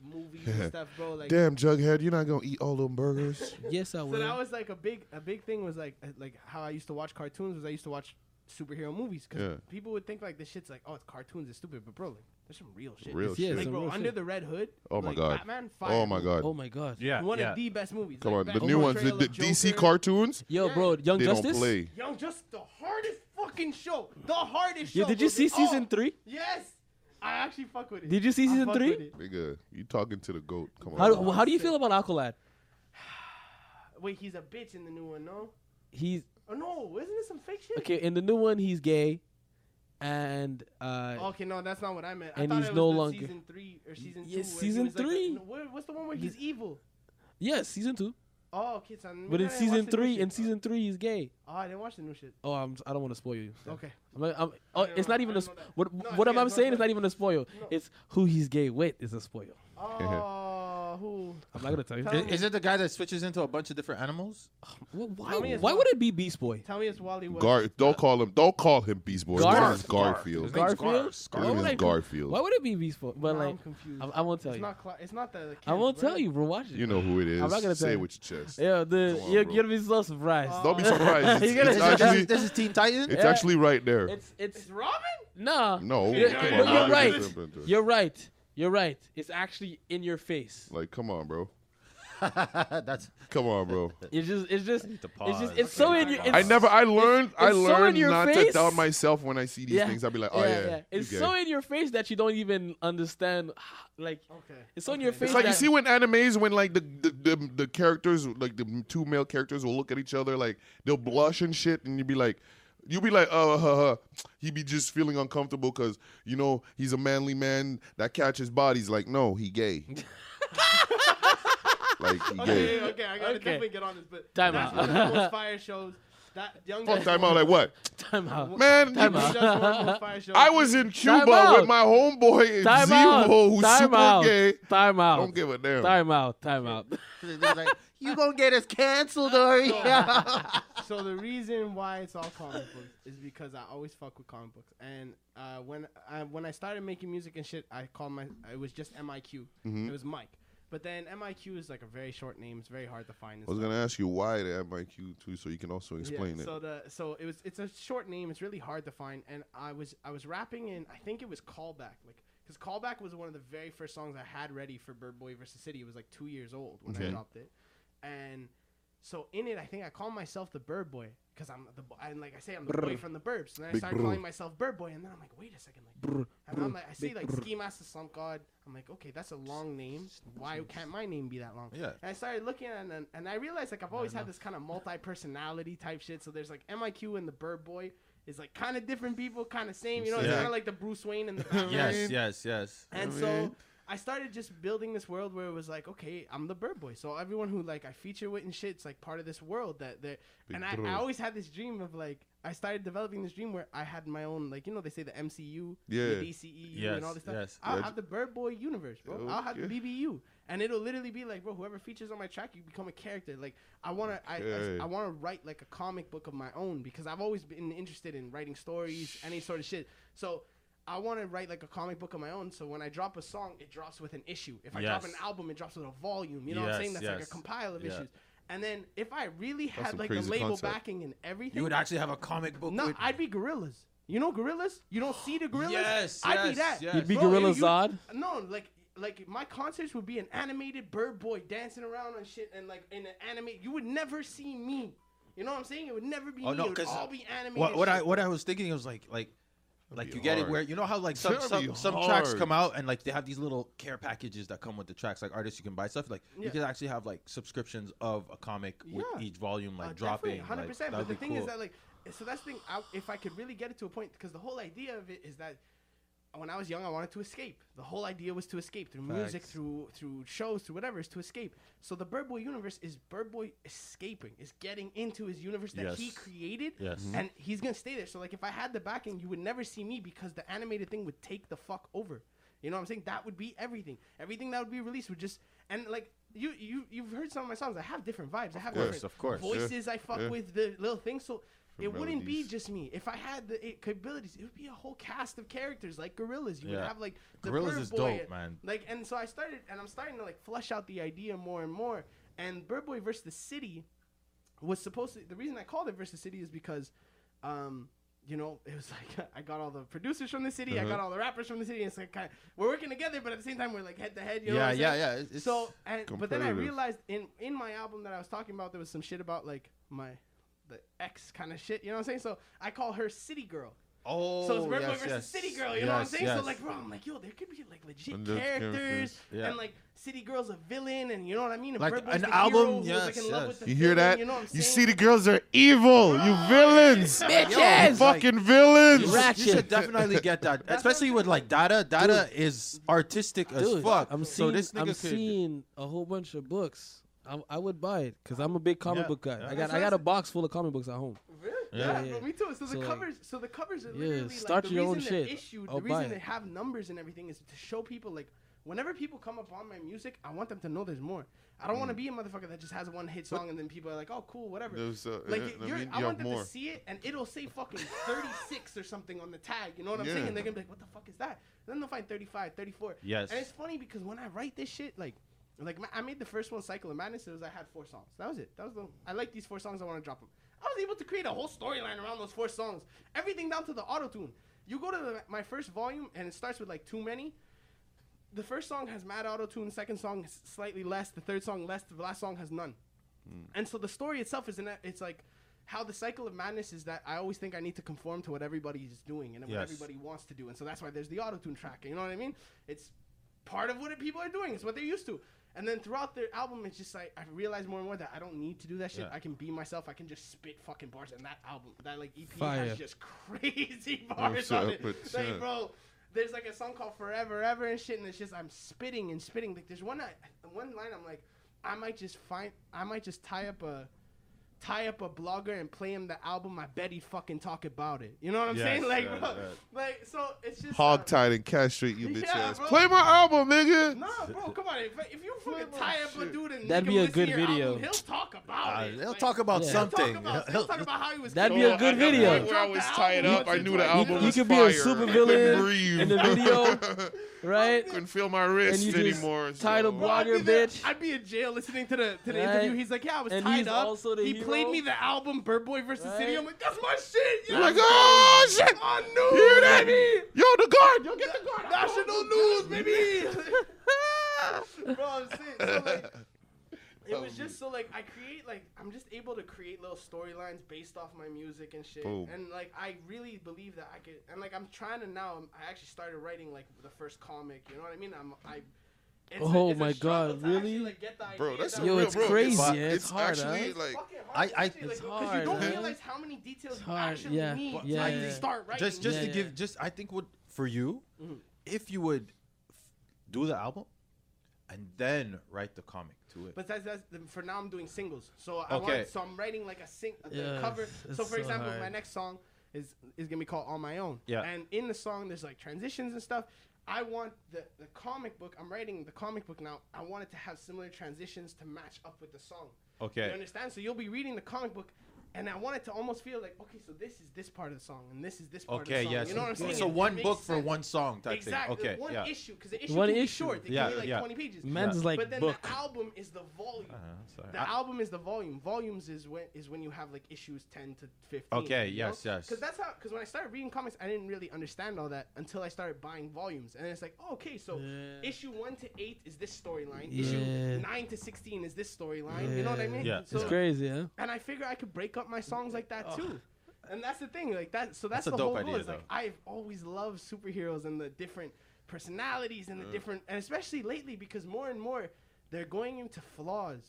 [SPEAKER 5] movies and stuff, bro. Like
[SPEAKER 3] Damn, Jughead, you're not gonna eat all them burgers.
[SPEAKER 1] Yes, I
[SPEAKER 5] so
[SPEAKER 1] will.
[SPEAKER 5] that was like a big a big thing was like uh, like how I used to watch cartoons was I used to watch superhero movies because
[SPEAKER 3] Yeah.
[SPEAKER 5] people would think like this shit's like oh it's cartoons it's stupid but bro like there's some real shit.
[SPEAKER 3] Real
[SPEAKER 1] Yeah,
[SPEAKER 3] shit.
[SPEAKER 5] Like
[SPEAKER 1] Some
[SPEAKER 5] bro,
[SPEAKER 1] real
[SPEAKER 5] Under
[SPEAKER 1] shit.
[SPEAKER 5] the Red Hood.
[SPEAKER 3] Oh my
[SPEAKER 5] like,
[SPEAKER 3] God.
[SPEAKER 5] Batman. Fire
[SPEAKER 3] oh my
[SPEAKER 5] movie.
[SPEAKER 3] god.
[SPEAKER 1] oh my God.
[SPEAKER 2] yeah,
[SPEAKER 5] One
[SPEAKER 2] yeah.
[SPEAKER 5] of the best movies.
[SPEAKER 3] Come
[SPEAKER 5] like,
[SPEAKER 3] on, the
[SPEAKER 5] Batman,
[SPEAKER 3] new ones, the,
[SPEAKER 5] Portrayal
[SPEAKER 3] the
[SPEAKER 5] of
[SPEAKER 3] DC
[SPEAKER 5] Joker.
[SPEAKER 3] cartoons.
[SPEAKER 1] Yo,
[SPEAKER 5] Yeah.
[SPEAKER 1] bro, Young
[SPEAKER 3] They
[SPEAKER 1] Justice.
[SPEAKER 3] don't play.
[SPEAKER 5] Yo, just the hardest fucking show. The hardest show.
[SPEAKER 1] Yeah, did you
[SPEAKER 5] bro.
[SPEAKER 1] see
[SPEAKER 5] They-
[SPEAKER 1] season
[SPEAKER 5] oh,
[SPEAKER 1] three?
[SPEAKER 5] Yes, I actually fuck with it.
[SPEAKER 1] Did you see
[SPEAKER 5] I
[SPEAKER 1] season
[SPEAKER 5] fuck
[SPEAKER 1] three?
[SPEAKER 5] with it.
[SPEAKER 3] Nigga, you talking to the goat? Come on.
[SPEAKER 1] How
[SPEAKER 3] now.
[SPEAKER 1] do, how do you feel about Aqualad?
[SPEAKER 5] Wait, he's a bitch in the new one, no?
[SPEAKER 1] He's
[SPEAKER 5] Oh no, isn't it some fake shit?
[SPEAKER 1] okay in the new one. He's gay, and uh,
[SPEAKER 5] Okay, no, that's not what I meant.
[SPEAKER 1] And
[SPEAKER 5] I thought
[SPEAKER 1] he's
[SPEAKER 5] it was
[SPEAKER 1] no
[SPEAKER 5] the
[SPEAKER 1] longer-
[SPEAKER 5] season three or season two.
[SPEAKER 1] Yeah,
[SPEAKER 5] where he
[SPEAKER 1] season
[SPEAKER 5] was like a-
[SPEAKER 1] three.
[SPEAKER 5] no, where, what's the one where he's evil?
[SPEAKER 1] yes, season two.
[SPEAKER 5] Oh, okay, so I'm-
[SPEAKER 1] But
[SPEAKER 5] I
[SPEAKER 1] in
[SPEAKER 5] didn't
[SPEAKER 1] season
[SPEAKER 5] watch the new
[SPEAKER 1] three,
[SPEAKER 5] shit.
[SPEAKER 1] in season three, he's gay.
[SPEAKER 5] Oh, I didn't watch the new shit.
[SPEAKER 1] Oh, I'm. I don't want to spoil you.
[SPEAKER 5] Okay.
[SPEAKER 1] I'm, not- I'm, oh,
[SPEAKER 5] don't
[SPEAKER 1] it's
[SPEAKER 5] know.
[SPEAKER 1] not
[SPEAKER 5] I
[SPEAKER 1] even a.
[SPEAKER 5] don't
[SPEAKER 1] sp-
[SPEAKER 5] know that.
[SPEAKER 1] What,
[SPEAKER 5] No,
[SPEAKER 1] what
[SPEAKER 5] it's good.
[SPEAKER 1] I'm, I'm
[SPEAKER 5] Don't
[SPEAKER 1] saying is
[SPEAKER 5] worry.
[SPEAKER 1] not even a spoil. It's who he's gay with is a spoil.
[SPEAKER 5] Oh, who?
[SPEAKER 1] I'm not gonna tell you.
[SPEAKER 5] Tell
[SPEAKER 2] Is it the guy that switches into a bunch of different animals?
[SPEAKER 1] Wh- Why?
[SPEAKER 5] Tell me
[SPEAKER 1] Why,
[SPEAKER 5] as well.
[SPEAKER 1] would it be Beast Boy?
[SPEAKER 5] Tell me it's Wally West.
[SPEAKER 3] Gar- don't call him. Don't call him Beast Boy.
[SPEAKER 1] Garf.
[SPEAKER 3] His name's Garfield.
[SPEAKER 2] His name's
[SPEAKER 1] Garfield?
[SPEAKER 2] Scar-
[SPEAKER 1] Why
[SPEAKER 3] His
[SPEAKER 1] would
[SPEAKER 3] name's
[SPEAKER 1] I-
[SPEAKER 3] Garfield.
[SPEAKER 1] Why would it be Beast Boy? But
[SPEAKER 5] Now
[SPEAKER 1] like,
[SPEAKER 5] I'm confused.
[SPEAKER 1] I, I won't tell
[SPEAKER 5] it's
[SPEAKER 1] you.
[SPEAKER 5] not. Cla- it's not the. Kid,
[SPEAKER 1] I won't
[SPEAKER 5] right?
[SPEAKER 1] tell you, bro. Watch it.
[SPEAKER 3] You know who it is.
[SPEAKER 1] I'm not gonna
[SPEAKER 3] Say
[SPEAKER 1] tell
[SPEAKER 3] it
[SPEAKER 1] you.
[SPEAKER 3] with your chest.
[SPEAKER 1] yeah, the
[SPEAKER 3] Come on,
[SPEAKER 1] you're
[SPEAKER 3] bro.
[SPEAKER 1] gonna be so surprised.
[SPEAKER 5] Oh.
[SPEAKER 3] Don't be surprised. It's,
[SPEAKER 1] You're gonna
[SPEAKER 3] it's
[SPEAKER 1] say-
[SPEAKER 3] actually,
[SPEAKER 2] this is Teen Titan.
[SPEAKER 3] it's actually right there.
[SPEAKER 1] It's it's
[SPEAKER 5] It's Robin.
[SPEAKER 1] nah.
[SPEAKER 3] no,
[SPEAKER 1] You're,
[SPEAKER 3] come on,
[SPEAKER 1] you're
[SPEAKER 3] bro.
[SPEAKER 1] right. You're right. You're right. It's actually in your face.
[SPEAKER 3] like, come on, bro.
[SPEAKER 2] That's
[SPEAKER 3] Come on, bro.
[SPEAKER 1] It's just it's just
[SPEAKER 2] to
[SPEAKER 1] it's just
[SPEAKER 2] pause.
[SPEAKER 1] it's so in your. It's,
[SPEAKER 3] I never. I learned. I
[SPEAKER 1] it's so in
[SPEAKER 3] learned
[SPEAKER 1] your
[SPEAKER 3] not to
[SPEAKER 1] face.
[SPEAKER 3] doubt myself when I see these
[SPEAKER 1] Yeah.
[SPEAKER 3] things. I'd be like, oh yeah, you
[SPEAKER 1] It's
[SPEAKER 3] gay.
[SPEAKER 1] so in your face that you don't even understand. Like
[SPEAKER 5] Okay.
[SPEAKER 1] it's so in your face.
[SPEAKER 3] It's like you
[SPEAKER 1] that-
[SPEAKER 3] see when animes when like the, the the the characters like the two male characters will look at each other like they'll blush and shit and you'd be like you'd be like oh huh, huh. he'd be just feeling uncomfortable because you know he's a manly man that catches bodies like no he gay like he
[SPEAKER 5] Okay.
[SPEAKER 3] gay
[SPEAKER 5] Okay. I gotta
[SPEAKER 1] Okay.
[SPEAKER 5] definitely get on this, but
[SPEAKER 1] Time
[SPEAKER 5] that's
[SPEAKER 1] out.
[SPEAKER 5] one of the most fire shows. That young.
[SPEAKER 3] fuck
[SPEAKER 5] Justice-
[SPEAKER 3] time out like what
[SPEAKER 1] time out.
[SPEAKER 3] man
[SPEAKER 5] Young
[SPEAKER 3] you-
[SPEAKER 1] out.
[SPEAKER 5] Justice one of the most fire shows.
[SPEAKER 3] I was in Cuba
[SPEAKER 1] out.
[SPEAKER 3] with my homeboy
[SPEAKER 1] Time out.
[SPEAKER 3] Zero who's
[SPEAKER 1] Time
[SPEAKER 3] super
[SPEAKER 1] out.
[SPEAKER 3] gay
[SPEAKER 1] Time out.
[SPEAKER 3] don't give a damn
[SPEAKER 1] Time out. Time out.
[SPEAKER 2] you gonna get us canceled, Ari?
[SPEAKER 5] so the reason why it's all comic books is because I always fuck with comic books. And uh, when I, when I started making music and shit, I called my it was just MIQ.
[SPEAKER 3] Mm-hmm.
[SPEAKER 5] It was Mike. But then MIQ is like a very short name. It's very hard to find. and
[SPEAKER 3] I was
[SPEAKER 5] stuff.
[SPEAKER 3] gonna ask you why they have my Q too so you can also
[SPEAKER 5] Yeah,
[SPEAKER 3] explain it
[SPEAKER 5] So the so it was it's a short name. It's really hard to find. And I was I was rapping in I think it was callback like because callback was one of the very first songs I had ready for Bird Boy versus City. It was like two years old when I
[SPEAKER 3] Okay.
[SPEAKER 5] dropped it, and so in it I think I called myself the Bird Boy because I'm the bo- and like I say I'm the boy from the Burbs. And then I
[SPEAKER 3] Big
[SPEAKER 5] started
[SPEAKER 3] brr.
[SPEAKER 5] calling myself Bird Boy, and then I'm like wait a second like. And I'm like, I see like Ski Master Slump God. I'm like, okay, that's a long name. Why can't my name be that long?
[SPEAKER 2] Yeah.
[SPEAKER 5] And I started looking at it and and I realized like I've always had this kind of multi personality type shit. So there's like MIQ and the Bird Boy, It's like kind of different people, kind of same. You know, it's
[SPEAKER 2] Yeah.
[SPEAKER 5] kind of like the Bruce Wayne and the Batman.
[SPEAKER 2] Yes, yes, yes.
[SPEAKER 5] And
[SPEAKER 3] I
[SPEAKER 5] so
[SPEAKER 3] mean-
[SPEAKER 5] I started just building this world where it was like, okay, I'm the bird boy. So everyone who like I feature with and shit, it's like part of this world that they
[SPEAKER 3] Big
[SPEAKER 5] and I,
[SPEAKER 3] bro.
[SPEAKER 5] I always had this dream of like I started developing this dream where I had my own like you know they say the MCU,
[SPEAKER 3] Yeah.
[SPEAKER 5] the DCEU,
[SPEAKER 2] Yes,
[SPEAKER 5] and all this stuff.
[SPEAKER 2] yes.
[SPEAKER 5] I'll
[SPEAKER 3] Yeah,
[SPEAKER 5] have the bird boy universe, bro.
[SPEAKER 3] Oh,
[SPEAKER 5] I'll have the
[SPEAKER 3] Okay.
[SPEAKER 5] BBU, and it'll literally be like, bro, whoever features on my track, you become a character. Like I wanna,
[SPEAKER 3] Okay.
[SPEAKER 5] I, I, I wanna write like a comic book of my own because I've always been interested in writing stories, any sort of shit. So I want to write like a comic book of my own. So when I drop a song, it drops with an issue. If I drop
[SPEAKER 2] Yes.
[SPEAKER 5] an album, it drops with a volume. You know what
[SPEAKER 2] Yes,
[SPEAKER 5] I'm saying? That's like
[SPEAKER 2] yes.
[SPEAKER 5] a compile of
[SPEAKER 2] Yeah.
[SPEAKER 5] issues. And then if I really
[SPEAKER 3] some
[SPEAKER 5] had like a
[SPEAKER 3] crazy
[SPEAKER 5] label
[SPEAKER 3] concept.
[SPEAKER 5] backing and everything,
[SPEAKER 2] You would actually have a comic book.
[SPEAKER 5] no,
[SPEAKER 2] with-
[SPEAKER 5] I'd be gorillas. You know gorillas? You don't see the gorillas?
[SPEAKER 2] Yes,
[SPEAKER 5] I'd
[SPEAKER 2] yes,
[SPEAKER 5] be that.
[SPEAKER 2] yes.
[SPEAKER 1] You'd be
[SPEAKER 5] Bro,
[SPEAKER 1] Gorilla
[SPEAKER 5] you-
[SPEAKER 1] Zod.
[SPEAKER 5] No, like like my concerts would be an animated bird boy dancing around and shit, and like in an animate, you would never see me. You know what I'm saying? It would never be
[SPEAKER 2] Oh,
[SPEAKER 5] me.
[SPEAKER 2] no,
[SPEAKER 5] it would
[SPEAKER 2] 'cause
[SPEAKER 5] all be animated.
[SPEAKER 2] what, what I
[SPEAKER 5] shit.
[SPEAKER 2] what I was thinking was like like like
[SPEAKER 3] be
[SPEAKER 2] you get it
[SPEAKER 3] hard.
[SPEAKER 2] where you know how like some
[SPEAKER 3] That'd
[SPEAKER 2] some,
[SPEAKER 3] be
[SPEAKER 2] some tracks
[SPEAKER 3] hard.
[SPEAKER 2] come out and like they have these little care packages that come with the tracks like artists you can buy stuff like you
[SPEAKER 5] Yeah.
[SPEAKER 2] could actually have like subscriptions of a comic with
[SPEAKER 5] Yeah.
[SPEAKER 2] each volume like
[SPEAKER 5] Uh,
[SPEAKER 2] dropping
[SPEAKER 5] definitely,
[SPEAKER 2] like,
[SPEAKER 5] 100%.
[SPEAKER 2] that would
[SPEAKER 5] but the
[SPEAKER 2] be
[SPEAKER 5] thing is
[SPEAKER 2] cool.
[SPEAKER 5] that, like, so that's the thing. I, if I could really get it to a point, because the whole idea of it is that when I was young, I wanted to escape. The whole idea was to escape through music,
[SPEAKER 2] Facts.
[SPEAKER 5] through through shows, through whatever, is to escape. So the Bird Boy universe is Bird Boy escaping, is getting into his universe that he
[SPEAKER 2] Yes.
[SPEAKER 5] created,
[SPEAKER 2] Yes. Mhm.
[SPEAKER 5] and he's gonna stay there. So like, if I had the backing, you would never see me because the animated thing would take the fuck over. You know what I'm saying? That would be everything. Everything that would be released would just and like you you you've heard some of my songs. I have different vibes. I have
[SPEAKER 3] course,
[SPEAKER 5] different
[SPEAKER 2] of course.
[SPEAKER 5] voices voices I fuck
[SPEAKER 3] Yeah.
[SPEAKER 5] with, the little things. So it wouldn't be
[SPEAKER 3] melodies.
[SPEAKER 5] just me. If I had the it, capabilities, it would be a whole cast of characters like gorillas. You would
[SPEAKER 2] Yeah.
[SPEAKER 5] have like the
[SPEAKER 2] Gorillaz
[SPEAKER 5] Bird
[SPEAKER 2] is
[SPEAKER 5] Boy,
[SPEAKER 2] dope, man.
[SPEAKER 5] Like, and so I started, and I'm starting to like flesh out the idea more and more. And Bird Boy versus the City was supposed to. The reason I called it versus City is because, um, you know, it was like I got all the producers from the city,
[SPEAKER 3] Uh-huh.
[SPEAKER 5] I got all the rappers from the city. And it's like kind of, we're working together, but at the same time, we're like head to head. You know
[SPEAKER 2] yeah
[SPEAKER 5] what I'm
[SPEAKER 2] yeah
[SPEAKER 5] saying?
[SPEAKER 2] yeah it's,
[SPEAKER 5] so and, but then I
[SPEAKER 3] competitive.
[SPEAKER 5] realized in in my album that I was talking about there was some shit about like my the ex kind of shit, you know what I'm saying? So I call her City Girl.
[SPEAKER 2] oh
[SPEAKER 5] so it's Red
[SPEAKER 2] yes,
[SPEAKER 5] Boy versus
[SPEAKER 2] yes.
[SPEAKER 5] City Girl, you know what I'm
[SPEAKER 2] Yes,
[SPEAKER 5] saying?
[SPEAKER 2] yes.
[SPEAKER 5] So like, bro, I'm like, yo, there could be like legit
[SPEAKER 3] And there's characters.
[SPEAKER 5] characters,
[SPEAKER 2] Yeah.
[SPEAKER 5] and like City Girl's a villain, and you know what I mean? And
[SPEAKER 2] Like,
[SPEAKER 5] Red Boy's
[SPEAKER 2] an
[SPEAKER 5] the
[SPEAKER 2] album,
[SPEAKER 5] hero who's, like,
[SPEAKER 2] yes,
[SPEAKER 5] in love
[SPEAKER 2] yes.
[SPEAKER 5] with the
[SPEAKER 3] You hear
[SPEAKER 5] villain,
[SPEAKER 3] that?
[SPEAKER 5] You, know what I'm
[SPEAKER 3] You see
[SPEAKER 5] saying?
[SPEAKER 3] the girls are evil. You villains.
[SPEAKER 2] Yo,
[SPEAKER 3] You
[SPEAKER 2] it's like-
[SPEAKER 3] fucking
[SPEAKER 2] You
[SPEAKER 3] villains.
[SPEAKER 2] should- You
[SPEAKER 1] Ratchet.
[SPEAKER 2] should definitely get that, especially with like Dada. Dada is artistic as
[SPEAKER 1] Dude,
[SPEAKER 2] fuck.
[SPEAKER 1] I'm
[SPEAKER 2] so
[SPEAKER 1] seeing,
[SPEAKER 2] this nigga
[SPEAKER 1] I'm
[SPEAKER 2] could.
[SPEAKER 1] seeing a whole bunch of books. I, I would buy it because I'm a big comic
[SPEAKER 2] Yeah,
[SPEAKER 1] book guy.
[SPEAKER 2] yeah.
[SPEAKER 1] I got I got a box full of comic books at home.
[SPEAKER 5] Really?
[SPEAKER 2] Yeah.
[SPEAKER 5] Yeah,
[SPEAKER 1] Yeah.
[SPEAKER 5] bro, me too. So the
[SPEAKER 1] So, like,
[SPEAKER 5] covers, so the covers are
[SPEAKER 1] yeah,
[SPEAKER 5] literally like
[SPEAKER 1] start
[SPEAKER 5] the
[SPEAKER 1] your own
[SPEAKER 5] reason they're
[SPEAKER 1] shit.
[SPEAKER 5] issued.
[SPEAKER 1] I'll
[SPEAKER 5] the
[SPEAKER 1] buy
[SPEAKER 5] reason
[SPEAKER 1] it.
[SPEAKER 5] they have numbers and everything is to show people like whenever people come upon my music, I want them to know there's more. I don't want to
[SPEAKER 1] Mm.
[SPEAKER 5] be a motherfucker that just has one hit song and then people are like, oh cool, whatever.
[SPEAKER 3] There's, uh,
[SPEAKER 5] like
[SPEAKER 3] yeah, I
[SPEAKER 5] you're, I,
[SPEAKER 3] mean, you have
[SPEAKER 5] want them
[SPEAKER 3] more.
[SPEAKER 5] to see it and it'll say fucking 36 or something on the tag. You know what I'm
[SPEAKER 3] Yeah.
[SPEAKER 5] saying? They're gonna be like, what the fuck is that? And then they'll find 35, 34.
[SPEAKER 2] Yes.
[SPEAKER 5] And it's funny because when I write this shit, like. Like ma- I made the first one, Cycle of Madness. It was I had four songs. That was it. That was the. I like these four songs. I want to drop them. I was able to create a whole storyline around those four songs. Everything down to the auto tune. You go to the, my first volume and it starts with like too many. The first song has mad auto tune. Second song is slightly less. The third song less. The last song has none.
[SPEAKER 2] Hmm.
[SPEAKER 5] And so the story itself is in that it's like how the cycle of madness is that I always think I need to conform to what everybody is doing and
[SPEAKER 2] Yes.
[SPEAKER 5] what everybody wants to do. And so that's why there's the auto tune track. You know what I mean? It's part of what people are doing. It's what they're used to. And then throughout their album, it's just like I realize more and more that I don't need to do that shit.
[SPEAKER 2] Yeah.
[SPEAKER 5] I can be myself. I can just spit fucking bars. And that album, that like EP
[SPEAKER 1] Fire.
[SPEAKER 5] has just crazy bars on it.
[SPEAKER 3] 100%.
[SPEAKER 5] Like, bro, there's like a song called Forever Ever and shit, and it's just I'm spitting and spitting. Like there's one I, one line I'm like, I might just find, I might just tie up a. Tie up a blogger and play him the album. I bet he'd fucking talk about it. You know what I'm
[SPEAKER 2] Yes,
[SPEAKER 5] saying? Like,
[SPEAKER 2] yes,
[SPEAKER 5] bro,
[SPEAKER 2] yes.
[SPEAKER 5] like so it's just uh,
[SPEAKER 3] Hogtied and castrate you bitch
[SPEAKER 5] Yeah,
[SPEAKER 3] ass.
[SPEAKER 5] bro.
[SPEAKER 3] Play my album, nigga.
[SPEAKER 5] No, bro, come on. If, if you fucking tie up a dude and
[SPEAKER 1] That'd
[SPEAKER 5] make
[SPEAKER 1] be
[SPEAKER 5] him
[SPEAKER 1] a
[SPEAKER 5] listen
[SPEAKER 1] good
[SPEAKER 5] to your
[SPEAKER 1] video.
[SPEAKER 5] album, he'll talk about
[SPEAKER 2] Uh,
[SPEAKER 5] it.
[SPEAKER 2] they'll
[SPEAKER 5] Like,
[SPEAKER 2] talk about
[SPEAKER 1] Yeah.
[SPEAKER 5] he'll
[SPEAKER 2] something.
[SPEAKER 5] Talk about, he'll talk about how he was.
[SPEAKER 1] That'd be
[SPEAKER 5] killed.
[SPEAKER 1] a good
[SPEAKER 5] I got
[SPEAKER 1] video.
[SPEAKER 5] one
[SPEAKER 3] Where I
[SPEAKER 5] drop
[SPEAKER 3] was
[SPEAKER 5] the
[SPEAKER 3] tied
[SPEAKER 5] album.
[SPEAKER 3] up, I knew
[SPEAKER 5] You
[SPEAKER 3] the
[SPEAKER 1] You,
[SPEAKER 3] album
[SPEAKER 1] you
[SPEAKER 3] was
[SPEAKER 1] could be a
[SPEAKER 3] fire.
[SPEAKER 1] super
[SPEAKER 3] I couldn't
[SPEAKER 1] villain
[SPEAKER 3] breathe.
[SPEAKER 1] in the video, right?
[SPEAKER 2] Oh,
[SPEAKER 3] couldn't feel my
[SPEAKER 1] And
[SPEAKER 3] wrist
[SPEAKER 1] you just
[SPEAKER 3] anymore.
[SPEAKER 1] title
[SPEAKER 3] so-
[SPEAKER 5] Bro, I'd
[SPEAKER 1] Blogger,
[SPEAKER 5] be there-
[SPEAKER 1] bitch.
[SPEAKER 5] I'd be in jail listening to the to the
[SPEAKER 1] Right.
[SPEAKER 5] interview. He's like, "Yeah, I was
[SPEAKER 1] And
[SPEAKER 5] tied
[SPEAKER 1] he's
[SPEAKER 5] up.
[SPEAKER 1] also the
[SPEAKER 5] he played
[SPEAKER 1] hero.
[SPEAKER 5] me the album Bird Boy versus City."
[SPEAKER 1] Right.
[SPEAKER 5] I'm like, "That's my shit." Yeah.
[SPEAKER 3] You're like, oh shit!
[SPEAKER 5] I knew
[SPEAKER 3] You hear that?
[SPEAKER 5] baby.
[SPEAKER 3] Yo, the guard! Yo, get the guard!
[SPEAKER 5] National news, baby. Bro, I'm sick. So like, it was just so like I create like I'm just able to create little storylines based off my music and shit.
[SPEAKER 3] Boom.
[SPEAKER 5] And like I really believe that I could. And like I'm trying to now. I actually started writing like the first comic. You know what I mean? I'm I. It's
[SPEAKER 1] Oh
[SPEAKER 5] it's
[SPEAKER 1] my
[SPEAKER 5] struggle
[SPEAKER 1] God,
[SPEAKER 5] to actually,
[SPEAKER 1] really?
[SPEAKER 5] like, get the
[SPEAKER 3] Bro,
[SPEAKER 5] idea
[SPEAKER 3] that's
[SPEAKER 5] down.
[SPEAKER 1] Yo,
[SPEAKER 3] real,
[SPEAKER 1] it's
[SPEAKER 3] bro.
[SPEAKER 1] crazy,
[SPEAKER 3] It's,
[SPEAKER 1] yeah, it's hard,
[SPEAKER 3] actually
[SPEAKER 1] huh?
[SPEAKER 3] like
[SPEAKER 5] Fucking hard.
[SPEAKER 2] I, I
[SPEAKER 5] Actually, like,
[SPEAKER 1] It's
[SPEAKER 5] 'cause
[SPEAKER 1] hard,
[SPEAKER 5] You don't
[SPEAKER 1] man.
[SPEAKER 5] realize how many details
[SPEAKER 1] It's
[SPEAKER 5] you
[SPEAKER 1] hard,
[SPEAKER 5] actually
[SPEAKER 1] yeah,
[SPEAKER 5] need
[SPEAKER 1] But
[SPEAKER 5] to
[SPEAKER 1] yeah,
[SPEAKER 5] actually
[SPEAKER 1] yeah.
[SPEAKER 5] start writing.
[SPEAKER 2] just just
[SPEAKER 1] Yeah,
[SPEAKER 2] to
[SPEAKER 1] yeah.
[SPEAKER 2] give just I think what for you,
[SPEAKER 5] Mhm.
[SPEAKER 2] if you would f- do the album and then write the comic to it.
[SPEAKER 5] But that's, that's the- for now. I'm doing singles, so I
[SPEAKER 2] Okay.
[SPEAKER 5] want so I'm writing like a sing a
[SPEAKER 1] Yeah,
[SPEAKER 5] cover.
[SPEAKER 1] it's
[SPEAKER 5] So for
[SPEAKER 1] so
[SPEAKER 5] example,
[SPEAKER 1] hard.
[SPEAKER 5] my next song is is gonna be called On My Own.
[SPEAKER 2] Yeah.
[SPEAKER 5] And in the song, there's like transitions and stuff. I want the the comic book. I'm writing the comic book now. I want it to have similar transitions to match up with the song. You
[SPEAKER 2] okay.
[SPEAKER 5] understand? So you'll be reading the comic book, and I want it to almost feel like okay, so this is this part of the song, and this is this part
[SPEAKER 2] Okay,
[SPEAKER 5] of the song.
[SPEAKER 2] yes.
[SPEAKER 5] You know what I'm saying?
[SPEAKER 2] so
[SPEAKER 5] It- it
[SPEAKER 2] one
[SPEAKER 5] makes
[SPEAKER 2] book for
[SPEAKER 5] sense.
[SPEAKER 2] one song type
[SPEAKER 5] Exactly.
[SPEAKER 2] thing. Okay.
[SPEAKER 5] One
[SPEAKER 2] yeah.
[SPEAKER 5] issue, because the issue
[SPEAKER 1] One
[SPEAKER 5] can be
[SPEAKER 1] issue.
[SPEAKER 5] short. It
[SPEAKER 2] Yeah,
[SPEAKER 5] can be like
[SPEAKER 2] yeah.
[SPEAKER 5] 20 pages.
[SPEAKER 1] Men's is like
[SPEAKER 5] but then
[SPEAKER 1] book.
[SPEAKER 5] the album is the volume.
[SPEAKER 2] Uh, sorry.
[SPEAKER 5] The
[SPEAKER 2] I-
[SPEAKER 5] album is the volume. Volumes is when is when you have like issues ten to fifteen.
[SPEAKER 2] Okay, yes, yes.
[SPEAKER 5] Because that's how. Because when I started reading comics, I didn't really understand all that until I started buying volumes, and it's like, oh, okay, so
[SPEAKER 1] Yeah.
[SPEAKER 5] issue one to eight is this storyline.
[SPEAKER 1] Yeah.
[SPEAKER 5] Issue nine to sixteen is this storyline. You know what I
[SPEAKER 1] Yeah.
[SPEAKER 5] mean?
[SPEAKER 2] Yeah.
[SPEAKER 1] It's
[SPEAKER 5] So-
[SPEAKER 1] crazy, huh?
[SPEAKER 5] and I figure I could break up my songs like that too. And that's the thing, like that. So that's,
[SPEAKER 2] That's a
[SPEAKER 5] the
[SPEAKER 2] dope
[SPEAKER 5] whole goal.
[SPEAKER 2] idea,
[SPEAKER 5] Is like
[SPEAKER 2] though.
[SPEAKER 5] I've always loved superheroes and the different personalities and the different, and especially lately because more and more they're going into flaws.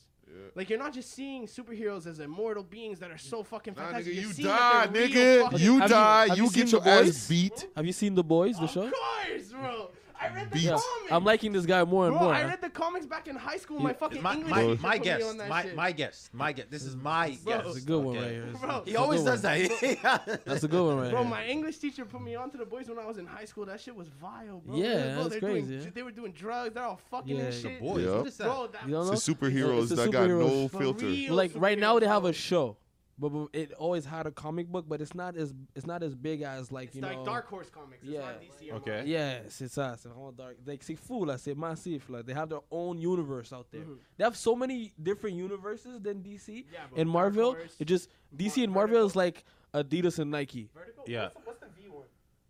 [SPEAKER 5] Like you're not just seeing superheroes as immortal beings that are so fucking
[SPEAKER 3] Nah,
[SPEAKER 5] fantastic.
[SPEAKER 3] nigga,
[SPEAKER 5] You're
[SPEAKER 3] you
[SPEAKER 5] seeing
[SPEAKER 3] die,
[SPEAKER 5] that they're real
[SPEAKER 3] nigga.
[SPEAKER 5] fucking-
[SPEAKER 3] You
[SPEAKER 1] Have you-
[SPEAKER 3] die.
[SPEAKER 1] have
[SPEAKER 3] You,
[SPEAKER 1] you seen
[SPEAKER 3] get your
[SPEAKER 1] The
[SPEAKER 3] ass
[SPEAKER 1] Boys?
[SPEAKER 3] beat.
[SPEAKER 1] Have you seen The Boys, the
[SPEAKER 5] Of
[SPEAKER 1] show?
[SPEAKER 5] course, bro. I read the
[SPEAKER 3] Beats.
[SPEAKER 1] Yeah.
[SPEAKER 5] comics.
[SPEAKER 1] I'm liking this guy more and
[SPEAKER 5] bro,
[SPEAKER 1] more.
[SPEAKER 5] I
[SPEAKER 1] huh?
[SPEAKER 5] read the comics back in high school.
[SPEAKER 1] Yeah.
[SPEAKER 5] My fucking
[SPEAKER 2] my
[SPEAKER 5] English
[SPEAKER 2] my,
[SPEAKER 5] teacher
[SPEAKER 2] my
[SPEAKER 5] put me
[SPEAKER 2] guess.
[SPEAKER 5] on that
[SPEAKER 2] My
[SPEAKER 5] shit.
[SPEAKER 2] my guess. My guess. This is my guess.
[SPEAKER 1] That's a good one
[SPEAKER 2] Okay.
[SPEAKER 1] right here.
[SPEAKER 5] Bro,
[SPEAKER 2] He always does
[SPEAKER 1] that.
[SPEAKER 2] that.
[SPEAKER 1] That's a good one right
[SPEAKER 5] Bro,
[SPEAKER 1] here.
[SPEAKER 5] my English teacher put me onto the boys when I was in high school. That shit was vile, bro.
[SPEAKER 1] Yeah,
[SPEAKER 5] Bro,
[SPEAKER 1] that's
[SPEAKER 5] they're
[SPEAKER 1] crazy,
[SPEAKER 5] Doing,
[SPEAKER 1] yeah.
[SPEAKER 5] They were doing drugs. They're all fucking
[SPEAKER 1] Yeah.
[SPEAKER 5] and
[SPEAKER 1] The
[SPEAKER 5] shit.
[SPEAKER 2] Boys,
[SPEAKER 3] Yeah.
[SPEAKER 2] what is that?
[SPEAKER 5] Bro, that
[SPEAKER 1] You don't know?
[SPEAKER 3] It's the superheroes
[SPEAKER 1] It's the
[SPEAKER 3] that got no
[SPEAKER 1] superheroes.
[SPEAKER 5] For
[SPEAKER 3] filter.
[SPEAKER 5] real
[SPEAKER 1] like right now they
[SPEAKER 5] superheroes,
[SPEAKER 1] have
[SPEAKER 5] bro.
[SPEAKER 1] a show, but but it always had a comic book, but it's not as it's not as big as like
[SPEAKER 5] It's
[SPEAKER 1] you
[SPEAKER 5] like
[SPEAKER 1] know.
[SPEAKER 5] Dark Horse comics. It's
[SPEAKER 1] Yeah.
[SPEAKER 5] not DC. or
[SPEAKER 2] Okay.
[SPEAKER 5] Marvel.
[SPEAKER 1] Yes, it's us. It's all dark. Like c'est fou là, c'est massif là. They have their own universe out there.
[SPEAKER 5] Mhm.
[SPEAKER 1] They have so many different universes than DC
[SPEAKER 5] Yeah, bro.
[SPEAKER 1] and
[SPEAKER 5] Dark
[SPEAKER 1] Marvel.
[SPEAKER 5] Horse,
[SPEAKER 1] It just DC and
[SPEAKER 5] Mar-
[SPEAKER 1] Marvel is like Adidas and Nike.
[SPEAKER 5] Vertigo.
[SPEAKER 2] Yeah.
[SPEAKER 5] What's the, what's the V one?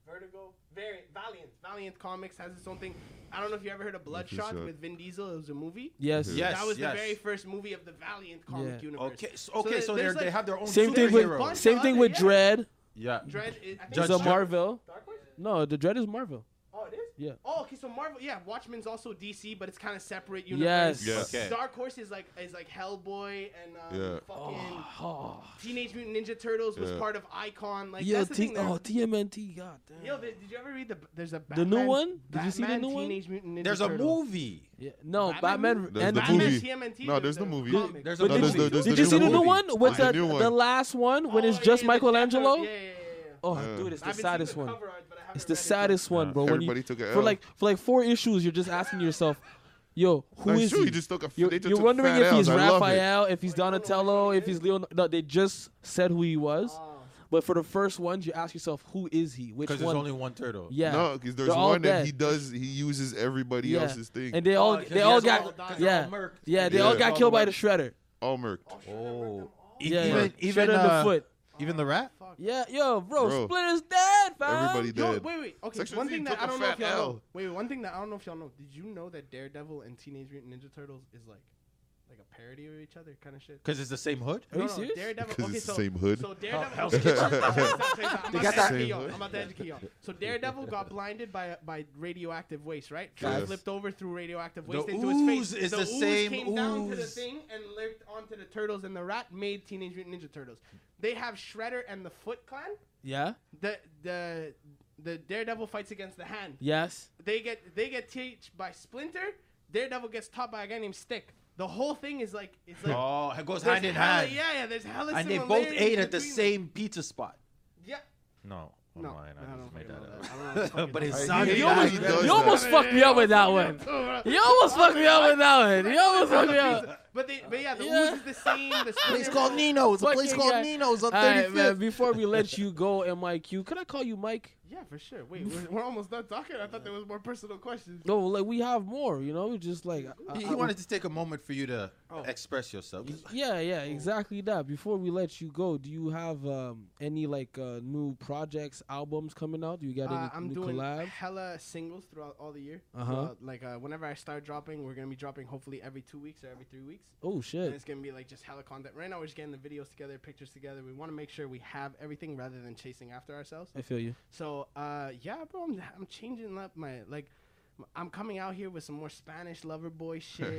[SPEAKER 5] Vertigo. Variant. Valiant. Valiant Comics has its own thing. I don't know if you ever heard of Bloodshot
[SPEAKER 3] Bloodshot.
[SPEAKER 5] with Vin Diesel. It was a movie.
[SPEAKER 1] Yes.
[SPEAKER 2] Yes.
[SPEAKER 5] that was
[SPEAKER 2] yes.
[SPEAKER 5] the very first movie of the Valiant comic
[SPEAKER 1] Yeah.
[SPEAKER 5] universe.
[SPEAKER 2] Okay. So, okay.
[SPEAKER 5] there-
[SPEAKER 2] So, they're
[SPEAKER 5] there's
[SPEAKER 2] they
[SPEAKER 5] like-
[SPEAKER 2] have their own
[SPEAKER 1] Same thing
[SPEAKER 2] superheroes.
[SPEAKER 1] with
[SPEAKER 5] Bunch
[SPEAKER 1] same
[SPEAKER 5] of
[SPEAKER 1] thing
[SPEAKER 5] other-
[SPEAKER 1] with
[SPEAKER 5] yeah.
[SPEAKER 1] Dread.
[SPEAKER 2] Yeah.
[SPEAKER 5] Dread. Is, I
[SPEAKER 2] Judge
[SPEAKER 5] think
[SPEAKER 1] It's
[SPEAKER 5] it's
[SPEAKER 1] a
[SPEAKER 2] Dredd.
[SPEAKER 5] Dark-
[SPEAKER 1] Marvel.
[SPEAKER 5] Dark Horse?
[SPEAKER 1] No, the Dread is Marvel.
[SPEAKER 5] Oh, it is.
[SPEAKER 1] Yeah.
[SPEAKER 5] Oh, okay. So Marvel, yeah, Watchmen's also DC, but it's kind of separate
[SPEAKER 1] Yes.
[SPEAKER 5] universe.
[SPEAKER 3] Yeah.
[SPEAKER 2] Okay.
[SPEAKER 5] Dark Horse is like is like Hellboy and um,
[SPEAKER 3] Yeah.
[SPEAKER 5] fucking
[SPEAKER 1] Oh,
[SPEAKER 5] Teenage Mutant Ninja Turtles was
[SPEAKER 3] Yeah.
[SPEAKER 5] part of Icon. Like
[SPEAKER 1] yo,
[SPEAKER 5] that's the
[SPEAKER 1] T-
[SPEAKER 5] thing. they're-
[SPEAKER 1] oh, TMNT. God damn.
[SPEAKER 5] Yo, th- did you ever read the? There's
[SPEAKER 1] The
[SPEAKER 5] a Batman,
[SPEAKER 1] new one? Did you see the
[SPEAKER 5] Batman
[SPEAKER 1] new one?
[SPEAKER 5] Teenage Mutant Ninja
[SPEAKER 2] There's a
[SPEAKER 5] Turtle.
[SPEAKER 2] movie.
[SPEAKER 1] Yeah. No,
[SPEAKER 5] Batman
[SPEAKER 1] Batman,
[SPEAKER 3] movie?
[SPEAKER 1] and
[SPEAKER 3] The
[SPEAKER 5] Batman
[SPEAKER 3] movie.
[SPEAKER 5] TMNT.
[SPEAKER 3] No, there's the movie.
[SPEAKER 5] comic.
[SPEAKER 2] There's a
[SPEAKER 1] But
[SPEAKER 3] No,
[SPEAKER 1] did,
[SPEAKER 2] movie.
[SPEAKER 3] there's-
[SPEAKER 1] you,
[SPEAKER 3] there's
[SPEAKER 1] did
[SPEAKER 3] the
[SPEAKER 1] you see
[SPEAKER 3] new
[SPEAKER 1] the new
[SPEAKER 3] movie.
[SPEAKER 1] one with
[SPEAKER 3] The
[SPEAKER 1] the,
[SPEAKER 3] new one.
[SPEAKER 1] the last one when
[SPEAKER 5] Oh,
[SPEAKER 1] it's
[SPEAKER 5] yeah,
[SPEAKER 1] just
[SPEAKER 5] yeah, the
[SPEAKER 1] Michelangelo?
[SPEAKER 5] Death Note. Yeah, yeah, yeah. yeah.
[SPEAKER 1] Oh,
[SPEAKER 3] Yeah.
[SPEAKER 1] dude, it's the
[SPEAKER 5] I haven't seen
[SPEAKER 1] saddest
[SPEAKER 5] the
[SPEAKER 1] one.
[SPEAKER 5] cover art, but I haven't
[SPEAKER 1] It's the
[SPEAKER 5] read it yet.
[SPEAKER 1] saddest one, bro. When you,
[SPEAKER 3] Everybody took a
[SPEAKER 1] for
[SPEAKER 3] L.
[SPEAKER 1] like for like four issues, you're just asking yourself, "Yo, who
[SPEAKER 3] Like,
[SPEAKER 1] is
[SPEAKER 3] sure,
[SPEAKER 1] he?"
[SPEAKER 3] he just took a-
[SPEAKER 1] you're,
[SPEAKER 3] they just
[SPEAKER 1] you're
[SPEAKER 3] took
[SPEAKER 1] wondering
[SPEAKER 3] fat
[SPEAKER 1] if he's
[SPEAKER 3] Ls. I love it.
[SPEAKER 1] Raphael, if he's Donatello, if he's Leonardo. No, they just said who he was,
[SPEAKER 5] Oh.
[SPEAKER 1] but for the first ones, you ask yourself, "Who is he? Which
[SPEAKER 2] Because
[SPEAKER 1] one?"
[SPEAKER 2] there's only one turtle.
[SPEAKER 1] yeah,
[SPEAKER 3] No, because there's
[SPEAKER 1] They're all
[SPEAKER 3] one that
[SPEAKER 1] dead.
[SPEAKER 3] he does. He uses everybody
[SPEAKER 1] yeah.
[SPEAKER 3] else's thing.
[SPEAKER 1] and they all
[SPEAKER 2] Oh, 'cause
[SPEAKER 1] they
[SPEAKER 2] he
[SPEAKER 1] all
[SPEAKER 2] has all
[SPEAKER 1] got
[SPEAKER 2] the- 'cause they're
[SPEAKER 1] yeah
[SPEAKER 2] all murked.
[SPEAKER 1] yeah they all
[SPEAKER 3] Yeah.
[SPEAKER 1] got killed by the shredder.
[SPEAKER 3] all murked.
[SPEAKER 2] Oh.
[SPEAKER 1] Yeah,
[SPEAKER 2] even
[SPEAKER 1] yeah.
[SPEAKER 2] even
[SPEAKER 1] shredder
[SPEAKER 2] uh,
[SPEAKER 1] the foot.
[SPEAKER 2] even the rat.
[SPEAKER 5] Fuck.
[SPEAKER 1] Yeah, yo, bro,
[SPEAKER 3] Bro.
[SPEAKER 1] Splinter's dead, fam.
[SPEAKER 3] Everybody
[SPEAKER 5] Yo,
[SPEAKER 3] dead.
[SPEAKER 5] wait, wait. Okay,
[SPEAKER 3] Section
[SPEAKER 5] one
[SPEAKER 3] Z
[SPEAKER 5] thing
[SPEAKER 3] took
[SPEAKER 5] that I
[SPEAKER 3] a
[SPEAKER 5] don't know if
[SPEAKER 3] fat
[SPEAKER 5] y'all
[SPEAKER 3] L.
[SPEAKER 5] know. Wait, wait, one thing that I don't know if y'all know. Did you know that Daredevil and Teenage Mutant Ninja Turtles is like, like a parody of each other, kind of shit.
[SPEAKER 2] Because it's the same hood.
[SPEAKER 1] Are you
[SPEAKER 5] no,
[SPEAKER 1] serious?
[SPEAKER 5] No, Daredevil.
[SPEAKER 3] Because
[SPEAKER 5] okay,
[SPEAKER 3] it's the
[SPEAKER 5] so,
[SPEAKER 3] same hood. Oh,
[SPEAKER 5] So Daredevil.
[SPEAKER 2] Hell's
[SPEAKER 5] okay,
[SPEAKER 2] Kitchen.
[SPEAKER 5] so- so- so- so- so-
[SPEAKER 2] They
[SPEAKER 5] I'm about
[SPEAKER 2] got
[SPEAKER 5] to
[SPEAKER 2] that-
[SPEAKER 5] educate y'all. I'm about to educate y'all. So Daredevil got blinded by by radioactive waste, right?
[SPEAKER 3] Yes.
[SPEAKER 5] Flipped over through radioactive
[SPEAKER 2] The
[SPEAKER 5] waste into his
[SPEAKER 2] ooze
[SPEAKER 5] face.
[SPEAKER 2] is the
[SPEAKER 5] ooze
[SPEAKER 2] same
[SPEAKER 5] came down to the
[SPEAKER 2] ooze.
[SPEAKER 5] thing and lurked onto the turtles, and the rat made Teenage Mutant Ninja Turtles. They have Shredder and the Foot Clan.
[SPEAKER 1] Yeah.
[SPEAKER 5] The the the Daredevil fights against the Hand
[SPEAKER 1] Yes.
[SPEAKER 5] they get they get teached by Splinter. Daredevil gets taught by a guy named Stick. The whole thing is like it's like
[SPEAKER 2] Oh, it goes
[SPEAKER 5] there's
[SPEAKER 2] hand in
[SPEAKER 5] hella-
[SPEAKER 2] hand.
[SPEAKER 5] Yeah, yeah. There's hella
[SPEAKER 2] And they both
[SPEAKER 5] similarities
[SPEAKER 2] ate at the
[SPEAKER 5] between
[SPEAKER 2] same pizza spot.
[SPEAKER 5] them. Yeah.
[SPEAKER 2] No. Oh,
[SPEAKER 5] No,
[SPEAKER 2] mine,
[SPEAKER 5] I
[SPEAKER 2] I
[SPEAKER 5] don't
[SPEAKER 2] just made
[SPEAKER 5] fucking know that. I don't
[SPEAKER 2] that
[SPEAKER 5] know what the
[SPEAKER 2] up.
[SPEAKER 5] fuck
[SPEAKER 2] But
[SPEAKER 5] it
[SPEAKER 2] it
[SPEAKER 5] is.
[SPEAKER 2] sounded
[SPEAKER 1] You
[SPEAKER 3] Yeah,
[SPEAKER 1] almost,
[SPEAKER 3] he does
[SPEAKER 1] you almost
[SPEAKER 5] that.
[SPEAKER 1] fucked me up with that one. You almost fucked me up with that one. You almost fucked me up.
[SPEAKER 5] But they, but yeah, the
[SPEAKER 1] Yeah.
[SPEAKER 5] ooze is the same. The Splinter-
[SPEAKER 4] Nino's.
[SPEAKER 1] a place Fucking called guy.
[SPEAKER 4] Nino's on
[SPEAKER 1] All right, man. Before we let you go, and Mike, you could I call you Mike?
[SPEAKER 5] Yeah, for sure. Wait, we're, we're almost done talking. I thought there was more personal questions.
[SPEAKER 1] No, like we have more. You know, just like I-
[SPEAKER 2] He,
[SPEAKER 1] I-
[SPEAKER 2] he wanted to take a moment for you to
[SPEAKER 5] Uh, Oh.
[SPEAKER 2] express yourself.
[SPEAKER 1] yeah, yeah, exactly that. Before we let you go, do you have um, any like uh, new projects, albums coming out? Do you got any
[SPEAKER 5] Uh, I'm
[SPEAKER 1] new
[SPEAKER 5] doing
[SPEAKER 1] collabs?
[SPEAKER 5] hella singles throughout all the year.
[SPEAKER 1] Uh-huh.
[SPEAKER 5] Throughout, Like uh, whenever I start dropping, we're gonna be dropping hopefully every two weeks or every three weeks.
[SPEAKER 1] Oh
[SPEAKER 5] And
[SPEAKER 1] shit!
[SPEAKER 5] it's gonna be like just hella content. Right now, we're just getting the videos together, pictures together. We want to make sure we have everything rather than chasing after ourselves.
[SPEAKER 1] I feel you.
[SPEAKER 5] So, uh, yeah, bro, I'm, I'm changing up my like I'm coming out here with some more Spanish lover boy shit.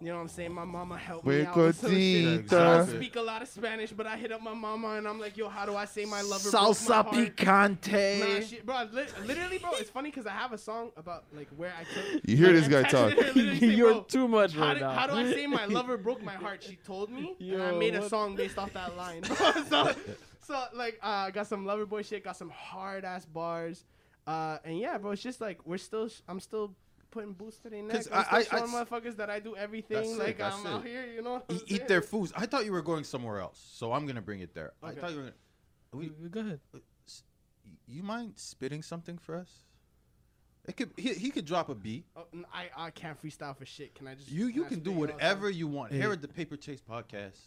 [SPEAKER 5] you know what I'm saying? My mama helped me out with some shit.
[SPEAKER 3] Recordita.
[SPEAKER 5] I don't
[SPEAKER 2] Exactly.
[SPEAKER 5] speak a lot of Spanish, but I hit up my mama and I'm like, yo, how do I say my lover? broke my
[SPEAKER 4] Salsa
[SPEAKER 5] heart? Nah,
[SPEAKER 4] picante.
[SPEAKER 5] shit, bro. I Li- literally, bro. It's funny because I have a song about like where I took.
[SPEAKER 3] You hear
[SPEAKER 5] like,
[SPEAKER 3] this
[SPEAKER 5] I
[SPEAKER 3] guy
[SPEAKER 5] texted
[SPEAKER 3] talk.
[SPEAKER 5] her, literally say,
[SPEAKER 1] You're
[SPEAKER 5] bro,
[SPEAKER 1] too much
[SPEAKER 5] How
[SPEAKER 1] right
[SPEAKER 5] do,
[SPEAKER 1] now.
[SPEAKER 5] how do I say my lover broke my heart? She told me, and I
[SPEAKER 1] Yo,
[SPEAKER 5] made a
[SPEAKER 1] what-
[SPEAKER 5] song based off that line. so, so like, uh, I got some lover boy shit, got some hard ass bars, uh, and yeah, bro. It's just like we're still, I'm still putting boots to their neck.
[SPEAKER 2] 'Cause
[SPEAKER 5] I'm
[SPEAKER 2] I-
[SPEAKER 5] still
[SPEAKER 2] I-
[SPEAKER 5] showing
[SPEAKER 2] I-
[SPEAKER 5] motherfuckers that I do
[SPEAKER 2] That's
[SPEAKER 5] everything.
[SPEAKER 2] it,
[SPEAKER 5] Like
[SPEAKER 2] that's
[SPEAKER 5] I'm out
[SPEAKER 2] it.
[SPEAKER 5] here, you know. what I'm
[SPEAKER 2] E- eat
[SPEAKER 5] saying?
[SPEAKER 2] their foods. I thought you were going somewhere else, so I'm gonna bring it there.
[SPEAKER 5] Okay.
[SPEAKER 2] I thought you were. Gonna, we,
[SPEAKER 1] Go ahead.
[SPEAKER 2] you mind spitting something for us? It could. He, he could drop a beat.
[SPEAKER 5] Oh, n- I I can't freestyle for shit. Can I just?
[SPEAKER 2] You you
[SPEAKER 5] I
[SPEAKER 2] can do
[SPEAKER 5] spit, you know,
[SPEAKER 2] whatever you want.
[SPEAKER 1] Hey.
[SPEAKER 2] Here at the Paper Chase podcast,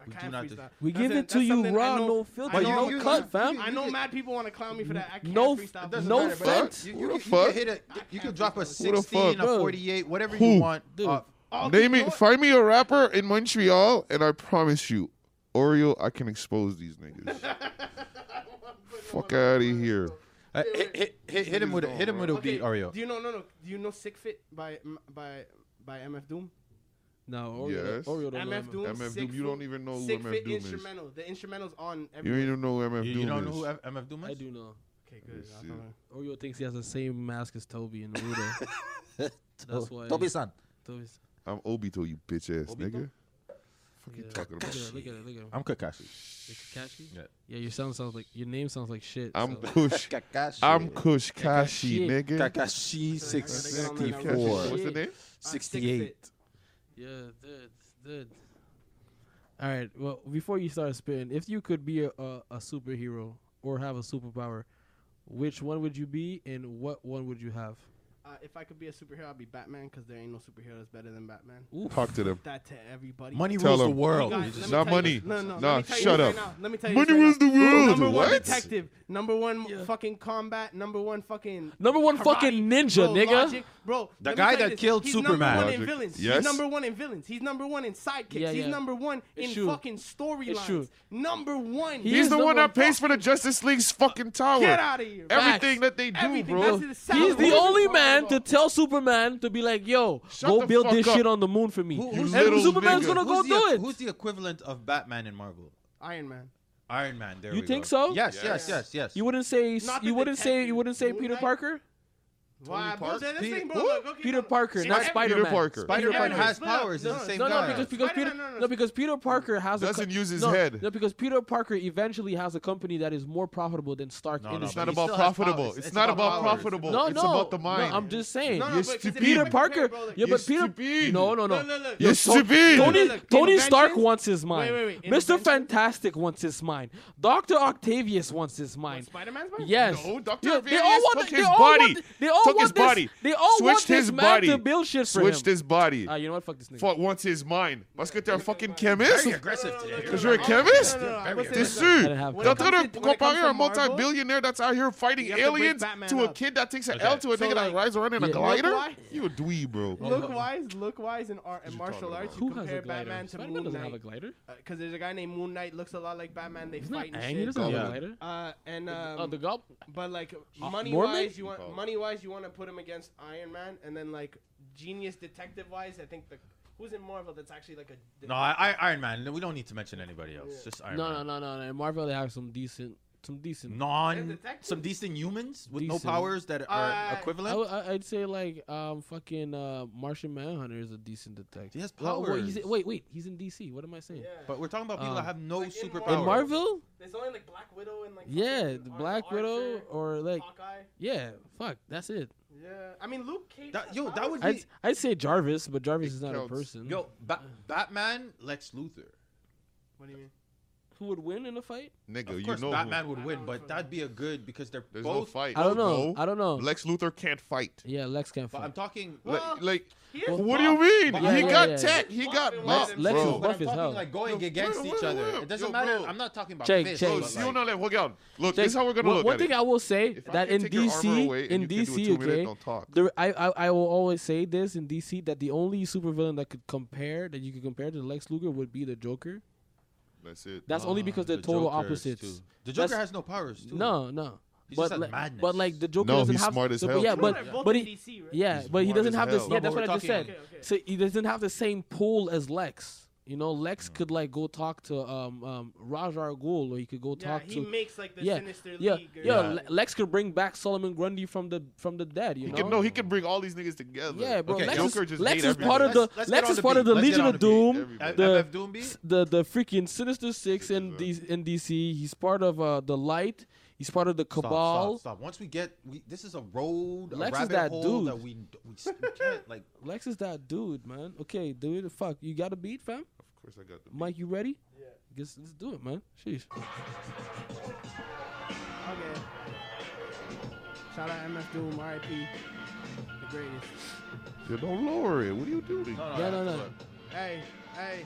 [SPEAKER 5] I
[SPEAKER 2] we
[SPEAKER 5] can't
[SPEAKER 2] do not.
[SPEAKER 5] freestyle.
[SPEAKER 2] Dis-
[SPEAKER 1] We
[SPEAKER 5] That's
[SPEAKER 1] give it to
[SPEAKER 5] that's
[SPEAKER 1] you
[SPEAKER 5] something I
[SPEAKER 1] raw,
[SPEAKER 5] know-
[SPEAKER 1] no
[SPEAKER 5] I
[SPEAKER 1] filter,
[SPEAKER 5] know-
[SPEAKER 1] no
[SPEAKER 2] you-
[SPEAKER 1] cut,
[SPEAKER 2] you-
[SPEAKER 1] fam.
[SPEAKER 5] I know mad people want to clown me for that. I can't
[SPEAKER 1] No f-
[SPEAKER 5] freestyle.
[SPEAKER 2] It doesn't
[SPEAKER 1] No
[SPEAKER 2] matter, but
[SPEAKER 1] offense.
[SPEAKER 2] You,
[SPEAKER 3] Who
[SPEAKER 2] you,
[SPEAKER 3] the
[SPEAKER 2] can- you
[SPEAKER 3] fuck?
[SPEAKER 2] can hit a, you can drop a
[SPEAKER 5] Who
[SPEAKER 3] the
[SPEAKER 2] sixteen,
[SPEAKER 3] fuck?
[SPEAKER 2] a
[SPEAKER 1] Bro.
[SPEAKER 2] forty-eight, whatever
[SPEAKER 3] Who?
[SPEAKER 2] you want.
[SPEAKER 1] Dude.
[SPEAKER 2] Uh,
[SPEAKER 5] Oh, you
[SPEAKER 3] Name
[SPEAKER 5] know
[SPEAKER 3] me,
[SPEAKER 5] what?
[SPEAKER 3] find me a rapper in Montreal, and I promise you, Oreo, I can expose these niggas. Fuck out of here.
[SPEAKER 2] uh, hit, hit, hit, hit him with a, hit him with a
[SPEAKER 5] Okay,
[SPEAKER 2] beat, Oreo.
[SPEAKER 5] Do you know? No, no. Do you know Sick Fit by M- by by MF Doom?
[SPEAKER 1] No, Oreo.
[SPEAKER 3] Yes.
[SPEAKER 1] Oreo don't know
[SPEAKER 5] MF
[SPEAKER 1] that
[SPEAKER 5] Doom.
[SPEAKER 3] MF
[SPEAKER 5] Sick
[SPEAKER 3] Doom, you
[SPEAKER 5] Fit-
[SPEAKER 3] don't even know who
[SPEAKER 5] Sick
[SPEAKER 3] MF
[SPEAKER 5] Fit
[SPEAKER 3] Doom is.
[SPEAKER 5] instrumental. The instrumental's on.
[SPEAKER 3] You don't
[SPEAKER 5] Every.
[SPEAKER 3] even know who MF
[SPEAKER 2] You,
[SPEAKER 3] Doom
[SPEAKER 2] you don't know
[SPEAKER 3] is.
[SPEAKER 2] who M- MF Doom
[SPEAKER 1] much.
[SPEAKER 2] is?
[SPEAKER 1] I do know.
[SPEAKER 5] Okay, good.
[SPEAKER 3] Yes,
[SPEAKER 5] I
[SPEAKER 3] yeah.
[SPEAKER 5] thought I-
[SPEAKER 1] Oreo thinks he has the same mask as Toby and Rudo. That's why.
[SPEAKER 4] Tobi-san.
[SPEAKER 1] Toby's-
[SPEAKER 3] I'm Obito, you bitch ass nigga. Fuck you
[SPEAKER 1] yeah.
[SPEAKER 3] talking
[SPEAKER 1] Look at
[SPEAKER 3] about?
[SPEAKER 1] it, look at it, look at it.
[SPEAKER 2] I'm Kakashi.
[SPEAKER 1] Kakashi?
[SPEAKER 2] Yeah.
[SPEAKER 1] Yeah, your sound sounds like your name sounds like shit.
[SPEAKER 3] I'm
[SPEAKER 1] so.
[SPEAKER 3] Kush.
[SPEAKER 4] Kakashi.
[SPEAKER 3] I'm Kush
[SPEAKER 1] Shit.
[SPEAKER 3] Kashi, nigga.
[SPEAKER 2] Kakashi
[SPEAKER 3] Kashi.
[SPEAKER 2] 64.
[SPEAKER 3] What's the name?
[SPEAKER 5] Sick
[SPEAKER 4] 68.
[SPEAKER 5] Fit.
[SPEAKER 1] yeah, dude, dude. All right. Well, before you start spitting, if you could be a, a, a superhero or have a superpower, which one would you be, and what one would you have?
[SPEAKER 5] Uh, if I could be a superhero, I'd be Batman because there ain't no superhero that's better than Batman.
[SPEAKER 3] Talk to them.
[SPEAKER 5] That to everybody.
[SPEAKER 2] Money
[SPEAKER 3] Tell
[SPEAKER 2] rules the
[SPEAKER 3] him.
[SPEAKER 2] world.
[SPEAKER 5] Guys, let me
[SPEAKER 3] Not
[SPEAKER 5] tell
[SPEAKER 3] money.
[SPEAKER 5] you- No, no,
[SPEAKER 3] Nah,
[SPEAKER 5] let me tell you
[SPEAKER 3] shut
[SPEAKER 5] this
[SPEAKER 3] up.
[SPEAKER 5] Right now. Let me tell you
[SPEAKER 3] Money
[SPEAKER 5] this right
[SPEAKER 3] rules the
[SPEAKER 5] now.
[SPEAKER 3] world.
[SPEAKER 5] Number
[SPEAKER 3] What?
[SPEAKER 5] one detective. Number one fucking combat. Number one fucking.
[SPEAKER 1] Number one
[SPEAKER 5] karate,
[SPEAKER 1] fucking ninja,
[SPEAKER 5] bro,
[SPEAKER 1] nigga.
[SPEAKER 5] Logic. Bro,
[SPEAKER 2] The
[SPEAKER 5] let me
[SPEAKER 2] guy
[SPEAKER 5] tell you
[SPEAKER 2] that
[SPEAKER 5] this.
[SPEAKER 2] killed
[SPEAKER 5] He's
[SPEAKER 2] Superman.
[SPEAKER 5] Number one in
[SPEAKER 3] Logic.
[SPEAKER 5] villains.
[SPEAKER 3] Yes.
[SPEAKER 5] He's number one in villains. He's number one in sidekicks.
[SPEAKER 1] Yeah,
[SPEAKER 5] He's
[SPEAKER 1] yeah.
[SPEAKER 5] number one in
[SPEAKER 1] It's true.
[SPEAKER 5] fucking
[SPEAKER 1] It's true.
[SPEAKER 5] storylines. Number one.
[SPEAKER 1] He
[SPEAKER 3] He's
[SPEAKER 1] is
[SPEAKER 3] the
[SPEAKER 1] the
[SPEAKER 3] one that
[SPEAKER 1] one-
[SPEAKER 3] pays for the Justice League's fucking tower.
[SPEAKER 5] Get out of here.
[SPEAKER 1] Facts.
[SPEAKER 3] Everything that they do,
[SPEAKER 5] Everything.
[SPEAKER 3] bro.
[SPEAKER 5] That's his salary.
[SPEAKER 1] He's the only man to tell Superman to be like, "Yo,
[SPEAKER 3] Shut
[SPEAKER 1] go
[SPEAKER 3] the
[SPEAKER 1] build
[SPEAKER 3] fuck
[SPEAKER 1] this
[SPEAKER 3] up.
[SPEAKER 1] shit on the moon for me,"
[SPEAKER 2] Who-
[SPEAKER 1] and
[SPEAKER 2] who's
[SPEAKER 3] little
[SPEAKER 1] Superman's
[SPEAKER 3] nigga?
[SPEAKER 1] gonna go
[SPEAKER 2] Who's the,
[SPEAKER 1] do
[SPEAKER 2] Who's
[SPEAKER 1] it.
[SPEAKER 2] the equivalent of Batman in Marvel?
[SPEAKER 5] Iron Man.
[SPEAKER 2] Iron Man. There
[SPEAKER 1] You
[SPEAKER 2] we
[SPEAKER 1] think
[SPEAKER 2] go.
[SPEAKER 1] so?
[SPEAKER 2] Yes,
[SPEAKER 3] Yes.
[SPEAKER 2] yes, yes, yes.
[SPEAKER 1] You wouldn't say
[SPEAKER 5] Not the
[SPEAKER 1] you wouldn't say you
[SPEAKER 5] detective.
[SPEAKER 1] wouldn't say
[SPEAKER 5] Moon
[SPEAKER 1] Peter
[SPEAKER 5] Knight?
[SPEAKER 1] Parker.
[SPEAKER 5] Why, bro?
[SPEAKER 2] Park?
[SPEAKER 5] That's the
[SPEAKER 2] Pe-
[SPEAKER 5] thing, bro.
[SPEAKER 2] Who?
[SPEAKER 5] Look, okay,
[SPEAKER 1] Peter
[SPEAKER 5] no, no.
[SPEAKER 1] Parker,
[SPEAKER 5] See,
[SPEAKER 1] not
[SPEAKER 5] every-
[SPEAKER 1] Spider-Man.
[SPEAKER 3] Peter Parker.
[SPEAKER 2] Spider Man
[SPEAKER 5] Everyone-
[SPEAKER 2] has
[SPEAKER 5] No, no,
[SPEAKER 2] powers.
[SPEAKER 5] no,
[SPEAKER 2] It's the same
[SPEAKER 1] No,
[SPEAKER 2] guy.
[SPEAKER 1] no, because because Peter,
[SPEAKER 5] Spider-Man, no, no,
[SPEAKER 1] no,
[SPEAKER 5] no.
[SPEAKER 1] because Peter Parker has a
[SPEAKER 3] Doesn't use his
[SPEAKER 1] no,
[SPEAKER 3] head.
[SPEAKER 1] No, because Peter Parker eventually has a company that is more profitable than Stark
[SPEAKER 2] No, no,
[SPEAKER 1] Industries.
[SPEAKER 3] It's not
[SPEAKER 2] He
[SPEAKER 3] about
[SPEAKER 2] still has
[SPEAKER 3] profitable.
[SPEAKER 2] powers.
[SPEAKER 3] It's
[SPEAKER 2] It's
[SPEAKER 3] not
[SPEAKER 2] about
[SPEAKER 3] about
[SPEAKER 2] powers.
[SPEAKER 3] profitable.
[SPEAKER 1] no,
[SPEAKER 3] It's
[SPEAKER 1] no,
[SPEAKER 3] about the mind.
[SPEAKER 1] No, I'm just saying.
[SPEAKER 5] No, no,
[SPEAKER 3] You're
[SPEAKER 5] but 'cause if
[SPEAKER 3] stupid.
[SPEAKER 5] you
[SPEAKER 1] Peter
[SPEAKER 5] compare,
[SPEAKER 1] Parker.
[SPEAKER 5] bro, like-
[SPEAKER 1] Yeah,
[SPEAKER 3] You're
[SPEAKER 1] but Peter.
[SPEAKER 3] stupid.
[SPEAKER 1] No, no, no.
[SPEAKER 5] Look, look, look.
[SPEAKER 3] You're stupid.
[SPEAKER 1] Tony,
[SPEAKER 5] look,
[SPEAKER 1] Tony
[SPEAKER 5] inventions-
[SPEAKER 1] Stark wants his mind.
[SPEAKER 5] wait, wait,
[SPEAKER 1] Mr.
[SPEAKER 5] inventions-
[SPEAKER 1] Fantastic wants his mind. Dr. Octavius wants his
[SPEAKER 5] What,
[SPEAKER 1] mind.
[SPEAKER 5] Spider-Man's mind?
[SPEAKER 1] Yes.
[SPEAKER 3] No, Dr.
[SPEAKER 1] Yeah,
[SPEAKER 3] Octavius took his body.
[SPEAKER 1] want- they all
[SPEAKER 3] Took
[SPEAKER 1] want
[SPEAKER 3] his
[SPEAKER 1] this-
[SPEAKER 3] body.
[SPEAKER 1] They all want
[SPEAKER 3] Switched
[SPEAKER 1] this
[SPEAKER 3] his
[SPEAKER 1] man
[SPEAKER 3] body.
[SPEAKER 1] to build shit for
[SPEAKER 3] Switched
[SPEAKER 1] him.
[SPEAKER 3] his body.
[SPEAKER 1] Ah, you know what? Fuck this nigga.
[SPEAKER 3] Fuck wants his mind. Parce que t'es un fucking chemist?
[SPEAKER 2] Very aggressive today.
[SPEAKER 3] Because you're a
[SPEAKER 5] No,
[SPEAKER 3] chemist?
[SPEAKER 5] no, no, no, I would say
[SPEAKER 3] T'es
[SPEAKER 5] this-
[SPEAKER 3] sûr?
[SPEAKER 1] didn't have
[SPEAKER 3] T'es en
[SPEAKER 1] that.
[SPEAKER 3] train de
[SPEAKER 5] When it comes
[SPEAKER 3] comparer
[SPEAKER 5] to
[SPEAKER 3] un
[SPEAKER 5] Marvel-
[SPEAKER 3] multi-billionaire that's out here fighting
[SPEAKER 5] You have to break
[SPEAKER 3] aliens
[SPEAKER 5] Batman
[SPEAKER 3] to a
[SPEAKER 5] up.
[SPEAKER 3] kid that takes an L to a
[SPEAKER 5] So,
[SPEAKER 3] nigga that
[SPEAKER 5] like-
[SPEAKER 3] rides around in a
[SPEAKER 1] Yeah.
[SPEAKER 3] glider?
[SPEAKER 5] Look, why-
[SPEAKER 3] You a dweeb, bro.
[SPEAKER 5] Look wise, look wise, in art and martial arts. You
[SPEAKER 1] Who has a
[SPEAKER 5] compare
[SPEAKER 1] glider?
[SPEAKER 5] Batman to
[SPEAKER 1] Spider-Man
[SPEAKER 5] Moon
[SPEAKER 1] doesn't have a
[SPEAKER 5] Knight
[SPEAKER 1] glider.
[SPEAKER 5] because Uh, there's a guy named Moon Knight looks a lot like Batman. They
[SPEAKER 1] He's not
[SPEAKER 5] fight
[SPEAKER 1] Ang. He
[SPEAKER 5] and shit.
[SPEAKER 1] doesn't have
[SPEAKER 2] Yeah.
[SPEAKER 1] a glider.
[SPEAKER 5] Uh, and um,
[SPEAKER 1] Oh, the gob.
[SPEAKER 5] but like
[SPEAKER 1] Uh,
[SPEAKER 5] money
[SPEAKER 1] Norman?
[SPEAKER 5] wise, you want money wise, you want to put him against Iron Man, and then like genius detective wise, I think the who's in Marvel that's actually like a
[SPEAKER 2] No, I, I, Iron Man. We don't need to mention anybody else. Just Iron
[SPEAKER 1] No, no,
[SPEAKER 2] Man.
[SPEAKER 1] no, no, no. In Marvel, they have some decent, some decent.
[SPEAKER 2] Non,
[SPEAKER 5] Detective?
[SPEAKER 2] some decent humans with
[SPEAKER 1] Decent.
[SPEAKER 2] no powers that are
[SPEAKER 5] Uh,
[SPEAKER 1] I
[SPEAKER 2] equivalent.
[SPEAKER 1] would- I, would say like um fucking uh, Martian Manhunter is a decent detective.
[SPEAKER 2] He has
[SPEAKER 1] Well, well, he's-
[SPEAKER 2] powers.
[SPEAKER 1] wait, wait, he's in DC. What am I saying?
[SPEAKER 5] Yeah.
[SPEAKER 2] but we're talking about people
[SPEAKER 1] Um,
[SPEAKER 2] that have no
[SPEAKER 5] Like in
[SPEAKER 2] superpowers.
[SPEAKER 1] In Marvel,
[SPEAKER 5] There's only like Black Widow and like
[SPEAKER 1] yeah,
[SPEAKER 5] fucking
[SPEAKER 1] the
[SPEAKER 5] Ar-
[SPEAKER 1] Black Widow
[SPEAKER 5] Archer,
[SPEAKER 1] or like
[SPEAKER 5] Hawkeye.
[SPEAKER 1] yeah, fuck, that's it.
[SPEAKER 5] Yeah, I mean Luke Cage.
[SPEAKER 2] That-
[SPEAKER 5] has
[SPEAKER 2] yo, that
[SPEAKER 5] powers.
[SPEAKER 2] would-
[SPEAKER 1] I'd,
[SPEAKER 2] He-
[SPEAKER 1] I'd say Jarvis, but Jarvis
[SPEAKER 3] It
[SPEAKER 1] is not
[SPEAKER 3] counts.
[SPEAKER 1] a person.
[SPEAKER 2] Yo, ba- Batman, Lex Luthor.
[SPEAKER 5] What do you mean?
[SPEAKER 1] Who would win in a fight?
[SPEAKER 3] Nigga,
[SPEAKER 2] Of
[SPEAKER 3] you
[SPEAKER 2] course,
[SPEAKER 3] know
[SPEAKER 2] Batman
[SPEAKER 3] who.
[SPEAKER 2] would win, but that'd be a good because they're
[SPEAKER 3] There's no
[SPEAKER 2] both.
[SPEAKER 3] fight.
[SPEAKER 1] I don't know. I don't know.
[SPEAKER 3] Lex Luthor can't fight.
[SPEAKER 1] yeah, Lex can't
[SPEAKER 2] But I'm
[SPEAKER 1] fight.
[SPEAKER 2] talking.
[SPEAKER 3] Le-
[SPEAKER 5] Well,
[SPEAKER 3] like,
[SPEAKER 5] He is
[SPEAKER 3] what do
[SPEAKER 5] buff.
[SPEAKER 3] you mean?
[SPEAKER 2] But-
[SPEAKER 1] Yeah,
[SPEAKER 3] he
[SPEAKER 1] yeah,
[SPEAKER 3] got
[SPEAKER 1] yeah.
[SPEAKER 3] tech. He
[SPEAKER 5] Buff
[SPEAKER 3] got
[SPEAKER 5] and
[SPEAKER 3] buff,
[SPEAKER 5] Lex-
[SPEAKER 1] Lex
[SPEAKER 3] bro.
[SPEAKER 1] is
[SPEAKER 2] But
[SPEAKER 1] buff
[SPEAKER 2] I'm
[SPEAKER 1] as
[SPEAKER 2] talking
[SPEAKER 1] hell.
[SPEAKER 2] like going
[SPEAKER 3] Yo,
[SPEAKER 2] against
[SPEAKER 3] bro,
[SPEAKER 2] each
[SPEAKER 3] bro,
[SPEAKER 2] other.
[SPEAKER 3] bro.
[SPEAKER 2] It doesn't
[SPEAKER 3] Yo,
[SPEAKER 2] matter.
[SPEAKER 3] bro.
[SPEAKER 2] I'm not talking about
[SPEAKER 1] Check,
[SPEAKER 2] fists,
[SPEAKER 1] check.
[SPEAKER 3] Bro,
[SPEAKER 2] but
[SPEAKER 3] si
[SPEAKER 2] like-
[SPEAKER 3] on enlève, regarde.
[SPEAKER 1] Jake,
[SPEAKER 3] Look, this is how we're gonna
[SPEAKER 1] one,
[SPEAKER 3] look
[SPEAKER 1] one
[SPEAKER 3] at
[SPEAKER 1] thing
[SPEAKER 3] it.
[SPEAKER 1] I will say
[SPEAKER 3] If I
[SPEAKER 1] that
[SPEAKER 3] can
[SPEAKER 1] in
[SPEAKER 3] take your armor
[SPEAKER 1] DC,
[SPEAKER 3] away and
[SPEAKER 1] in
[SPEAKER 3] you can do a
[SPEAKER 1] DC,
[SPEAKER 3] two-minute
[SPEAKER 1] okay,
[SPEAKER 3] don't talk.
[SPEAKER 1] there- I, I I will always say this in DC that the only supervillain that could compare that you could compare to Lex Luger would be the Joker.
[SPEAKER 3] That's it.
[SPEAKER 1] That's only because they're
[SPEAKER 2] The
[SPEAKER 1] total
[SPEAKER 2] Joker's
[SPEAKER 1] opposites.
[SPEAKER 2] too. The Joker
[SPEAKER 1] That's-
[SPEAKER 2] has no powers. Too.
[SPEAKER 1] No, no.
[SPEAKER 2] He
[SPEAKER 1] but
[SPEAKER 2] just has
[SPEAKER 1] like,
[SPEAKER 2] madness.
[SPEAKER 1] but like the Joker
[SPEAKER 3] No,
[SPEAKER 1] doesn't
[SPEAKER 3] he's
[SPEAKER 1] have
[SPEAKER 3] smart as
[SPEAKER 1] the-
[SPEAKER 3] hell.
[SPEAKER 1] Yeah,
[SPEAKER 5] You know
[SPEAKER 1] but
[SPEAKER 5] they're both
[SPEAKER 1] but
[SPEAKER 5] in
[SPEAKER 1] he,
[SPEAKER 5] DC, right?
[SPEAKER 1] yeah,
[SPEAKER 3] He's
[SPEAKER 1] but he
[SPEAKER 3] smart
[SPEAKER 1] doesn't
[SPEAKER 3] as
[SPEAKER 1] have this.
[SPEAKER 3] hell.
[SPEAKER 1] Yeah,
[SPEAKER 2] But
[SPEAKER 1] that's
[SPEAKER 2] we're
[SPEAKER 1] what I just
[SPEAKER 2] talking-
[SPEAKER 1] said.
[SPEAKER 5] Okay, okay.
[SPEAKER 1] So he doesn't have the same pull as Lex. You know, Lex could like go talk to um um Rajar Ghul, or he could go
[SPEAKER 5] Yeah,
[SPEAKER 1] talk
[SPEAKER 5] he
[SPEAKER 1] to
[SPEAKER 5] makes like the
[SPEAKER 1] yeah,
[SPEAKER 5] Sinister
[SPEAKER 1] yeah,
[SPEAKER 5] League. Or
[SPEAKER 1] yeah.
[SPEAKER 5] something.
[SPEAKER 1] Le- Lex could bring back Solomon Grundy from the from the dead. You
[SPEAKER 3] He
[SPEAKER 1] know,
[SPEAKER 3] can no, he can bring all these niggas together.
[SPEAKER 1] yeah, bro.
[SPEAKER 2] Okay,
[SPEAKER 1] Lex
[SPEAKER 3] Joker
[SPEAKER 1] is,
[SPEAKER 3] just
[SPEAKER 1] Lex
[SPEAKER 3] made
[SPEAKER 1] is part of the
[SPEAKER 2] everybody. Let's- let's
[SPEAKER 1] Lex
[SPEAKER 2] get
[SPEAKER 1] is
[SPEAKER 2] on
[SPEAKER 1] part
[SPEAKER 2] the
[SPEAKER 1] of the
[SPEAKER 2] beat. Let's get
[SPEAKER 1] Legion
[SPEAKER 2] on
[SPEAKER 1] of
[SPEAKER 2] the beat.
[SPEAKER 1] Doom.
[SPEAKER 3] Everybody.
[SPEAKER 1] The-
[SPEAKER 2] MF Doom beat?
[SPEAKER 1] s- the the freaking Sinister Six in DC, in DC. He's part of uh, the Light. He's part of the
[SPEAKER 2] Stop,
[SPEAKER 1] Cabal.
[SPEAKER 2] Stop, stop, Once we get, we, this is a road, a
[SPEAKER 1] Lex is
[SPEAKER 2] rabbit
[SPEAKER 1] that
[SPEAKER 2] hole
[SPEAKER 1] dude.
[SPEAKER 2] that we, we, s- we can't like.
[SPEAKER 1] Lex is that dude, man. Okay, dude. Fuck, you got a beat, fam?
[SPEAKER 3] Of course, I got the
[SPEAKER 1] Mike, you ready? Yeah. Guess let's do it, man. Sheesh.
[SPEAKER 5] Okay. Shout out MF Doom, RIP, the greatest.
[SPEAKER 3] Yo, don't lower it. What are you doing?
[SPEAKER 2] No, no,
[SPEAKER 1] Yeah,
[SPEAKER 2] no,
[SPEAKER 1] no,
[SPEAKER 2] no.
[SPEAKER 1] no.
[SPEAKER 5] Hey, hey.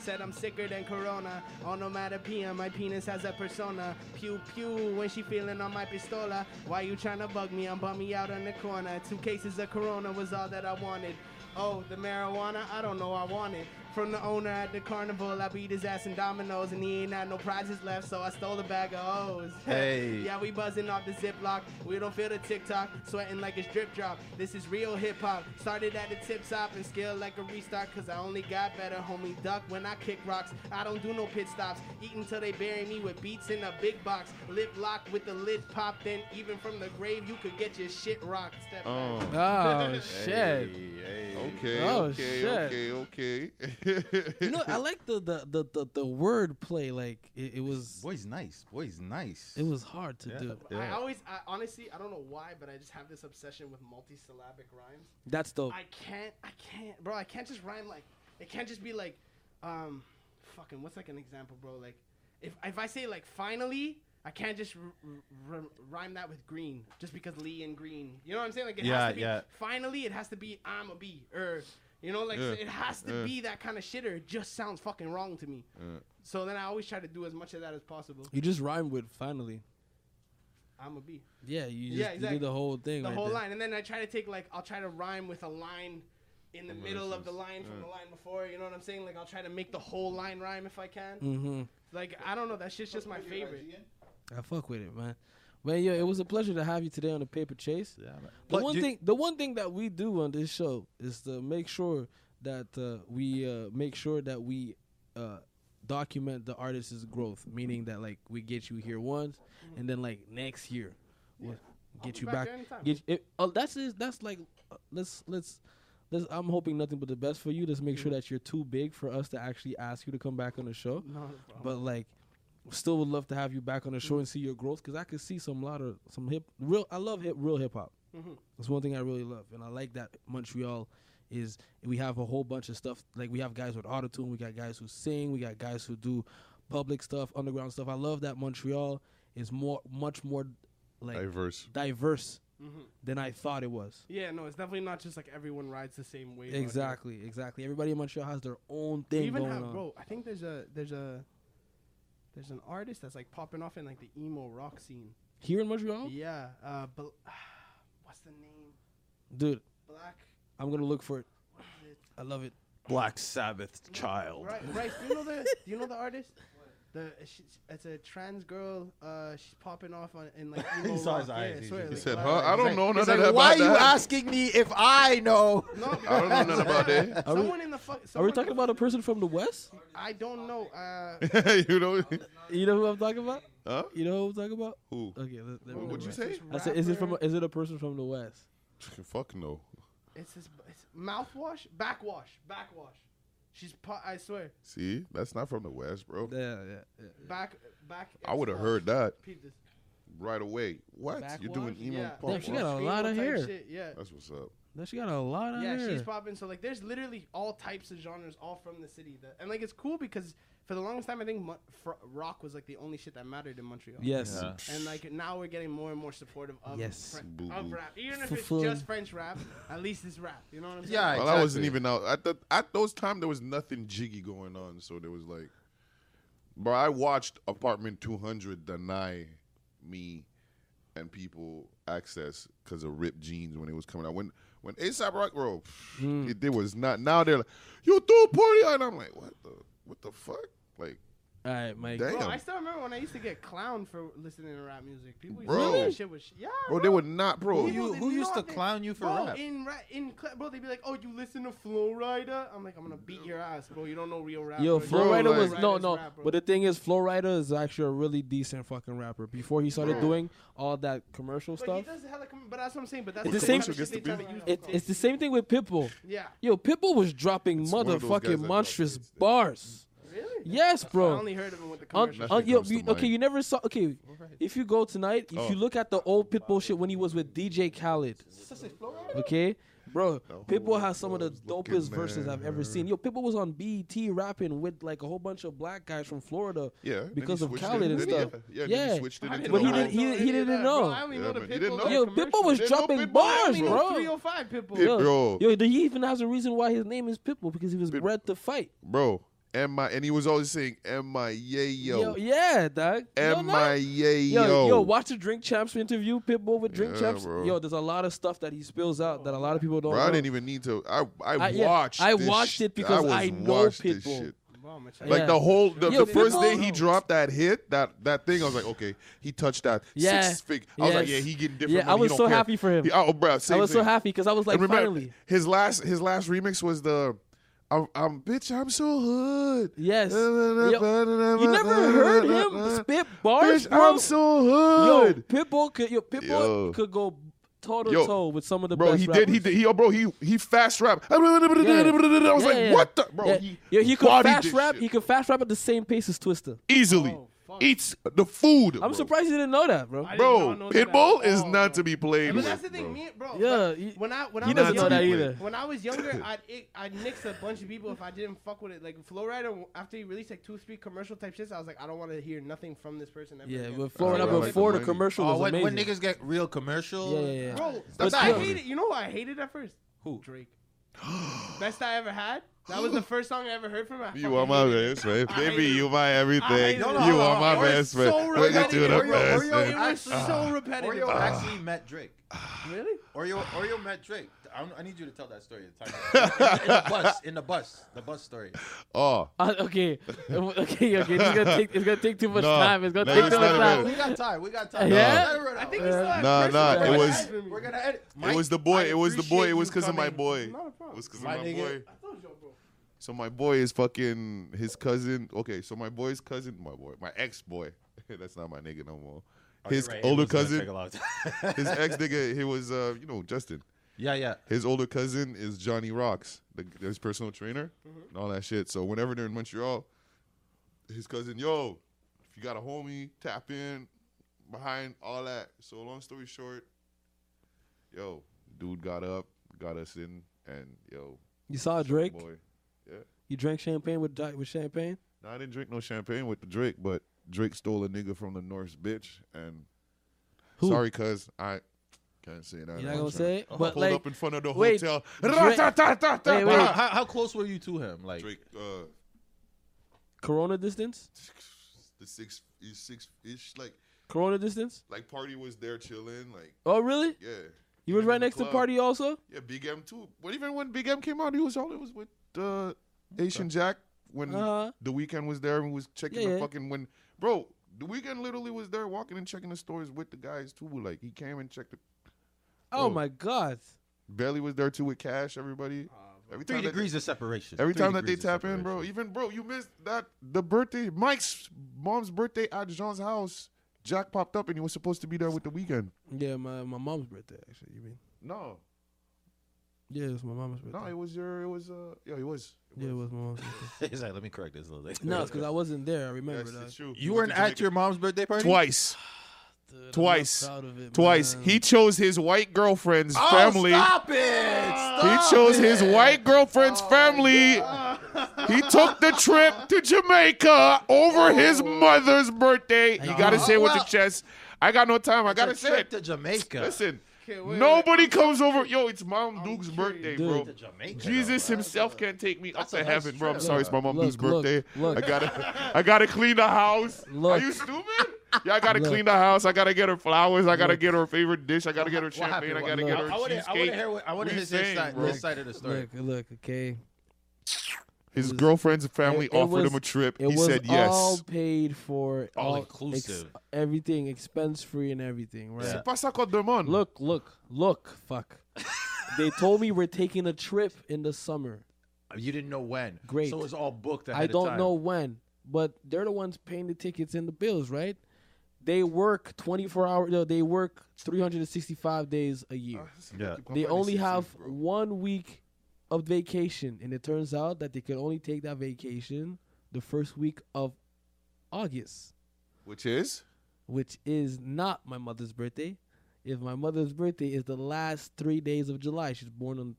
[SPEAKER 5] Said I'm sicker than Corona. On no matter PM, my penis has a persona. Pew pew when she feeling on my pistola. Why you tryna bug me? I'm bummy out on the corner. Two cases of Corona was all that I wanted. Oh, the marijuana? I don't know, I want it. From the owner at the carnival, I beat his ass in dominoes, and he ain't had no prizes left, so I stole a bag of O's.
[SPEAKER 2] Hey.
[SPEAKER 5] yeah, we buzzing off the Ziploc. We don't feel the TikTok, sweating like it's drip drop. This is real hip hop. Started at the tip top and scaled like a restock, cause I only got better, homie. Duck when I kick rocks. I don't do no pit stops. Eat until they bury me with beats in a big box. Lip lock with the lid pop, then even from the grave, you could get your shit rocked. Step
[SPEAKER 3] Oh,
[SPEAKER 5] back.
[SPEAKER 1] Oh shit.
[SPEAKER 2] Hey, hey.
[SPEAKER 3] okay,
[SPEAKER 1] Oh,
[SPEAKER 3] okay, okay,
[SPEAKER 1] shit.
[SPEAKER 3] okay,
[SPEAKER 1] You know, I like the the the the, the word play. Like it, it was
[SPEAKER 2] Boy's nice. Boy's nice.
[SPEAKER 1] it was hard to
[SPEAKER 2] Yeah.
[SPEAKER 1] do.
[SPEAKER 5] I
[SPEAKER 2] Yeah.
[SPEAKER 5] always, I, honestly, I don't know why, but I just have this obsession with multi-syllabic rhymes.
[SPEAKER 1] That's dope.
[SPEAKER 5] I can't, I can't, bro. I can't just rhyme like. It can't just be like, um, fucking. What's like an example, bro? Like, if if I say like finally, I can't just r- r- r- rhyme that with green, just because Lee and green. You know what I'm saying? Like, it
[SPEAKER 2] Yeah,
[SPEAKER 5] has to be
[SPEAKER 2] yeah.
[SPEAKER 5] finally. It has to be I'm a bee or. You know, like
[SPEAKER 3] Yeah,
[SPEAKER 5] it has to
[SPEAKER 3] yeah.
[SPEAKER 5] be that kind of shit, or it just sounds fucking wrong to me.
[SPEAKER 3] Yeah.
[SPEAKER 5] So then I always try to do as much of that as possible.
[SPEAKER 1] you just rhymed with finally.
[SPEAKER 5] I'm a bee.
[SPEAKER 1] Yeah, you just
[SPEAKER 5] Yeah,
[SPEAKER 1] you
[SPEAKER 5] exactly.
[SPEAKER 1] did the whole thing.
[SPEAKER 5] the
[SPEAKER 1] right
[SPEAKER 5] whole
[SPEAKER 1] there.
[SPEAKER 5] line, and then I try to take like I'll try to rhyme with a line in the middle of the line from the line before. You know what I'm saying? Like I'll try to make the whole line rhyme if I can.
[SPEAKER 1] Mm-hmm.
[SPEAKER 5] Like I don't know, that shit's just my favorite.
[SPEAKER 1] I fuck with it, man. But yeah, it was a pleasure to have you today on the paper chase.
[SPEAKER 2] Yeah, man.
[SPEAKER 1] The
[SPEAKER 2] But
[SPEAKER 1] one
[SPEAKER 2] you-
[SPEAKER 1] thing, the one thing that we do on this show is to make sure that uh, we uh, make sure that we uh, document the artist's growth, meaning that like we get you here once, and then like next year we'll get
[SPEAKER 5] be
[SPEAKER 1] you
[SPEAKER 5] back
[SPEAKER 1] back.
[SPEAKER 5] there anytime.
[SPEAKER 1] Get it, oh, that's it, that's like uh, let's let's. let's- I'm hoping nothing but the best for you. Let's make sure that you're too big for us to actually ask you to come back on the show. But like, still would love to have you back on the show and see your growth because I could see some lot of some hip real. I love hip real hip hop.
[SPEAKER 5] Mm-hmm.
[SPEAKER 1] That's one thing I really love, and I like that Montreal is we have a whole bunch of stuff. Like we have guys with auto tune, we got guys who sing, we got guys who do public stuff, underground stuff. I love that Montreal is more much more like
[SPEAKER 3] diverse.
[SPEAKER 1] diverse
[SPEAKER 5] Mm-hmm.
[SPEAKER 1] than I thought it was.
[SPEAKER 5] Yeah, no, it's definitely not just like everyone rides the same way.
[SPEAKER 1] Exactly, exactly. Everybody in Montreal has their own thing
[SPEAKER 5] even
[SPEAKER 1] going
[SPEAKER 5] have,
[SPEAKER 1] on.
[SPEAKER 5] bro. I think there's a there's a there's an artist that's like popping off in like the emo rock scene.
[SPEAKER 1] Here in Montreal,
[SPEAKER 5] Yeah, uh, but what's the name?
[SPEAKER 1] dude,
[SPEAKER 5] Black.
[SPEAKER 1] I'm gonna look for it.
[SPEAKER 5] What is it?
[SPEAKER 1] I love it.
[SPEAKER 2] Black Sabbath child.
[SPEAKER 5] Right, Bryce, do you know the do you know the artist? The she, it's a trans girl. Uh, she's popping off on in like emo
[SPEAKER 2] He saw
[SPEAKER 5] rock.
[SPEAKER 2] his eyes,
[SPEAKER 5] Yeah,
[SPEAKER 2] he
[SPEAKER 5] I
[SPEAKER 2] just-
[SPEAKER 5] swear,
[SPEAKER 3] He
[SPEAKER 5] like,
[SPEAKER 3] said,
[SPEAKER 5] black-
[SPEAKER 3] "Huh? I don't know
[SPEAKER 2] He's
[SPEAKER 3] nothing
[SPEAKER 2] like,
[SPEAKER 3] about
[SPEAKER 2] why
[SPEAKER 3] that.
[SPEAKER 2] you asking me if I know?
[SPEAKER 5] No,
[SPEAKER 3] I don't know nothing about that.
[SPEAKER 1] Are we-
[SPEAKER 5] someone in the fuck.
[SPEAKER 1] Are we talking about a person from the West?
[SPEAKER 5] I don't know. Uh,
[SPEAKER 3] you know?
[SPEAKER 1] You know who I'm talking about?
[SPEAKER 3] Huh?
[SPEAKER 1] You know who I'm talking about?
[SPEAKER 3] Who?
[SPEAKER 1] Okay, let, let
[SPEAKER 3] What'd you
[SPEAKER 1] never mind.
[SPEAKER 3] say?
[SPEAKER 1] I said, is it from? Is it a person from the West?
[SPEAKER 3] Fuck no.
[SPEAKER 5] It's this. It's mouthwash, backwash, backwash. She's. Po- I swear,
[SPEAKER 3] See, that's not from the West, bro.
[SPEAKER 1] Yeah, yeah. yeah.
[SPEAKER 5] back, back.
[SPEAKER 3] I would have
[SPEAKER 5] it's-
[SPEAKER 3] heard that
[SPEAKER 5] Peep this.
[SPEAKER 3] right away. What? You're doing
[SPEAKER 1] Backwash?
[SPEAKER 3] emo
[SPEAKER 5] Yeah.
[SPEAKER 3] punk
[SPEAKER 1] Damn, she
[SPEAKER 3] rock?
[SPEAKER 1] got a lot of
[SPEAKER 5] Emo type
[SPEAKER 1] hair.
[SPEAKER 5] shit, Yeah.
[SPEAKER 3] That's what's up.
[SPEAKER 1] Now she got a lot of
[SPEAKER 5] Yeah,
[SPEAKER 1] hair.
[SPEAKER 5] she's popping. So like, there's literally all types of genres, all from the city. That, and like, it's cool because for the longest time, I think Mon- fr- rock was like the only shit that mattered in Montreal.
[SPEAKER 1] yes.
[SPEAKER 2] Yeah.
[SPEAKER 5] And like now we're getting more and more supportive of
[SPEAKER 1] Yes.
[SPEAKER 5] Fren-
[SPEAKER 3] Boo
[SPEAKER 5] of
[SPEAKER 3] boo.
[SPEAKER 5] rap, even if it's
[SPEAKER 1] Fufun.
[SPEAKER 5] just French rap. At least it's rap. You know what I'm saying?
[SPEAKER 2] Yeah.
[SPEAKER 3] Well, I wasn't
[SPEAKER 2] Exactly.
[SPEAKER 3] even out. At, the, at those time, there was nothing jiggy going on, so there was like, bro. I watched Apartment 200 deny me and people access because of ripped jeans when it was coming out. When when ASAP Rock, bro, pff,
[SPEAKER 1] Hmm.
[SPEAKER 3] it, there was not. Now they're like, you threw a party, and I'm like, what the what the fuck? Like,
[SPEAKER 1] All right, Mike.
[SPEAKER 3] Damn.
[SPEAKER 5] Bro, I still remember when I used to get clowned for listening to rap music. People used
[SPEAKER 3] Bro.
[SPEAKER 5] to think that shit was sh- yeah.
[SPEAKER 3] Bro, they were not, bro.
[SPEAKER 2] Who,
[SPEAKER 5] People
[SPEAKER 2] you,
[SPEAKER 5] did
[SPEAKER 2] who used to
[SPEAKER 5] nothing.
[SPEAKER 2] clown you for
[SPEAKER 5] bro,
[SPEAKER 2] rap?
[SPEAKER 5] in ra- in cl- bro, they'd be like, "Oh, you listen to Flow Rider?" I'm like, "I'm gonna beat your ass, bro. You don't know real rap."
[SPEAKER 1] Yo,
[SPEAKER 5] bro.
[SPEAKER 1] Flow
[SPEAKER 3] Bro,
[SPEAKER 1] Rider
[SPEAKER 3] like-
[SPEAKER 1] was no,
[SPEAKER 5] Rider's
[SPEAKER 1] no.
[SPEAKER 5] rap, bro.
[SPEAKER 1] but the thing is, Flow Rider is actually a really decent fucking rapper. Before he started doing all that commercial
[SPEAKER 5] but he
[SPEAKER 1] stuff,
[SPEAKER 5] does hella com- but that's what I'm saying. But that's
[SPEAKER 1] It's the
[SPEAKER 5] kind
[SPEAKER 1] same-
[SPEAKER 5] of shit they try to use
[SPEAKER 1] it,
[SPEAKER 5] for
[SPEAKER 1] it's the same thing with Pitbull.
[SPEAKER 5] Yeah,
[SPEAKER 1] Yo, Pitbull was dropping
[SPEAKER 3] one of those guys that
[SPEAKER 1] motherfucking
[SPEAKER 3] dropped
[SPEAKER 1] monstrous
[SPEAKER 3] hits, yeah.
[SPEAKER 1] bars.
[SPEAKER 5] really.
[SPEAKER 1] Yes,
[SPEAKER 5] I
[SPEAKER 1] bro.
[SPEAKER 5] only heard of him with the
[SPEAKER 1] Un-
[SPEAKER 5] commercial.
[SPEAKER 3] Nothing
[SPEAKER 1] un- yo,
[SPEAKER 3] comes to
[SPEAKER 1] you-
[SPEAKER 3] mind.
[SPEAKER 1] okay, you never saw. Okay, if you go tonight, if
[SPEAKER 3] Oh.
[SPEAKER 1] you look at the old Pitbull shit when he was with DJ Khaled, okay, bro, Pitbull has some of the
[SPEAKER 3] looking
[SPEAKER 1] dopest verses I've ever seen. Yo, Pitbull was on BET rapping with like a whole bunch of black guys from Florida.
[SPEAKER 3] Yeah, then he
[SPEAKER 1] because of
[SPEAKER 3] switched it,
[SPEAKER 1] Khaled and
[SPEAKER 3] didn't he?
[SPEAKER 1] stuff.
[SPEAKER 3] Yeah, yeah, then
[SPEAKER 1] Yeah.
[SPEAKER 3] he switched it
[SPEAKER 5] I
[SPEAKER 3] into
[SPEAKER 1] But
[SPEAKER 3] the
[SPEAKER 1] he
[SPEAKER 3] whole-
[SPEAKER 1] didn't- he-
[SPEAKER 5] know any of
[SPEAKER 1] didn't
[SPEAKER 5] that, bro.
[SPEAKER 1] know.
[SPEAKER 5] I only
[SPEAKER 3] Yeah,
[SPEAKER 5] know the
[SPEAKER 3] man, he didn't
[SPEAKER 5] Pitbull.
[SPEAKER 3] know.
[SPEAKER 1] Yo,
[SPEAKER 5] commercial.
[SPEAKER 1] Pitbull was
[SPEAKER 3] They know
[SPEAKER 1] dropping
[SPEAKER 3] Pitbull,
[SPEAKER 5] I
[SPEAKER 1] bars,
[SPEAKER 5] only know
[SPEAKER 1] bro.
[SPEAKER 5] 305 Pitbull.
[SPEAKER 3] Yeah,
[SPEAKER 1] Yo,
[SPEAKER 3] bro.
[SPEAKER 1] yo, he even has a reason why his name is Pitbull because he was bred to fight.
[SPEAKER 3] bro. Am I? And he was always saying, "Am I? Yeah, yo.
[SPEAKER 1] Yo, yeah, dog.
[SPEAKER 3] Am I? E Yeah,
[SPEAKER 1] Yo,
[SPEAKER 3] yo.
[SPEAKER 1] yo, watch the Drink Champs interview Pitbull with Drink
[SPEAKER 3] Yeah,
[SPEAKER 1] Champs.
[SPEAKER 3] bro.
[SPEAKER 1] Yo, there's a lot of stuff that he spills out that a lot of people don't.
[SPEAKER 3] Bro, I
[SPEAKER 1] know.
[SPEAKER 3] didn't even need to. I I,
[SPEAKER 1] I- yeah,
[SPEAKER 3] watched.
[SPEAKER 1] I
[SPEAKER 3] this
[SPEAKER 1] watched
[SPEAKER 3] sh-
[SPEAKER 1] it because
[SPEAKER 3] was
[SPEAKER 1] I know
[SPEAKER 3] watched this
[SPEAKER 1] Pitbull.
[SPEAKER 3] shit.
[SPEAKER 5] Bro, I'm a check.
[SPEAKER 3] Like
[SPEAKER 1] Yeah.
[SPEAKER 3] the whole the,
[SPEAKER 1] Yo,
[SPEAKER 3] the first day
[SPEAKER 1] Pitbull-
[SPEAKER 3] he dropped that hit that that thing I was like okay he touched that
[SPEAKER 1] Yeah.
[SPEAKER 3] six fig I was like yeah
[SPEAKER 1] Yes.
[SPEAKER 3] he getting different
[SPEAKER 1] Yeah, I
[SPEAKER 3] money, he
[SPEAKER 1] was
[SPEAKER 3] don't
[SPEAKER 1] so
[SPEAKER 3] care.
[SPEAKER 1] happy for him.
[SPEAKER 3] He- oh bro
[SPEAKER 1] I
[SPEAKER 3] same
[SPEAKER 1] was so
[SPEAKER 3] thing.
[SPEAKER 1] happy because I was like,
[SPEAKER 3] And remember,
[SPEAKER 1] finally,
[SPEAKER 3] his last his last remix was the I'm, I'm bitch I'm so hood
[SPEAKER 1] yes.
[SPEAKER 3] Yo,
[SPEAKER 1] Yo, you never heard him spit bars,
[SPEAKER 3] bitch
[SPEAKER 1] bro.
[SPEAKER 3] I'm so
[SPEAKER 1] yo,
[SPEAKER 3] hood
[SPEAKER 1] Pitbull could yo Pitbull
[SPEAKER 3] Yo.
[SPEAKER 1] could go toe to
[SPEAKER 3] Yo.
[SPEAKER 1] toe with some of the
[SPEAKER 3] bro
[SPEAKER 1] best
[SPEAKER 3] he did he
[SPEAKER 1] rappers.
[SPEAKER 3] did he oh bro he he fast rap I was
[SPEAKER 1] Yeah,
[SPEAKER 3] like
[SPEAKER 1] yeah,
[SPEAKER 3] what
[SPEAKER 1] yeah.
[SPEAKER 3] the bro
[SPEAKER 1] Yeah,
[SPEAKER 3] he
[SPEAKER 1] yeah, he could
[SPEAKER 3] bodied
[SPEAKER 1] fast
[SPEAKER 3] this
[SPEAKER 1] rap.
[SPEAKER 3] shit.
[SPEAKER 1] He could fast rap at the same pace as Twista.
[SPEAKER 3] easily
[SPEAKER 5] Oh, fuck.
[SPEAKER 3] eats the food.
[SPEAKER 1] I'm
[SPEAKER 3] bro.
[SPEAKER 1] surprised you didn't know Oh. that, bro.
[SPEAKER 5] I did
[SPEAKER 3] Bro,
[SPEAKER 5] not know that
[SPEAKER 3] Pitbull
[SPEAKER 5] at
[SPEAKER 3] is
[SPEAKER 5] all,
[SPEAKER 3] not
[SPEAKER 5] bro.
[SPEAKER 3] to be played
[SPEAKER 5] But
[SPEAKER 3] with.
[SPEAKER 5] that's the thing,
[SPEAKER 3] bro.
[SPEAKER 5] me, bro.
[SPEAKER 1] Yeah,
[SPEAKER 5] like,
[SPEAKER 1] you-
[SPEAKER 5] when I when I
[SPEAKER 1] You didn't
[SPEAKER 5] was
[SPEAKER 1] know
[SPEAKER 5] younger,
[SPEAKER 1] that either.
[SPEAKER 5] When I was younger, I'd ick- I'd nix a bunch of people if I didn't fuck with it. Like Flow Rider, after he released like two, three commercial type shits, I was like, I don't want to hear nothing from this person ever.
[SPEAKER 1] Yeah,
[SPEAKER 5] again.
[SPEAKER 1] but Florida
[SPEAKER 3] I like the
[SPEAKER 1] before the,
[SPEAKER 3] money.
[SPEAKER 1] commercial
[SPEAKER 2] Oh,
[SPEAKER 1] was
[SPEAKER 2] when,
[SPEAKER 1] amazing.
[SPEAKER 2] when niggas get real commercial.
[SPEAKER 1] yeah, yeah, yeah.
[SPEAKER 5] bro,
[SPEAKER 2] That's
[SPEAKER 5] I
[SPEAKER 2] not-
[SPEAKER 5] hated. You know who I hated at first?
[SPEAKER 2] Who?
[SPEAKER 5] Drake. Best I ever had. That was the first song I ever heard from him. I
[SPEAKER 3] You are
[SPEAKER 5] fucking
[SPEAKER 3] my
[SPEAKER 5] hated it.
[SPEAKER 3] best friend,
[SPEAKER 5] I
[SPEAKER 3] baby.
[SPEAKER 5] hate it.
[SPEAKER 3] You my
[SPEAKER 5] I hate
[SPEAKER 3] everything.
[SPEAKER 5] it.
[SPEAKER 3] You
[SPEAKER 5] No, no,
[SPEAKER 3] are
[SPEAKER 2] no,
[SPEAKER 3] my
[SPEAKER 2] no,
[SPEAKER 3] best
[SPEAKER 2] it's so
[SPEAKER 3] friend. When you
[SPEAKER 2] romantic.
[SPEAKER 3] do the
[SPEAKER 2] Oreo-
[SPEAKER 3] best
[SPEAKER 2] Oreo-
[SPEAKER 5] It
[SPEAKER 3] thing.
[SPEAKER 5] was
[SPEAKER 1] Ah.
[SPEAKER 5] so repetitive.
[SPEAKER 2] Oreo
[SPEAKER 3] Ah.
[SPEAKER 2] actually met Drake.
[SPEAKER 5] Really?
[SPEAKER 2] Oreo, Oreo met Drake. I, don't- I need you to tell that story. At the time. in, in the bus, in the bus, the bus story.
[SPEAKER 3] Oh,
[SPEAKER 1] Uh, okay, okay, okay. It's gonna take it's gonna take too much
[SPEAKER 3] No,
[SPEAKER 1] time. It's gonna
[SPEAKER 3] no,
[SPEAKER 1] take
[SPEAKER 3] it's
[SPEAKER 1] too much
[SPEAKER 3] not about
[SPEAKER 1] time.
[SPEAKER 3] it.
[SPEAKER 2] We got time. We got time.
[SPEAKER 1] Yeah?
[SPEAKER 2] Let it run
[SPEAKER 5] I
[SPEAKER 2] out.
[SPEAKER 5] think he still had
[SPEAKER 3] Nah,
[SPEAKER 5] first
[SPEAKER 3] nah,
[SPEAKER 5] ever
[SPEAKER 3] it
[SPEAKER 5] had
[SPEAKER 3] was-
[SPEAKER 5] for me.
[SPEAKER 2] We're gonna edit.
[SPEAKER 3] it
[SPEAKER 2] Mike,
[SPEAKER 3] was the
[SPEAKER 2] I
[SPEAKER 3] boy. It was the boy.
[SPEAKER 2] appreciate
[SPEAKER 3] It was
[SPEAKER 2] you
[SPEAKER 3] because of my
[SPEAKER 2] coming.
[SPEAKER 3] boy.
[SPEAKER 5] Not a
[SPEAKER 3] It
[SPEAKER 5] problem.
[SPEAKER 3] was because of
[SPEAKER 2] My
[SPEAKER 3] my
[SPEAKER 2] nigga.
[SPEAKER 3] boy.
[SPEAKER 5] I told you, bro.
[SPEAKER 3] So my boy is fucking his cousin. Okay, so my boy's cousin, my boy, my ex boy. That's not my nigga no more.
[SPEAKER 2] Okay,
[SPEAKER 3] His
[SPEAKER 2] Oh, right, it
[SPEAKER 3] older
[SPEAKER 2] was uh, gonna take
[SPEAKER 3] cousin,
[SPEAKER 2] a long time.
[SPEAKER 3] his ex nigga, he was, uh, you know, Justin.
[SPEAKER 2] yeah, yeah.
[SPEAKER 3] His older cousin is Johnny Rocks, the, his personal trainer and all that shit. So whenever they're in Montreal, his cousin, yo, if you got a homie, tap in behind all that. So long story short, yo, dude got up, got us in, and yo,
[SPEAKER 1] You saw Drake.
[SPEAKER 3] boy, yeah.
[SPEAKER 1] You drank champagne with di- with champagne.
[SPEAKER 3] Now, I didn't drink no champagne with the Drake, but Drake stole a nigga from the North's bitch, and
[SPEAKER 1] Who?
[SPEAKER 3] sorry, cuz I can't say that.
[SPEAKER 1] You're not
[SPEAKER 3] I'm
[SPEAKER 1] gonna
[SPEAKER 3] tryna-
[SPEAKER 1] say it?
[SPEAKER 3] I
[SPEAKER 1] But,
[SPEAKER 3] pulled
[SPEAKER 1] like,
[SPEAKER 3] up in front of the
[SPEAKER 1] wait,
[SPEAKER 3] hotel.
[SPEAKER 1] Drake-
[SPEAKER 3] Ra-ta-ta-ta-ta-ta.
[SPEAKER 1] Wait,
[SPEAKER 2] How,
[SPEAKER 1] wait.
[SPEAKER 2] how, how close were you to him? Like,
[SPEAKER 3] Drake, uh,
[SPEAKER 1] Corona distance.
[SPEAKER 3] the six is six ish like
[SPEAKER 1] Corona distance.
[SPEAKER 3] like party was there chilling like
[SPEAKER 1] Oh, really?
[SPEAKER 3] yeah
[SPEAKER 1] You was
[SPEAKER 3] in
[SPEAKER 1] right
[SPEAKER 3] the
[SPEAKER 1] next to
[SPEAKER 3] club.
[SPEAKER 1] Party also.
[SPEAKER 3] yeah Big M too. But even when Big M came out, he was all it was with uh, Asian Jack when
[SPEAKER 1] Uh-huh.
[SPEAKER 3] the weekend was there and was checking
[SPEAKER 1] Yeah,
[SPEAKER 3] the
[SPEAKER 1] yeah.
[SPEAKER 3] fucking when bro the weekend literally was there walking and checking the stores with the guys too. Like he came and checked. The,
[SPEAKER 1] Oh
[SPEAKER 3] Oh.
[SPEAKER 1] my God.
[SPEAKER 3] Belly was there too with Cash. Everybody. every
[SPEAKER 2] three
[SPEAKER 3] time that-
[SPEAKER 2] degrees of separation.
[SPEAKER 3] Every
[SPEAKER 2] Three
[SPEAKER 3] time that they
[SPEAKER 2] degrees of
[SPEAKER 3] tap in, bro,
[SPEAKER 2] separation.
[SPEAKER 3] even bro, you missed that the birthday Mike's mom's birthday at Jean's house. Jack popped up and he was supposed to be there with the weekend.
[SPEAKER 1] Yeah, my, my mom's birthday actually. You mean?
[SPEAKER 3] No,
[SPEAKER 1] Yeah, it was my mom's
[SPEAKER 3] no,
[SPEAKER 1] birthday.
[SPEAKER 3] it was your, it was, uh, yeah, it was.
[SPEAKER 1] yeah, it was my mom's birthday.
[SPEAKER 2] He's like, let me correct this a little bit.
[SPEAKER 1] no, it's because I wasn't there. I remember
[SPEAKER 3] Yes,
[SPEAKER 1] that.
[SPEAKER 3] it's true.
[SPEAKER 2] You weren't at your mom's birthday party.
[SPEAKER 3] twice,
[SPEAKER 1] Dude, I'm not
[SPEAKER 3] Twice.
[SPEAKER 1] proud of it,
[SPEAKER 3] twice.
[SPEAKER 1] man.
[SPEAKER 3] He chose his white girlfriend's
[SPEAKER 2] Oh,
[SPEAKER 3] family.
[SPEAKER 2] Stop it! Stop
[SPEAKER 3] He chose
[SPEAKER 2] it! Oh,
[SPEAKER 3] his white girlfriend's family. He took the trip to Jamaica over his mother's birthday. You gotta say it with the
[SPEAKER 2] Oh. Well-
[SPEAKER 3] chest. I got no time. I
[SPEAKER 2] It's a
[SPEAKER 3] gotta say
[SPEAKER 2] trip
[SPEAKER 3] it.
[SPEAKER 2] to Jamaica.
[SPEAKER 3] Listen,
[SPEAKER 5] Okay, wait,
[SPEAKER 3] nobody comes over. Yo, it's Mom Duke's birthday,
[SPEAKER 1] curious. Dude.
[SPEAKER 3] bro.
[SPEAKER 2] To Jamaica.
[SPEAKER 3] Jesus
[SPEAKER 2] though,
[SPEAKER 3] himself can't take me up
[SPEAKER 2] That's a
[SPEAKER 3] to
[SPEAKER 2] nice
[SPEAKER 3] heaven, bro. I'm
[SPEAKER 2] trip.
[SPEAKER 3] sorry, it's my mom
[SPEAKER 1] Look,
[SPEAKER 3] Duke's
[SPEAKER 1] look,
[SPEAKER 3] birthday.
[SPEAKER 1] look.
[SPEAKER 3] I gotta, I gotta clean the house.
[SPEAKER 1] Look.
[SPEAKER 3] Are you stupid? Yeah, I gotta
[SPEAKER 1] Look.
[SPEAKER 3] clean the house. I gotta get her flowers. I gotta
[SPEAKER 1] Look.
[SPEAKER 3] get her favorite dish. I gotta get her
[SPEAKER 2] What happened?
[SPEAKER 3] champagne. I
[SPEAKER 2] What-
[SPEAKER 3] gotta
[SPEAKER 1] look.
[SPEAKER 3] get her
[SPEAKER 2] I want to
[SPEAKER 3] cheesecake.
[SPEAKER 2] hear. what- I want
[SPEAKER 3] What are
[SPEAKER 2] to hear
[SPEAKER 3] you
[SPEAKER 2] his
[SPEAKER 3] saying,
[SPEAKER 2] side,
[SPEAKER 3] bro?
[SPEAKER 2] his side of the story.
[SPEAKER 1] Look, look, okay.
[SPEAKER 3] His girlfriend's family
[SPEAKER 1] It- it
[SPEAKER 3] offered
[SPEAKER 1] was-
[SPEAKER 3] him a trip.
[SPEAKER 1] It
[SPEAKER 3] He
[SPEAKER 1] was
[SPEAKER 3] said
[SPEAKER 1] all
[SPEAKER 3] yes.
[SPEAKER 1] paid for,
[SPEAKER 2] All
[SPEAKER 1] ex-
[SPEAKER 2] inclusive.
[SPEAKER 1] everything expense free and everything. Right?
[SPEAKER 2] Yeah.
[SPEAKER 3] C'est pas ça qu'on demande.
[SPEAKER 1] Look, look, look. Fuck. they told me we're taking a trip in the summer.
[SPEAKER 2] You didn't know when.
[SPEAKER 1] Great.
[SPEAKER 2] So it was all booked. Ahead
[SPEAKER 1] I
[SPEAKER 2] of
[SPEAKER 1] don't
[SPEAKER 2] time.
[SPEAKER 1] know when, but they're the ones paying the tickets and the bills, right? They work 24 hours. No, they work 365 days a year.
[SPEAKER 2] Yeah.
[SPEAKER 1] they only have one week of vacation, and it turns out that they could only take that vacation the first week of August,
[SPEAKER 3] Which is?
[SPEAKER 1] which is not my mother's birthday. If my mother's birthday is the last three days of July, she's born on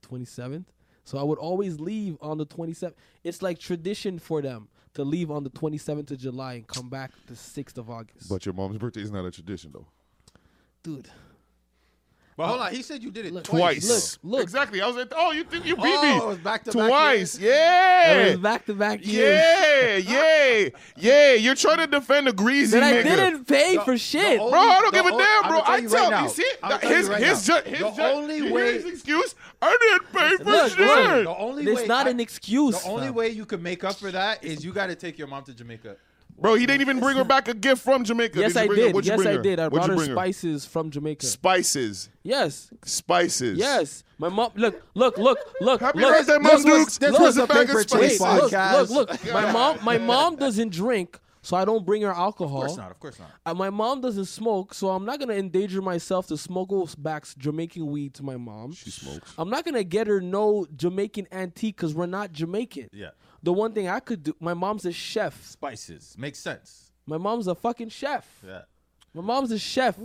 [SPEAKER 1] the 27th. So I would always leave on the 27th. It's like tradition for them to leave on the 27th of July and come back the 6th of August.
[SPEAKER 3] But your mom's birthday is not a tradition, though.
[SPEAKER 1] dude,
[SPEAKER 2] But hold on. He said you did it
[SPEAKER 1] look,
[SPEAKER 3] Twice.
[SPEAKER 1] Look, look.
[SPEAKER 3] Exactly. I was like, oh, you think you beat
[SPEAKER 2] Oh, it
[SPEAKER 3] me
[SPEAKER 2] was back to
[SPEAKER 3] twice?
[SPEAKER 1] It
[SPEAKER 3] Yeah.
[SPEAKER 1] was back to back years.
[SPEAKER 3] Yeah, yeah, yeah. You're trying to defend the greasy
[SPEAKER 1] That I
[SPEAKER 3] nigga.
[SPEAKER 1] didn't pay
[SPEAKER 2] The-
[SPEAKER 1] for shit.
[SPEAKER 2] the
[SPEAKER 3] Bro, I don't
[SPEAKER 2] The
[SPEAKER 3] give a
[SPEAKER 2] ol-
[SPEAKER 3] damn,
[SPEAKER 2] I'ma
[SPEAKER 3] bro.
[SPEAKER 2] tell
[SPEAKER 3] I
[SPEAKER 2] you
[SPEAKER 3] tell
[SPEAKER 2] right
[SPEAKER 3] you,
[SPEAKER 2] now.
[SPEAKER 3] see,
[SPEAKER 2] I'ma
[SPEAKER 3] that-
[SPEAKER 2] tell you
[SPEAKER 3] his
[SPEAKER 2] right
[SPEAKER 3] his,
[SPEAKER 2] now.
[SPEAKER 3] ju- his
[SPEAKER 2] The
[SPEAKER 3] ju-
[SPEAKER 2] only
[SPEAKER 3] you hear
[SPEAKER 2] way-
[SPEAKER 3] his excuse, I didn't pay for
[SPEAKER 1] Look,
[SPEAKER 3] shit.
[SPEAKER 1] look,
[SPEAKER 2] The only
[SPEAKER 1] It's
[SPEAKER 2] way
[SPEAKER 1] not
[SPEAKER 2] I-
[SPEAKER 1] an excuse.
[SPEAKER 2] The only
[SPEAKER 1] fam.
[SPEAKER 2] way you can make up for that is you got to take your mom to Jamaica.
[SPEAKER 3] Bro, he didn't even bring her back a gift from Jamaica.
[SPEAKER 1] Yes,
[SPEAKER 3] you
[SPEAKER 1] I
[SPEAKER 3] bring her-
[SPEAKER 1] did.
[SPEAKER 3] what'd you
[SPEAKER 1] Yes,
[SPEAKER 3] bring
[SPEAKER 1] I
[SPEAKER 3] her?
[SPEAKER 1] did. I
[SPEAKER 3] What'd
[SPEAKER 1] brought
[SPEAKER 3] you
[SPEAKER 1] her
[SPEAKER 3] bring
[SPEAKER 1] spices from Jamaica.
[SPEAKER 3] Spices,
[SPEAKER 1] yes,
[SPEAKER 3] spices.
[SPEAKER 1] yes. My mom. Look, look, look, look.
[SPEAKER 3] Happy
[SPEAKER 1] look,
[SPEAKER 3] birthday, Mom
[SPEAKER 1] look,
[SPEAKER 3] Dukes.
[SPEAKER 1] look,
[SPEAKER 3] This was a
[SPEAKER 1] look,
[SPEAKER 3] bag of
[SPEAKER 1] look, wait,
[SPEAKER 3] spices.
[SPEAKER 1] Look,
[SPEAKER 4] podcast.
[SPEAKER 1] look, look. My mom. My mom doesn't drink, so I don't bring her alcohol.
[SPEAKER 2] Of course not. Of course not.
[SPEAKER 1] And my mom doesn't smoke, so I'm not gonna endanger myself to smuggle back Jamaican weed to my mom.
[SPEAKER 3] She smokes.
[SPEAKER 1] I'm not gonna get her no Jamaican antique because we're not Jamaican.
[SPEAKER 2] Yeah.
[SPEAKER 1] The one thing I could do, my mom's a chef.
[SPEAKER 2] Spices makes sense.
[SPEAKER 1] My mom's a fucking chef.
[SPEAKER 2] Yeah.
[SPEAKER 1] My mom's a chef.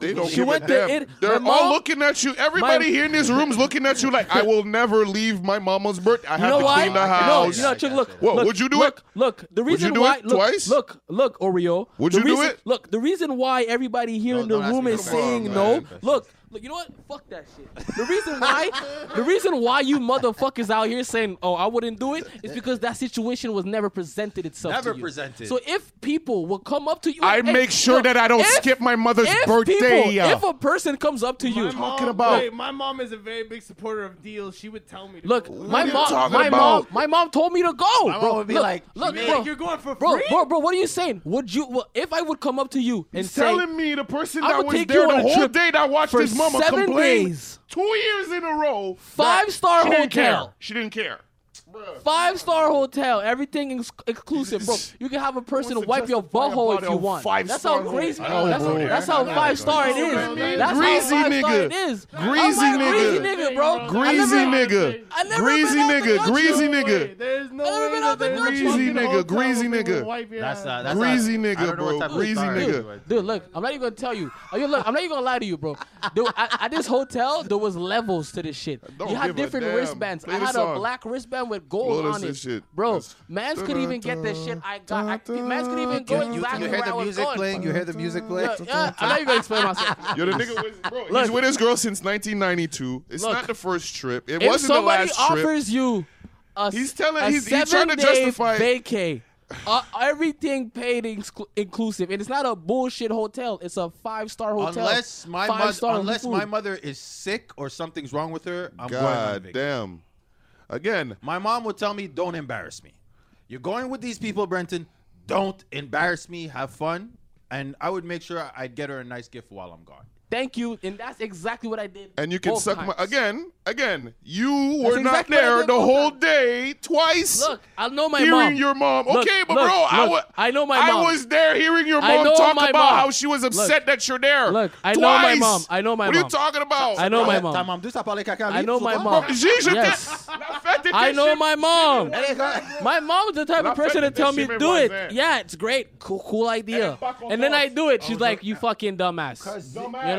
[SPEAKER 3] They don't
[SPEAKER 1] She
[SPEAKER 3] give
[SPEAKER 1] went
[SPEAKER 3] a
[SPEAKER 1] to
[SPEAKER 3] damn.
[SPEAKER 1] it-
[SPEAKER 3] They're
[SPEAKER 1] my
[SPEAKER 3] all
[SPEAKER 1] mom-
[SPEAKER 3] looking at you. Everybody here in this room's looking at you like, I will never leave my mama's birthday. I
[SPEAKER 1] You
[SPEAKER 3] have
[SPEAKER 1] know
[SPEAKER 3] to
[SPEAKER 1] why?
[SPEAKER 3] clean
[SPEAKER 1] No,
[SPEAKER 3] the house.
[SPEAKER 1] you know, Chuck, look.
[SPEAKER 3] What,
[SPEAKER 1] look,
[SPEAKER 3] would you do
[SPEAKER 1] look,
[SPEAKER 3] it?
[SPEAKER 1] Look, the
[SPEAKER 3] Would you
[SPEAKER 1] reason
[SPEAKER 3] do
[SPEAKER 1] why
[SPEAKER 3] it
[SPEAKER 1] look,
[SPEAKER 3] twice?
[SPEAKER 1] Look, look, Oreo.
[SPEAKER 3] Would
[SPEAKER 1] the
[SPEAKER 3] you do
[SPEAKER 1] reason-
[SPEAKER 3] it?
[SPEAKER 1] Look, the reason why everybody here
[SPEAKER 2] No,
[SPEAKER 1] in the
[SPEAKER 2] don't ask
[SPEAKER 1] room
[SPEAKER 2] me.
[SPEAKER 1] is
[SPEAKER 2] Come on,
[SPEAKER 1] saying
[SPEAKER 2] man.
[SPEAKER 1] no.
[SPEAKER 2] That's
[SPEAKER 1] Look, look, you know what? Fuck that shit. The reason why, the reason why you motherfuckers out here saying, "Oh, I wouldn't do it," is because that situation was never presented itself. to
[SPEAKER 2] Never
[SPEAKER 1] you.
[SPEAKER 2] presented.
[SPEAKER 1] So if people will come up to you,
[SPEAKER 3] I
[SPEAKER 1] Hey,
[SPEAKER 3] make sure
[SPEAKER 1] look,
[SPEAKER 3] that I don't
[SPEAKER 1] if-
[SPEAKER 3] skip my mother's
[SPEAKER 1] if
[SPEAKER 3] birthday.
[SPEAKER 1] People, if a person comes up to you,
[SPEAKER 5] My mom-
[SPEAKER 3] talking about?
[SPEAKER 5] Wait, my mom is a very big supporter of deals. She would tell me. To
[SPEAKER 1] Look,
[SPEAKER 5] go.
[SPEAKER 1] my
[SPEAKER 3] are you
[SPEAKER 1] mom,
[SPEAKER 3] talking
[SPEAKER 1] my mom,
[SPEAKER 3] about?
[SPEAKER 1] my mom told me to go.
[SPEAKER 2] mom
[SPEAKER 1] bro.
[SPEAKER 2] would be
[SPEAKER 1] look,
[SPEAKER 2] like,
[SPEAKER 1] look,
[SPEAKER 5] Man,
[SPEAKER 1] bro,
[SPEAKER 5] you're going for
[SPEAKER 1] bro,
[SPEAKER 5] free.
[SPEAKER 1] bro, bro, what are you saying? Would you, well, if I would come up to you and
[SPEAKER 3] He's
[SPEAKER 1] say,
[SPEAKER 3] telling me the person
[SPEAKER 1] I
[SPEAKER 3] that
[SPEAKER 1] would
[SPEAKER 3] was
[SPEAKER 1] take
[SPEAKER 3] there
[SPEAKER 1] you
[SPEAKER 3] the
[SPEAKER 1] on a
[SPEAKER 3] whole
[SPEAKER 1] trip
[SPEAKER 3] day that watched
[SPEAKER 1] for
[SPEAKER 3] his mama
[SPEAKER 1] seven
[SPEAKER 3] complain
[SPEAKER 1] days.
[SPEAKER 3] two years in a row. that
[SPEAKER 1] Five-star
[SPEAKER 3] she didn't
[SPEAKER 1] hotel.
[SPEAKER 3] care. She didn't care.
[SPEAKER 1] five star hotel, everything ex- exclusive, bro, you can have a person
[SPEAKER 3] Wants to
[SPEAKER 1] wipe your
[SPEAKER 3] justify a
[SPEAKER 1] butthole
[SPEAKER 3] body
[SPEAKER 1] if you
[SPEAKER 3] on
[SPEAKER 1] want. That's
[SPEAKER 3] five-star
[SPEAKER 1] how crazy.
[SPEAKER 3] hotel.
[SPEAKER 1] that's,
[SPEAKER 3] Oh, bro.
[SPEAKER 1] that's how
[SPEAKER 3] Yeah.
[SPEAKER 1] five star it
[SPEAKER 3] You know
[SPEAKER 1] is.
[SPEAKER 3] what I mean?
[SPEAKER 1] That's
[SPEAKER 3] Greasy
[SPEAKER 1] how five star
[SPEAKER 3] nigga.
[SPEAKER 1] it is.
[SPEAKER 3] Greasy
[SPEAKER 1] I'm like,
[SPEAKER 3] nigga.
[SPEAKER 1] Greasy nigga, bro. I
[SPEAKER 3] Greasy
[SPEAKER 1] never-
[SPEAKER 3] nigga.
[SPEAKER 1] I never
[SPEAKER 3] Greasy
[SPEAKER 1] been out the
[SPEAKER 3] nigga.
[SPEAKER 1] country.
[SPEAKER 3] Greasy
[SPEAKER 5] No way.
[SPEAKER 3] nigga.
[SPEAKER 5] There's no
[SPEAKER 1] I never
[SPEAKER 5] way
[SPEAKER 1] been
[SPEAKER 5] that
[SPEAKER 1] out the
[SPEAKER 5] there's a
[SPEAKER 1] country.
[SPEAKER 5] fucking
[SPEAKER 3] Greasy nigga,
[SPEAKER 5] hotel
[SPEAKER 3] greasy
[SPEAKER 5] woman
[SPEAKER 3] nigga.
[SPEAKER 5] would wipe your
[SPEAKER 2] That's
[SPEAKER 5] ass.
[SPEAKER 2] not. That's
[SPEAKER 3] Greasy
[SPEAKER 2] not, I
[SPEAKER 3] nigga,
[SPEAKER 2] don't know
[SPEAKER 3] bro.
[SPEAKER 2] What type
[SPEAKER 3] Greasy
[SPEAKER 2] of
[SPEAKER 3] nigga.
[SPEAKER 2] nigga.
[SPEAKER 1] Dude, look, I'm not even gonna tell you. Are you look, I'm not even gonna lie to you, bro. Dude, I, at this hotel, there was levels to this shit.
[SPEAKER 3] don't
[SPEAKER 1] you had
[SPEAKER 3] give a
[SPEAKER 1] different
[SPEAKER 3] damn.
[SPEAKER 1] wristbands.
[SPEAKER 3] Play
[SPEAKER 1] I
[SPEAKER 3] the
[SPEAKER 1] had a
[SPEAKER 3] song.
[SPEAKER 1] black wristband with
[SPEAKER 3] Blow
[SPEAKER 1] gold
[SPEAKER 3] this
[SPEAKER 1] on
[SPEAKER 3] and
[SPEAKER 1] it,
[SPEAKER 3] shit.
[SPEAKER 1] bro.
[SPEAKER 3] That's-
[SPEAKER 1] Mans could even get the shit I got. I, think mans could even go
[SPEAKER 3] You- you
[SPEAKER 1] exactly
[SPEAKER 4] You
[SPEAKER 1] where
[SPEAKER 4] hear the
[SPEAKER 1] I was
[SPEAKER 4] music
[SPEAKER 1] going.
[SPEAKER 4] playing? You hear the music playing?
[SPEAKER 1] Yeah, yeah, I'm not even gonna explain myself.
[SPEAKER 3] Yo, the nigga was, bro, he's
[SPEAKER 1] Look.
[SPEAKER 3] with his girl since 1992. It's
[SPEAKER 1] Look.
[SPEAKER 3] not the first trip. It
[SPEAKER 1] If
[SPEAKER 3] wasn't the
[SPEAKER 1] somebody
[SPEAKER 3] last trip.
[SPEAKER 1] offers you a,
[SPEAKER 3] He's telling-
[SPEAKER 1] a
[SPEAKER 3] he's- he's trying to
[SPEAKER 1] seven-day
[SPEAKER 3] justify it.
[SPEAKER 1] vacay, uh, everything paid exclu- inclusive, and it's not a bullshit hotel. It's a five star hotel.
[SPEAKER 2] Unless my mother,
[SPEAKER 1] five-star
[SPEAKER 2] unless
[SPEAKER 1] food.
[SPEAKER 2] my mother is sick or something's wrong with her, I'm going on
[SPEAKER 3] God
[SPEAKER 2] vacation.
[SPEAKER 3] damn. Again,
[SPEAKER 2] My mom would tell me, "Don't embarrass me. You're going with these people, Brenton. Don't embarrass me. Have fun." And I would make sure I'd get her a nice gift while I'm gone.
[SPEAKER 1] Thank you, and that's exactly what I did.
[SPEAKER 3] and you can
[SPEAKER 1] both
[SPEAKER 3] suck
[SPEAKER 1] times.
[SPEAKER 3] my again, again. You were not
[SPEAKER 1] exactly what I
[SPEAKER 3] there
[SPEAKER 1] did
[SPEAKER 3] the
[SPEAKER 1] both
[SPEAKER 3] whole
[SPEAKER 1] times.
[SPEAKER 3] day twice.
[SPEAKER 1] Look, I know my
[SPEAKER 3] hearing
[SPEAKER 1] mom.
[SPEAKER 3] your mom.
[SPEAKER 1] Look,
[SPEAKER 3] okay, but
[SPEAKER 1] look,
[SPEAKER 3] bro, I
[SPEAKER 1] look,
[SPEAKER 3] wa-
[SPEAKER 1] I know my
[SPEAKER 3] I
[SPEAKER 1] mom.
[SPEAKER 3] was there hearing your
[SPEAKER 1] I
[SPEAKER 3] mom
[SPEAKER 1] know
[SPEAKER 3] talk
[SPEAKER 1] my
[SPEAKER 3] about
[SPEAKER 1] mom.
[SPEAKER 3] how she was upset that you're there.
[SPEAKER 1] look, I know my
[SPEAKER 3] Twice.
[SPEAKER 1] mom. I know my
[SPEAKER 3] what What are you
[SPEAKER 1] mom.
[SPEAKER 3] talking about?
[SPEAKER 1] I know my
[SPEAKER 2] Ta-
[SPEAKER 1] mom.
[SPEAKER 2] ta mom, do ça parler caca,
[SPEAKER 1] I
[SPEAKER 2] oui,
[SPEAKER 1] know
[SPEAKER 2] tu
[SPEAKER 1] my
[SPEAKER 2] vois?
[SPEAKER 1] mom.
[SPEAKER 3] Bro, she should
[SPEAKER 1] Yes.
[SPEAKER 3] get- La fête était
[SPEAKER 1] I know
[SPEAKER 3] chez-
[SPEAKER 1] my mom.
[SPEAKER 2] Allez, go-
[SPEAKER 1] My mom's the type
[SPEAKER 3] La
[SPEAKER 1] of person to
[SPEAKER 3] fête
[SPEAKER 1] tell
[SPEAKER 3] des
[SPEAKER 1] me
[SPEAKER 3] chez mes
[SPEAKER 1] do it.
[SPEAKER 3] voisins.
[SPEAKER 1] Yeah, it's great, cool, cool idea.
[SPEAKER 3] Eh, pas content.
[SPEAKER 1] And then I do it. She's like, "You fucking dumbass."
[SPEAKER 2] Cause
[SPEAKER 3] Dumbass.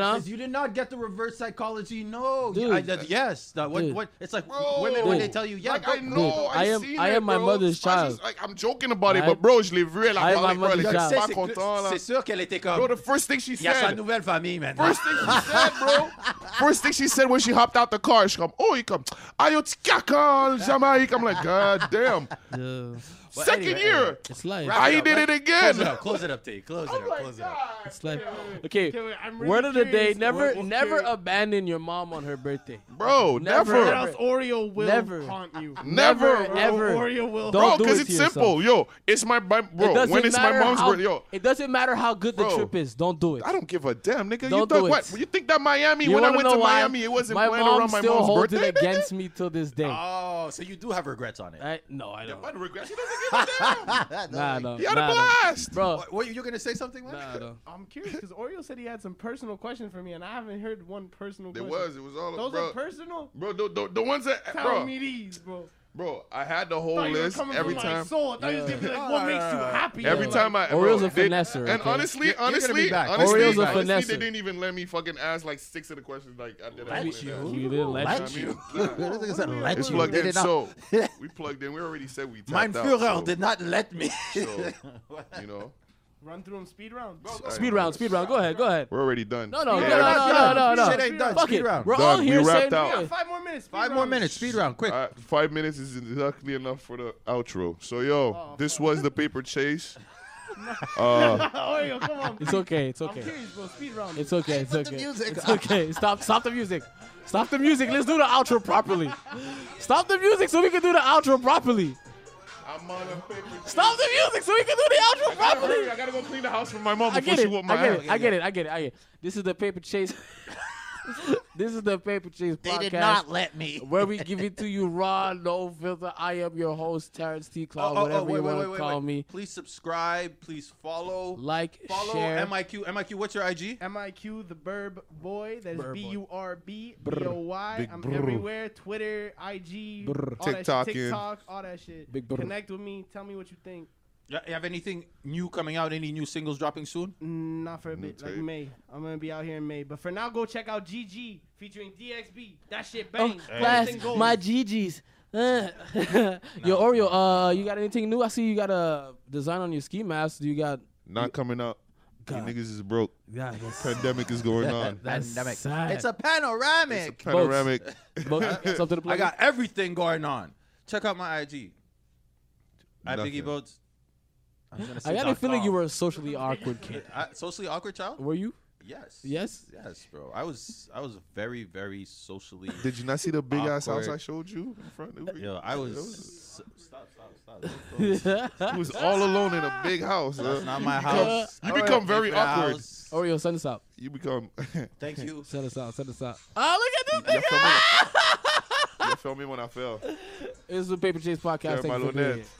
[SPEAKER 1] You know?
[SPEAKER 2] Cause you did not get the reverse psychology. No,
[SPEAKER 1] Dude.
[SPEAKER 2] I did- yes. That, what,
[SPEAKER 1] Dude.
[SPEAKER 2] what, it's like
[SPEAKER 3] Bro.
[SPEAKER 2] women when they
[SPEAKER 1] Dude.
[SPEAKER 2] tell you, yeah,
[SPEAKER 3] like,
[SPEAKER 2] go,
[SPEAKER 3] I know.
[SPEAKER 1] I
[SPEAKER 3] I've
[SPEAKER 1] am-
[SPEAKER 3] seen
[SPEAKER 1] I
[SPEAKER 3] it,
[SPEAKER 1] am my
[SPEAKER 3] bro.
[SPEAKER 1] mother's
[SPEAKER 3] I just-
[SPEAKER 1] child.
[SPEAKER 3] like, I'm I'm joking about it,
[SPEAKER 1] Ouais.
[SPEAKER 3] but bro, je l'ai vu, elle a
[SPEAKER 1] Ouais,
[SPEAKER 3] parlé,
[SPEAKER 1] maman
[SPEAKER 3] bro, elle
[SPEAKER 1] du
[SPEAKER 3] était
[SPEAKER 1] chat.
[SPEAKER 3] pas
[SPEAKER 2] c'est-
[SPEAKER 3] contente, là.
[SPEAKER 2] C'est sûr qu'elle était
[SPEAKER 3] Bro,
[SPEAKER 2] comme.
[SPEAKER 3] the first thing she
[SPEAKER 2] Il y a sa
[SPEAKER 3] said,
[SPEAKER 2] nouvelle famille maintenant.
[SPEAKER 3] first thing she said, bro, first thing she said when she hopped out the car, she come, oh, he come, aïe, yo, petit caca, le Jamaïque. I'm like, god damn.
[SPEAKER 1] Yeah.
[SPEAKER 2] But
[SPEAKER 3] Second
[SPEAKER 2] anyway,
[SPEAKER 3] year,
[SPEAKER 1] It's life.
[SPEAKER 2] Wrap
[SPEAKER 3] I
[SPEAKER 2] it up,
[SPEAKER 3] did it
[SPEAKER 2] right?
[SPEAKER 3] again.
[SPEAKER 2] Close it up. Close it up, T.
[SPEAKER 3] Oh
[SPEAKER 2] Close it up. Close it up.
[SPEAKER 1] It's life. Okay.
[SPEAKER 5] Okay, wait, I'm really
[SPEAKER 1] Word of the day:
[SPEAKER 5] curious.
[SPEAKER 1] never,
[SPEAKER 5] Word-
[SPEAKER 1] never
[SPEAKER 5] okay.
[SPEAKER 1] abandon your mom on her birthday.
[SPEAKER 3] Bro,
[SPEAKER 1] Never.
[SPEAKER 5] Or
[SPEAKER 3] never.
[SPEAKER 5] else Oreo will
[SPEAKER 1] Never.
[SPEAKER 5] haunt you.
[SPEAKER 3] Never,
[SPEAKER 1] Never,
[SPEAKER 5] Or-
[SPEAKER 1] ever.
[SPEAKER 5] Oreo will
[SPEAKER 1] Don't
[SPEAKER 3] bro,
[SPEAKER 1] do
[SPEAKER 3] because
[SPEAKER 1] it
[SPEAKER 3] it's
[SPEAKER 1] to yourself.
[SPEAKER 3] simple. Yo, it's my, my
[SPEAKER 1] It
[SPEAKER 3] bro.
[SPEAKER 1] doesn't
[SPEAKER 3] When it's my
[SPEAKER 1] matter
[SPEAKER 3] mom's
[SPEAKER 1] how-
[SPEAKER 3] birthday, yo,
[SPEAKER 1] It doesn't matter how good the
[SPEAKER 3] Bro.
[SPEAKER 1] trip is. Don't do it.
[SPEAKER 3] I don't give a damn, nigga. you
[SPEAKER 1] Don't
[SPEAKER 3] thought
[SPEAKER 1] do it.
[SPEAKER 3] what? You think that Miami?
[SPEAKER 1] You
[SPEAKER 3] when I
[SPEAKER 1] wanna
[SPEAKER 3] went
[SPEAKER 1] know
[SPEAKER 3] to
[SPEAKER 1] why?
[SPEAKER 3] Miami, it wasn't
[SPEAKER 1] my
[SPEAKER 3] planned
[SPEAKER 1] mom
[SPEAKER 3] around my
[SPEAKER 1] still
[SPEAKER 3] mom's
[SPEAKER 1] holds
[SPEAKER 3] birthday.
[SPEAKER 1] it against me till this day.
[SPEAKER 2] Oh, so you do have regrets on it.
[SPEAKER 1] I, no, I don't.
[SPEAKER 3] What regrets? He doesn't give a damn.
[SPEAKER 1] Nah, no.
[SPEAKER 3] He had a
[SPEAKER 1] nah, no.
[SPEAKER 3] blast.
[SPEAKER 1] bro.
[SPEAKER 2] What, what you gonna say something? Mike?
[SPEAKER 1] Nah, no.
[SPEAKER 5] I'm curious because Oreo said he had some personal questions for me, and I haven't heard one personal.
[SPEAKER 3] There
[SPEAKER 5] question.
[SPEAKER 3] was. It was all
[SPEAKER 5] Those
[SPEAKER 3] bro.
[SPEAKER 5] are personal.
[SPEAKER 3] Bro, the, the, the ones that
[SPEAKER 5] Tell
[SPEAKER 3] bro,
[SPEAKER 5] me these, bro.
[SPEAKER 3] bro, I had the whole
[SPEAKER 5] Thought you were
[SPEAKER 3] list
[SPEAKER 5] coming
[SPEAKER 3] every
[SPEAKER 5] from
[SPEAKER 3] time.
[SPEAKER 5] My soul. I thought you was gonna be like, what makes you happy?
[SPEAKER 3] Every
[SPEAKER 5] Like,
[SPEAKER 3] time I
[SPEAKER 1] Oreo's
[SPEAKER 3] bro,
[SPEAKER 1] a
[SPEAKER 3] they-
[SPEAKER 1] finesser,
[SPEAKER 3] and
[SPEAKER 1] okay?
[SPEAKER 3] honestly,
[SPEAKER 2] You're- you're gonna be
[SPEAKER 3] honestly,
[SPEAKER 2] back.
[SPEAKER 3] honestly,
[SPEAKER 1] Oreo's a
[SPEAKER 3] honestly, they
[SPEAKER 1] finesser.
[SPEAKER 3] didn't even let me fucking ask like six of the questions. Like I did.
[SPEAKER 2] Let
[SPEAKER 3] everything.
[SPEAKER 2] you.
[SPEAKER 3] Yeah.
[SPEAKER 1] You didn't let
[SPEAKER 3] I
[SPEAKER 1] you.
[SPEAKER 4] Let
[SPEAKER 3] mean,
[SPEAKER 4] you. Those niggas said let
[SPEAKER 3] We
[SPEAKER 4] you.
[SPEAKER 3] plugged
[SPEAKER 4] They
[SPEAKER 3] in,
[SPEAKER 4] did not-
[SPEAKER 3] so we plugged in. We already said we. tapped
[SPEAKER 2] Mein
[SPEAKER 3] out,
[SPEAKER 2] Führer
[SPEAKER 3] so,
[SPEAKER 2] did not let me.
[SPEAKER 3] so, you know,
[SPEAKER 5] Run through them speed round. Bro,
[SPEAKER 1] Speed round, speed round. Go ahead, go ahead.
[SPEAKER 3] we're already done.
[SPEAKER 1] No, no,
[SPEAKER 3] Yeah.
[SPEAKER 1] no, no, no, no, no.
[SPEAKER 2] Shit ain't done.
[SPEAKER 1] Fuck
[SPEAKER 2] Speed
[SPEAKER 1] it.
[SPEAKER 2] round.
[SPEAKER 1] We're
[SPEAKER 3] Done.
[SPEAKER 1] all
[SPEAKER 3] We
[SPEAKER 1] here
[SPEAKER 3] wrapped
[SPEAKER 1] saying
[SPEAKER 3] out.
[SPEAKER 1] good.
[SPEAKER 5] Five more minutes. speed
[SPEAKER 2] Five
[SPEAKER 5] round.
[SPEAKER 2] more minutes. Speed round, quick.
[SPEAKER 3] All right, five minutes is exactly enough for the outro. So yo,
[SPEAKER 1] Oh,
[SPEAKER 3] this was the paper chase. uh,
[SPEAKER 5] Oreo, Oh, come on.
[SPEAKER 1] It's okay. It's
[SPEAKER 5] I'm
[SPEAKER 1] okay.
[SPEAKER 5] curious, bro. Speed round.
[SPEAKER 1] It's okay. It's
[SPEAKER 4] Put the
[SPEAKER 1] okay.
[SPEAKER 4] music
[SPEAKER 1] It's
[SPEAKER 4] on.
[SPEAKER 1] okay. Stop. Stop the music. Stop the music. Let's do the outro properly. Stop the music so we can do the outro properly.
[SPEAKER 3] I'm on a paper chase.
[SPEAKER 1] Stop the music so we can do the outro
[SPEAKER 3] I gotta,
[SPEAKER 1] properly.
[SPEAKER 3] hurry, I gotta go clean the house for my mom
[SPEAKER 1] I
[SPEAKER 3] before
[SPEAKER 1] get
[SPEAKER 3] she
[SPEAKER 1] it.
[SPEAKER 3] whoop
[SPEAKER 1] I
[SPEAKER 3] my
[SPEAKER 1] get
[SPEAKER 3] ass.
[SPEAKER 1] it. I get it. I get it. I get it. This is the paper chase. this is the paper chase
[SPEAKER 4] They
[SPEAKER 1] podcast.
[SPEAKER 4] did not let me.
[SPEAKER 1] where we give it to you raw, no filter. I am your host, Terrence T.
[SPEAKER 4] Oh,
[SPEAKER 1] Cloud,
[SPEAKER 2] Oh,
[SPEAKER 1] whatever you want to call me.
[SPEAKER 2] Please subscribe. Please follow.
[SPEAKER 1] Like,
[SPEAKER 2] follow
[SPEAKER 1] share.
[SPEAKER 2] MIQ. MIQ, what's your IG?
[SPEAKER 5] MIQ, the Burb Boy. That is
[SPEAKER 1] Burb Boy.
[SPEAKER 5] B U R B B O Y.
[SPEAKER 3] Big
[SPEAKER 5] I'm
[SPEAKER 3] brr.
[SPEAKER 5] everywhere. Twitter, IG,
[SPEAKER 1] Brr.
[SPEAKER 5] all that shit,
[SPEAKER 3] TikToking.
[SPEAKER 5] TikTok, all that shit.
[SPEAKER 1] Big brr.
[SPEAKER 5] Connect with me. Tell me what you think.
[SPEAKER 2] You have anything new coming out? Any new singles dropping soon?
[SPEAKER 5] Mm, Not for a bit, like
[SPEAKER 3] tape.
[SPEAKER 5] May. I'm gonna be out here in May. But for now, go check out GG featuring DXB. That shit
[SPEAKER 1] Oh,
[SPEAKER 5] bang.
[SPEAKER 1] blast
[SPEAKER 5] Anything goes.
[SPEAKER 1] my GGs. Uh, Yo, Oreo, uh, you got anything new? I see you got a design on your ski mask. Do you got.
[SPEAKER 3] Not coming out. You
[SPEAKER 1] God.
[SPEAKER 3] niggas is broke.
[SPEAKER 1] Yeah, yes.
[SPEAKER 3] Pandemic is going on.
[SPEAKER 1] That's
[SPEAKER 4] Pandemic.
[SPEAKER 1] sad.
[SPEAKER 4] It's a panoramic.
[SPEAKER 3] Panoramic.
[SPEAKER 1] But it's up to the
[SPEAKER 2] I
[SPEAKER 1] plug.
[SPEAKER 2] got everything going on. Check out my IG. At
[SPEAKER 3] Nothing.
[SPEAKER 2] Biggie Boats. I was gonna
[SPEAKER 1] I
[SPEAKER 2] say
[SPEAKER 1] got a
[SPEAKER 2] dot
[SPEAKER 1] feeling
[SPEAKER 2] com.
[SPEAKER 1] you were a socially awkward kid.
[SPEAKER 2] Uh, socially awkward child.
[SPEAKER 1] Were you?
[SPEAKER 2] Yes.
[SPEAKER 1] Yes?
[SPEAKER 2] Yes, bro. I was. I was very, very socially.
[SPEAKER 3] Did you not see the big ass house
[SPEAKER 2] Awkward.
[SPEAKER 3] I showed you in front? It was,
[SPEAKER 2] Yo, I
[SPEAKER 3] it was,
[SPEAKER 2] was. Stop! Stop! Stop! That's
[SPEAKER 3] it
[SPEAKER 1] Oreo,
[SPEAKER 3] was all alone in a big house. huh?
[SPEAKER 2] not my
[SPEAKER 1] become-
[SPEAKER 2] house.
[SPEAKER 3] you
[SPEAKER 2] I don't
[SPEAKER 3] become
[SPEAKER 2] pay
[SPEAKER 3] very
[SPEAKER 2] for that
[SPEAKER 3] awkward.
[SPEAKER 2] house.
[SPEAKER 1] Oh, send us out.
[SPEAKER 3] You become.
[SPEAKER 2] Thank you.
[SPEAKER 1] Send us out. Send us out. Oh, look at
[SPEAKER 3] you
[SPEAKER 1] this
[SPEAKER 3] feel
[SPEAKER 1] nigga.
[SPEAKER 3] me? You feel me when I fell?
[SPEAKER 1] This is the Paper Chase Podcast.
[SPEAKER 3] Yeah,
[SPEAKER 1] Thank you
[SPEAKER 3] my
[SPEAKER 1] for being
[SPEAKER 3] lunette.
[SPEAKER 1] here.